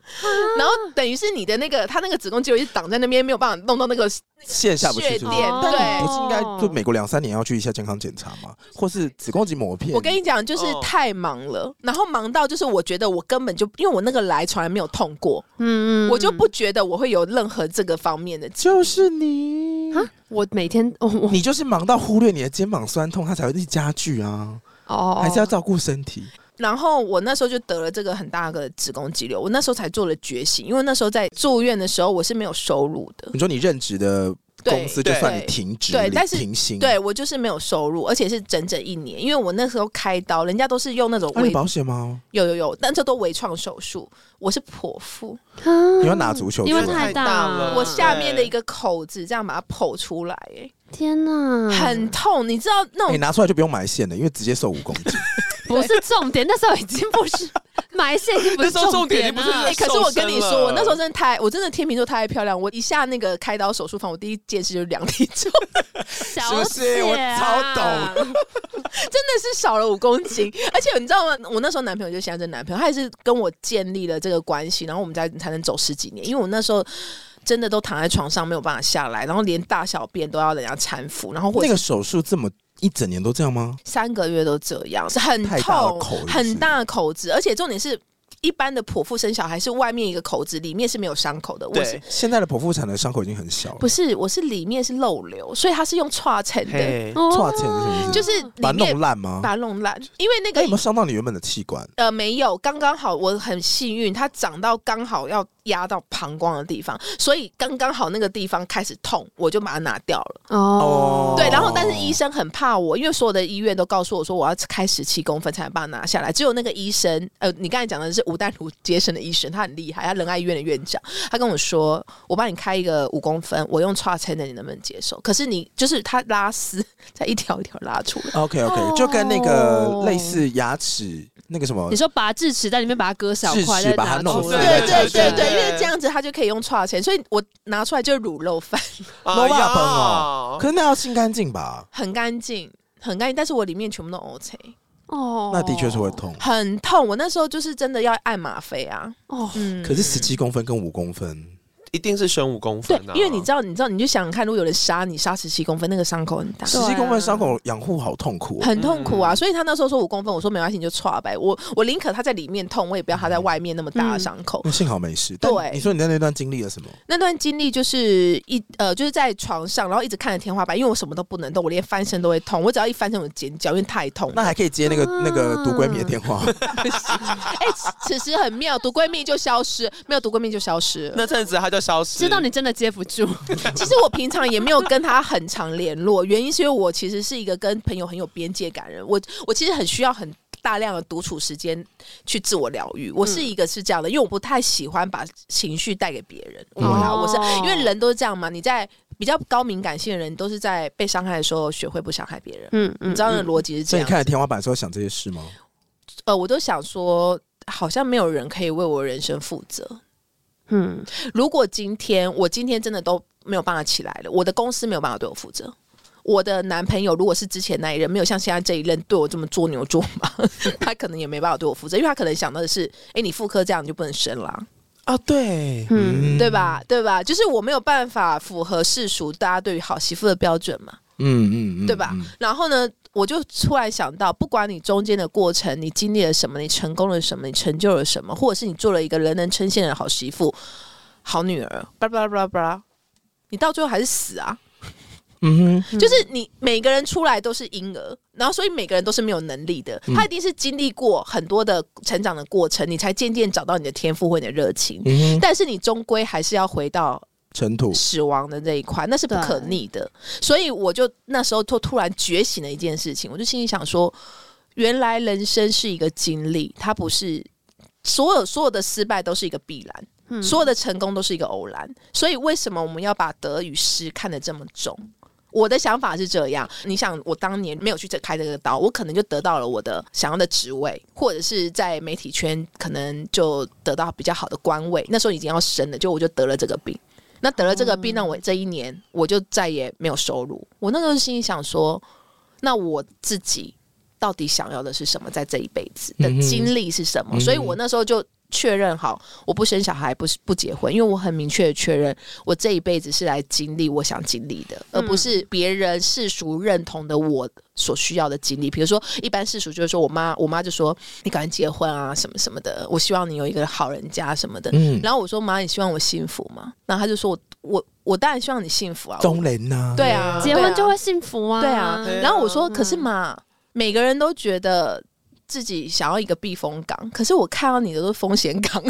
S2: <laughs>
S4: 然后等于是你的那个，他那个子宫肌瘤一直挡在那边，没有办法弄到那个。
S1: 线下不去是不
S4: 血
S1: 是
S4: 点
S2: 哦
S1: 但
S4: 对
S1: 你不是应该就每隔两三年要去一下健康检查吗？或是子宫颈膜片？
S4: 我跟你讲，就是
S3: 哦
S4: 太忙了，然后忙到就是我觉得我根本就因为我那个来从来没有痛过，
S2: 嗯嗯，
S4: 我就不觉得我会有任何这个方面的疾
S1: 就是你，
S2: 啊，我每天哦我
S1: 你就是忙到忽略你的肩膀酸痛，它才会一直加剧啊！
S2: 哦，
S1: 还是要照顾身体。
S4: 然后我那时候就得了这个很大的子宫肌瘤，我那时候才做了觉醒，因为那时候在住院的时候我是没有收入的，
S1: 你说你任职的
S4: 对
S1: 公司就算你
S4: 对
S1: 停职，你
S4: 对但是
S1: 停薪，啊
S4: 对我就是没有收入，而且是整整一年，因为我那时候开刀，人家都是用那种
S1: 那
S4: 微、
S1: 你保险吗？
S4: 有有有，但这都微创手术，我是剖腹，
S1: 你
S2: 你
S1: 要拿足球
S2: 因为
S1: 出来
S2: 太
S3: 太大
S2: 大
S3: 了
S4: 我下面的一个口子这样把它剖出来、哎
S2: 天哪，嗯
S4: 很痛，你知道那
S1: 你
S4: 种
S1: 哎
S4: <laughs>
S1: 拿出来就不用埋线了，因为直接瘦五公斤。
S2: 不是重点，那时候已经不是埋线，已经不是
S3: 那时候重点已
S2: 点
S3: 经不
S2: 了。
S3: 是
S4: 哎、可是我跟你
S3: 受伤
S4: 说，
S3: 了
S4: 我那时候真的太，我真的天秤座太爱漂亮。我一下那个开刀手术房，我第一件事就是量体重，
S2: 小
S1: 是不是
S2: 姐、
S1: 我
S2: 啊，
S1: 超
S2: 懂。
S4: 真的是少了五公斤。 <laughs> 而且你知道吗？我那时候男朋友就现在这男朋友，他也是跟我建立了这个关系，然后我们才才能走十几年。因为我那时候真的都躺在床上没有办法下来，然后连大小便都要人家搀扶，然后或
S1: 那
S4: 者
S1: 个手术这么一整年都这样吗？
S4: 三个月都这样，是很
S1: 太大的
S4: 痛
S1: 口是不，是
S4: 很大的口子，而且重点是。一般的剖腹生小孩是外面一个口子，里面是没有伤口的。我是
S3: 对，
S1: 现在的剖腹产的伤口已经很小了
S4: 不，是，我是里面是漏流，所以它是用叉层的，
S2: 哦
S3: 嘿，
S1: 跨啊钱是不是？
S4: 就是里
S1: 把它
S4: 面
S1: 弄烂吗？哎
S4: 把它弄烂，因为那
S1: 那有没有
S4: 个。
S1: 伤到你原本的器官？
S4: 呃，没有，刚刚好，我很幸运，它长到刚好要压到膀胱的地方，所以刚刚好那个地方开始痛，我就把它拿掉了。
S2: 哦，
S4: 对，然后但是医生很怕我，因为所有的医院都告诉我说我要开十七公分才能把它拿下来，只有那个医生，呃，你刚才讲的是吴淡如接生的医生，他很厉害，他仁爱医院的院长，他跟我说，我帮你开一个五公分，我用叉撑的，你能不能接受？可是你就是他拉丝， <laughs> 再一条一条拉出来。
S1: OK OK，、
S2: 哦
S1: 就跟那个类似牙齿那个什么
S2: 你，说拔智齿在里面把它割小块，
S1: 智齿
S2: 再
S1: 把它
S2: 拿
S1: 弄出
S2: 出
S1: 来
S2: 来
S3: 对
S4: 对对对
S3: 对
S4: 对，因
S3: 对
S4: 为这样子他就可以用叉撑，所以我拿出来就是卤肉饭，
S1: 罗
S3: 哎呀
S1: 瓦本哦，可是那要清干净吧？
S4: 很干净，很干净，但是我里面全部都 OK，
S2: 哦，
S1: 那的确是会痛。
S4: 很痛。我那时候就是真的要按吗啡啊，
S2: 哦，
S4: 嗯，
S1: 可是十七公分跟五公分，
S3: 一定是选五公
S4: 对
S3: 分啊，，
S4: 因为你知道，你知道，你就想想看，如果有人杀你，杀十七公分，那个伤口很大，
S1: 十
S2: 对啊
S1: 七公分伤口养护好痛苦、哦。
S4: 很痛苦啊。所以他那时候说五公分，我说没关系，你就戳呗。我我宁可他在里面痛，我也不要他在外面那么大的伤口。
S1: 那幸好没事。但
S4: 对
S1: 你说你在那段经历了什么？
S4: 那段经历就是一呃，就是在床上，然后一直看着天花板，因为我什么都不能动，我连翻身都会痛，我只要一翻身我就尖叫，因为太痛
S1: 那
S4: 了。
S1: 还可以接那个、
S2: 啊
S1: 那个毒闺蜜的电
S4: <laughs>
S1: 话，
S4: 哎、此时很妙，毒闺蜜就消失，没有毒闺蜜就消失了。
S3: 那阵子他就消失，
S2: 知道你真的接不住，
S4: 其实我平常也没有跟他很常联络，原因是因为我其实是一个跟朋友很有边界感的人，我我其实很需要很大量的独处时间去自我疗愈。我
S2: 嗯
S4: 是一个是这样的，因为我不太喜欢把情绪带给别人。我
S1: 嗯
S4: 啦，我是
S2: 哦
S4: 因为人都是这样嘛，你在比较高敏感性的人，都是在被伤害的时候学会不伤害别人。
S2: 嗯嗯
S4: 你知道那个逻辑是这
S1: 所以
S4: 样
S1: 你看，着天花板的时候想这些事吗？
S4: 呃，我都想说，好像没有人可以为我人生负责。
S2: 嗯，
S4: 如果今天我今天真的都没有办法起来了，我的公司没有办法对我负责。我的男朋友如果是之前那一任，没有像现在这一任对我这么做牛做马， <laughs> 他可能也没办法对我负责，因为他可能想到的是，哎、你妇科这样你就不能生啦，
S3: 啊，
S2: <laughs>
S3: 对，
S2: 嗯
S4: 对？吧？对吧？就是我没有办法符合世俗大家对于好媳妇的标准嘛。
S1: 嗯嗯嗯，
S4: 对吧
S1: 嗯？
S4: 然后呢，我就突然想到，不管你中间的过程，你经历了什么，你成功了什么，你成就了什么，或者是你做了一个人人称羡的好媳妇、好女儿，巴拉巴拉巴拉巴拉，你到最后还是死啊！
S1: 嗯
S2: 嗯
S4: 就是你每个人出来都是婴儿，然后所以每个人都是没有能力的，
S1: 嗯
S4: 他一定是经历过很多的成长的过程，你才渐渐找到你的天赋或你的热情
S1: 哼，。嗯哼，
S4: 但是你终归还是要回到
S1: 尘土。
S4: 死亡的这一块，那是不可逆的。所以我就那时候就突然觉醒了一件事情，我就心里想说，原来人生是一个经历，它不是所有所有的失败都是一个必然，
S2: 嗯
S4: 所有的成功都是一个偶然。所以为什么我们要把得与失看得这么重？我的想法是这样，你想我当年没有去这开这个刀，我可能就得到了我的想要的职位，或者是在媒体圈可能就得到比较好的官位。那时候已经要生了，就我就得了这个病。那得了这个
S1: 哦
S4: 病，那我这一年我就再也没有收入。我那时候心里想说，那我自己到底想要的是什么，在这一辈子的
S1: 嗯哼
S4: 经历是什么？
S1: 嗯
S4: 所以我那时候就确认好，我不生小孩，不是不结婚，因为我很明确的确认，我这一辈子是来经历我想经历的，而不
S1: 嗯
S4: 是别人世俗认同的我所需要的经历。比如说，一般世俗就是说我妈，我妈就说你赶快结婚啊，什么什么的，我希望你有一个好人家什么的。
S1: 嗯，
S4: 然后我说妈，你希望我幸福吗？然后他就说我我我当然希望你幸福啊，
S1: 中人呐、
S4: 对啊，
S2: 结
S4: 对
S2: 婚
S4: 啊
S2: 就会幸福啊，
S4: 对啊
S3: 对啊。
S4: 然后我说，可是嘛，每个人都觉得自己想要一个避风港，可是我看到你的都是风险 <laughs> 港，就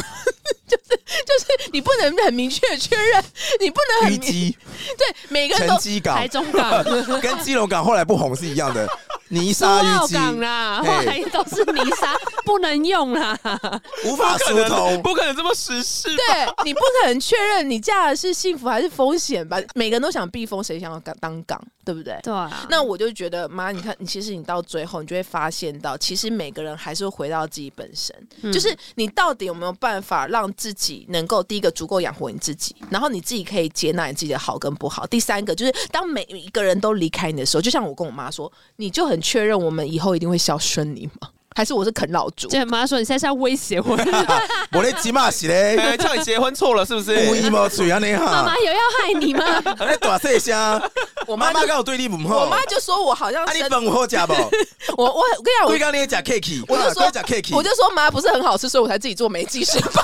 S4: 是就是你不能很明确地确认，你不能很
S1: 虞
S4: 明 <laughs>
S1: 姬，
S4: 对，每个人
S1: 成
S4: 都
S1: 绩港
S2: 台中
S1: <laughs>
S2: 港、
S1: 跟基隆港后来不红是一样
S4: <laughs>
S1: 的，泥
S2: 苏
S1: 沙
S2: 澳
S1: 淤积
S2: 港
S4: 啊
S2: 啊啦，
S1: 嘿
S2: 后来都是泥沙，不能用啦。
S1: 无法
S3: 不可
S1: 疏
S3: 能，
S4: <laughs>
S1: 通。
S3: 不可能这么实事。
S4: 对你不可能确认你嫁的是幸福还是风险吧？每个人都想避风，谁想要当港，对不对？
S2: 对啊，
S4: 那我就觉得，妈，你看，你其实你到最后，你就会发现到，其实每个人还是会回到自己本身，
S2: 嗯
S4: 就是你到底有没有办法让自己能够第一个足够养活你自己，然后你自己可以接纳你自己的好跟不好。第三个就是，当每一个人都离开你的时候，就像我跟我妈说，你就很确认我们以后一定会孝顺你吗？还是我是啃老族？
S2: 就妈说你现在是要威胁我，妈
S1: 我那吉马是嘞，
S4: <laughs>
S3: 哎， <laughs> 叫你结婚错了是不是？
S1: 故意冒嘴啊你哈
S2: 妈，有要害你吗？
S1: <laughs> 那大细声，
S4: 我
S1: 妈
S4: 妈
S1: 妈
S4: 就
S1: 跟我对立不
S4: 我
S1: 好。
S4: 妈就说我好像
S1: 啊，你
S4: 生
S1: 本好食
S4: <laughs>
S1: 不？
S4: 我我我跟你讲，我
S1: 贵港你也食 cake，
S4: 我就说
S1: 食 cake，
S4: 我就说妈不是很好吃，所以我才自己做没记事
S1: <laughs>
S4: 包。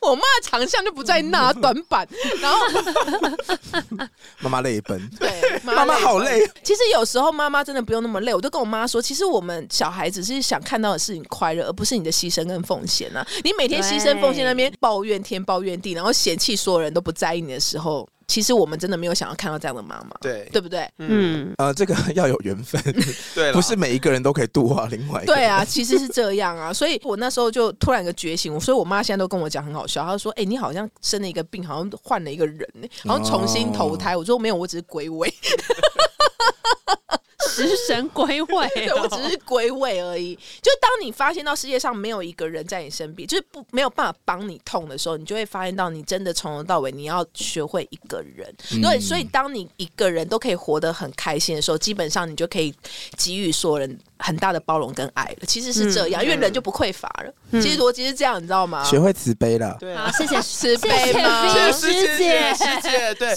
S4: 我妈的长项就不在那短板，然后
S1: 妈妈泪奔，
S4: 对
S1: 妈妈好。累。
S4: 其实有时候妈妈真的不用那么累，我就跟我妈说，其实我们小孩子是想看到的是你快乐，而不是你的牺牲跟奉献啊。你每天牺牲奉献那边抱怨天抱怨地，然后嫌弃所有人都不在意你的时候，其实我们真的没有想要看到这样的妈妈，
S3: 对
S4: 对不对？
S2: 嗯，
S1: 呃，这个要有缘分，
S3: 对啦，
S1: 不是每一个人都可以度化另外一个。
S4: 对，啊，其实是这样啊，所以我那时候就突然一个觉醒，所以我妈现在都跟我讲很好笑，她说：“哎、你好像生了一个病，好像换了一个人、欸，好像重新投胎。我说：“没有，我只是归位，
S2: 食神归位
S4: 对我只是归位而已。”就当你发现到世界上没有一个人在你身边，就是不没有办法帮你痛的时候，你就会发现到你真的从头到尾你要学会一个人。
S1: 嗯
S4: 对，所以当你一个人都可以活得很开心的时候，基本上你就可以给予所有人很大的包容跟爱了。其实是这样，
S3: 嗯
S4: 因为人就不匮乏了。其实逻辑是这样，你知道吗？
S1: 学会慈悲了。
S3: 对
S2: 好，
S3: 啊。
S2: 谢谢
S4: 慈悲吗？
S2: 谢
S3: 谢
S2: 师姐
S3: 师姐，师姐，
S4: <laughs>
S3: 对，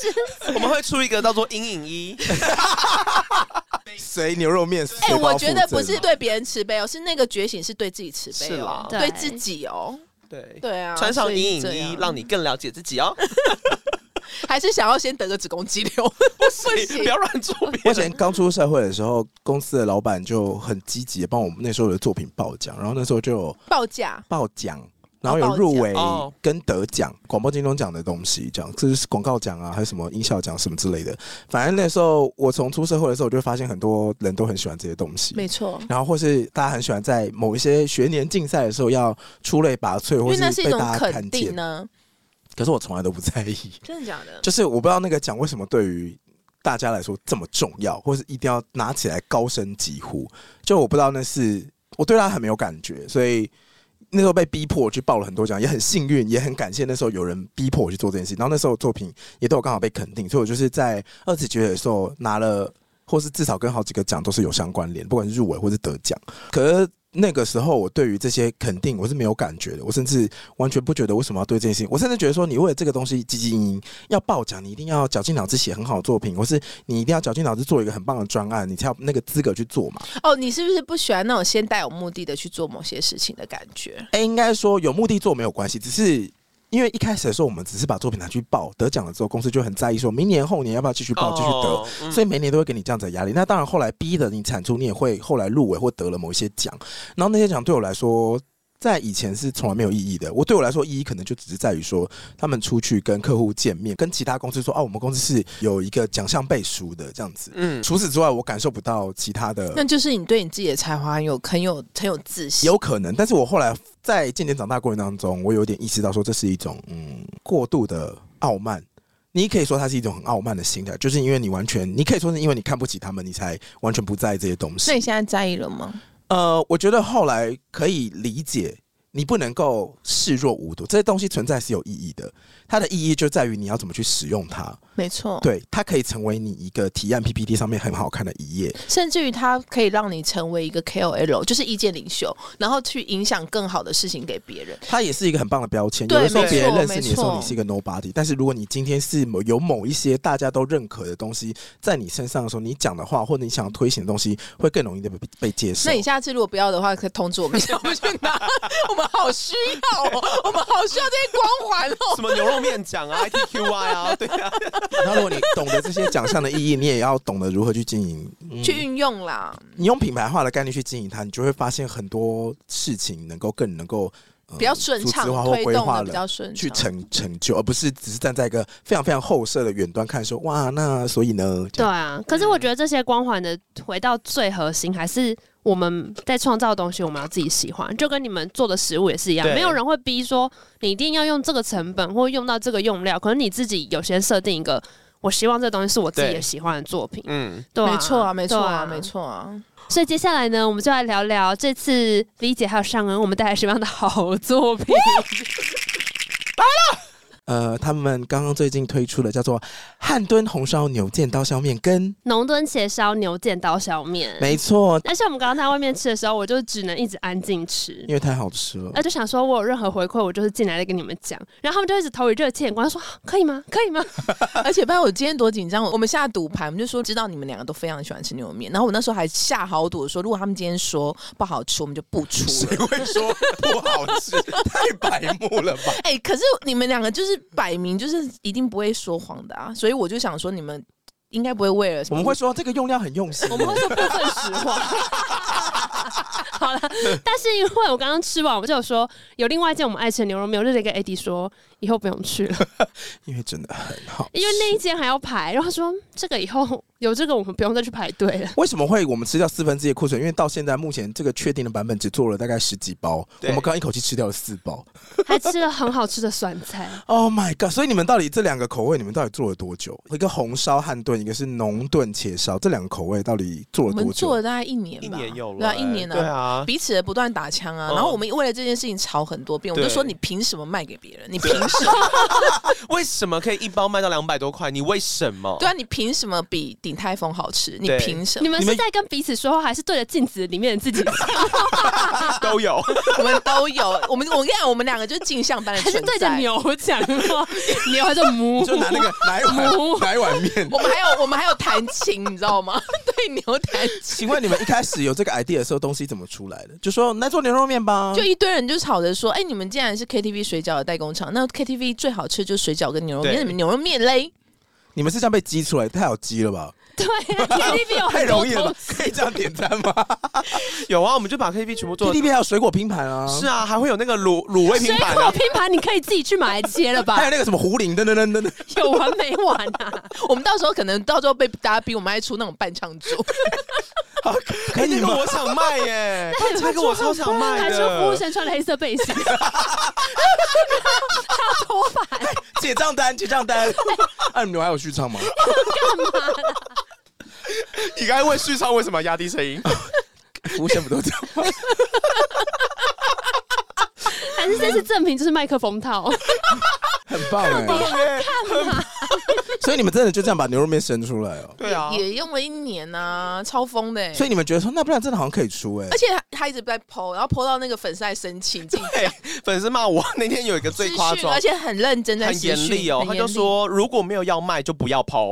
S3: 我们会出一个叫做“阴影衣
S1: 谁牛肉面？
S4: 哎、
S1: 谁包
S4: 我
S1: 附
S4: 觉得不
S1: 赠
S4: 是对别人慈悲哦，是那个觉醒是对自己慈
S3: 是
S4: 悲哦
S3: 啦，
S4: 对
S2: 对
S4: 自己哦，”，
S3: 对，
S4: 对啊，
S3: 穿上
S4: 所以
S3: 阴
S4: 这
S3: 影
S4: 样
S3: 衣，让你更了解自己
S4: <laughs>
S3: 哦。
S4: 还是想要先得个子宫肌瘤， <laughs> 不行
S3: 不要乱做别哦
S1: 我以
S3: 人。
S1: 前刚出社会的时候，公司的老板就很积极地帮我们那时候的作品报奖，然后那时候就有
S4: 报价。
S1: 报奖，然后有入围
S3: 哦
S1: 跟得奖广播金钟奖的东西，这样这是广告奖啊，还有什么音效奖什么之类的。反正那时候我从出社会的时候，我就发现很多人都很喜欢这些东西，
S4: 没错，
S1: 然后或是大家很喜欢在某一些学年竞赛的时候要出类拔萃，
S4: 因
S1: 或
S4: 为那是一
S1: 被
S4: 种
S1: 大家
S4: 肯
S1: 看
S4: 定啊
S1: 见。
S4: 呢、
S1: 可是我从来都不在意，
S4: 真的假的？
S1: 就是我不知道那个奖为什么对于大家来说这么重要，或是一定要拿起来高声疾呼。就我不知道那是我对他很没有感觉，所以那时候被逼迫我去报了很多奖，也很幸运，也很感谢那时候有人逼迫我去做这件事。然后那时候作品也都有刚好被肯定，所以我就是在二次决的时候拿了，或是至少跟好几个奖都是有相关联，不管是入围或是得奖。可是那个时候，我对于这些肯定我是没有感觉的，我甚至完全不觉得为什么要对这件事情，我甚至觉得说，你为了这个东西积极营营，要报奖，你一定要绞尽脑汁写很好的作品，或是你一定要绞尽脑汁做一个很棒的专案，你才有那个资格去做嘛。
S4: 哦，你是不是不喜欢那种先带有目的的去做某些事情的感觉？
S1: 哎、应该说有目的做没有关系，只是。因为一开始的时候，我们只是把作品拿去报，得奖了之后，公司就很在意，说明年后年要不要继续报、继续得。
S3: 哦嗯
S1: 所以每年都会给你这样子的压力。那当然，后来逼的你产出，你也会后来入围或得了某一些奖。然后那些奖对我来说，在以前是从来没有意义的。我对我来说，意义可能就只是在于说，他们出去跟客户见面，跟其他公司说，哦、我们公司是有一个奖项背书的这样子。
S3: 嗯，
S1: 除此之外，我感受不到其他
S4: 那
S1: 的，
S4: 就是你对你自己的才华很有很有很有自信。
S1: 有可能。但是我后来在渐渐长大过程当中，我有点意识到说，这是一种嗯过度的傲慢。你可以说它是一种很傲慢的心态，就是因为你完全，你可以说是因为你看不起他们，你才完全不在意这些东西
S4: 那。你现在在意了吗？
S1: 呃，我觉得后来可以理解，你不能够视若无睹，这些东西存在是有意义的，它的意义就在于你要怎么去使用它。
S4: 没错，
S1: 对，它可以成为你一个提案 PPT 上面很好看的一页。
S4: 甚至于它可以让你成为一个 KOL，就是意见领袖，然后去影响更好的事情给别人。
S1: 它也是一个很棒的标签。有
S4: 对
S1: 的时候
S4: 没
S1: 别人
S4: 错
S1: 认识你的时
S4: 没
S1: 候，
S4: 错
S1: 你是一个 nobody，但是如果你今天是某有某一些大家都认可的东西在你身上的时候，你讲的话或者你想要推行的东西，会更容易的被被接受
S4: 那。你下次如果不要的话，可以通知我们一下， <laughs> 我们去拿。我们好需要
S1: <laughs>
S4: 哦，我们好需要这些光环
S3: 什
S4: 哦。
S3: 么牛肉面奖啊，ITQI <laughs> 啊，对啊，
S1: 然后如果你懂得这些奖项的意义，你也要懂得如何去经
S4: <laughs>
S1: 营。嗯
S4: 去运用啦，
S1: 你用品牌化的概念去经营它，你就会发现很多事情能够更能够呃
S4: 比较顺畅
S1: 组织化，或
S4: 推
S1: 规
S4: 动
S1: 划
S4: 的比较
S1: 了。
S4: 顺
S1: 去
S4: 畅。
S1: 成成就，而不是只是站在一个非常非常后设的远端看说哇，那所以呢？这
S2: 对
S1: 样
S2: 啊，可是我觉得这些光环的回到最核心，还是我们在创造的东西，我们要自己喜欢，就跟你们做的食物也是一样，
S3: 对
S2: 没有人会逼说你一定要用这个成本或用到这个用料，可能你自己有些设定一个，我希望这东西是我自己
S3: 对
S2: 也喜欢的作品，
S3: 嗯，
S2: 对啊、
S4: 没错啊，没错啊，
S2: 对
S4: 没。错啊。
S2: 所以接下来呢，我们就来聊聊这次 V 姐还有尚恩，我们带来什么样的好作品？
S1: 呃，他们刚刚最近推出的叫做汉敦红烧牛腱刀削面羹，
S2: 浓敦茄烧牛腱刀削
S1: <laughs>
S2: 面。
S1: 没错，
S2: 而且我们刚刚在外面吃的时候，我就只能一直安静吃，
S1: 因为太好吃了
S2: <laughs> 然后。就想说，我有任何回馈，我就是进来再跟你们讲。然后他们就一直投以热切眼光，说啊可以吗？可以吗？ <laughs>
S4: 而且不知道我今天多紧张，我我们下赌盘，我们就说知道你们两个都非常喜欢吃牛肉面，然后我那时候还下好赌说，如果他们今天说不好吃，我们就不出了。 <laughs>
S1: 会说不好 <laughs> 吃？太白目了吧！
S4: 哎、可是你们两个就是摆明就是一定不会说谎的啊，所以我就想说，你们应该不会为了什
S1: 我
S4: 么
S1: 们会说这个用料很用心，
S2: 我们会说部分实话。 <laughs> 好了，但是因为我刚刚吃完，我就有说有另外一件我们爱吃的牛肉面，我就直接跟 AD 说以后不用去了，
S1: 因为真的很好。
S2: 因为那一间还要排。然后他说这个以后有这个我们不用再去排队了。
S1: 为什么会我们吃掉四分之一的库存？因为到现在目前这个确定的版本只做了大概十几包，我
S3: 对
S1: 们刚刚一口气吃掉了四包。
S2: 还吃了很好吃的酸 <laughs> 菜，
S1: Oh my god！所以你们到底这两个口味，你们到底做了多久？一个红烧汉炖，一个是浓炖茄烧，这两个口味到底做
S4: 我
S1: 了
S4: 们
S1: 多
S4: 做
S1: 久？
S4: 了大概一年吧，
S3: 一年有了，
S4: 对啊，一年
S3: 哎对啊，
S4: 彼此不断打枪啊，
S3: 嗯
S4: 然后我们为了这件事情吵很多遍，我就
S3: 对
S4: 说你凭什么卖给别人？你凭什么？
S3: 为什么可以一包卖到两百多块？你为什么？
S4: 对啊，你凭什么比鼎泰丰好吃？你
S3: 对
S4: 凭什
S2: 你
S4: 么？
S2: 们
S1: 你
S2: 是
S1: 们
S2: 在跟彼此说话，还是对着镜子里面的
S1: <laughs>
S2: 自己，
S4: 啊
S3: 都有，
S4: 我们都有，我们我跟你讲，我们两个就是镜像般的
S2: 还是
S4: 存
S2: 对着
S4: 在。
S2: 牛讲
S1: <laughs>
S2: 话？牛还是 <laughs> 母？
S1: 就拿那个拿一
S2: <laughs>
S1: 碗拿一碗面。
S4: 我们还有我们还有弹琴，你知道吗？ <laughs> 对牛弹琴，
S1: 请问你们一开始有这个 idea 的时候，东西怎么出来的？就说来做牛肉面吧，
S4: 就一堆人就吵着说，哎、你们既然是 KTV 水饺的代工厂，那 KTV 最好吃就是水饺跟牛肉面，
S3: 对
S4: 你们牛肉面嘞？
S1: 你们是这样被激出来，太好激了吧？
S2: 对，KTV 啊
S1: <laughs>
S2: 有
S1: 太
S2: 很
S1: 容
S2: 多
S1: 易了
S2: 东
S1: 吧？可以这样点餐吗
S3: 有啊，我们就把 KTV 全部做。
S1: ？KTV 还有水果拼盘啊，
S3: 是啊，还会有那个卤卤味拼
S2: 水
S3: 盘
S2: 果
S3: 啊，
S2: 拼盘你可以自己去买来切了
S1: 还
S2: 吧
S1: 有？那个什么胡铃噔噔噔噔噔，
S2: 有完没完
S1: <laughs>
S2: 啊？
S4: 我们到时候可能到时候被大家逼，我们爱出那种伴唱组，
S1: 好可
S3: 哎，
S1: 以
S3: 那
S1: 吗
S3: 个？我想卖耶，那个我
S2: <laughs>
S3: 超想卖
S2: 还说服务
S3: 的，
S2: 生穿了黑色背心， <laughs>
S1: 结账单，结账单。哎，你们还有续唱吗？
S3: 你刚才问旭超为什么压低声音？
S1: 服务生不都这样吗？
S2: 还是这次正品就是麦克风
S1: <laughs>
S2: 套？
S1: 很棒哎！所以你们真的就这样把牛肉面生出来哦。
S3: 对啊，
S4: 也用了一年啊，超疯的、欸。欸
S1: 所以你们觉得说，那不然真的好像可以出哎
S4: 而。且他他一直在剖，然后剖到那个粉丝还生气，你自己
S3: 对，粉丝骂我 <laughs> 那天有一个最夸
S4: 私讯
S3: 张
S4: 而，且很认真在
S3: 很
S4: 私讯
S3: 严厉哦，
S4: 很
S3: 他
S4: 严
S3: 就
S4: 厉
S3: 说如果没有要卖就不要抛，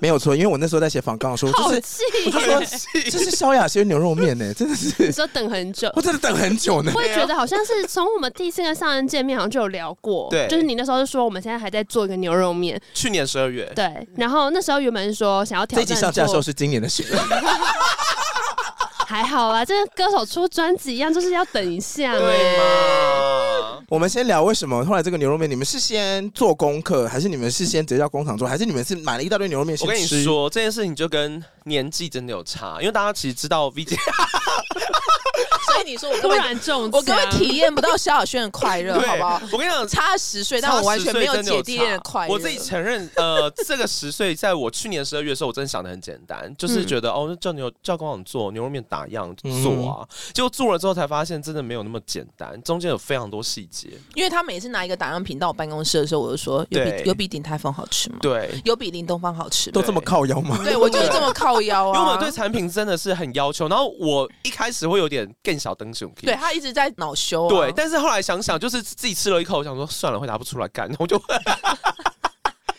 S1: 没有错，因为我那时候在写访纲的时候，
S2: 好
S1: 就是
S2: 气！哦
S1: 我就说这是萧亚轩牛肉面呢，真的
S2: 你
S1: 是，
S2: 说等很久
S1: 我。真的啊等很久呢。
S2: 会觉得好像是从我们第一次跟上恩见面，好像就有聊过，
S3: 对
S2: 就是你那时候就说我们现在还在做一个牛肉面，
S3: 去年十二月，
S2: 对，然后那时候原本是说想要挑
S1: 这一
S2: 战
S1: 集
S2: 做，
S1: 上架的时候是今年的事，
S2: 还好啦，这跟歌手出专辑一样，就是要等一下嘛，
S3: 对
S1: <laughs>
S3: 吗？
S1: 我们先聊为什么后来这个牛肉面，你们是先做功课，还是你们是先直接到工厂做，还是你们是买了一大堆牛肉面
S3: 我
S1: 先
S3: 跟你
S1: 吃？
S3: 说这件事情就跟年纪真的有差，因为大家其实知道 V 姐
S4: 所以你说我根
S2: 突
S4: 本
S2: 然中
S4: 我根
S2: 枪
S4: 本体验不到萧亚轩的快
S3: <laughs>
S4: 乐，
S3: 对
S4: 好不好？
S3: 我跟你讲，
S4: 差十岁，但我完全没
S3: 差10岁真的
S4: 姐弟恋的
S3: 差
S4: 快乐。
S3: 我自己承认，呃，这个十岁，在我去年十二月的时候，我真的想的很简单，
S4: 嗯
S3: 就是觉得、哦，那叫牛叫工厂做牛肉面打样就做啊，结果做了之后才发现，真的没有那么简单，中间有非常多细节。
S4: 因为他每次拿一个打样品到我办公室的时候，我就说有比
S3: 对
S4: 有比鼎泰丰好吃吗？
S3: 对，
S4: 有比林东方好吃
S1: 都
S4: 吗？
S1: 这么靠腰吗？
S4: 对，我就是这么靠腰
S3: 因为我们。
S4: 啊
S3: <laughs> 对产品真的是很要求，然后我一开始会有点更小灯熊，
S4: <laughs> 对他一直在恼羞啊。
S3: 对，但是后来想想，就是自己吃了一口，我想说算了，会拿 <laughs> 不出来干，然后我就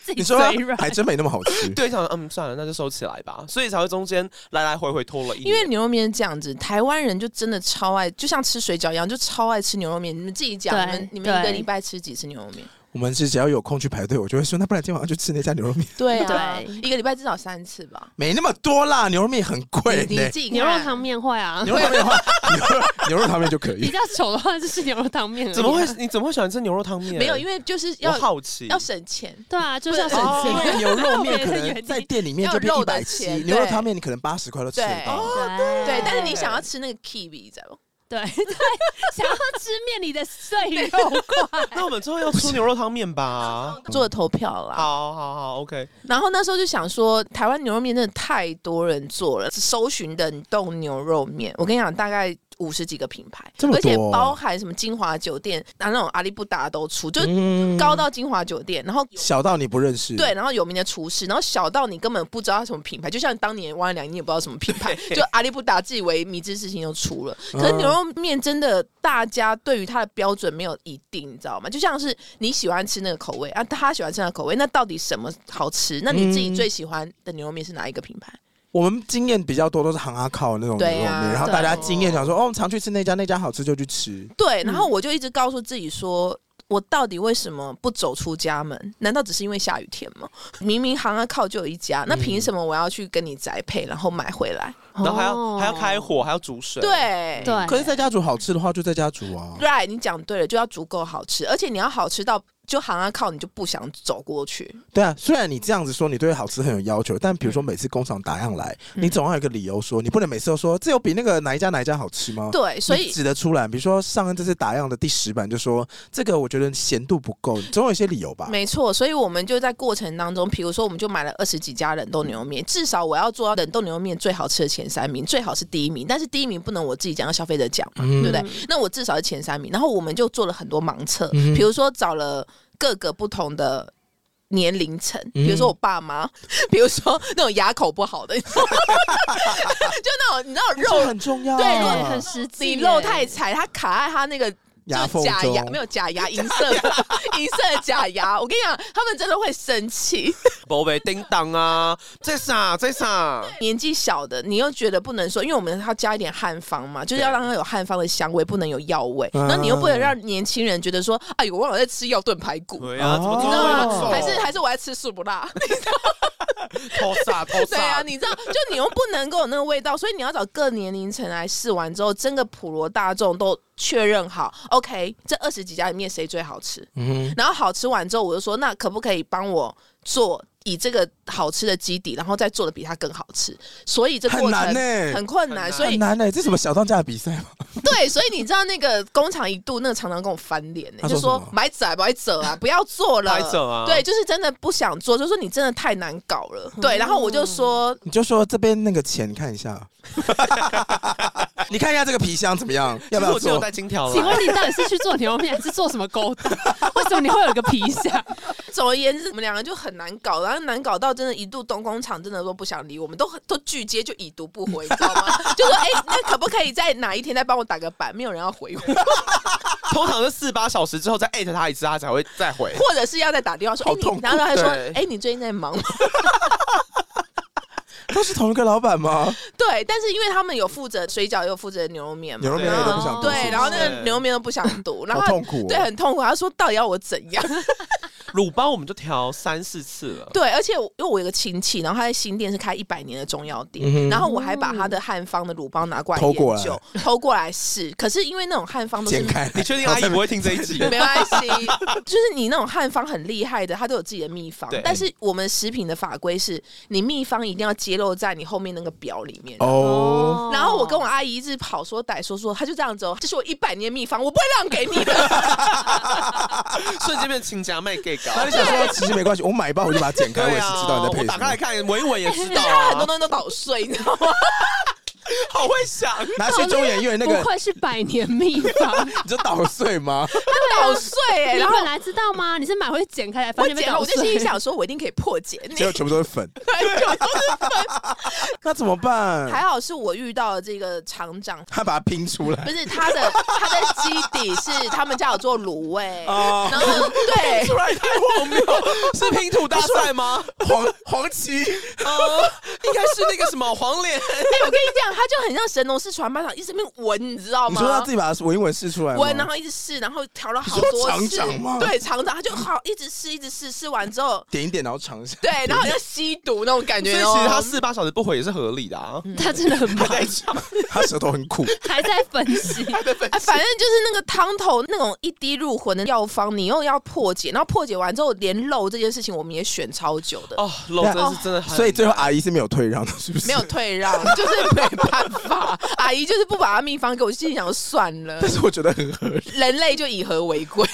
S2: 自
S1: <laughs>
S2: 己
S1: 你说啊
S2: 嘴软，
S1: 还真没那么好吃。
S3: 对想说嗯算了，那就收起来吧，所以才会中间来来回回拖了一年，
S4: 因为牛肉面是这样子，台湾人就真的超爱，就像吃水饺一样，就超爱吃牛肉面。你们自己讲，
S2: 对
S4: 你们你们一个
S2: 对
S4: 礼拜吃几次牛肉面？
S1: 我们是只要有空去排队，我就会说，那不然今天晚上就吃那家牛肉面，
S4: 对啊，
S2: 对
S4: 一个礼拜至少三次吧。
S1: 没那么多啦，牛肉面很贵
S4: 你
S1: 呢
S4: 你。自己看
S2: 牛肉汤，面会
S1: <laughs>
S2: 啊，
S1: 牛肉面的话，牛肉牛肉汤面就可
S2: 比
S4: <laughs>
S1: 以。
S2: 较丑的话就是牛肉汤面而已啊。
S3: 怎么会？你怎么会喜欢吃牛肉汤面？
S4: 没有，因为就是
S3: 我
S4: 要
S3: 好奇，
S4: 要省钱。
S2: 对啊，就是要省
S3: 哦
S1: 因
S2: 钱。
S1: 为牛肉面可
S2: 我也是
S1: 能
S2: 原
S1: 在
S2: 地
S1: 店里面就变
S4: 要
S1: 一
S4: 肉的
S1: 百七，
S4: 钱
S1: 牛肉汤面你可能八十块都吃得到。
S2: 对
S4: 哦对，但是你想要吃那个 kiwi 知道吗？
S2: 对对， <laughs> 想要吃面里的碎肉块，
S3: 那我们之后要出牛肉汤面吧？
S4: <laughs> 做投票啦，
S3: 好好好，OK。
S4: 然后那时候就想说，台湾牛肉面真的太多人做了，搜寻冷冻牛肉面，我跟你讲，大概五十几个品牌，
S1: 这么
S4: 而
S1: 多哦
S4: 且包含什么金华酒店，啊那种阿里不达都出，就
S1: 嗯
S4: 高到金华酒店，然后
S1: 小到你不认识，
S4: 对，然后有名的厨师，然后小到你根本不知道他什么品牌，就像当年汪良，你也不知道什么品牌，就阿里不达自以为迷之事情就出了。可是
S1: 嗯
S4: 牛肉面真的，大家对于它的标准没有一定，你知道吗？就像是你喜欢吃那个口味啊，他喜欢吃那个口味，那到底什么好吃？那你自己
S1: 嗯
S4: 最喜欢的牛肉面是哪一个品牌？
S1: 我们经验比较多都是行阿靠那种牛肉
S4: 对
S1: 面，
S4: 啊
S1: 然后大家经验想说，哦，我们常去吃那家，那家好吃就去吃。
S4: 对，然后我就一直告诉自己说。我到底为什么不走出家门？难道只是因为下雨天吗？明明行啊靠就有一家，那凭什么我要去跟你宅配，然后买回来？
S3: 然后还要
S2: 哦
S3: 还要开火，还要煮水。，
S4: 对嗯
S2: 对，
S1: 可是在家煮好吃的话，就在家煮啊。
S4: Right，你讲对了，就要足够好吃，而且你要好吃到就行啊靠，你就不想走过去。
S1: 对啊，虽然你这样子说，你对好吃很有要求，但比如说每次工厂打样来，
S4: 嗯
S1: 你总要有一个理由说，你不能每次都说这有比那个哪一家哪一家好吃吗？
S4: 对，所
S1: 哦你
S4: 以
S1: 指得出来。比如说上恩这次打样的第十版就说这个我觉得咸度不够，总有一些理由吧。
S4: 没错，所以我们就在过程当中，比如说我们就买了二十几家冷冻牛肉面，至少我要做到冷冻牛肉面最好吃的前三名，最好是第一名，但是第一名不能我自己讲，要消费者讲嘛，
S1: 嗯
S4: 对不对？那我至少是前三名，然后我们就做了很多盲测，
S1: 嗯哼
S4: 比如说找了各个不同的。年龄层，
S1: 嗯
S4: 比如说我爸妈， <laughs> 比如说那种牙口不好的，你知道吗 <laughs> 就那种你知道
S1: 这
S4: 肉
S1: 很重要啊，
S4: 对如果
S2: 对很实际
S4: 你
S2: 耶，
S4: 肉太柴，它卡在它那个
S1: 牙
S4: 就
S1: 缝
S4: 是假
S1: 中
S4: 牙，没有假牙，银色银色的假牙。我跟你讲，他们真的会生气。
S3: 宝贝叮当啊，这啥这啥？
S4: 年纪小的，你又觉得不能说，因为我们要加一点汉方嘛，就是要让它有汉方的香味，不能有药味。
S1: 嗯
S4: 然后你又不能让年轻人觉得说，哎呦，我忘了在吃药炖排骨。
S3: 对啊，怎么
S1: 哦
S3: 这
S4: 你知道
S3: 么
S4: 吗？
S3: 重？
S4: 还是还是我爱吃素不辣？
S3: 偷啥偷
S4: <laughs> 对啊，
S3: 啥？
S4: 你知道，就你又不能够有那个味道，所以你要找各年龄层来试完之后，真的普罗大众都确认好，OK，这二十几家里面谁最好吃？
S1: 嗯
S4: 然后好吃完之后，我就说，那可不可以帮我做以这个好吃的基底，然后再做的比它更好吃？所以这
S1: 哼，
S4: 过
S1: 很
S4: 程
S1: 难呢、欸
S4: 很困
S3: 很
S4: 难，
S3: 难
S4: 所
S1: 很
S4: 以
S1: 难呢、欸这什么小当家的比赛吗？
S4: 对，所以你知道那个工厂一度那个常常跟我翻脸、欸，
S1: 他
S4: 就
S1: 说
S4: 说
S1: 什么
S4: 买者买者啊，不要做了，
S3: 白整啊？
S4: 对，，就是真的不想做，就说你真的太难搞了，对，然后我
S3: 嗯
S4: 就说
S1: 你就说这边那个钱，你看一
S3: <laughs>
S1: 下，你看一下这个皮箱怎么样， <laughs> 要不
S3: 其实
S1: 要
S3: 我只有
S1: 做？
S3: 带金条
S2: 请
S3: 来。
S2: 问你到底是去做牛肉面还是做什么勾当？为什么你会有一个皮箱？
S4: 总而言之，我们两个就很难搞，然后难搞到真的，一度东工厂真的都不想理我们，都很都拒接，就已读不回，你知道吗？ <laughs> 就说哎、那可不可以在哪一天再帮我打个板？没有人要回我，
S3: 通常是四八小时之后再艾特他一次，他才会再回。
S4: 或者是要再打电话说，哎、
S1: 好痛
S4: 你
S1: 苦，
S4: 然后他说，
S3: 对
S4: 哎、你最近在忙吗？ <laughs>
S1: 都是同一个老板吗？
S3: 哎
S4: 对，但是因为他们有负责水饺，也有负责牛肉面嘛，
S1: 牛肉面
S3: 啊
S4: 然后
S1: 都不想读
S4: 对，然后那
S3: 是
S4: 个牛肉面都不想
S1: <laughs>
S4: 读，然
S1: 好
S4: 后他
S1: 痛苦、哦。
S4: 对很痛苦，他说到底要我怎样？ <laughs>
S3: 乳包我们就调三四次了。
S4: 对，而且我因为我有一个亲戚，然后他在新店是开一百年的中药店，
S1: 嗯哼
S4: 然后我还把他的汉方的乳包拿过来
S1: 偷
S4: 研
S1: 过来
S4: 究，偷过来试。可是因为那种汉方都是
S1: 剪开来，
S3: 你确定阿姨不会听这一集？
S4: 没关系， <laughs> 就是你那种汉方很厉害的，它都有自己的秘方
S3: 对。
S4: 但是我们食品的法规是，你秘方一定要揭露在你后面那个表里面。
S1: 哦，
S4: 然后我跟我阿姨一直跑说歹说说，她就这样子哦，这是我一百年秘方，我不会让给你的。
S1: <laughs>
S3: 瞬间变亲家卖
S4: <laughs>
S3: gay 搞。
S1: 那你想说其实没关系，我买一包我就把它剪开，我也是知道你在
S3: 啊我
S1: 配
S3: 打
S1: 什
S3: 开
S1: 么。
S3: 来看，闻一闻也知
S4: <laughs>
S3: 道、
S4: 她很多
S3: 啊。
S4: 东西都捣碎，你知道吗？
S1: <laughs>
S3: 好会想，啊
S1: 拿去中研院那个
S2: 不，愧是百年秘方。
S1: 你就捣碎吗？
S4: 捣碎 <laughs> 哎、
S2: 你
S4: 然后
S2: 本来知道吗？你是买回去剪开来发
S4: 我
S2: 现被
S4: 姐，
S2: 搞
S4: 我就心
S2: 碎
S4: 里。想说，我一定可以破
S1: <laughs>
S4: 解你。
S1: 结果全部都是
S4: <laughs>
S1: 粉，
S4: 对就
S1: 那怎么办？
S4: 还好是我遇到了这个厂长，
S1: 他把它拼出
S4: 不
S1: 来
S4: 是他
S1: <laughs>
S4: 的他的基底是他们家有做卤味，
S1: 哦，
S4: 然后
S1: <laughs>
S4: 对
S3: 突然太荒谬，是拼图大赛吗？
S1: 黄黄旗，
S3: 呃，应该是那个什么黄
S1: 哎
S3: 脸，
S4: 我跟你讲，他就很像神农氏传班长，一直没闻，你知道
S1: 你
S4: 吗？
S1: 说他自己把文言文试出来吗，
S4: 闻，然后一直试，然后调了好多
S1: 你
S4: 次
S1: 说厂长吗，
S4: 对，厂长他就好一直试，一直试，试完之后，
S1: 点一点，然后尝一下。
S4: 对，然后好像吸毒那种感
S3: 所以
S4: 觉
S3: 其
S4: 哦。
S3: 实他四十八小时不回也是合理的啊。
S2: <laughs>
S1: 嗯
S2: 他真的很忙
S3: 还，在唱，
S1: 他舌头很苦，
S2: 还在分
S4: <laughs>
S2: 析。
S3: 还在分
S4: 啊，反正就是那个汤头那种一滴入魂的药方，你又要破解，然后破解完之后，连肉这件事情我们也选超久的，
S3: 哦，楼真的
S4: 啊
S3: 是真的很难，
S1: 所以最后阿姨是没有退让的，是不是？
S4: 没有。呃退让，
S3: <laughs>
S4: 就是没办法。阿姨就是不把她秘方给我，心里想说算了
S1: 但，是我觉得很合
S4: <laughs>
S1: 理。
S4: 人类就以和为贵。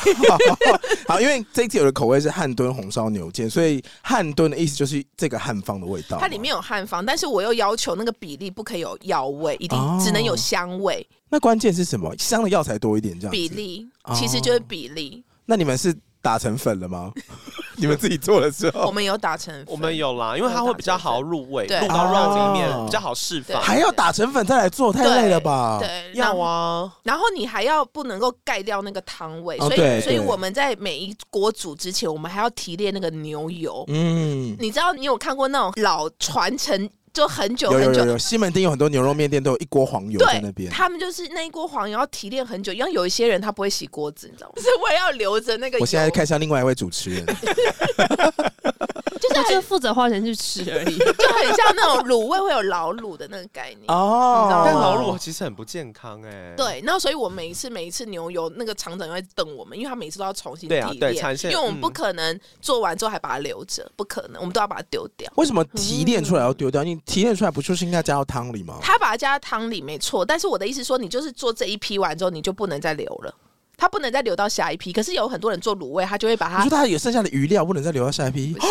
S1: 好，因为这一集有的口味是汉炖红烧牛腱，所以汉炖的意思就是这个汉方的味道。
S4: 它里面有汉方，但是我又要求那个比例不可以有药味，一
S3: 哦
S4: 定只能有香味、
S1: 那关键是什么？香的药材多一点，这样子
S4: 比。例
S1: 哦，
S4: 其实就是比例。
S1: 那你们是打成粉了吗？ <laughs> 你们自己做的时
S4: <laughs> 我
S1: 候
S4: 们有打成分，
S3: 哦我们有啦，因为它会比较好入味，
S4: 对
S3: 入到肉里
S1: 哦
S3: 面比较好释放。
S1: 还要打成粉再来做，太累了吧？
S4: 对，
S3: 要啊，
S4: 然后你还要不能够盖掉那个汤味，
S1: 哦
S4: 所
S1: 对
S4: 以所以
S1: 对
S4: 我们在每一锅煮之前，我们还要提炼那个牛油。
S1: 嗯，
S4: 你知道你有看过那种老传承就很久
S1: 有有
S4: 很久
S1: 有，有，西门町有很多牛肉面店都有一锅黄油在那
S4: 对，
S1: 边。
S4: 他们就是那一锅黄油要提炼很久，因为有一些人他不会洗锅子，你知道吗？所以我也要留着那个油。
S1: 我现在看向另外一位主
S4: <laughs>
S1: 持人，
S2: 就是就负责花钱去吃而已。
S4: 就很像那种卤味会有老卤的那个概念。你知
S1: 哦
S4: 道吗
S3: 但老乳其实很不健康哎。
S4: 对，那所以我每一次每一次牛油那个厂长会瞪我们，因为他每次都要重新提
S3: 对
S4: 炼，
S3: 啊对产线
S4: 因为我们
S3: 嗯
S4: 不可能做完之后还把它留着，不可能，我们都要把它丢掉。
S1: 为什么提炼出来要
S4: 嗯
S1: 丢掉？你提炼出来不就是应该加到汤里吗？
S4: 他把它加到汤里没错，但是我的意思说，你就是做这一批完之后，你就不能再留了，它不能再留到下一批。可是有很多人做卤味，他就会把
S1: 你 <laughs>
S4: 它
S1: 说它有剩下的余料不能再留到下一批，啊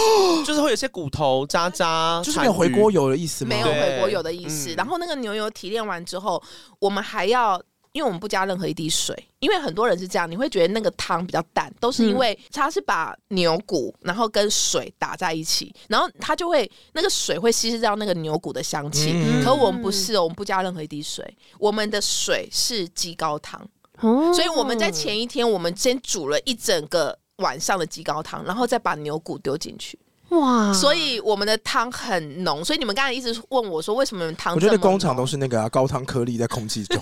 S3: 就是会有一些骨头渣渣，
S1: 嗯就是没有回锅
S3: 残余。
S1: 油的意思吗？
S4: 没有
S3: 对
S4: 回国有的意思。
S3: 嗯
S4: 然后那个牛油提炼完之后，我们还要。因为我们不加任何一滴水，因为很多人是这样，你会觉得那个汤比较淡，都是因为它是把牛骨然后跟水打在一起，然后它就会那个水会稀释掉那个牛骨的香气。
S1: 嗯
S4: 可我们不是哦，我们不加任何一滴水，我们的水是鸡高汤。
S2: 哦
S4: 所以我们在前一天，我们先煮了一整个晚上的鸡高汤，然后再把牛骨丢进去，
S2: 哦哇，
S4: 所以我们的汤很浓。所以你们刚才一直问我说，为什么你们汤
S1: 我觉得
S4: 这么
S1: 工厂
S4: 浓
S1: 都是那个啊、高汤颗粒在空气
S4: <laughs>
S1: 中，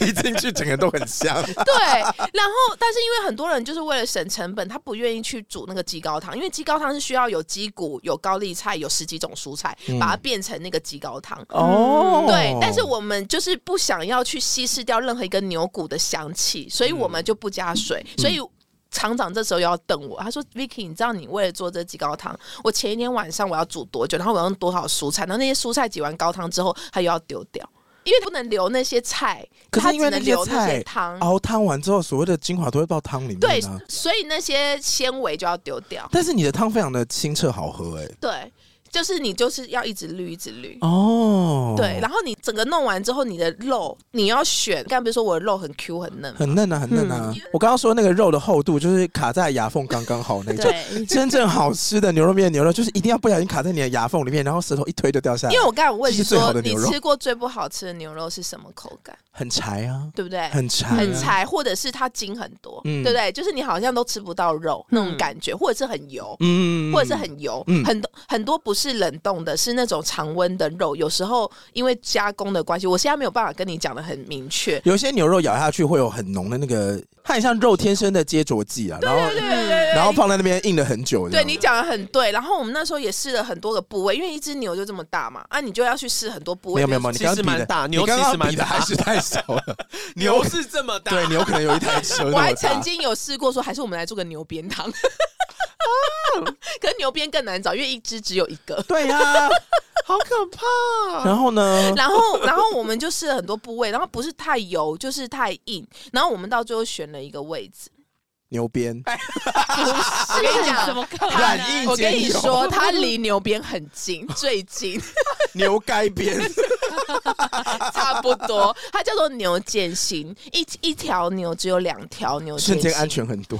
S1: 一进去整个都很香。
S4: 对，然后但是因为很多人就是为了省成本，他不愿意去煮那个鸡高汤，因为鸡高汤是需要有鸡骨、有高丽菜、有十几种蔬菜，
S1: 嗯
S4: 把它变成那个鸡高汤。
S1: 哦
S4: 对，但是我们就是不想要去稀释掉任何一个牛骨的香气，所以我们就不加水。
S1: 嗯
S4: 所以厂长这时候又要瞪我，他说：“Vicky，你知道你为了做这鸡高汤，我前一天晚上我要煮多久，然后我要用多少蔬菜，然后那些蔬菜挤完高汤之后，他又要丢掉。”因为不能留那些菜，
S1: 可
S4: 他
S1: 是因为
S4: 只
S1: 那
S4: 能
S1: 些
S4: 留那
S1: 菜
S4: 些汤，
S1: 熬汤完之后，所谓的精华都会到汤里
S4: 对
S1: 面、啊。，
S4: 所以那些纤维就要丢掉。
S1: 但是你的汤非常的清澈好喝、哎，
S4: 对，就是你就是要一直滤，一直滤。
S1: 哦，
S4: 对，然后你整个弄完之后，你的肉你要选，刚才不是说我的肉很 Q 很嫩吗？
S1: 很嫩啊，很嫩
S4: 嗯
S1: 啊！我刚刚说那个肉的厚度，就是卡在牙缝刚刚好那种。
S2: 对，
S1: 真正好吃的牛肉面牛肉， <laughs> 就是一定要不小心卡在你的牙缝里面，然后舌头一推就掉下来，
S4: 因为我刚才有问
S1: 这
S4: 你
S1: 是最好
S4: 说
S1: 的，
S4: 你
S1: 牛肉
S4: 吃过最不好吃的牛肉是什么口感，
S1: 很柴啊，
S4: 对不对？
S1: 很柴、啊，
S4: 很。柴，或者是它筋很多，
S1: 嗯
S4: 对不对？就是你好像都吃不到肉那种感觉，或者是很油，
S1: 嗯
S4: 或者是很油，
S1: 嗯
S4: 很多很多不是冷冻的，是那种常温的肉。有时候因为加工的关系，我现在没有办法跟你讲的很明确。
S1: 有些牛肉咬下去会有很浓的那个，它很像肉天生的接着剂啊，然后
S4: 对对对
S1: 然后放在那边硬了很久这
S4: 嗯对
S1: 样。
S4: 你讲的很对，然后我们那时候也试了很多个部位，因为一只牛就这么大嘛，啊，你就要去试很多部
S1: 没
S4: 位。
S1: 有没有
S4: 比
S1: 没有，你
S3: 其
S1: 刚
S3: 实
S1: 刚比
S3: 蛮大
S1: 的，
S3: 牛
S1: 你刚
S3: 其实
S1: 刚
S3: 蛮
S1: 比的
S3: 大
S1: 还是太少了，
S3: 牛是这么大，
S1: 对牛可能有一台车那么
S4: 如说
S1: 大。
S4: 我还曾经有试过说，还是我们来做个牛鞭汤，
S1: 啊
S4: <laughs> 可是牛鞭更难找，因为一只只有一个。
S1: 对呀、
S3: 好可怕。
S1: 然后呢？
S4: 然后，然后我们就试了很多部位，然后不是太油，就是太硬。然后我们到最后选了一个位置，
S1: 牛鞭，
S4: 我跟你讲
S2: 怎么啊可
S1: 哦软
S2: 能？
S1: 硬
S4: 我跟
S1: 兼
S4: 你
S1: 有 <laughs>
S4: 说，它离牛鞭很近，最近。 <laughs>
S1: 牛该鞭，
S4: 差不多，它叫做牛剑心，一一条牛只有两条牛剑
S1: 瞬
S4: 心
S1: 间。安全啊很多。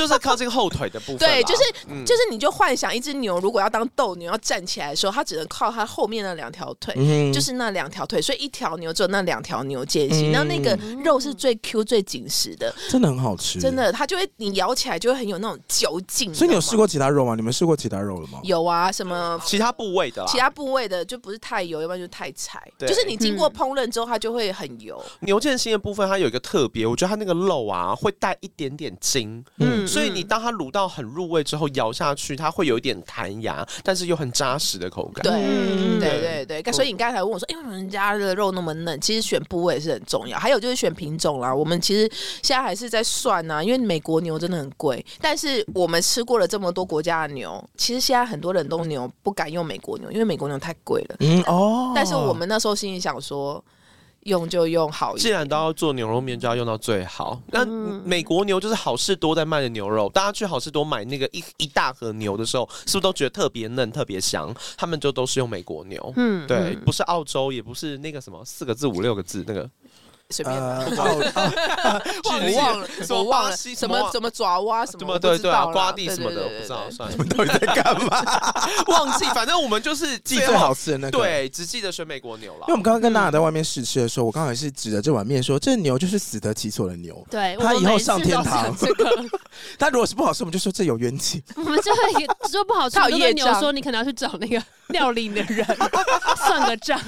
S3: 就是靠近后腿的部分啦。
S4: 对，就是、
S3: 嗯
S4: 就是，你就幻想一只牛如果要当斗牛要站起来的时候，它只能靠它后面那两条腿，
S1: 嗯
S4: 就是那两条腿，所以一条牛只有那两条牛间隙，
S1: 嗯
S4: 那、那个肉是最 Q 最紧实的，
S1: 真的很好吃，
S4: 真。的，它就会你咬起来就会很有那种嚼劲。
S1: 所以你有
S4: 知
S1: 试
S4: 道吗？
S1: 过其他肉吗？你们试过其他肉了吗？
S4: 有啊，什么
S3: 其他部位的啦。
S4: 其他部位的就不是太油，要不然就太柴，
S3: 对
S4: 就是你经过
S1: 嗯
S4: 烹饪之后，它就会很油。
S3: 牛腱心的部分，它有一个特别，我觉得它那个肉啊会带一点点筋，
S1: 嗯
S3: 所以你当它卤到很入味之后，咬下去它会有一点弹牙，但是又很扎实的口感。
S4: 对、
S2: 嗯
S4: 对对对，所以你刚才问我说，哎、为什么人家的肉那么嫩？其实选部位也是很重要，还有就是选品种啦。我们其实现在还是在算啊呐、因为美国牛真的很贵，但是我们吃过了这么多国家的牛，其实现在很多冷冻牛不敢用美国牛，因为美国牛太贵了。
S1: 嗯哦，
S4: 但是我们那时候心里想说，用就用好一
S3: 既
S4: 点。
S3: 然都要做牛肉面，就要用到最好。那
S2: 嗯
S3: 美国牛就是好事多在卖的牛肉，大家去好事多买那个一一大盒牛的时候，是不是都觉得特别嫩、特别香？他们就都是用美国牛。
S2: 嗯，
S3: 对，不是澳洲，也不是那个什么四个字、五六个字那个，
S4: 嗯随便啦，
S1: 呃，哦
S3: 智
S4: 我
S3: 利
S4: 忘了，
S3: 什么
S4: 我忘
S3: 巴
S4: 了
S3: 西
S4: 什
S3: 什么
S4: 么什么爪哇什
S3: 什
S4: 么
S3: 么
S4: 我不
S3: 对
S4: 知
S3: 对啊，
S4: 道啦
S3: 瓜地什么的，
S4: 对对
S3: 我
S4: 对
S3: 不知道，
S4: 对
S3: 算了 <laughs>
S1: 你，们到底在干嘛？
S3: 忘记，反正我们就是
S1: 记
S3: 后
S1: 最好吃的那个。
S3: 对，只记得选美国牛了
S1: 因为我。们刚刚
S2: 嗯
S1: 跟娜娜在外面试吃的时候，我刚好是指着这碗面说，这牛就是死得其所的牛。
S2: 对，
S1: 他
S2: 我
S1: 以后
S2: 每次
S1: 上
S2: 都
S1: 天
S2: 讲
S1: 堂
S2: 这个，
S1: 它如果是不好吃，我们就说这有冤气。
S2: <laughs> 我们就会也说不好吃，
S4: 他
S2: 我
S4: 有
S2: 就跟
S4: 业
S2: 牛
S4: 障
S2: 说你可能要去找那个 <laughs> 料理的人算个账。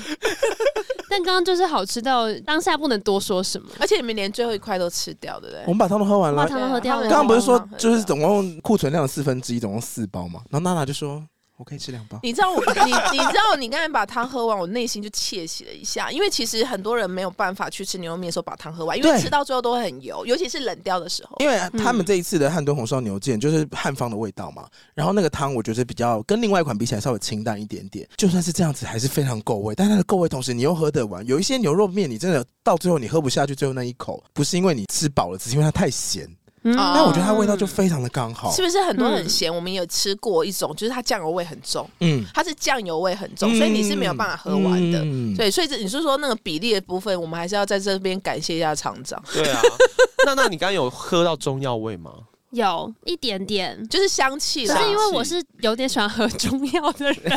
S2: <laughs> 但刚刚就是好吃到当下不能多说什么，
S4: 而且你们连最后一块都吃掉，对不对
S2: <laughs>
S1: 我？们把汤都喝完了
S2: 把。汤都喝掉了。
S1: 刚刚不是说
S4: 对
S1: 就是总共库存量的四分之一，总共四包嘛？然后娜娜就说：“我可以吃两 <laughs> 包。
S4: 你知道我，你你知道你刚才把汤喝完，我内心就窃喜了一下，因为其实很多人没有办法去吃牛肉面的时候把汤喝完，因为
S1: 对
S4: 吃到最后都会很油，尤其是冷掉的时候”。
S1: 因为
S2: 嗯
S1: 他们这一次的汉顿红烧牛腱就是汉方的味道嘛，然后那个汤我觉得比较跟另外一款比起来稍微清淡一点点，就算是这样子还是非常够味。但它的够味同时你又喝得完，有一些牛肉面你真的到最后你喝不下去，最后那一口不是因为你吃饱了，只是因为它太咸。
S2: 嗯
S4: 啊
S1: 但我觉得它味道就非常的刚好
S4: 是，不是很多很咸？我们有吃过一种，就是它酱油味很重，
S1: 嗯，
S4: 它是酱油味很重，所以你是没有办法喝完的。
S1: 嗯
S4: 对，所以这你是说那个比例的部分，我们还是要在这边感谢一下厂长，
S3: 对啊，那那你刚刚有喝到中药味吗？有
S2: 嗯有一点点。
S4: 就是香气
S2: 可
S4: 啦
S2: 是。因为我是有点喜欢喝中药的人，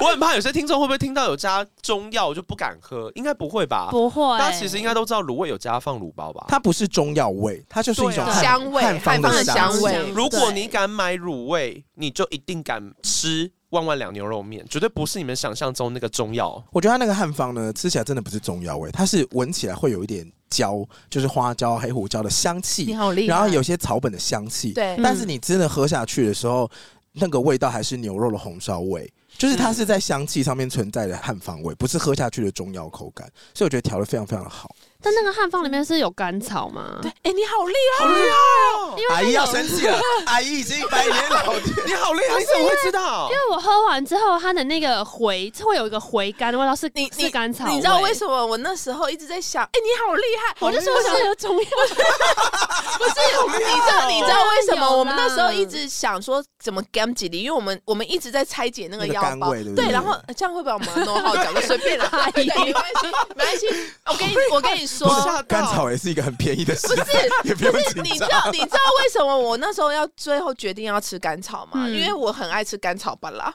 S3: 我很怕有些听众会不会听到有加中药就不敢喝，应该不会吧？
S2: 不会。
S3: 大家啊其实应该都知道卤味有加放卤包吧？
S1: 它不是中药味，它就是一种
S3: 对啊
S1: 汉
S4: 香味
S1: 汉方
S4: 汉方
S1: 的
S4: 的香味
S2: 香
S3: 如果你敢买卤味，你就一定敢吃万万两牛肉面，绝对不是你们想象中那个中药。
S1: 我觉得它那个汉方呢，吃起来真的不是中药味，它是闻起来会有一点椒，就是花椒、黑胡椒的香
S4: 你
S1: 气，
S4: 好厉害，
S1: 然后有些草本的香气。，
S4: 对，嗯
S1: 但是你真的喝下去的时候，那个味道还是牛肉的红烧味，就是它是在香气上面存在的汉方味，不是喝下去的中药口感。所以我觉得调的非常非常好。
S2: 但那个汉方里面是有甘草吗？
S4: 对，哎，你好厉
S3: 好厉害哦！
S2: 因为它
S1: 阿姨
S2: 有
S1: 要生气了，阿姨已经
S4: <laughs>
S1: 百年哎老店。
S3: 你好厉害，你怎么会知道？
S2: 因为我喝完之后，它的那个回会有一个回甘的味道是，
S4: 你
S2: 是甘草
S4: 你知道
S2: 味
S4: 为什么我那时候一直在想，哎、你好厉害！
S2: 我就说我想喝中药，
S4: <laughs> 不是，你知道你知道为什
S2: 哦有啦
S4: 么我们那时候一直想说怎么 gam 几粒，因为我们我们一直在拆解那个
S1: 那个
S4: 腰
S1: 甘
S4: 包，
S1: 味对不对
S4: 对，然后呃这样会把我们弄好讲，就随便啦，
S2: 阿 <laughs> 姨
S4: <laughs> 对没关系，没关系。我跟你我跟你说
S1: 不，是
S3: 吓到
S1: 甘草也是一个很便宜的事，
S4: 不是
S1: <laughs> 也不用
S4: 是你
S1: 紧
S4: 知
S1: 张。
S4: 道你知道为什么我那时候要最后决定要吃甘草吗？
S2: 嗯
S4: 因为我很爱吃甘草巴拉，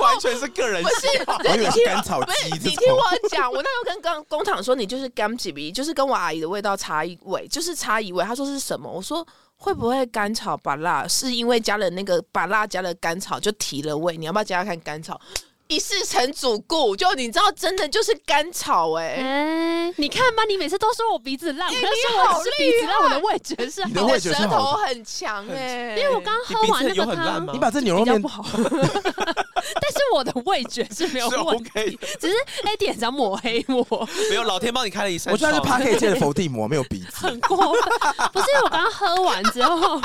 S3: 完全是个人
S4: 不是
S3: 喜，
S1: <laughs> 我
S4: 对
S1: 以
S4: 你
S1: 为是
S4: 听
S1: 甘草
S4: 不
S1: 鸡
S4: 是
S1: 这
S4: 你听
S1: 种。
S4: 我讲，我那时候跟工工厂说，你就是 gam 几鼻，就是跟我阿姨的味道差异味，就是差异味。他说是什么？我说会不会甘草把辣？是因为加了那个把辣加了甘草就提了味？你要不要加加看甘草？一试成主顾，就你知道，真的就是甘草哎、
S2: 哎，你看吧，你每次都说我鼻子烂，但是
S4: 好
S2: 我是鼻子
S4: 厉
S2: 烂，我的味觉是
S1: 你
S2: 好
S1: 的
S4: 你
S1: 味
S4: 的
S1: 觉
S4: 舌
S1: 是
S4: 头
S1: 好的，
S4: 很强哎、
S2: 因为我刚
S3: 你
S2: 喝
S3: 鼻
S2: 完
S3: 子
S2: 那
S3: 有
S2: 个
S3: 很烂
S2: 汤
S3: 吗
S1: 你？把这牛
S2: 比
S1: 肉
S2: 较
S1: 面
S2: 不好， <laughs> 但是我的味觉是没有
S3: 是哦
S2: 问题，
S3: OK 的，
S2: 只是 A 点想抹黑我，
S3: 没有老天帮你开了一扇
S1: 我觉
S3: 窗。
S1: 得他是 p a r k 界的伏地魔，没有鼻子。
S2: 很过
S3: <laughs>
S2: 分。不是因为我刚刚喝完之后，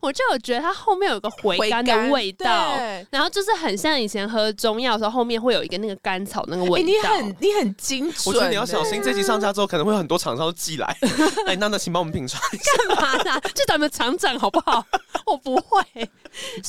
S2: 我就有觉得它后面有个回
S4: 回
S2: 甘的
S4: 甘
S2: 味道
S4: 对，哎
S2: 然后就是很像以前喝中药的时候，后面会有一个那个甘草那个
S4: 哎
S2: 味
S4: 你
S2: 道。
S4: 很你很精准、哎
S3: 我觉得你要小心，这集上架之后可能会有很多厂商都寄来。哎，娜娜，请帮我们品尝一下。
S2: 干嘛 <laughs> 呢？就咱们厂长好不 <laughs> 好？我不会，所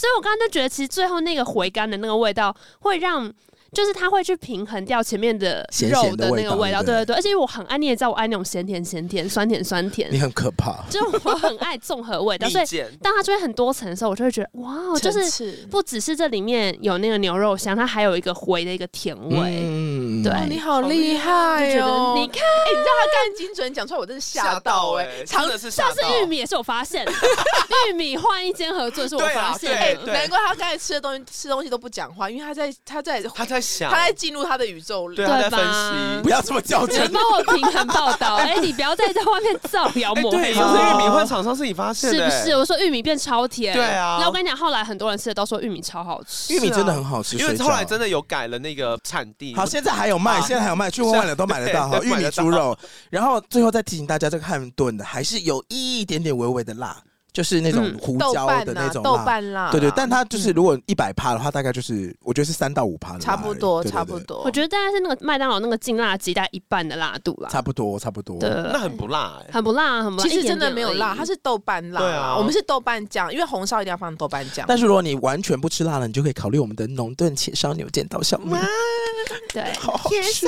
S2: 以我刚刚就觉得，其实最后那个回甘的那个味道，会让就是它会去平衡掉前面的
S1: 咸
S2: 肉
S1: 咸的
S2: 的
S1: 味
S2: 那个
S1: 道
S2: 味道，
S1: 对
S2: 对
S1: 不
S2: 对对。而且因为我很爱，你也知道我爱那种咸甜咸甜、酸甜酸甜
S1: 你，很可怕。
S2: 就是我很爱综合味道，所以
S3: 利剑
S2: 当它出现很多层的时候，我就会觉得哇，哦就是
S4: 是
S2: 不只是这里面有那个牛肉香，它还有一个回的一个甜味。
S1: 嗯
S2: 对
S4: 哦，你好
S3: 好
S4: 厉
S3: 厉
S4: 害
S2: 就觉
S4: 哦！
S2: 得你看，
S4: 哎，你知道他干精准讲出来，我真是吓到哎、
S3: 欸
S4: 常
S3: 真的是吓
S2: 上次
S3: 到。
S2: 玉米也是我发现的，玉米换一间合作是我
S3: 对
S2: 发
S3: 啊
S1: 哎
S2: 现
S3: 对
S2: 的。
S3: 对
S4: 哎难怪他刚才吃的东西吃东西都不讲话，因为他在他在
S3: 他在想，
S4: 他在进入他的宇宙里
S1: 啊
S3: 对，。他在分
S2: 吧
S1: 不
S3: 析。
S1: 要这么较
S2: 你
S1: 真。
S2: 帮我平衡报道，哎，你不要再在外面造谣
S3: 哎，
S2: 抹
S3: 对，
S2: 黑
S3: 上
S2: 我
S3: 次。玉米换厂商是你发现
S2: 哦是
S3: 的，欸
S2: 不是？？我说玉米变超甜，
S3: 对啊
S2: 那我跟你讲，后来很多人吃的都说玉米超好吃，
S1: 玉米真的很好吃，
S3: 因为
S1: 水饺
S3: 后来真的有改了那个产地。
S1: 好，现在还有卖，
S3: 啊
S1: 现在还有卖，去外了都买得到哈，
S3: 对
S1: 玉
S3: 买
S1: 米
S3: 得到
S1: 猪肉。然后最后再提醒大家，这个汉炖的还是有一点点微微的辣，就是那种
S2: 嗯
S1: 胡
S4: 豆
S1: 椒
S4: 瓣
S1: 的那
S4: 呐，
S1: 种
S4: 豆
S1: 辣。
S4: 瓣啊啦，
S1: 对对，但它就是如果一百趴的话，大概就是我觉得是三到五趴的辣而已，
S4: 差不多，
S1: 对对对
S4: 差不多。
S2: 我觉得大概是那个麦当劳那个劲辣鸡大概一半的辣度啦，
S1: 差不多，差不多。
S2: 对，
S3: 那很不辣哎。
S2: 很不辣，很不辣，
S4: 其实
S2: 一点
S4: 真的
S2: 点
S4: 没有
S2: 而已
S4: 辣，它是豆瓣辣啦。
S3: 对啊
S4: 我们是豆瓣酱，因为红烧一定要放豆瓣酱。
S1: 但是如果你完全不吃辣了，你就可以考虑我们的浓炖茄烧牛腱刀削面，
S2: 对。
S1: <laughs> 好好吃。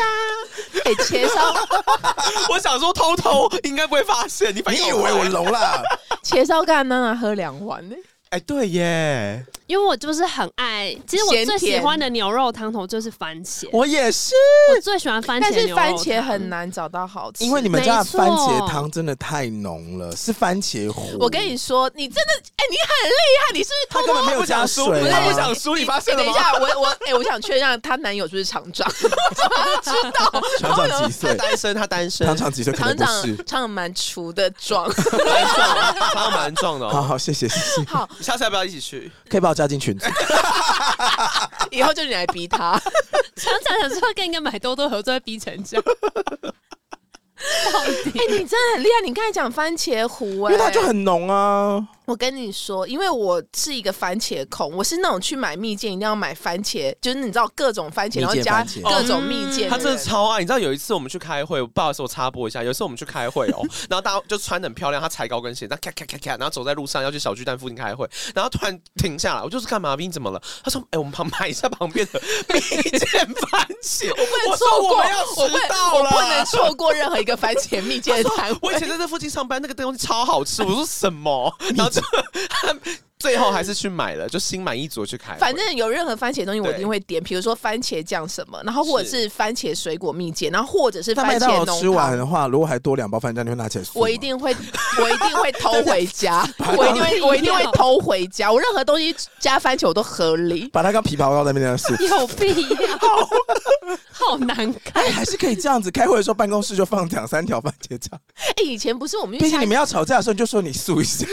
S4: 哎，茄烧 <laughs>
S3: 我想说偷偷应该不会发现，你反
S1: 你
S3: 应
S1: 以为哎我聋了？
S4: 茄烧干娜娜喝两碗呢，
S3: 哎，对
S4: <laughs>
S3: 耶，
S2: 因为我就是很爱，其实我
S4: 咸
S2: 最喜
S4: 甜
S2: 欢的牛肉汤头就是番茄，我
S1: 我也是，
S2: 最喜欢番
S4: 但
S2: 茄
S4: 是
S2: 牛肉汤。
S4: 番茄很难找到好吃。
S1: 因为你们家的
S2: 没错
S1: 番茄汤真的太浓了，是番茄糊。
S4: 我跟你说，你真的哎，你很厉害，你是不
S1: 他
S4: 是偷
S1: 根
S4: 偷
S1: 本没有加
S3: 他不想输
S1: 水啊，
S3: 他不想输你发现了吗
S4: 等一下，我我哎，我想确认她男友是不是厂长，知道
S1: 厂长几岁
S4: <laughs>
S3: 他？单身，他单身，
S1: 厂长几岁？可
S4: 厂
S1: 能不
S4: 长
S1: 是
S4: 厂。长蛮粗的
S1: <laughs>
S4: 壮。
S3: 蛮壮，他蛮壮的
S1: 好
S3: 哦。
S1: 好，谢谢，谢
S4: <laughs>
S1: 谢，
S4: 好，
S3: 你下次要不要一起去？
S1: 可以把我加进群组。
S4: 以后就你来逼他。
S2: 常常想说跟一个买多多合作会逼成这样，到底
S4: 哎、你真的很厉害！你刚才讲番茄糊、
S1: 因
S4: 哎，
S1: 为它就很浓啊，
S4: 我跟你说，因为我是一个番茄控，我是那种去买蜜饯一定要买番茄，就是你知道各种番茄，
S1: 蜜
S4: 然
S1: 饯
S4: 后加
S1: 番茄哦
S4: 各种蜜饯的
S2: 嗯
S4: 人、
S3: 他真的超爱，你知道有一次我们去开会，不好意思，我插播一下，有一次我们去开会哦， <laughs> 然后大家就穿得很漂亮，他踩高跟鞋，他咔咔咔咔，然后走在路上要去小巨蛋附近开会，然后突然停下来，我就是干嘛？冰怎么了？他说：“哎、我们旁买一下旁边的蜜饯番
S4: <laughs>
S3: 茄。”我
S4: 不
S3: 说
S4: 能错
S3: 我
S4: 过，
S3: 们要
S4: 嗯我
S3: 迟
S4: 不
S3: 到
S4: 我
S3: 了，
S4: 不能错过任何一个番茄蜜 <laughs> 饯的摊
S3: 我以
S4: 位。
S3: 前在这附近上班，那个东西超好吃。我说什么？然后就最后还是去买了，就心满意足地去开会。
S4: 反正有任何番茄东西，我一定会点，比如说番茄酱什么，然后或者
S3: 是
S4: 是番茄水果蜜饯，然后或者是
S1: 但
S4: 番
S1: 麦当
S4: 茄
S1: 劳
S4: 浓
S1: 吃完
S4: 汤。
S1: 的话，如果还多两包番茄，你会拿起来数吗
S4: 我一定会，我一定会偷回
S1: <laughs>
S4: 家，我一定会，我一定会偷回家。我任何东西加番茄我都合理。
S1: 把它当枇杷膏在那边
S4: <laughs>
S1: 数。
S2: 有必要？好难看。
S1: 哎，还是可以这样子。开会的时候，办公室就放两三条番茄酱。
S4: 哎、以前不是我们
S1: 毕
S4: 去
S1: 竟
S4: 下
S1: 你们要吵架的时候，你就说你数一
S2: <laughs>
S1: 下，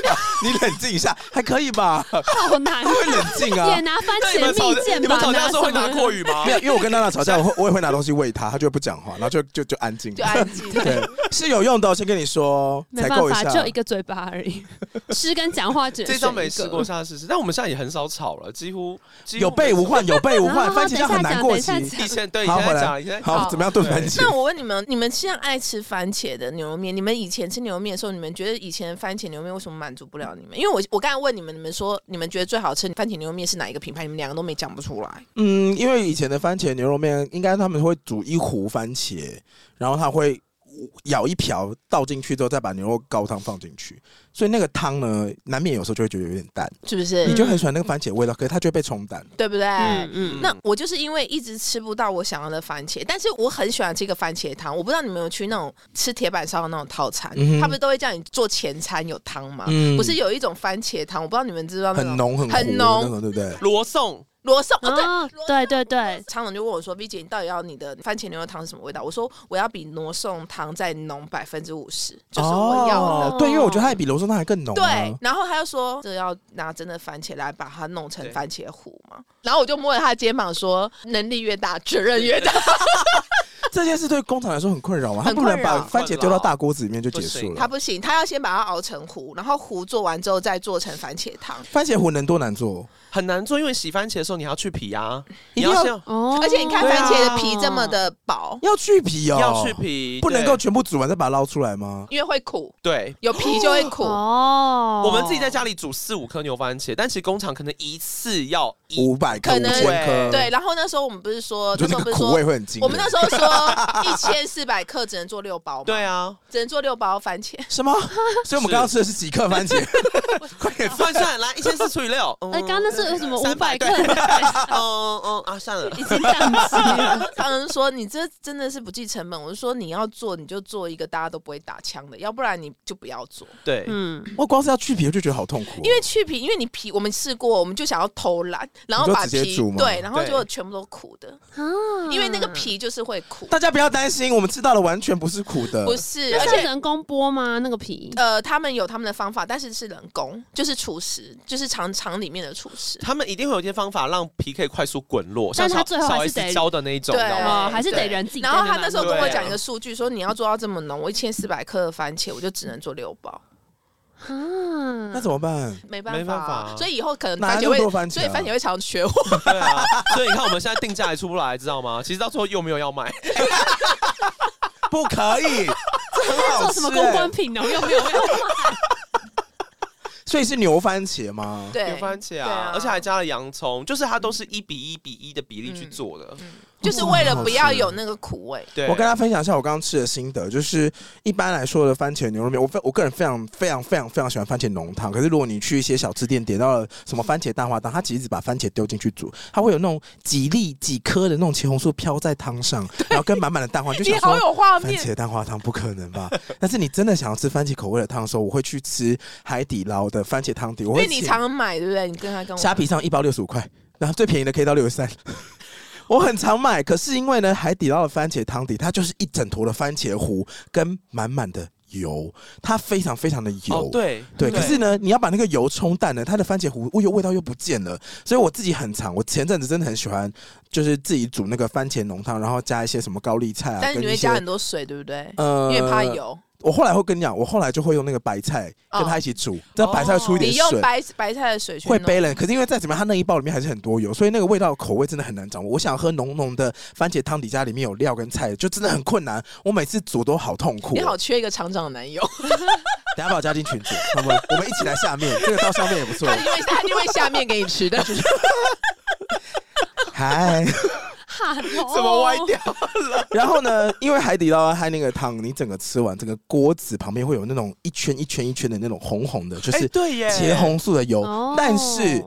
S1: 你冷静一下，还可以吧？
S2: 好难看，
S1: 会冷静啊
S2: <laughs> 也拿番
S3: 那
S2: 茄
S3: 你们吵
S2: 蜜
S3: 架，你
S2: 饯
S3: 们
S2: 吧，
S3: 吵架的时候会拿阔
S2: 鱼，
S3: 语吗
S1: 没？有，因为我跟娜娜吵架，我会我也会拿东西喂她，她就会不讲话，然后就就就安静。
S4: 就安
S1: <laughs>
S4: 静。
S1: 对，是有用的哦。先跟你说，
S2: 没
S1: 采
S2: 办
S1: 购一
S2: 法，
S1: 下
S2: 只。有一个嘴巴而
S4: <laughs>
S2: 已，吃跟讲话只
S1: <laughs>
S2: 能
S3: 这招
S2: 选一
S3: 没试
S2: 个
S3: 过，下次试试。但我们现在也很少吵了，几乎几乎
S1: 有备无患，有
S3: 哎
S1: 备无
S2: <laughs> 然
S1: 患，
S2: 后
S1: 番茄酱很难过期
S2: 等。一下讲
S3: 以前对以
S1: 好，
S3: 前
S1: 回
S3: 在
S1: 来
S3: 讲，以前在，讲
S1: 好，
S4: 好
S1: 怎么样炖
S3: 对
S1: 番茄？
S4: 那我问你们，你们现在爱吃番茄的牛肉面，你们以前吃牛肉面的时候，你们觉得以前番茄牛肉面为什么满足不了你们？因为我我刚才问你们，你们说你们觉得最好吃的番茄牛肉面是哪一个品牌？你们两个都没讲不出来。
S1: 嗯，因为以前的番茄牛肉面，应该他们会煮一壶番茄，然后他会舀一瓢倒进去之后，再把牛肉高汤放进去，所以那个汤呢，难免有时候就会觉得有点淡，
S4: 是不是？
S1: 你就很喜欢那个番茄味道，可是它就会被冲淡。
S4: 对不对？
S2: 嗯嗯，
S4: 那我就是因为一直吃不到我想要的番茄，但是我很喜欢吃一个番茄汤。我不知道你们有去那种吃铁板烧的那种套餐，
S1: 嗯哼
S4: 他们都会叫你做前餐有汤吗？
S1: 嗯
S4: 不是有一种番茄汤，我不知道你们知不知道那
S1: 很
S4: 种
S1: 浓很糊的
S4: 很浓
S1: 那种，对不对？
S3: 罗宋
S4: 罗宋哦，对，
S2: 啊，对对对，
S4: 厂长就问我说：“毕姐，你到底要你的番茄牛肉汤是什么味道？”我说：“我要比罗宋汤再浓百分之五十，就是我要的。
S1: 哦，对，因为我觉得它也比罗宋汤还更浓、啊。
S4: 对，，然后他又说：“这要拿真的番茄来把它弄成番茄糊嘛？”然后我就摸着他的肩膀说：“能力越大，责任越大。
S1: 这件事对工厂来说很困扰嘛，他啊
S4: 很
S1: 不能
S4: 困
S1: 把
S4: 扰
S1: 番茄丢到大锅子里面就结
S3: 不
S1: 束
S3: 行
S1: 了
S4: 它。不行，它要先把它熬成糊，然后糊做完之后再做成番茄汤。
S1: 番茄糊能多难做？
S3: 很难做，因为洗番茄的时候你还要去皮啊，
S1: 一
S3: 你
S1: 定要
S3: 先
S2: 哦
S4: 而且你看
S3: 对
S4: 番
S3: 啊
S4: 茄的皮这么的薄，
S1: 要去皮哦，
S3: 要去，皮，
S1: 不能
S3: 对
S1: 够全部煮完再把它捞出来吗？
S4: 因为会苦，
S3: 对。
S4: 有皮就会苦。
S2: 哦
S3: 我们自己在家里煮四五颗牛番茄，但其实工厂可能一次要一
S1: 五百克、
S4: 可
S1: 五
S4: 能
S1: 千颗，
S4: 对，，然后那时候我们不是说，
S1: 就
S4: 那时
S1: 那
S4: 候不
S1: 个
S4: 是
S1: 苦
S4: 说
S1: 味，会很惊人。
S4: 我们那时候说一千四百克只能做六包嘛，
S3: 对啊，
S4: 只能做六包
S3: <laughs>
S4: 番茄。
S1: 什么？ <laughs> 所以我们刚刚吃的是几克
S4: <laughs>
S1: 番茄？快点放！
S3: 算算来一千四除以六，嗯
S2: 呃，刚刚那是有什么五百
S3: 300
S2: 克
S3: 对 <laughs> 嗯嗯啊，算了，
S2: 已经宕机了。
S4: 他们说你这真的是不计成本，我就说你要做你就做一个大家都不会打枪的，要不然你就不要做。
S3: 对，
S2: 嗯，
S1: 我光是要去皮，我就觉得好痛苦哦。
S4: 因为去皮，因为你皮我们试过，我们就想要偷懒，然后
S1: 你说
S4: 把
S1: 直接
S4: 皮
S1: 煮吗
S4: 对，然后
S3: 对
S4: 结果全部都苦的，
S2: 啊
S4: 因为那个，皮就是会苦，
S1: 大家不要担心，我们吃到的完全不是苦的，
S4: 不是，
S2: 那
S4: 而
S2: 是
S4: 且。
S2: 人工剥吗？那个皮？
S4: 呃，他们有他们的方法，但是是人工，就是厨师，就是厂厂里面的厨师。
S3: 他们一定会有一些方法让皮可以快速滚落，
S2: 但
S3: 像
S2: 是他最后
S3: 小
S2: 还是得
S3: S 教的那一种，
S4: 对
S3: 你知道吗？
S2: 哦，还是得
S4: 对
S2: 人自己在
S4: 然
S2: 那
S4: 后
S2: 边
S4: 他
S2: 拿。
S4: 那时候跟我
S3: 对
S4: 讲一个数据，说你要做到这么浓，我一千四百克的番茄，我就只能做六包，
S2: 啊，
S1: 那怎么办？
S4: 没办法啊，
S3: 没办法啊
S4: 所以以后可能
S1: 哪来
S4: 番
S1: 那
S4: 茄
S1: 么
S4: 会，
S1: 多番茄啊
S4: 所以番茄会常学我。
S3: 对啊，所以你看我们现在定价还出不来，知道吗？其实到最后又没有要买，
S1: 不可
S4: <laughs>
S1: 以，这很好
S2: 做
S1: 吃
S2: 什
S1: 欸。
S2: 么公关品呢？哦又没有要
S1: 所以是牛番茄吗？
S4: 对
S3: 有，番茄
S4: 对啊
S3: 啊，而且还加了洋葱，就是它都是一比一比一的比例去做的。
S4: 就是为了不要有那个苦味。
S3: 对，
S1: 嗯我跟大家分享一下我刚刚吃的心得，就是一般来说的番茄牛肉面，我非我个人非常非常非常非常喜欢番茄浓汤。可是如果你去一些小吃店点到了什么番茄蛋花汤，它其实只把番茄丢进去煮，它会有那种几粒几颗的那种茄红素飘在汤
S4: <laughs>
S1: 上，然后跟满满的蛋花，你就
S4: 你
S1: 想
S4: 好
S1: 说
S4: 有画
S1: 番
S4: 面，
S1: 茄蛋花汤不可能吧？ <laughs> 但是你真的想要吃番茄口味的汤的时候，我会去吃海底捞的番茄汤底，我
S4: 因为
S1: 会
S4: 你
S1: 请
S4: 常买，对不对？你跟他跟我
S1: 虾皮上一包六十五块，然后最便宜的可以到六十三。 <laughs> 我很常买，可是因为呢，海底捞的番茄汤底，它就是一整坨的番茄糊跟满满的油，它非常非常的油。
S3: 哦，对
S1: 对可是呢，你要把那个油冲淡了，它的番茄糊又味道又不见了，所以我自己很常，我前阵子真的很喜欢，就是自己煮那个番茄浓汤，然后加一些什么高丽菜啊，
S4: 但是你
S1: 跟一
S4: 会
S1: 些
S4: 加很多水，对不对？
S1: 呃
S4: 因为怕。油，
S1: 我后来会跟你讲，我后来就会用那个白菜跟它一起煮，那、白菜会出一点
S4: 你
S1: 水，
S4: 用白白菜的水去
S1: 会
S4: 弄
S1: balance，可是因为再怎么样，它那一包里面还是很多油，所以那个味道口味真的很难掌握。我想喝浓浓的番茄汤底，加里面有料跟菜，就真的很困难。我每次煮都好痛苦、哦
S4: 你好，缺一个厂长的男友，
S1: 等一下把我加进群组，我们我们一起来下面，这个到上面也不错
S4: <laughs> 他。因为他因为下面给你吃的，
S1: 嗨，
S2: 喊
S3: <laughs> 怎么歪掉？
S1: 哦然后呢，因为海底捞它那个汤，你整个吃完，整个锅子旁边会有那种一圈一圈一圈的那种红红的，就是
S3: 哎对耶，
S1: 茄红素的油。
S2: 哦
S1: 但是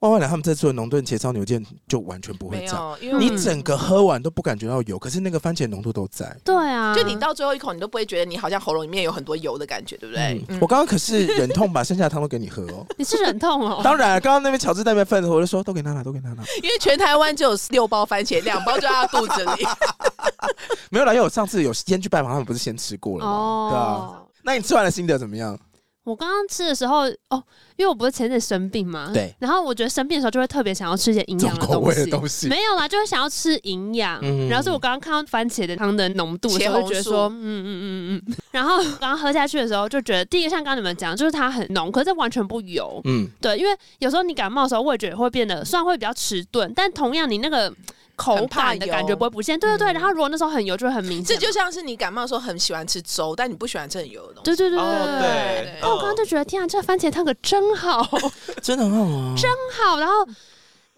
S1: 万万良他们这次的浓炖茄烧牛腱就完全不会
S4: 没
S1: 这样，
S4: 有，因为
S1: 你
S2: 嗯
S1: 整个喝完都不感觉到油，可是那个番茄浓度都在。
S2: 对啊，
S4: 就你到最后一口，你都不会觉得你好像喉咙里面有很多油的感觉，对不对？
S1: 嗯
S4: 嗯
S1: 我刚刚可是忍痛把剩下的汤都给你喝哦。
S2: 你是忍痛哦，
S1: 当然，刚刚那边乔治在那边分的时候，我就说都给娜娜，都给娜娜。
S4: 因为全台湾只有六包番茄，两包就在他肚子
S1: <laughs>
S4: 里。
S1: 没有啦，因为我上次有先去拜访他们，不是先吃过了吗？对啊。
S2: 哦。
S1: 那你吃完的心得怎么样？
S2: 我刚刚吃的时候，哦，因为我不是前阵子生病嘛，
S1: 对。
S2: 然后我觉得生病的时候就会特别想要吃一些营
S1: 重
S2: 养的
S1: 口
S2: 东
S1: 味的
S2: 西，
S1: 东西，
S2: 没有啦，就会想要吃营养。
S1: 嗯
S2: 然后是我刚刚看到番茄的汤的浓度的时候，
S4: 茄
S2: 就
S4: 红
S2: 觉得
S4: 素
S2: 说，嗯嗯嗯嗯。然后刚刚喝下去的时候，就觉得第一个像刚刚你们讲，就是它很浓，可是完全不油。
S1: 嗯，
S2: 对，因为有时候你感冒的时候，味觉也会变得虽然会比较迟钝，但同样你那个口
S4: 很怕
S2: 感的感觉
S4: 油
S2: 不会不见。对对对，
S4: 嗯
S2: 然后如果那时候很油，就会很明
S4: 这
S2: 显。
S4: 就像是你感冒的时候很喜欢吃粥，但你不喜欢吃很油的东
S2: 对
S4: 西。
S2: 对对
S3: 哦
S2: 对。
S3: 对，
S2: 那我刚刚就觉得，天啊，这番茄汤可真好，真
S1: 真的很好啊。
S4: <laughs>
S2: 好。然后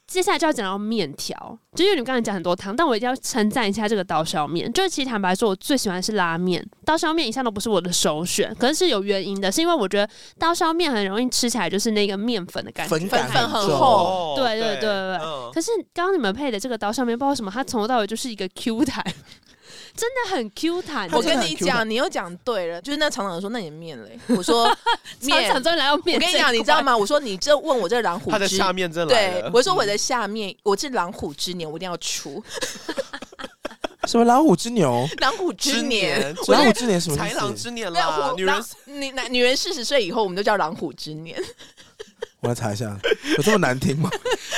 S2: 接下来就要讲到面条，就因为你们刚才讲很多汤，但我一定要称赞一下这个刀削面。就是其实坦白说，我最喜欢的是拉面，刀削面一向都不是我的首选，可是是有原因的，是因为我觉得刀削面很容易吃起来就是那个面粉的感觉，
S1: 啊粉感
S4: 粉很
S1: 重
S4: 厚
S3: 哦
S2: 对对对对
S3: 嗯
S2: 可是刚刚你们配的这个刀削面，不知道为什么它从头到尾就是一个 Q 弹，真的很 Q 弹。
S1: 它
S4: 我
S1: 真
S4: 跟
S1: 的
S4: 你
S1: 很 Q 弹
S4: 讲，你又讲对了，就是那厂长说：“那你的面嘞？”
S2: <laughs>
S4: 我说：“
S2: 常
S4: 面。
S2: 常”终于来到面这
S4: 我跟
S2: 一
S4: 你
S2: 块，
S4: 讲，你知道吗？我说你这问我这狼虎
S3: 它的
S4: 之
S3: 下
S4: <laughs>
S3: 面真的来
S4: 对
S3: 了，
S4: 我说我的下面，我是狼虎之年，我一定要出 <laughs>
S1: 什么老虎之牛？
S4: 狼虎之年。，啊
S3: 之
S1: 老虎
S3: 年
S1: 之年什么
S3: 豺狼
S1: 意思？
S3: 之年
S4: 没有
S3: 啦，
S4: 虎
S3: 女人
S4: 狼女男女人四十岁以后，我们都叫狼虎之年。 <laughs>
S1: 我来查一下，有这么难听吗？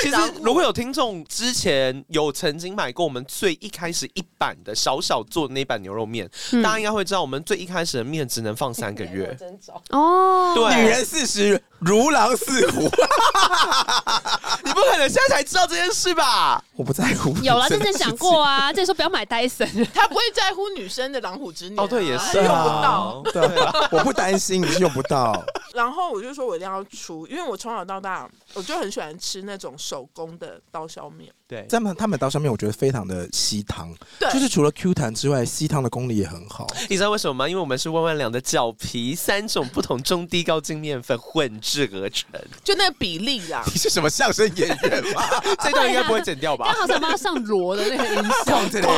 S3: 其实如果有听众之前有曾经买过我们最一开始一版的小小做的那版牛肉面，
S2: 嗯
S3: 大家应该会知道，我们最一开始的面只能放三个月。
S4: 嗯
S2: 哦，
S3: 对，
S1: 女人四十如狼似虎， <laughs>
S3: 你不可能现在才知道这件事吧？
S1: 我不在乎。
S2: 有了，之
S1: 真的
S2: 前
S1: 是
S2: 讲过
S4: <laughs>
S2: 啊，之前说不要买戴森，
S4: 他不会在乎女生的狼虎之年啊、
S3: 哦，对，也
S4: 他
S3: 是
S4: 用
S1: 啊
S4: 不 <laughs> 到。
S1: 对啊，我不担心，你是用不到。
S4: 然后我就说我一定要出，因为我从小到大我就很喜欢吃那种手工的刀削 <laughs> 面。
S3: 对，
S1: 他们他们刀削面，我觉得非常的吸汤，
S4: 对，
S1: 就是除了 Q 弹之外，吸汤的功力也很好。
S3: 你知道为什么吗？因为我们是万万良的饺皮，三种不同中低高筋面粉混制而 <laughs> 成。
S4: 就那个比例啦。
S1: <laughs> 你是什么相声
S4: <laughs>
S1: 演员吗？
S3: 这段应该不会剪掉
S2: 刚
S3: <laughs> 吧？
S2: 好想帮他上锣的那个音效，
S1: 这里
S2: 砰 <laughs>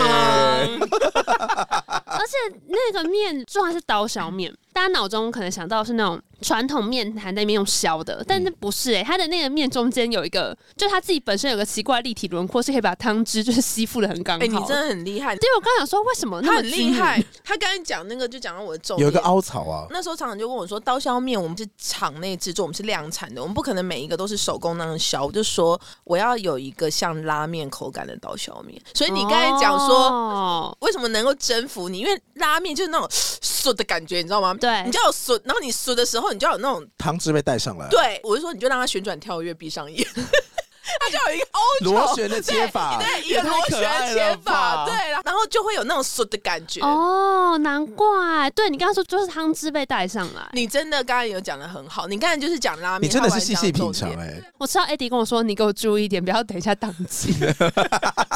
S2: 而且那个面最好是刀削面，大家脑中可能想到是那种传统面摊那边用削的，但那不是哎、欸，它的那个面中间有一个，就它自己本身有个奇怪立体轮廓，是可以把汤汁就是吸附的很刚
S4: 哎、
S2: 好。
S4: 你真的哦很厉害，
S2: 对，我刚想说为什么那
S4: 他
S2: 么
S4: 很
S2: 均
S4: 厉
S2: 匀
S4: 害。他刚才讲那个就讲到我的重点。
S1: 有一个凹槽啊，
S4: 那时候厂长就问我说：“刀削面我们是厂内制作，我们是量产的，我们不可能每一个都是手工那样削。”我就说我要有一个像拉面口感的刀削面。所以你刚才讲说、
S2: 哦
S4: 为什么能够征服你，因为拉面就是那种嗖的感觉，你知道吗？
S2: 对
S4: 你就要嗖，然后你嗖的时候，你就要有那种
S1: 汤汁被带上来，
S4: 对，我就说你就让它旋转跳跃，闭上眼，它就有一个凹槽
S1: 螺旋的切法，
S4: <laughs> 对，一
S3: 也
S4: 个
S3: 太
S4: 螺
S3: 可爱
S4: 旋
S3: 了
S4: 切
S3: 吧
S4: 法，对啦，然后就会有那种嗖的感觉。
S2: 哦，难怪，对你刚刚说就是汤汁被带上来。
S4: 你真的刚才有讲的很好，你刚才就是讲拉面，
S1: 你真的
S4: 它
S1: 是
S4: 完
S1: 细
S4: 全
S1: 细
S4: 讲
S1: 品
S4: 重
S1: 尝
S4: 点
S1: 哎、
S2: 我知道 Eddie 跟我说，你给我注意一点，不要等一下宕机， <laughs>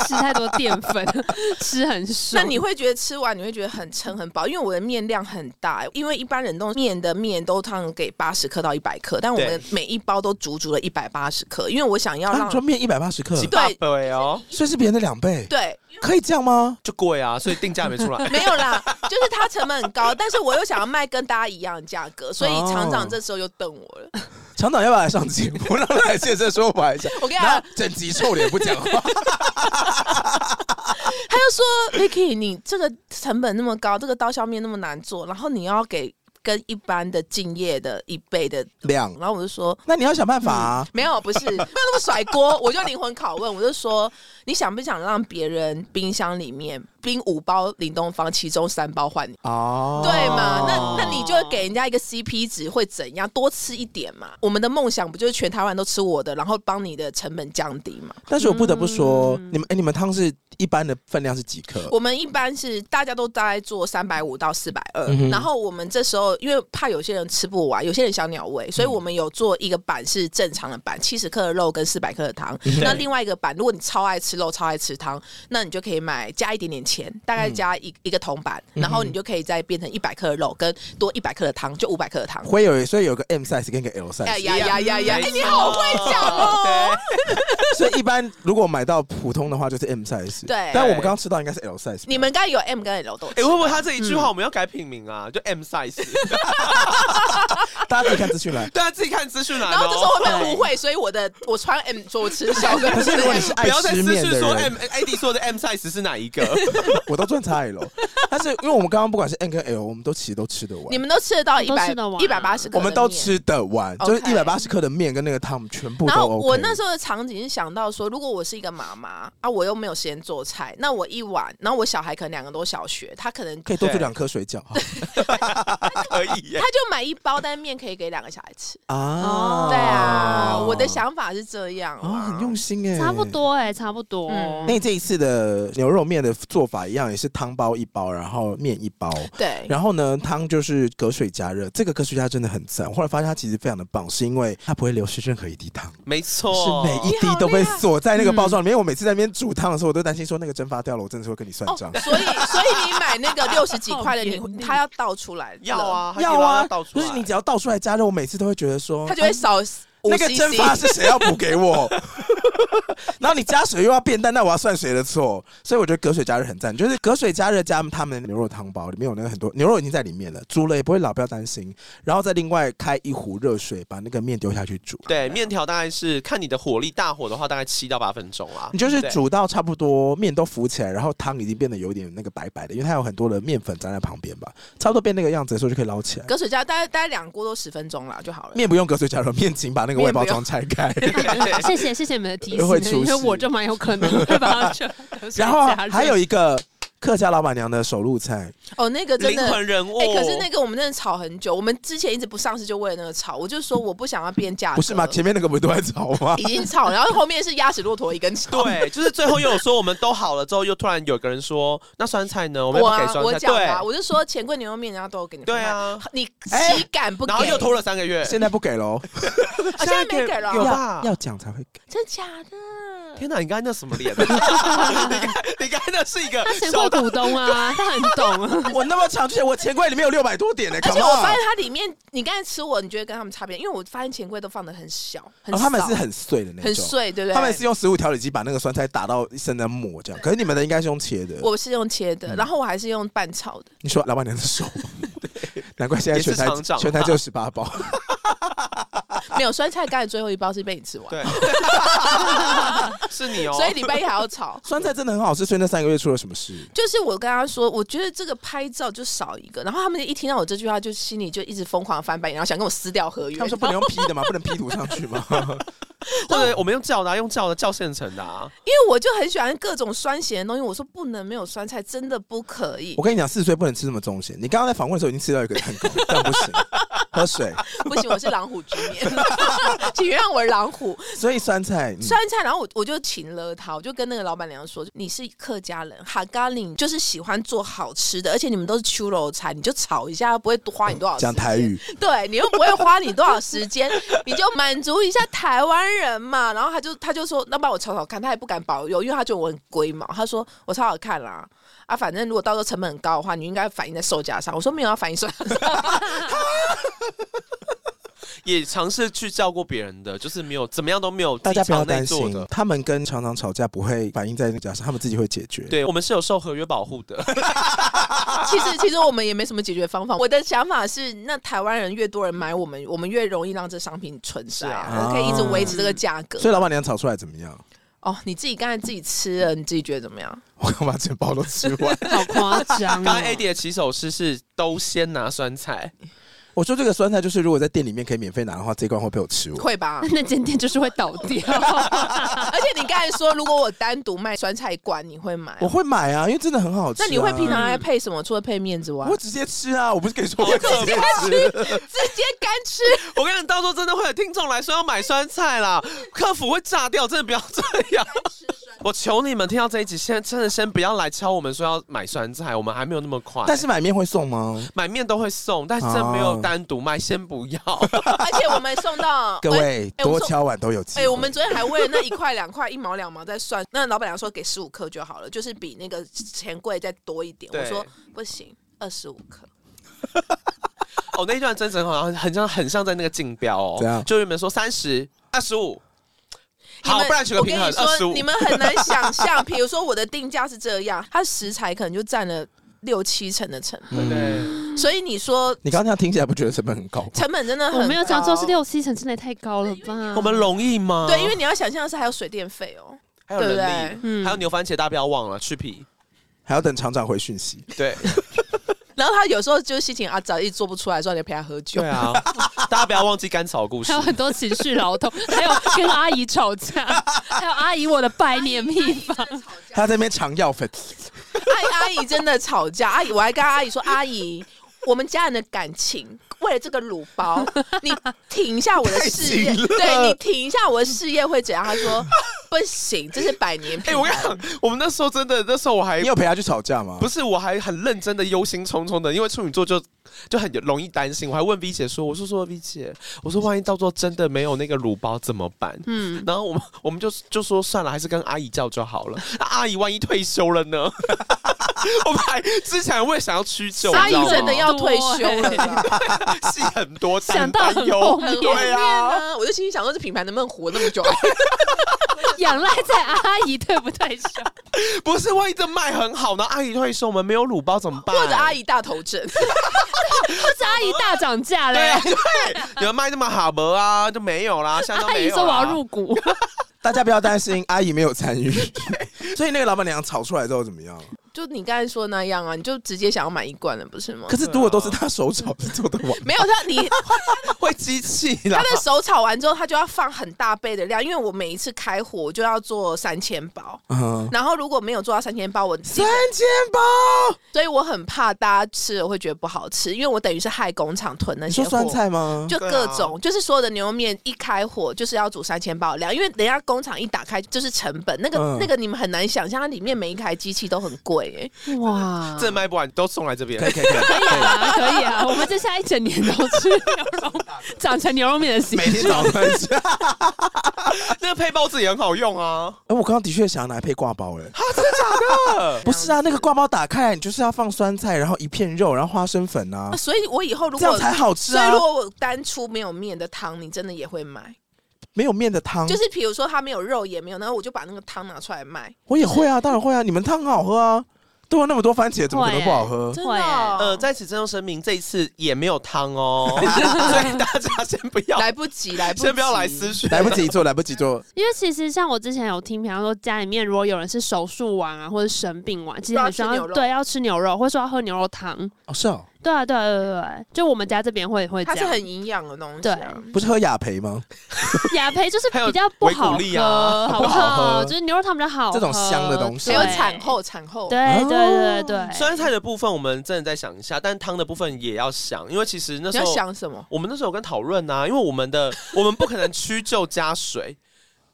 S2: 吃太多淀粉， <laughs> 吃很爽。
S4: 那
S1: 哦
S4: 你会觉得吃完你会觉得很撑很饱，因为我的面量很大，因为一般冷冻面的面都通常给八十克到一百克，但我们每一包都足足了一百八十克，因为我想要
S1: 啊，
S4: 让、
S1: 你说面一百八十克，
S3: 几
S4: 对
S3: 对哦，
S1: 所以是别人的两倍，
S4: 对。
S1: 可以这样吗？
S3: 就贵啊，所以定价没 <laughs> 出来。
S4: 没有啦，就是它成本很高，但是我又想要卖跟大家一样的价格，所以
S1: 哦
S4: 厂长这时候又瞪我了。
S1: 厂 <laughs> 长要不要来上节目，让他来现身说法
S4: <laughs>
S1: 一下？
S4: 我跟你讲
S1: 然后整集臭脸不讲 <laughs> 话，
S4: 他就说：“Vicky，你这个成本那么高，这个刀削面那么难做，然后你要给跟一般的敬业的一倍的。”
S1: 亮，
S4: 然后我就说：“
S1: 那你要想办法啊。
S4: 没有，不是，不要那么甩锅。我就灵魂拷问，我就说，你想不想让别人冰箱里面冰五包林东方，其中三包换你？
S1: 哦，
S4: 嗯对嘛？那那你就会给人家一个 CP 值会怎样？多吃一点嘛。我们的梦想不就是全台湾都吃我的，然后帮你的成本降低嘛？
S1: 但是我不得不说，
S4: 嗯
S1: 你们哎、你们汤是一般的分量是几克？
S4: 我们一般是大家都大概做三百五到四百二
S1: 嗯哼，
S4: 然后我们这时候因为怕有些人吃不完，有些人小鸟胃，所以我们有做一个版是正常的版，七十克的肉跟四百克的汤。那另外一个版，如果你超爱吃肉、超爱吃汤，那你就可以买加一点点钱，大概加一一个铜板，然后你就可以再变成一百克的肉跟多一百克的汤，就五百克的汤。
S1: 会有，所以有个 M size 跟一个 L size，、
S4: 哎呀呀呀呀！
S3: 没错
S4: 哎，你好会讲哦。 <laughs>
S1: 所以一般如果买到普通的话就是 M size，
S4: 对
S1: 但我们刚刚吃到应该是 L size，吧
S4: 你们刚才有 M 跟 L 都有吃
S3: 哎、会不会他这一句话我们要改品名啊？就 M size，。
S1: 大家自己看资讯栏
S3: 大啊家自己看资讯栏
S4: 然后这时
S3: 哦。
S4: 候会被误会，所以我的我穿 M 说我吃小跟
S1: 可是如果你是
S3: 哎
S1: 爱
S3: 不要再
S1: 吃
S3: 私
S1: 面
S3: 讯
S1: 的
S3: 说
S1: 人
S3: M，，艾迪说的 M size 是哪一个？
S1: 我都赚差 L。但是因为我们刚刚不管是 N 跟 L，我们都其实都吃得
S4: 你
S1: 完，
S4: 们都吃得到一
S2: 都
S4: 百
S2: 吃得完
S4: 一百八十克，
S1: 我们都。吃得完，就是
S4: OK
S1: 一百八十克的面跟那个汤全部都
S4: 然
S1: OK。
S4: 后我那时候的场景是想到说，如果我是一个妈妈啊，我又没有时间做菜，那我一碗，然后我小孩可能两个都小学，他可能
S1: <laughs> 可以多做两颗水饺
S3: 可以耶
S4: 他。就买一包，但是面可以给两个小孩吃。
S1: 啊
S4: 对啊，我的想法是这样
S1: 哦，
S4: 啊，
S1: 很用心哎，
S2: 差不。多哎、差不多。
S4: 嗯
S1: 那你这一次的牛肉面的做法一样，也是汤包一包，然后面一包，
S4: 对，
S1: 然后呢，汤就是隔水加热，这个隔水加热真的很赞。我后来发现它其实非常的棒，是因为它不会流失任何一滴汤，
S3: 没
S4: 哦
S3: 错，
S1: 是每一滴都被锁在那个包装里面。我每次在那边煮汤的时候，我都担心说那个蒸发掉了，我真的是会跟你算
S4: 哦，
S1: 账。
S4: 所以所以你买那个六十几
S2: <laughs>
S4: 块的，你
S2: 好严厉
S4: 他要倒出来，
S3: 要，啊，它可以
S1: 要
S3: 把它
S1: 啊
S3: 倒，出
S1: 就
S3: 来
S1: 是你只要倒出来加热，我每次都会觉得说
S4: 他就会少五
S1: 那个
S4: CC
S1: 蒸发是谁要补给我？ <laughs> 然后你加水又要变淡，那我要算谁的错？所以我觉得隔水加热很赞，就是隔水加热加他们的牛肉汤包，里面有那个很多牛肉已经在里面了，煮了也不会老，不要担心。然后再另外开一壶热水，把那个面丢下去煮。
S3: 对，面条大概是看你的火力，大火的话大概七到八分钟啦。
S1: 你就是
S3: <laughs> 对，
S1: 煮到差不多面都浮起来，然后汤已经变得有点那个白白的，因为它有很多的面粉粘在旁边吧，差不多变那个样子的时候就可以捞起来。
S4: 隔水加大概大概两锅都十分钟啦就好了。
S1: 面不用隔水加热，面请把那个外包装拆开，
S2: 谢谢谢谢你们的提醒
S1: 会，出
S2: 因
S1: 事
S2: 为我就蛮有可能会把它全
S1: 然后
S2: 全
S1: 还有一个客家老板娘的手入菜，
S4: 哦，那个真
S3: 灵
S4: 的
S3: 魂人物。
S4: 哎、
S1: 哦
S4: 可是那个我们真的吵很久，我们之前一直不上市，就为了那个吵。我就说我不想要变价格，
S1: 不是吗？前面那个不都在吵 <laughs> 吗
S4: 已？经吵，然后后面是压死骆驼一根草。
S3: 对，就是最后又有说我们都好了之后，又突然有个人说那酸菜呢？我们
S4: 我
S3: 要不要
S4: 啊
S3: 给，
S4: 我
S3: 酸
S4: 讲
S3: 菜
S4: 啊，。我就说钱柜牛肉面人家都有给你，
S3: 对对，啊，
S4: 你
S1: 哎
S4: 岂敢不给？
S3: 然后又拖了三个月，
S1: 现在不给喽，
S4: 啊，现在没给了
S3: 有
S4: 哦，
S3: 吧？
S1: 要讲才会给。
S4: 真假的？
S3: 天哪，你刚才那什么脸？你刚你刚才那是一个
S2: 他钱
S3: 小
S2: 柜股东啊，他很懂啊。
S1: 我那么长之前，我钱柜里面有六百多 <laughs> 点呢、
S4: 而
S1: 干
S4: 且
S1: 嘛？
S4: 我发现它里面，你刚才吃我，你觉得跟他们差别？因为我发现钱柜都放的很小，很
S1: 哦
S4: 少，
S1: 他们是很碎的那
S4: 很
S1: 种，
S4: 碎，对不对？
S1: 他们是用食物调理机把那个酸菜打到一身的抹这样，可是你们的应该是用切的。
S4: 我是用切
S1: 嗯
S4: 的，然后我还是用拌炒的。
S1: 你说老板娘的 <laughs> 手，难怪现在全台
S3: 也是厂长
S1: 全台只有十八包，啊
S4: 没有酸菜，刚才最后一包是被你吃完，
S3: 对， <laughs> 是你哦。
S4: <laughs> 所以礼拜一还要炒。
S1: <laughs> 酸菜真的很好吃。所以那三个月出了什么 <laughs> 事？
S4: 就是我跟他说，我觉得这个拍照就少一个，然后他们一听到我这句话，就心里就一直疯狂翻白眼，然后想跟我撕掉合约。
S1: 他们说不能用 P <laughs> 的吗？不能 P 图上去吗？
S3: 或者我们用叫的、啊，用叫的叫现成的啊。
S4: 因为我就很喜欢各种酸咸的东西，我说不能没有酸菜，真的不可以
S1: 我，跟你讲，四十岁不能吃这么重咸。你刚刚在访问的时候已经吃到一个蛋糕，这样不行。喝水，
S4: 不行，我是狼虎之
S1: <laughs>
S4: 年，请原谅我是狼虎。
S1: 所以 <laughs> 酸菜，嗯
S4: 酸菜，然后我我就请了他，我就跟那个老板娘说，你是客家人，哈咖喱就是喜欢做好吃的，而且你们都是秋楼菜，你就炒一下，不会多花你多少时
S1: 讲
S4: 间。
S1: 台语，
S4: 对你又不会花你多少时间，你就满足一下台湾人嘛。然后他就他就说，那帮我炒炒看，他也不敢保佑，因为他觉得我很龟毛。他说我炒炒看啦，啊，反正如果到时候成本很高的话，你应该反映在售价上。我说没有要啊反映售价上，
S3: 也尝试去叫过别人的，就是没有怎么样都没有
S1: 大
S3: 自
S1: 家
S3: 己
S1: 不要
S3: 场内
S1: 担
S3: 做
S1: 心
S3: 的。，
S1: 他们跟常常吵架不会反映在那个架上，他们自己会解决。
S3: 对我们是有受合约保
S1: <laughs>
S3: 护的，
S4: 其实其实我们也没什么解决方法。我的想法是，那台湾人越多人买我们，我们越容易让这商品存在
S3: 是
S4: 啊，
S1: 啊
S4: 可以一直维持这个价格。
S1: 所以老板娘炒出来怎么样？ <laughs>
S4: 哦，你自己刚才自己吃了，你自己觉得怎么样？
S1: 我刚把整包都吃完。
S2: <laughs>
S1: <laughs>
S2: 好夸张、哦！
S3: 刚刚 AD 的起手式是都先拿酸菜，
S1: 我说这个酸菜就是，如果在店里面可以免费拿的话，这一罐会被我吃完。
S4: 会吧？ <laughs>
S2: 那间店就是会倒掉，
S4: 而且你刚才说，如果我单独卖酸菜罐，你会买吗？
S1: 我会买啊，因为真的很好吃、
S4: 那你会平常？还配什么？除了配面之外
S1: 我，会直接吃啊！我不是跟你说 <laughs>
S3: 好
S1: 我
S4: <laughs>
S1: 会直
S4: 哦
S3: 可
S1: 接
S3: 怕！
S1: 吃？
S4: 直接干
S3: <laughs>
S4: 吃。
S3: 我跟你讲，到时候真的会有听众来说要买酸菜啦，客服会炸掉，真的不要这样。 <laughs> 我求你们听到这一集，现在真的先不要来敲我们说要买酸菜，我们还没有那么快。
S1: 但是买面会送吗？
S4: 哎
S3: 买面都会送，但是真的没有单独卖，先不要。
S4: 而且我们送
S3: <laughs>
S4: 到
S1: 各，位
S4: 哎我
S1: 多
S4: 说
S1: 敲碗都有机
S4: 哎、
S1: 会。
S4: 我们昨天还为了那一块两块一毛两毛在算，那老板娘说给十五克就好了，就是比那个钱柜再多一点。
S3: 对
S4: 我说不行，二十五克。
S3: 哦，那一段真的好像很像很像在那个竞标
S1: 怎
S3: 哦
S1: 样，
S3: 就原本说三十、二十五，好
S4: 你，们
S3: 不然取个平衡二
S4: 我，跟你
S3: 十
S4: 说，
S3: 五
S4: 你。们很难
S3: <laughs>
S4: 想象，比如说我的定价是这样，它食材可能就占了六七成的成
S3: 对不对
S4: 本，所以你说
S1: 你刚刚这样听起来不觉得成本很
S4: <laughs>
S1: 高吗？
S4: 成本真的很
S2: 我没有讲
S4: 高
S2: 说是。六七成，真的太高了吧？
S3: 我们容易吗？
S4: 对，因为你要想象的是还有水电费哦，
S3: 还有人
S4: 对
S3: 力，
S4: 不
S2: 嗯
S3: 还有牛番茄，大家不要忘了去皮。
S1: 还要等厂长回讯
S4: <laughs>
S1: 息。
S3: 对
S4: 然后他有时候就是心情啊，早一直做不出来的时候，你就陪他喝酒
S3: 对。啊， <laughs> 大家不要忘记甘草故
S4: <laughs>
S3: 事
S2: 还有。很多情绪劳动，还有跟阿姨吵架，还有阿姨我的百年秘方，
S1: 他在那边尝药粉，
S4: 阿阿姨真的吵架，阿姨我还跟阿姨说，阿姨，我们家人的感情。为了这个卤
S3: <laughs>
S4: 包，你停一下我的事业，
S1: 太行了
S4: 对你停一下我的事业会怎样？她说不行，这是百年
S3: <laughs> 哎、
S4: 品
S3: 我跟你讲，我们那时候真的，那时候我还
S4: 哎
S1: 你有陪他去吵架吗？
S3: 不是，我还很认真的忧心忡忡的，因为处女座就就很容易担心。我还问 V 姐说：“我是说 V 姐，我说万一到时候真的没有那个乳包怎么办？”嗯，然后我们我们就就说算了，还是跟阿姨叫就好了。那阿姨万一退休了呢？ <laughs> 我们还之前我也想要屈就，
S4: 阿
S3: 你知道啊
S4: 姨
S3: 吗
S4: 真的要退休了啦，
S3: 戏很多，
S2: <laughs> 想到
S3: 担
S2: 很
S3: 忧
S2: 后面
S3: 对啊，
S4: 啊，我就心里想说，这品牌能不能活那么久？啊
S3: <laughs>
S2: 仰赖在阿姨退不退休？
S3: 不是万一这卖很好，然后阿姨退休，我们没有乳包怎么办？
S4: 或者阿姨大头症， <laughs>
S2: 或是阿姨大涨价
S3: 对
S2: 嘞
S3: 啊？对，你们卖那么好不啊，就没有啦，现在都
S2: 阿
S3: 没
S2: 姨
S3: 有
S2: 说我要
S3: 啦
S2: 入股，
S1: <laughs> 大家不要担心，阿姨没有参与。所以那个老板娘吵出来之后怎么样？
S4: 就你刚才说的那样啊，你就直接想要买一罐了，不是吗？
S1: 可是如果都是他手炒是做得完，
S4: 没有他，你
S3: 会机器啦
S4: 他。的手炒完之后，他就要放很大杯的量，因为我每一次开火我就要做三千包，
S1: 嗯，
S4: 然后如果没有做到三千包，我
S1: 三千包，
S4: 所以我很怕大家吃了会觉得不好吃，因为我等于是害工厂囤那
S1: 你
S4: 些
S1: 说
S4: 货。
S1: 酸菜吗？
S4: 就
S3: 对
S4: 各
S3: 啊
S4: 种，就是所有的牛肉面一开火就是要煮三千包料，因为人家工厂一打开就是成本，那个、
S1: 嗯
S4: 那个你们很难想象，它里面每一台机器都很贵、欸，
S2: 哇，
S3: 这卖不完，都送来这边
S1: 可。以可以可以，
S2: 可以啊，可以啊，我们这下一整年都吃牛肉，长成牛肉面的
S3: <laughs>
S2: 形
S1: 每天 <laughs> 早餐吃。
S3: 那个配包子也很好用啊。
S4: 哦
S1: 哎，我刚刚的确想要拿来配挂包，哎，啊，真的假的？ <laughs> 不是啊，那个挂包打开来，你就是要放酸菜，然后一片肉，然后花生粉啊
S4: 啊，所以我以后如
S1: 这样
S4: 果
S1: 才好吃
S4: 所以
S1: 啊
S4: 如。果我单出没有面的汤，你真的也会买，
S1: 没有面的汤，
S4: 就是比如说它没有肉也没有，然后我就把那个汤拿出来卖，
S1: 我也会啊，当然会啊，你们汤很好喝啊，都有那么多番茄，怎么可能不好喝？
S4: 真的
S2: 会欸
S4: 哦、
S3: 呃，在此郑重声明，这一次也没有汤哦，所以大家先不要，
S4: <laughs> 来不及，来不及，
S3: 先不要来私讯，
S1: 来不及做，来不及做，
S2: 因为其实像我之前有听，比方说家里面如果有人是手术完啊，或者生病完，其实很需
S4: 都要吃牛
S2: 要
S4: 肉
S2: 对要吃牛肉，或者说要喝牛肉汤。
S1: 哦，是哦，
S2: 对啊，对啊对啊对啊对啊，就我们家这边会会这
S4: 它是
S2: 样。
S4: 很营养的东西、啊，
S1: 不是喝雅培吗？
S2: 雅培就是
S3: 还有
S2: 比较不好
S3: 维骨
S2: 喝
S3: 力，啊
S2: 好不
S1: 不好
S2: 好？
S1: 喝
S2: 就是牛肉汤比较好
S1: 这
S2: 喝，
S1: 种香的东西
S4: 还
S2: 对
S4: 有产。后，产后，
S2: 对
S1: 哦
S2: 对对对对，
S3: 酸菜的部分我们真的再想一下，但汤的部分也要想，因为其实那
S4: 你
S3: 时
S4: 要
S3: 候
S4: 想什么？
S3: 我们那时候有跟讨论啊呐，因为我们的 <laughs> 我们不可能屈就加水，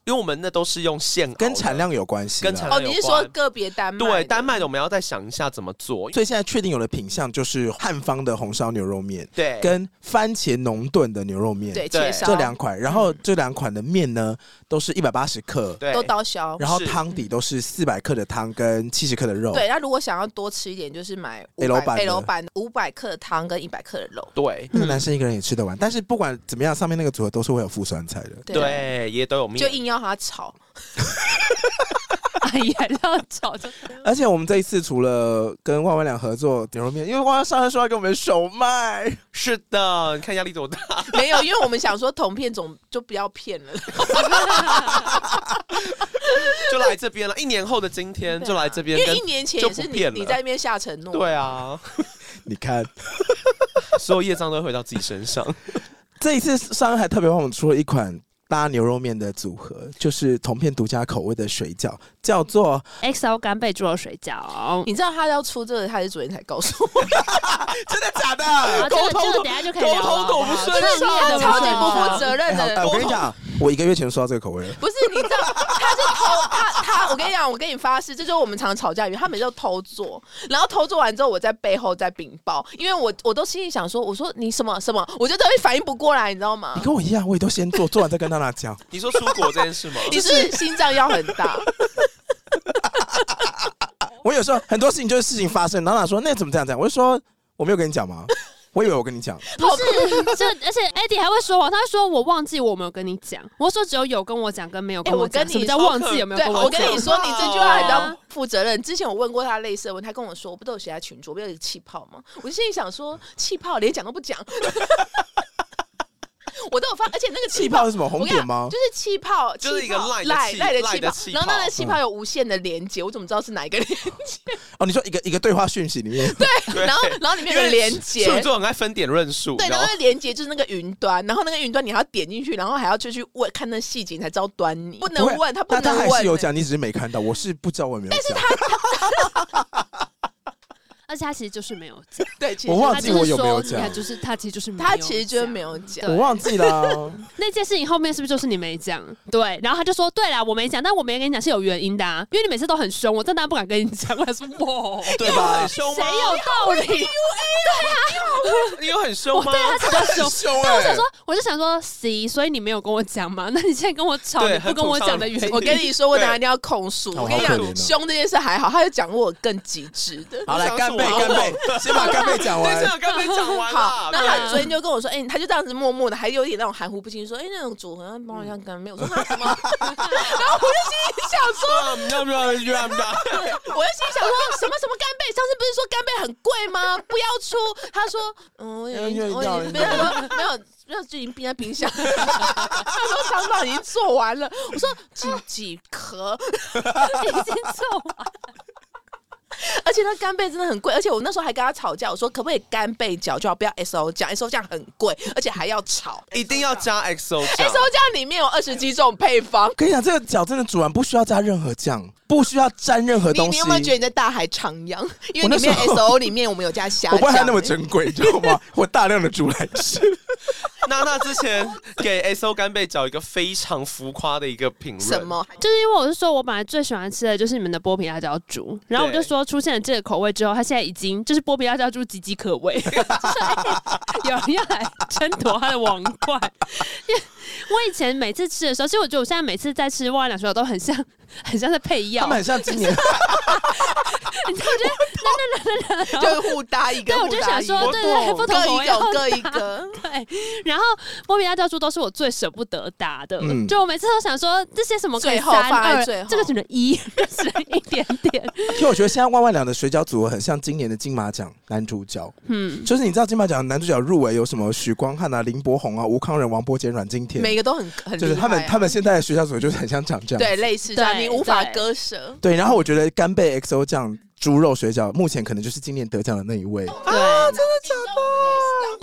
S3: 因为我们那都是用现熬的
S1: 跟产量有关系啦，
S3: 跟产
S4: 哦，
S3: 量有
S4: 你
S3: 关
S4: 是说个别单卖的？
S3: 对丹麦的，我们要再想一下怎么做。
S1: 所以现在确定有了品相，就是汉方的红烧牛肉面
S3: 对，
S1: 跟番茄浓炖的牛肉面，
S4: 对，
S3: 对
S4: 切烧
S1: 这两款。然后这两款的面呢，都是一百八十克，
S3: 对
S4: 都刀削。
S1: 然后
S3: 是
S1: 汤底都是四百克的汤跟七十克的肉。
S4: 对，那如果想要多吃一点，就是买
S1: L 版的
S4: 北楼版五百克的汤跟一百克的肉。
S3: 对
S1: 那个男生一个人也吃得完，但是不管怎么样，上面那个组合都是会有附酸菜的。
S4: 对，
S3: 对，也都有面
S4: 就硬要它炒， <laughs>
S2: 哎呀，要炒就
S1: 而且我们这一次除了跟万万良合作牛肉面，因为万万上次说要给我们手卖，
S3: 是的，你看压力多大。
S4: 没有，因为我们想说同片总就不要骗了。
S2: <laughs>
S3: 就来这边了。一年后的今天
S2: 对啊
S3: 就来这
S4: <laughs> 因
S3: 边
S4: 为
S3: 跟
S4: 一年前
S3: 就
S4: 也
S3: 不
S4: 是你
S3: 骗了
S4: 你在那边下承诺，
S3: 对啊，
S1: <laughs> 你看
S3: 所有业障都会回到自己身上。
S1: 这一次上恩还特别帮我们出了一款搭牛肉面的组合，就是同片独家口味的水饺，叫做
S2: XO 干贝猪肉水饺。
S4: <laughs> 你知道他要出这个，他是昨天才告诉
S3: <laughs>
S4: 我，
S1: 真的假的？
S2: 啊，这
S3: 沟
S2: 个
S3: 通
S2: 这
S3: 都
S2: 个等一下就可以聊了
S3: 沟通都
S2: 好好
S3: 不顺畅
S4: <laughs>
S2: 创业的
S4: 啊超级
S2: 顺
S4: 不
S2: 畅
S4: 负责任
S1: 哎
S4: 的。
S1: 好我跟你讲，我一个月前收到这个口味了。
S4: 不是，你知道，他是偷他他，我跟你讲，我跟你发誓，这就是我们常吵架的原因。他每次都偷做，然后偷做完之后，我在背后在禀报，因为我我都心里想说，我说你什么什么，我就特别反应不过来，你知道吗
S1: 你？跟我一样，我也都先做，做完再跟娜娜讲。
S3: 你说出国这件事 <laughs> 吗？
S4: 就是心脏要很大，
S1: 我有时候很多事情就是事情发生，娜娜说那怎么这样讲？我就说我没有跟你讲
S4: <laughs>
S1: 吗？我以为我跟你讲，
S2: 不是，这而且 Eddie 还会说谎，他会说我忘记我没有跟你讲，我说只有有跟我讲跟没有跟
S4: 哎我
S2: 讲，
S4: 跟你
S2: 什么叫
S4: 说
S2: 忘记有没有
S4: 对
S2: 跟
S4: 我跟
S2: 讲？
S4: 你说，你这句话很
S2: 对
S4: 要
S2: 啊
S4: 负责任。之前我问过他类似的问题，他跟我说，我不都有写在群组，我不有一个气泡吗？我就心里想说，气泡连讲都不讲， <laughs> 我都有发，而且那个
S1: 气
S4: 气泡
S1: 泡是什么红
S4: 我跟你
S1: 点
S4: 讲
S1: 吗
S4: 就？是气泡，
S3: 就是
S4: 气
S3: 一个
S4: 泡
S3: line 的
S4: 赖
S3: 气
S4: 赖的
S3: line
S4: 气
S3: 的
S4: 泡
S3: 气，
S4: 然后那
S3: 泡
S4: 个
S1: 嗯
S4: 气泡有无限的连接，我怎么知道是哪一个连接？
S1: 哦，你说一个一个对话讯息里面，
S3: 对
S4: 然后然后里面有个连接
S3: 因为处女座很爱分点论述，
S4: 对，
S3: 然
S4: 然
S3: 后
S4: 后那个连接就是那个云端，然后那个云端你还要点进去，然后还要就去问看那细节，你才知道端倪，不能
S1: 不会
S4: 问他不
S1: 那他
S4: 能
S1: 还是有
S4: 问欸。
S1: 讲，你只是没看到。我是不知道我有没有讲，
S2: 而且他其实就是没有讲，
S4: 对，其实
S1: 我忘记
S2: 他就
S1: 我
S2: 是
S1: 有没有
S2: 说，
S1: 讲
S2: 你看，就是他其实就是没有
S4: 他其实就是
S2: 讲
S4: 没有讲
S2: 对。
S1: 我忘记了啊。
S2: 那件事情后面是不是就是你没讲？对，然后他就说对啦，我没讲，但我没跟你讲是有原因的、啊，因为你每次都很凶，我真的不敢跟你讲。我还说
S4: <laughs>
S2: 哇，
S3: 对吧？很凶
S2: 谁
S3: 吗？
S2: 有道理？
S3: 你有很
S2: 我
S3: 凶吗？
S2: 对他比较凶。
S1: 凶
S2: 但我
S4: 欸
S2: 想说，我就想说，C，所以你没有跟我讲嘛？ <laughs> 那你现在跟我吵，
S3: 对
S2: 你不跟我讲的原因，
S4: <laughs> 我跟你说，我
S3: 对
S4: 等下一定要控诉。
S1: 哦
S4: 我跟你
S1: 好
S4: 讲
S1: 可怜哦，
S4: 凶这件事还好，他就讲我更极致的。
S1: 好，来
S3: 我想
S1: 干
S3: 说
S1: 杯，
S3: 我
S1: 干杯，
S4: <laughs>
S1: 先把干杯讲
S3: 对，
S1: 完
S3: 这。样刚才讲 <laughs> 完了，，
S4: 好那
S3: 对
S4: 他昨天就跟我说，哎，他就这样子默默的，还有点那种含糊不清，说，哎，那种组合要帮我像干没有，我说他
S3: <laughs>
S4: 什么？然后我就心里想说，
S3: 啊要不要要不要？
S4: 我就心里想说，什么什么干贝？上次不是说干贝很贵吗？不要出。他说，嗯，我有
S1: 因为
S4: 一，我
S1: 要
S4: 有一没有没有没有，就已经冰在冰箱。 <laughs> 他说厂长已经做完了。我说几几颗？
S2: 已经做完。
S4: 而且那干贝真的很贵，而且我那时候还跟他吵架，我说可不可以干贝饺就好，不要 S O 酱，S O 酱很贵，而且还要炒。
S3: 一定要加 XO
S4: S
S3: 酱
S4: O 酱里面有二十几种配方，
S1: 跟你讲，这个饺真的煮完不需要加任何酱，不需要沾任何
S4: 你
S1: 东
S4: 你
S1: 西
S4: 有。没有觉得你在大海徜徉？因为
S1: 我那
S4: 里
S1: 时
S4: 面
S1: 候
S4: S O 里面我们有加虾
S1: 我不知道它
S4: 酱
S1: 那，么珍贵，你知道吗？我大量的煮来
S4: <laughs>
S1: 吃。
S3: 娜娜之前给 XO 干贝饺一个非常浮夸的一个评论，
S4: 什？么？
S2: <laughs> 就是因为我是说，我本来最喜欢吃的就是你们的剥皮辣椒猪，然后我就说出现了这个口味之后，它现在已经就是剥皮辣椒猪岌岌可 <laughs> 危，所以有人要来争夺它的王冠。 <laughs> 因为我以前每次吃的时候，其实我觉得我现在每次在吃万两水饺都很像， <laughs> 很像在配药
S1: 他，们很像今年，
S2: 你知道，我觉得
S4: 就互搭一个，
S2: 对，我
S4: 互
S2: 就
S4: 搭
S2: 想
S4: 一
S2: 说
S4: 个，，
S2: 对
S3: 我
S2: 对，
S3: 懂
S2: 不同
S4: 各
S2: 口
S4: 一
S2: 味
S4: 个
S2: 要
S4: 各一
S2: 搭
S4: 个。
S2: 对，然后波比辣椒猪都是我最舍不得打的，
S1: 嗯
S2: 就我每次都想说这些什么可以
S4: 最后
S2: 三
S4: 放在
S2: 二
S4: 最后
S2: 这个只能一， <laughs> 只能一点点。
S1: 因为我觉得现在万万两的水饺组合很像今年的金马奖男主角。
S2: 嗯，
S1: 就是你知道金马奖的男主角入围有什么？许光汉啊、林柏宏啊、吴康仁、王柏杰、阮经天，
S4: 每个都很很
S1: 就是
S4: 厉害
S1: 他
S4: 啊
S1: 们他们现在的学校组就是很像长这样。
S4: 对类似这样，
S2: 对
S4: 你无法
S2: 对
S4: 割舍。
S1: 对，然后我觉得干贝 XO 酱猪肉水饺目前可能就是今年得奖的那一位。
S2: 对。哎、
S4: 啊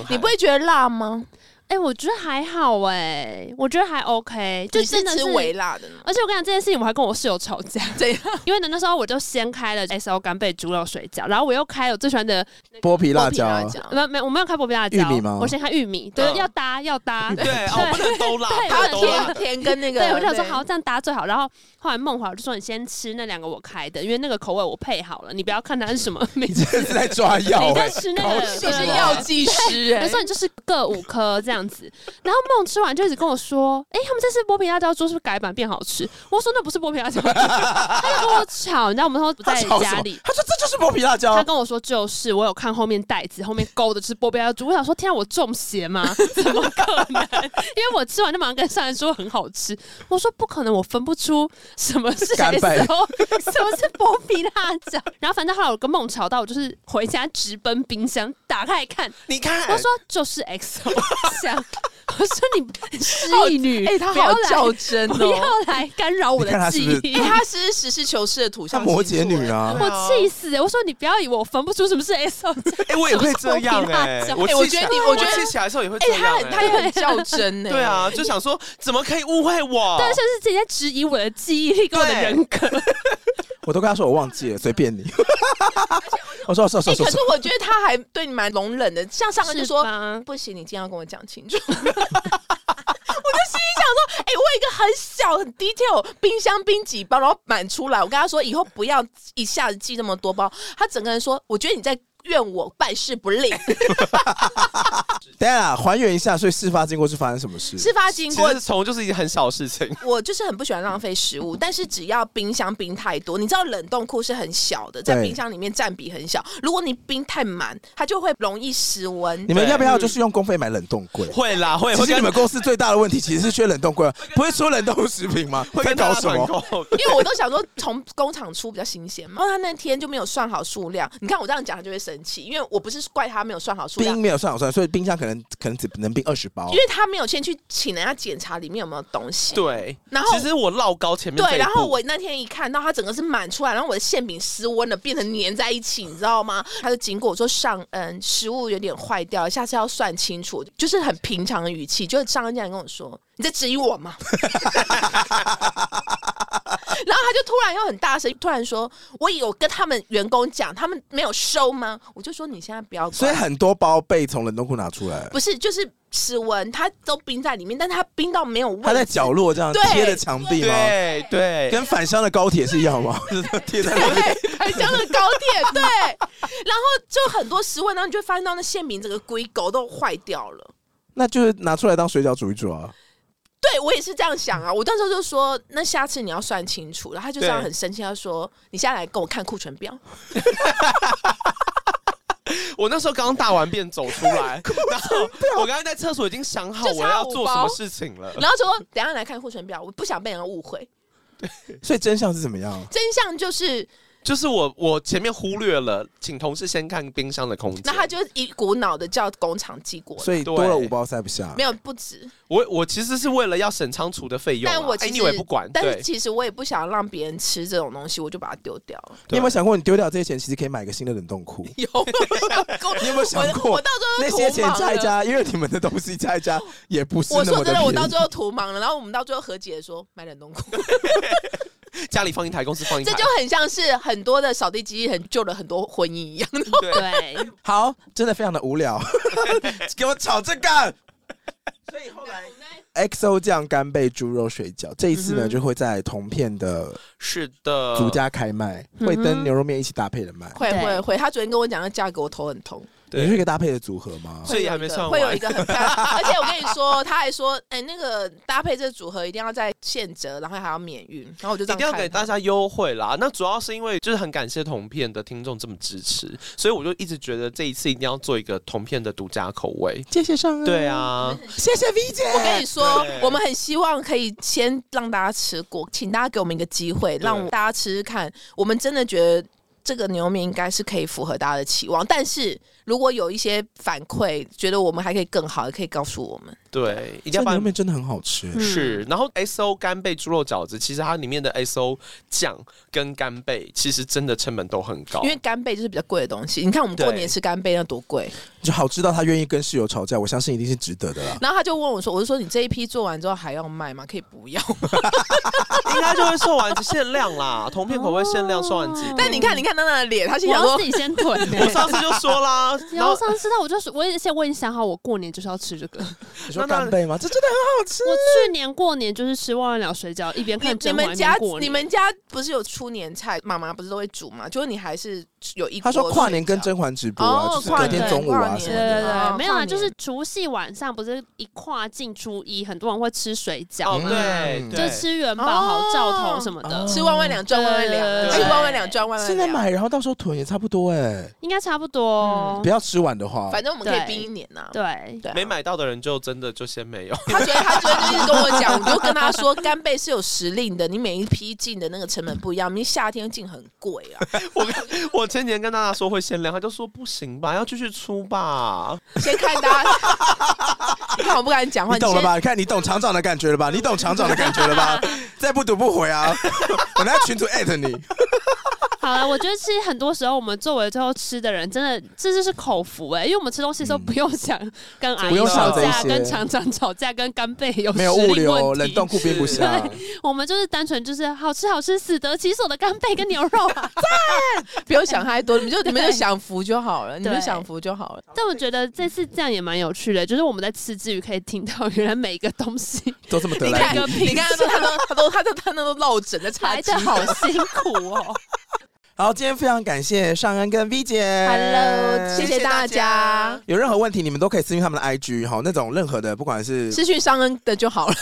S4: 你不会觉得辣吗？
S2: 哎我觉得还好哎、我觉得还 OK，就
S4: 你是
S2: 真的
S4: 吃
S2: 是。
S4: 微辣的呢？
S2: 而且我跟你讲这件事情，我还跟我室友吵架，
S4: 怎样？
S2: 因为呢那时候我就先开了 S O 干贝猪肉水饺，然后我又开我最喜欢的，呃
S1: 剥皮辣椒 <laughs> 啊，
S2: 没没我没有开薄皮辣椒，
S1: 玉米吗
S2: 我先开玉米，对，
S3: 嗯
S2: 要搭要搭，
S3: 对，哦，不能都辣，
S2: 对
S3: 不
S4: 它
S3: 能
S4: 的
S3: 都辣
S4: 甜。甜跟那个，
S2: 对，我就想说好，这样搭最好。然后后来梦华就说：“你先吃那两个我开的，因为那个口味我配好了，你不要看它是什么名
S1: 你 <laughs>
S2: 字，
S1: 真的是在抓药
S2: 你
S1: 哎、
S2: 在吃那
S1: 搞
S2: 个
S1: 什啊
S4: 你
S2: 对啊
S4: 是
S2: 对
S4: 药
S2: 对
S4: 剂师
S2: 我
S4: 哎
S2: 说，你就是各五颗这样子，然后梦吃完就一直跟我说：“哎、他们这次剥皮辣椒猪是不是改版变好吃？”我说：“那不是剥皮辣椒猪。” <laughs> 他就跟我吵，你知道我们说不
S1: 他
S2: 在
S1: 吵什
S2: 家
S1: 么
S2: 里？。
S1: 他说这就是剥皮辣椒
S2: 他。跟我说就是，我有看后面袋子，后面勾的是波比辣椒猪。我想说，天啊，我中邪吗？ <laughs> 怎么可能？因为我吃完就马上跟上人说很好吃，我说不可能，我分不出什么是
S1: 干
S2: S
S1: 贝
S2: O，什 <laughs> 么是波比辣椒。然后反正后来我跟梦吵到，我就是回家直奔冰箱打开来看，
S3: 你
S1: 哎
S3: 看，
S2: 我说就是 X O 香。 <laughs> 我说你你失忆女，
S4: 哎，他
S2: 不要
S4: 好
S2: 来
S4: 较真
S2: 不要
S4: 哦。
S2: 来干扰我
S1: 你看他
S2: 的
S1: 是
S2: 记
S1: 不是
S2: 忆。
S4: 哎，他是实事求是的土
S1: 像
S4: 象
S1: 摩
S4: 星
S1: 羯
S4: 座
S1: 女。啊，
S2: 我气死、我说你不要以为我分不出什么是 S O 酱。
S3: 哎，我也会这样哎，
S2: 我
S4: 哎
S3: 我
S4: 我
S3: 气
S4: 觉
S3: 起来
S4: 得你我觉得
S3: 气起来的时候也会这
S4: 哎，
S3: 样
S4: 他很他也
S3: 哎。
S4: 很较
S1: <laughs>
S4: 真哎。
S3: 对，啊，就想说怎么可以误会我？
S2: 但是是自己在质疑我的记忆力跟我的
S3: 对
S2: 人格。 <laughs>
S1: 我都跟他说我忘记了，随便你。 <laughs> 我说我说我说
S4: 哎，
S1: 我说我
S4: 可是
S1: 说，
S4: 我觉得他还对你蛮容忍的，像上个就是说
S2: 吧
S4: 不行，你今天要跟我讲清楚。 <laughs> 我就心里想说，哎、我有一个很小很 detail 冰箱冰几包，然后满出来。我跟他说，以后不要一下子寄那么多包。他整个人说，我觉得你在怨我办事不力。 <laughs>
S1: 等一下啊还原一下，所以事发经过是发生什么事？
S4: 事发经
S3: 其
S4: 过
S3: 实，从就是一件很小的事情，
S4: 我就是很不喜欢浪费食
S1: 嗯
S4: 物，但是只要冰箱冰太多，你知道冷冻库是很小的，在
S1: 对
S4: 冰箱里面占比很小。如果你冰太满，它就会容易失温
S1: 你。们要不要就是用公费买冷冻柜？
S3: 会啦，会
S1: 其
S3: 会
S1: 实你
S3: 跟
S1: 们公司最大的问题其实是缺冷冻柜，不是说冷冻食品
S4: <laughs>
S1: 吗？
S3: 会
S1: 在
S3: 跟大
S1: 搞
S3: 家
S1: 什
S3: 团
S1: 么？
S3: 购。
S4: <laughs> 因为我都想说从工厂出比较新鲜嘛，然后他哦那天就没有算好数量。你看我这样讲，他就会生气，因为我不是怪他没有算好数量
S1: 冰，没有算好算，所以冰箱可能可能只能冰二十包
S4: 因。为他没有先去请人家检查里面有没有东西。
S3: 对，
S4: 然后
S3: 其实我落高前面这
S4: 对，
S3: 一
S4: 然后
S3: 步
S4: 我那天一看到它整个是满出来，然后我的馅饼失温了，变成粘在一起，你知道吗？他就经过我说上嗯，食物有点坏掉，下次要算清楚，就是很平常的语气，就上恩这样跟我说：“你在质疑我吗？” <laughs> 然后他就突然又很大声，突然说：“我有跟他们员工讲，他们没有收吗？”我就说：“你现在不要管。”
S1: 所以很多包被从冷冻库拿出来，
S4: 不是就是失温，它都冰在里面，但它冰到没有温，
S1: 它在角落这样
S4: 对
S1: 贴着墙壁吗？
S3: 对对，
S1: 跟返乡的高铁是一
S4: <laughs>
S1: 样吗？贴在那边。
S4: 对，很像的高铁，对。然后就很多失温，然后你就会发现到那馅饼整个龟狗都坏掉了。
S1: 那就是拿出来当水饺煮一煮啊！
S4: 对我也是这样想啊，我当时候就说，那下次你要算清楚。然后他就这样
S3: 对
S4: 很生气，他说：“你现在来跟我看库
S1: <laughs>
S4: 存表。
S3: 我那时候刚大完便走
S1: <laughs>
S3: 出来，然后我刚才在厕所已经想好
S4: 就差
S3: 我要做
S4: 五包
S3: 什么事情”了。
S4: 然后说：“等一下来看库存表，我不想被人家误会。
S1: 所以真相是怎么样？
S4: 真相就是
S3: 就是我我前面忽略了，请同事先看冰箱的空间。
S4: 那他就一股脑的叫工厂寄过来，
S1: 所以多了五包塞不下
S4: 没。有不止。
S3: 我我其实是为了要省仓储的费用啊、
S4: 但我其实
S3: anyway 不管，
S4: 但是
S3: 对
S4: 其实我也不想让别人吃这种东西，我就把它丢掉了。
S1: 你有没有想过，你丢掉这些钱，其实可以买个新的冷冻
S4: <laughs>
S1: 库？
S4: 有，你
S1: 你有没有想过
S4: 我我到最
S1: 那
S4: 后
S1: 些
S4: 土
S1: 钱
S4: 盲
S1: 加一
S4: 了
S1: 加，因为你们的东西加一加也不是
S4: 我
S1: 那
S4: 说
S1: 么
S4: 真
S1: 的
S4: 的，我
S1: 便
S4: 到
S1: 宜。
S4: 最后图盲了，然后我们到最后和解说买冷冻库，
S3: 家里放一台，公司放一
S4: 这
S3: 台，
S4: 就很像是很多的扫地机器人救了很多婚姻一样。
S3: 对。
S2: 对，
S1: 好，真的非常的无聊，给我吵这个。XO 酱干贝猪肉水饺，这一次呢、
S4: 嗯哼
S1: 就会在同片的
S3: 是的，
S1: 独家开卖，
S2: 嗯哼
S1: 会跟牛肉面一起搭配的卖。
S4: 会
S2: 对
S4: 会会，他昨天跟我讲的价格，我头很痛。
S1: 你是一
S3: 对，
S1: 个搭配的组合吗？
S3: <laughs> 所以还没算
S4: 会有
S3: 完
S4: 一。个
S3: <laughs>
S4: 很漂亮，而且我跟你说，他还说，哎、那个搭配这组合一定要在现折，然后还要免运，然后我就这
S3: 一
S4: 样
S3: 定要给
S4: 看
S3: 大家优惠啦！那主要是因为就是很感谢同片的听众这么支持，所以我就一直觉得这一次一定要做一个同片的独家口味。
S1: 谢谢上恩，
S3: 对，啊，
S1: 谢谢 V 姐。
S4: 我跟你说
S3: 对，
S4: 我们很希望可以先让大家吃过，请大家给我们一个机会，
S3: 对
S4: 让我们大家吃吃看。我们真的觉得这个牛肉面应该是可以符合大家的期望，但是如果有一些反馈，觉得我们还可以更好，也可以告诉我们。
S1: <laughs>
S3: 对，一定
S1: 这
S3: 要
S1: 牛
S3: 把
S1: 肉面真的很好吃。
S2: 嗯
S3: 是，然后 S O 干贝猪肉饺子，其实它里面的 S O 酱跟干贝，其实真的成本都很高，
S4: 因为干贝就是比较贵的东西，你看我们过
S3: 对
S4: 年吃干贝那多贵。
S1: 就好知道他愿意跟室友吵架，我相信一定是值得的啦。
S4: 然后他就问我说：“我就说你这一批做完之后还要卖吗？可以不要吗？
S3: 应该就会售完限量啦，同片口味限量售完几
S2: 哦
S3: 瓶。
S4: 但你看，你看他 <laughs> 那个脸，他心
S2: 我
S4: 想
S2: 要
S4: 说
S2: 自己先囤、
S3: 我
S2: 欸。
S3: 上次就说啦，然
S2: 然后
S3: 后
S2: 上次那我就是，我也而且我已经想好，我过年就是要吃这 <laughs> 个。我
S1: 你说
S3: 那
S1: 干贝吗？这真的很好吃。
S2: 去年过年就是吃万万了水饺，一边
S4: 你
S2: 看
S4: 你
S2: 甄嬛
S4: 们
S2: 一
S4: 家
S2: 边过
S4: 你
S2: 年。
S4: 们家不是有出年菜，妈妈不是都会煮吗？就是你还是有一
S1: 他说
S4: 锅
S1: 跨年跟
S4: 水饺
S1: 甄嬛直播啊，
S4: 哦
S1: 就是隔天中午
S4: 跨
S1: 啊
S4: 年
S1: 什
S2: 对
S1: 么
S2: 对
S1: 的。
S2: 对，
S4: 哦
S2: 没有
S4: 跨
S2: 啊，
S4: 年
S2: 就是除夕晚上不是一跨进初一，很多人会吃水
S3: 哦
S2: 饺嘛，
S3: 对，
S1: 嗯
S3: 对
S2: 就吃元宝好、兆头什么的
S1: 哦，
S4: 吃万万两赚万万
S2: 对
S4: 两，啊
S3: 对
S4: 吃
S3: 对
S4: 万万两赚万万两。啊
S1: 现在买，然后到时候囤也差不多哎，
S2: 应该差不多哦
S1: 不。要吃完的话，
S4: 反正我们可以
S2: 对
S4: 冰一年呐。
S2: 对，
S4: 对啊
S3: 没。买到的人就真的就先没有。 <laughs>
S4: 他昨天他昨天就一直跟我讲，我就跟他说，干贝是有时令的，你每一批进的那个成本不一样，你夏天进很贵啊。
S3: 我跟我前几天跟大家说会限量，他就说不行吧，要继续出吧。
S4: 先看大家，你看我不敢讲话，
S1: 你懂了
S4: 先
S1: 吧？你看你懂厂长的感觉了吧？你懂厂长的感觉了吧？再不读不回啊！我来群主艾特你。
S2: <laughs> 好了，我觉得其实很多时候我们作为最后吃的人，真的这就是口福哎、因为我们吃东西的时候
S1: 嗯
S2: 不用想跟阿
S1: 不
S2: 姨
S1: 用
S2: 吵
S1: 想这
S2: 架、
S1: 些
S2: 跟厂长吵架、跟干贝有
S1: <laughs> 没有
S2: 实力
S1: 物流，
S2: 问题
S1: 冷冻库并不下。
S2: 我们就是单纯就是好吃好吃，死得其所的干贝跟牛肉
S1: <laughs>
S2: 啊。
S4: 不用想太多，你们就你们就享福就好了，你们
S2: 对
S4: 就享福就好了。
S2: 但我觉得这次这样也蛮有趣的，就是我们在吃之余可以听到，原来每一个东西
S1: <laughs> 都这么得
S2: 你
S1: 来
S2: 看
S1: 不
S2: 个
S1: 易。
S2: 屁
S4: 你看他都他都他都他都他都落枕在茶
S2: 排
S4: 几
S2: 的，好
S1: <laughs>
S2: 辛苦哦。
S1: 好，今天非常感谢尚恩跟 V 姐。
S4: Hello，谢谢大
S3: 大家
S4: 家。
S1: 有任何问题，你们都可以私信他们的 IG 哈，那种任何的，不管是
S4: 失去伤恩的就好了。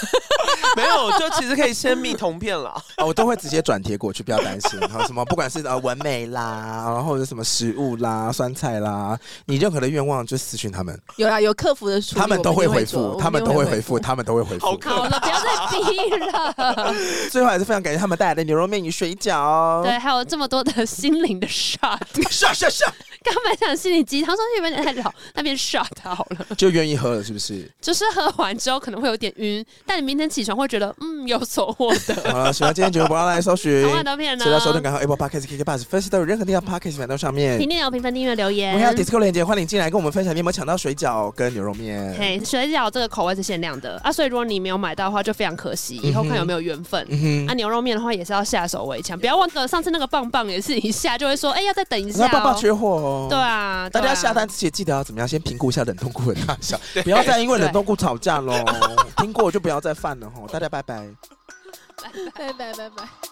S3: 没有，就其实可以先密同片啦。
S1: 哦，我都会直接转贴过去，不要担心。 <laughs> 然后什么，不管是呃纹眉啦，然后或者什么食物啦、酸菜啦，你任何的愿望就私信他们，
S4: 有啊啦，有客服的处理，
S1: 他们都会
S4: 我一
S1: 回
S4: 定做
S1: 复，他们都会回。复，
S4: 我一定
S1: 他们都会回
S3: 好
S1: 复。
S3: 可
S2: 好了，不要再逼了。
S1: 最后还是非常感谢他们带来的牛肉面与水饺。
S2: 对，还有这么多的心灵的 shot，
S1: 是是是，
S2: 刚本来想心灵鸡汤，说那边太老，那边 shot 好了。
S1: <laughs> 就愿意喝了，是不是？
S2: 就是喝完之后可能会有点晕，但你明天起床会觉得嗯有
S1: <laughs>
S2: 所获得。
S1: 好了，喜欢今天节目，不要来搜寻
S2: 好，，啊刀片呢？嗯
S1: 除了收听感和 Apple Podcast、KK 哎 Bus、分析都有任何地方 Podcast 频道上面
S2: 评。论有评分、订阅、留
S1: 我
S2: 言。
S1: 们还有 Disco 链接，欢迎进来跟我们分享你有没有抢到水饺跟牛肉面。
S2: 嘿，水饺这个口味是限量的啊，所以如果你没有买到的话，就非常可惜，以后看有没有缘分。
S1: 嗯
S2: 啊，
S1: 哼，
S2: 牛肉面的话也是要下手为强，不要忘了上次那个棒棒也是一下就会说，哎、要再等一下、
S1: 那
S2: 哦。
S1: 棒棒缺货哦。
S2: 对。啊，
S1: 大
S2: 对
S1: 家
S2: 啊
S1: 下单之前记得要怎么样？先评估一下冷冻库的大小，不要再因为冷冻库吵
S2: <laughs>
S1: 架喽。听过就不要再犯了吼。大家拜拜。
S4: 会回复拜拜拜拜。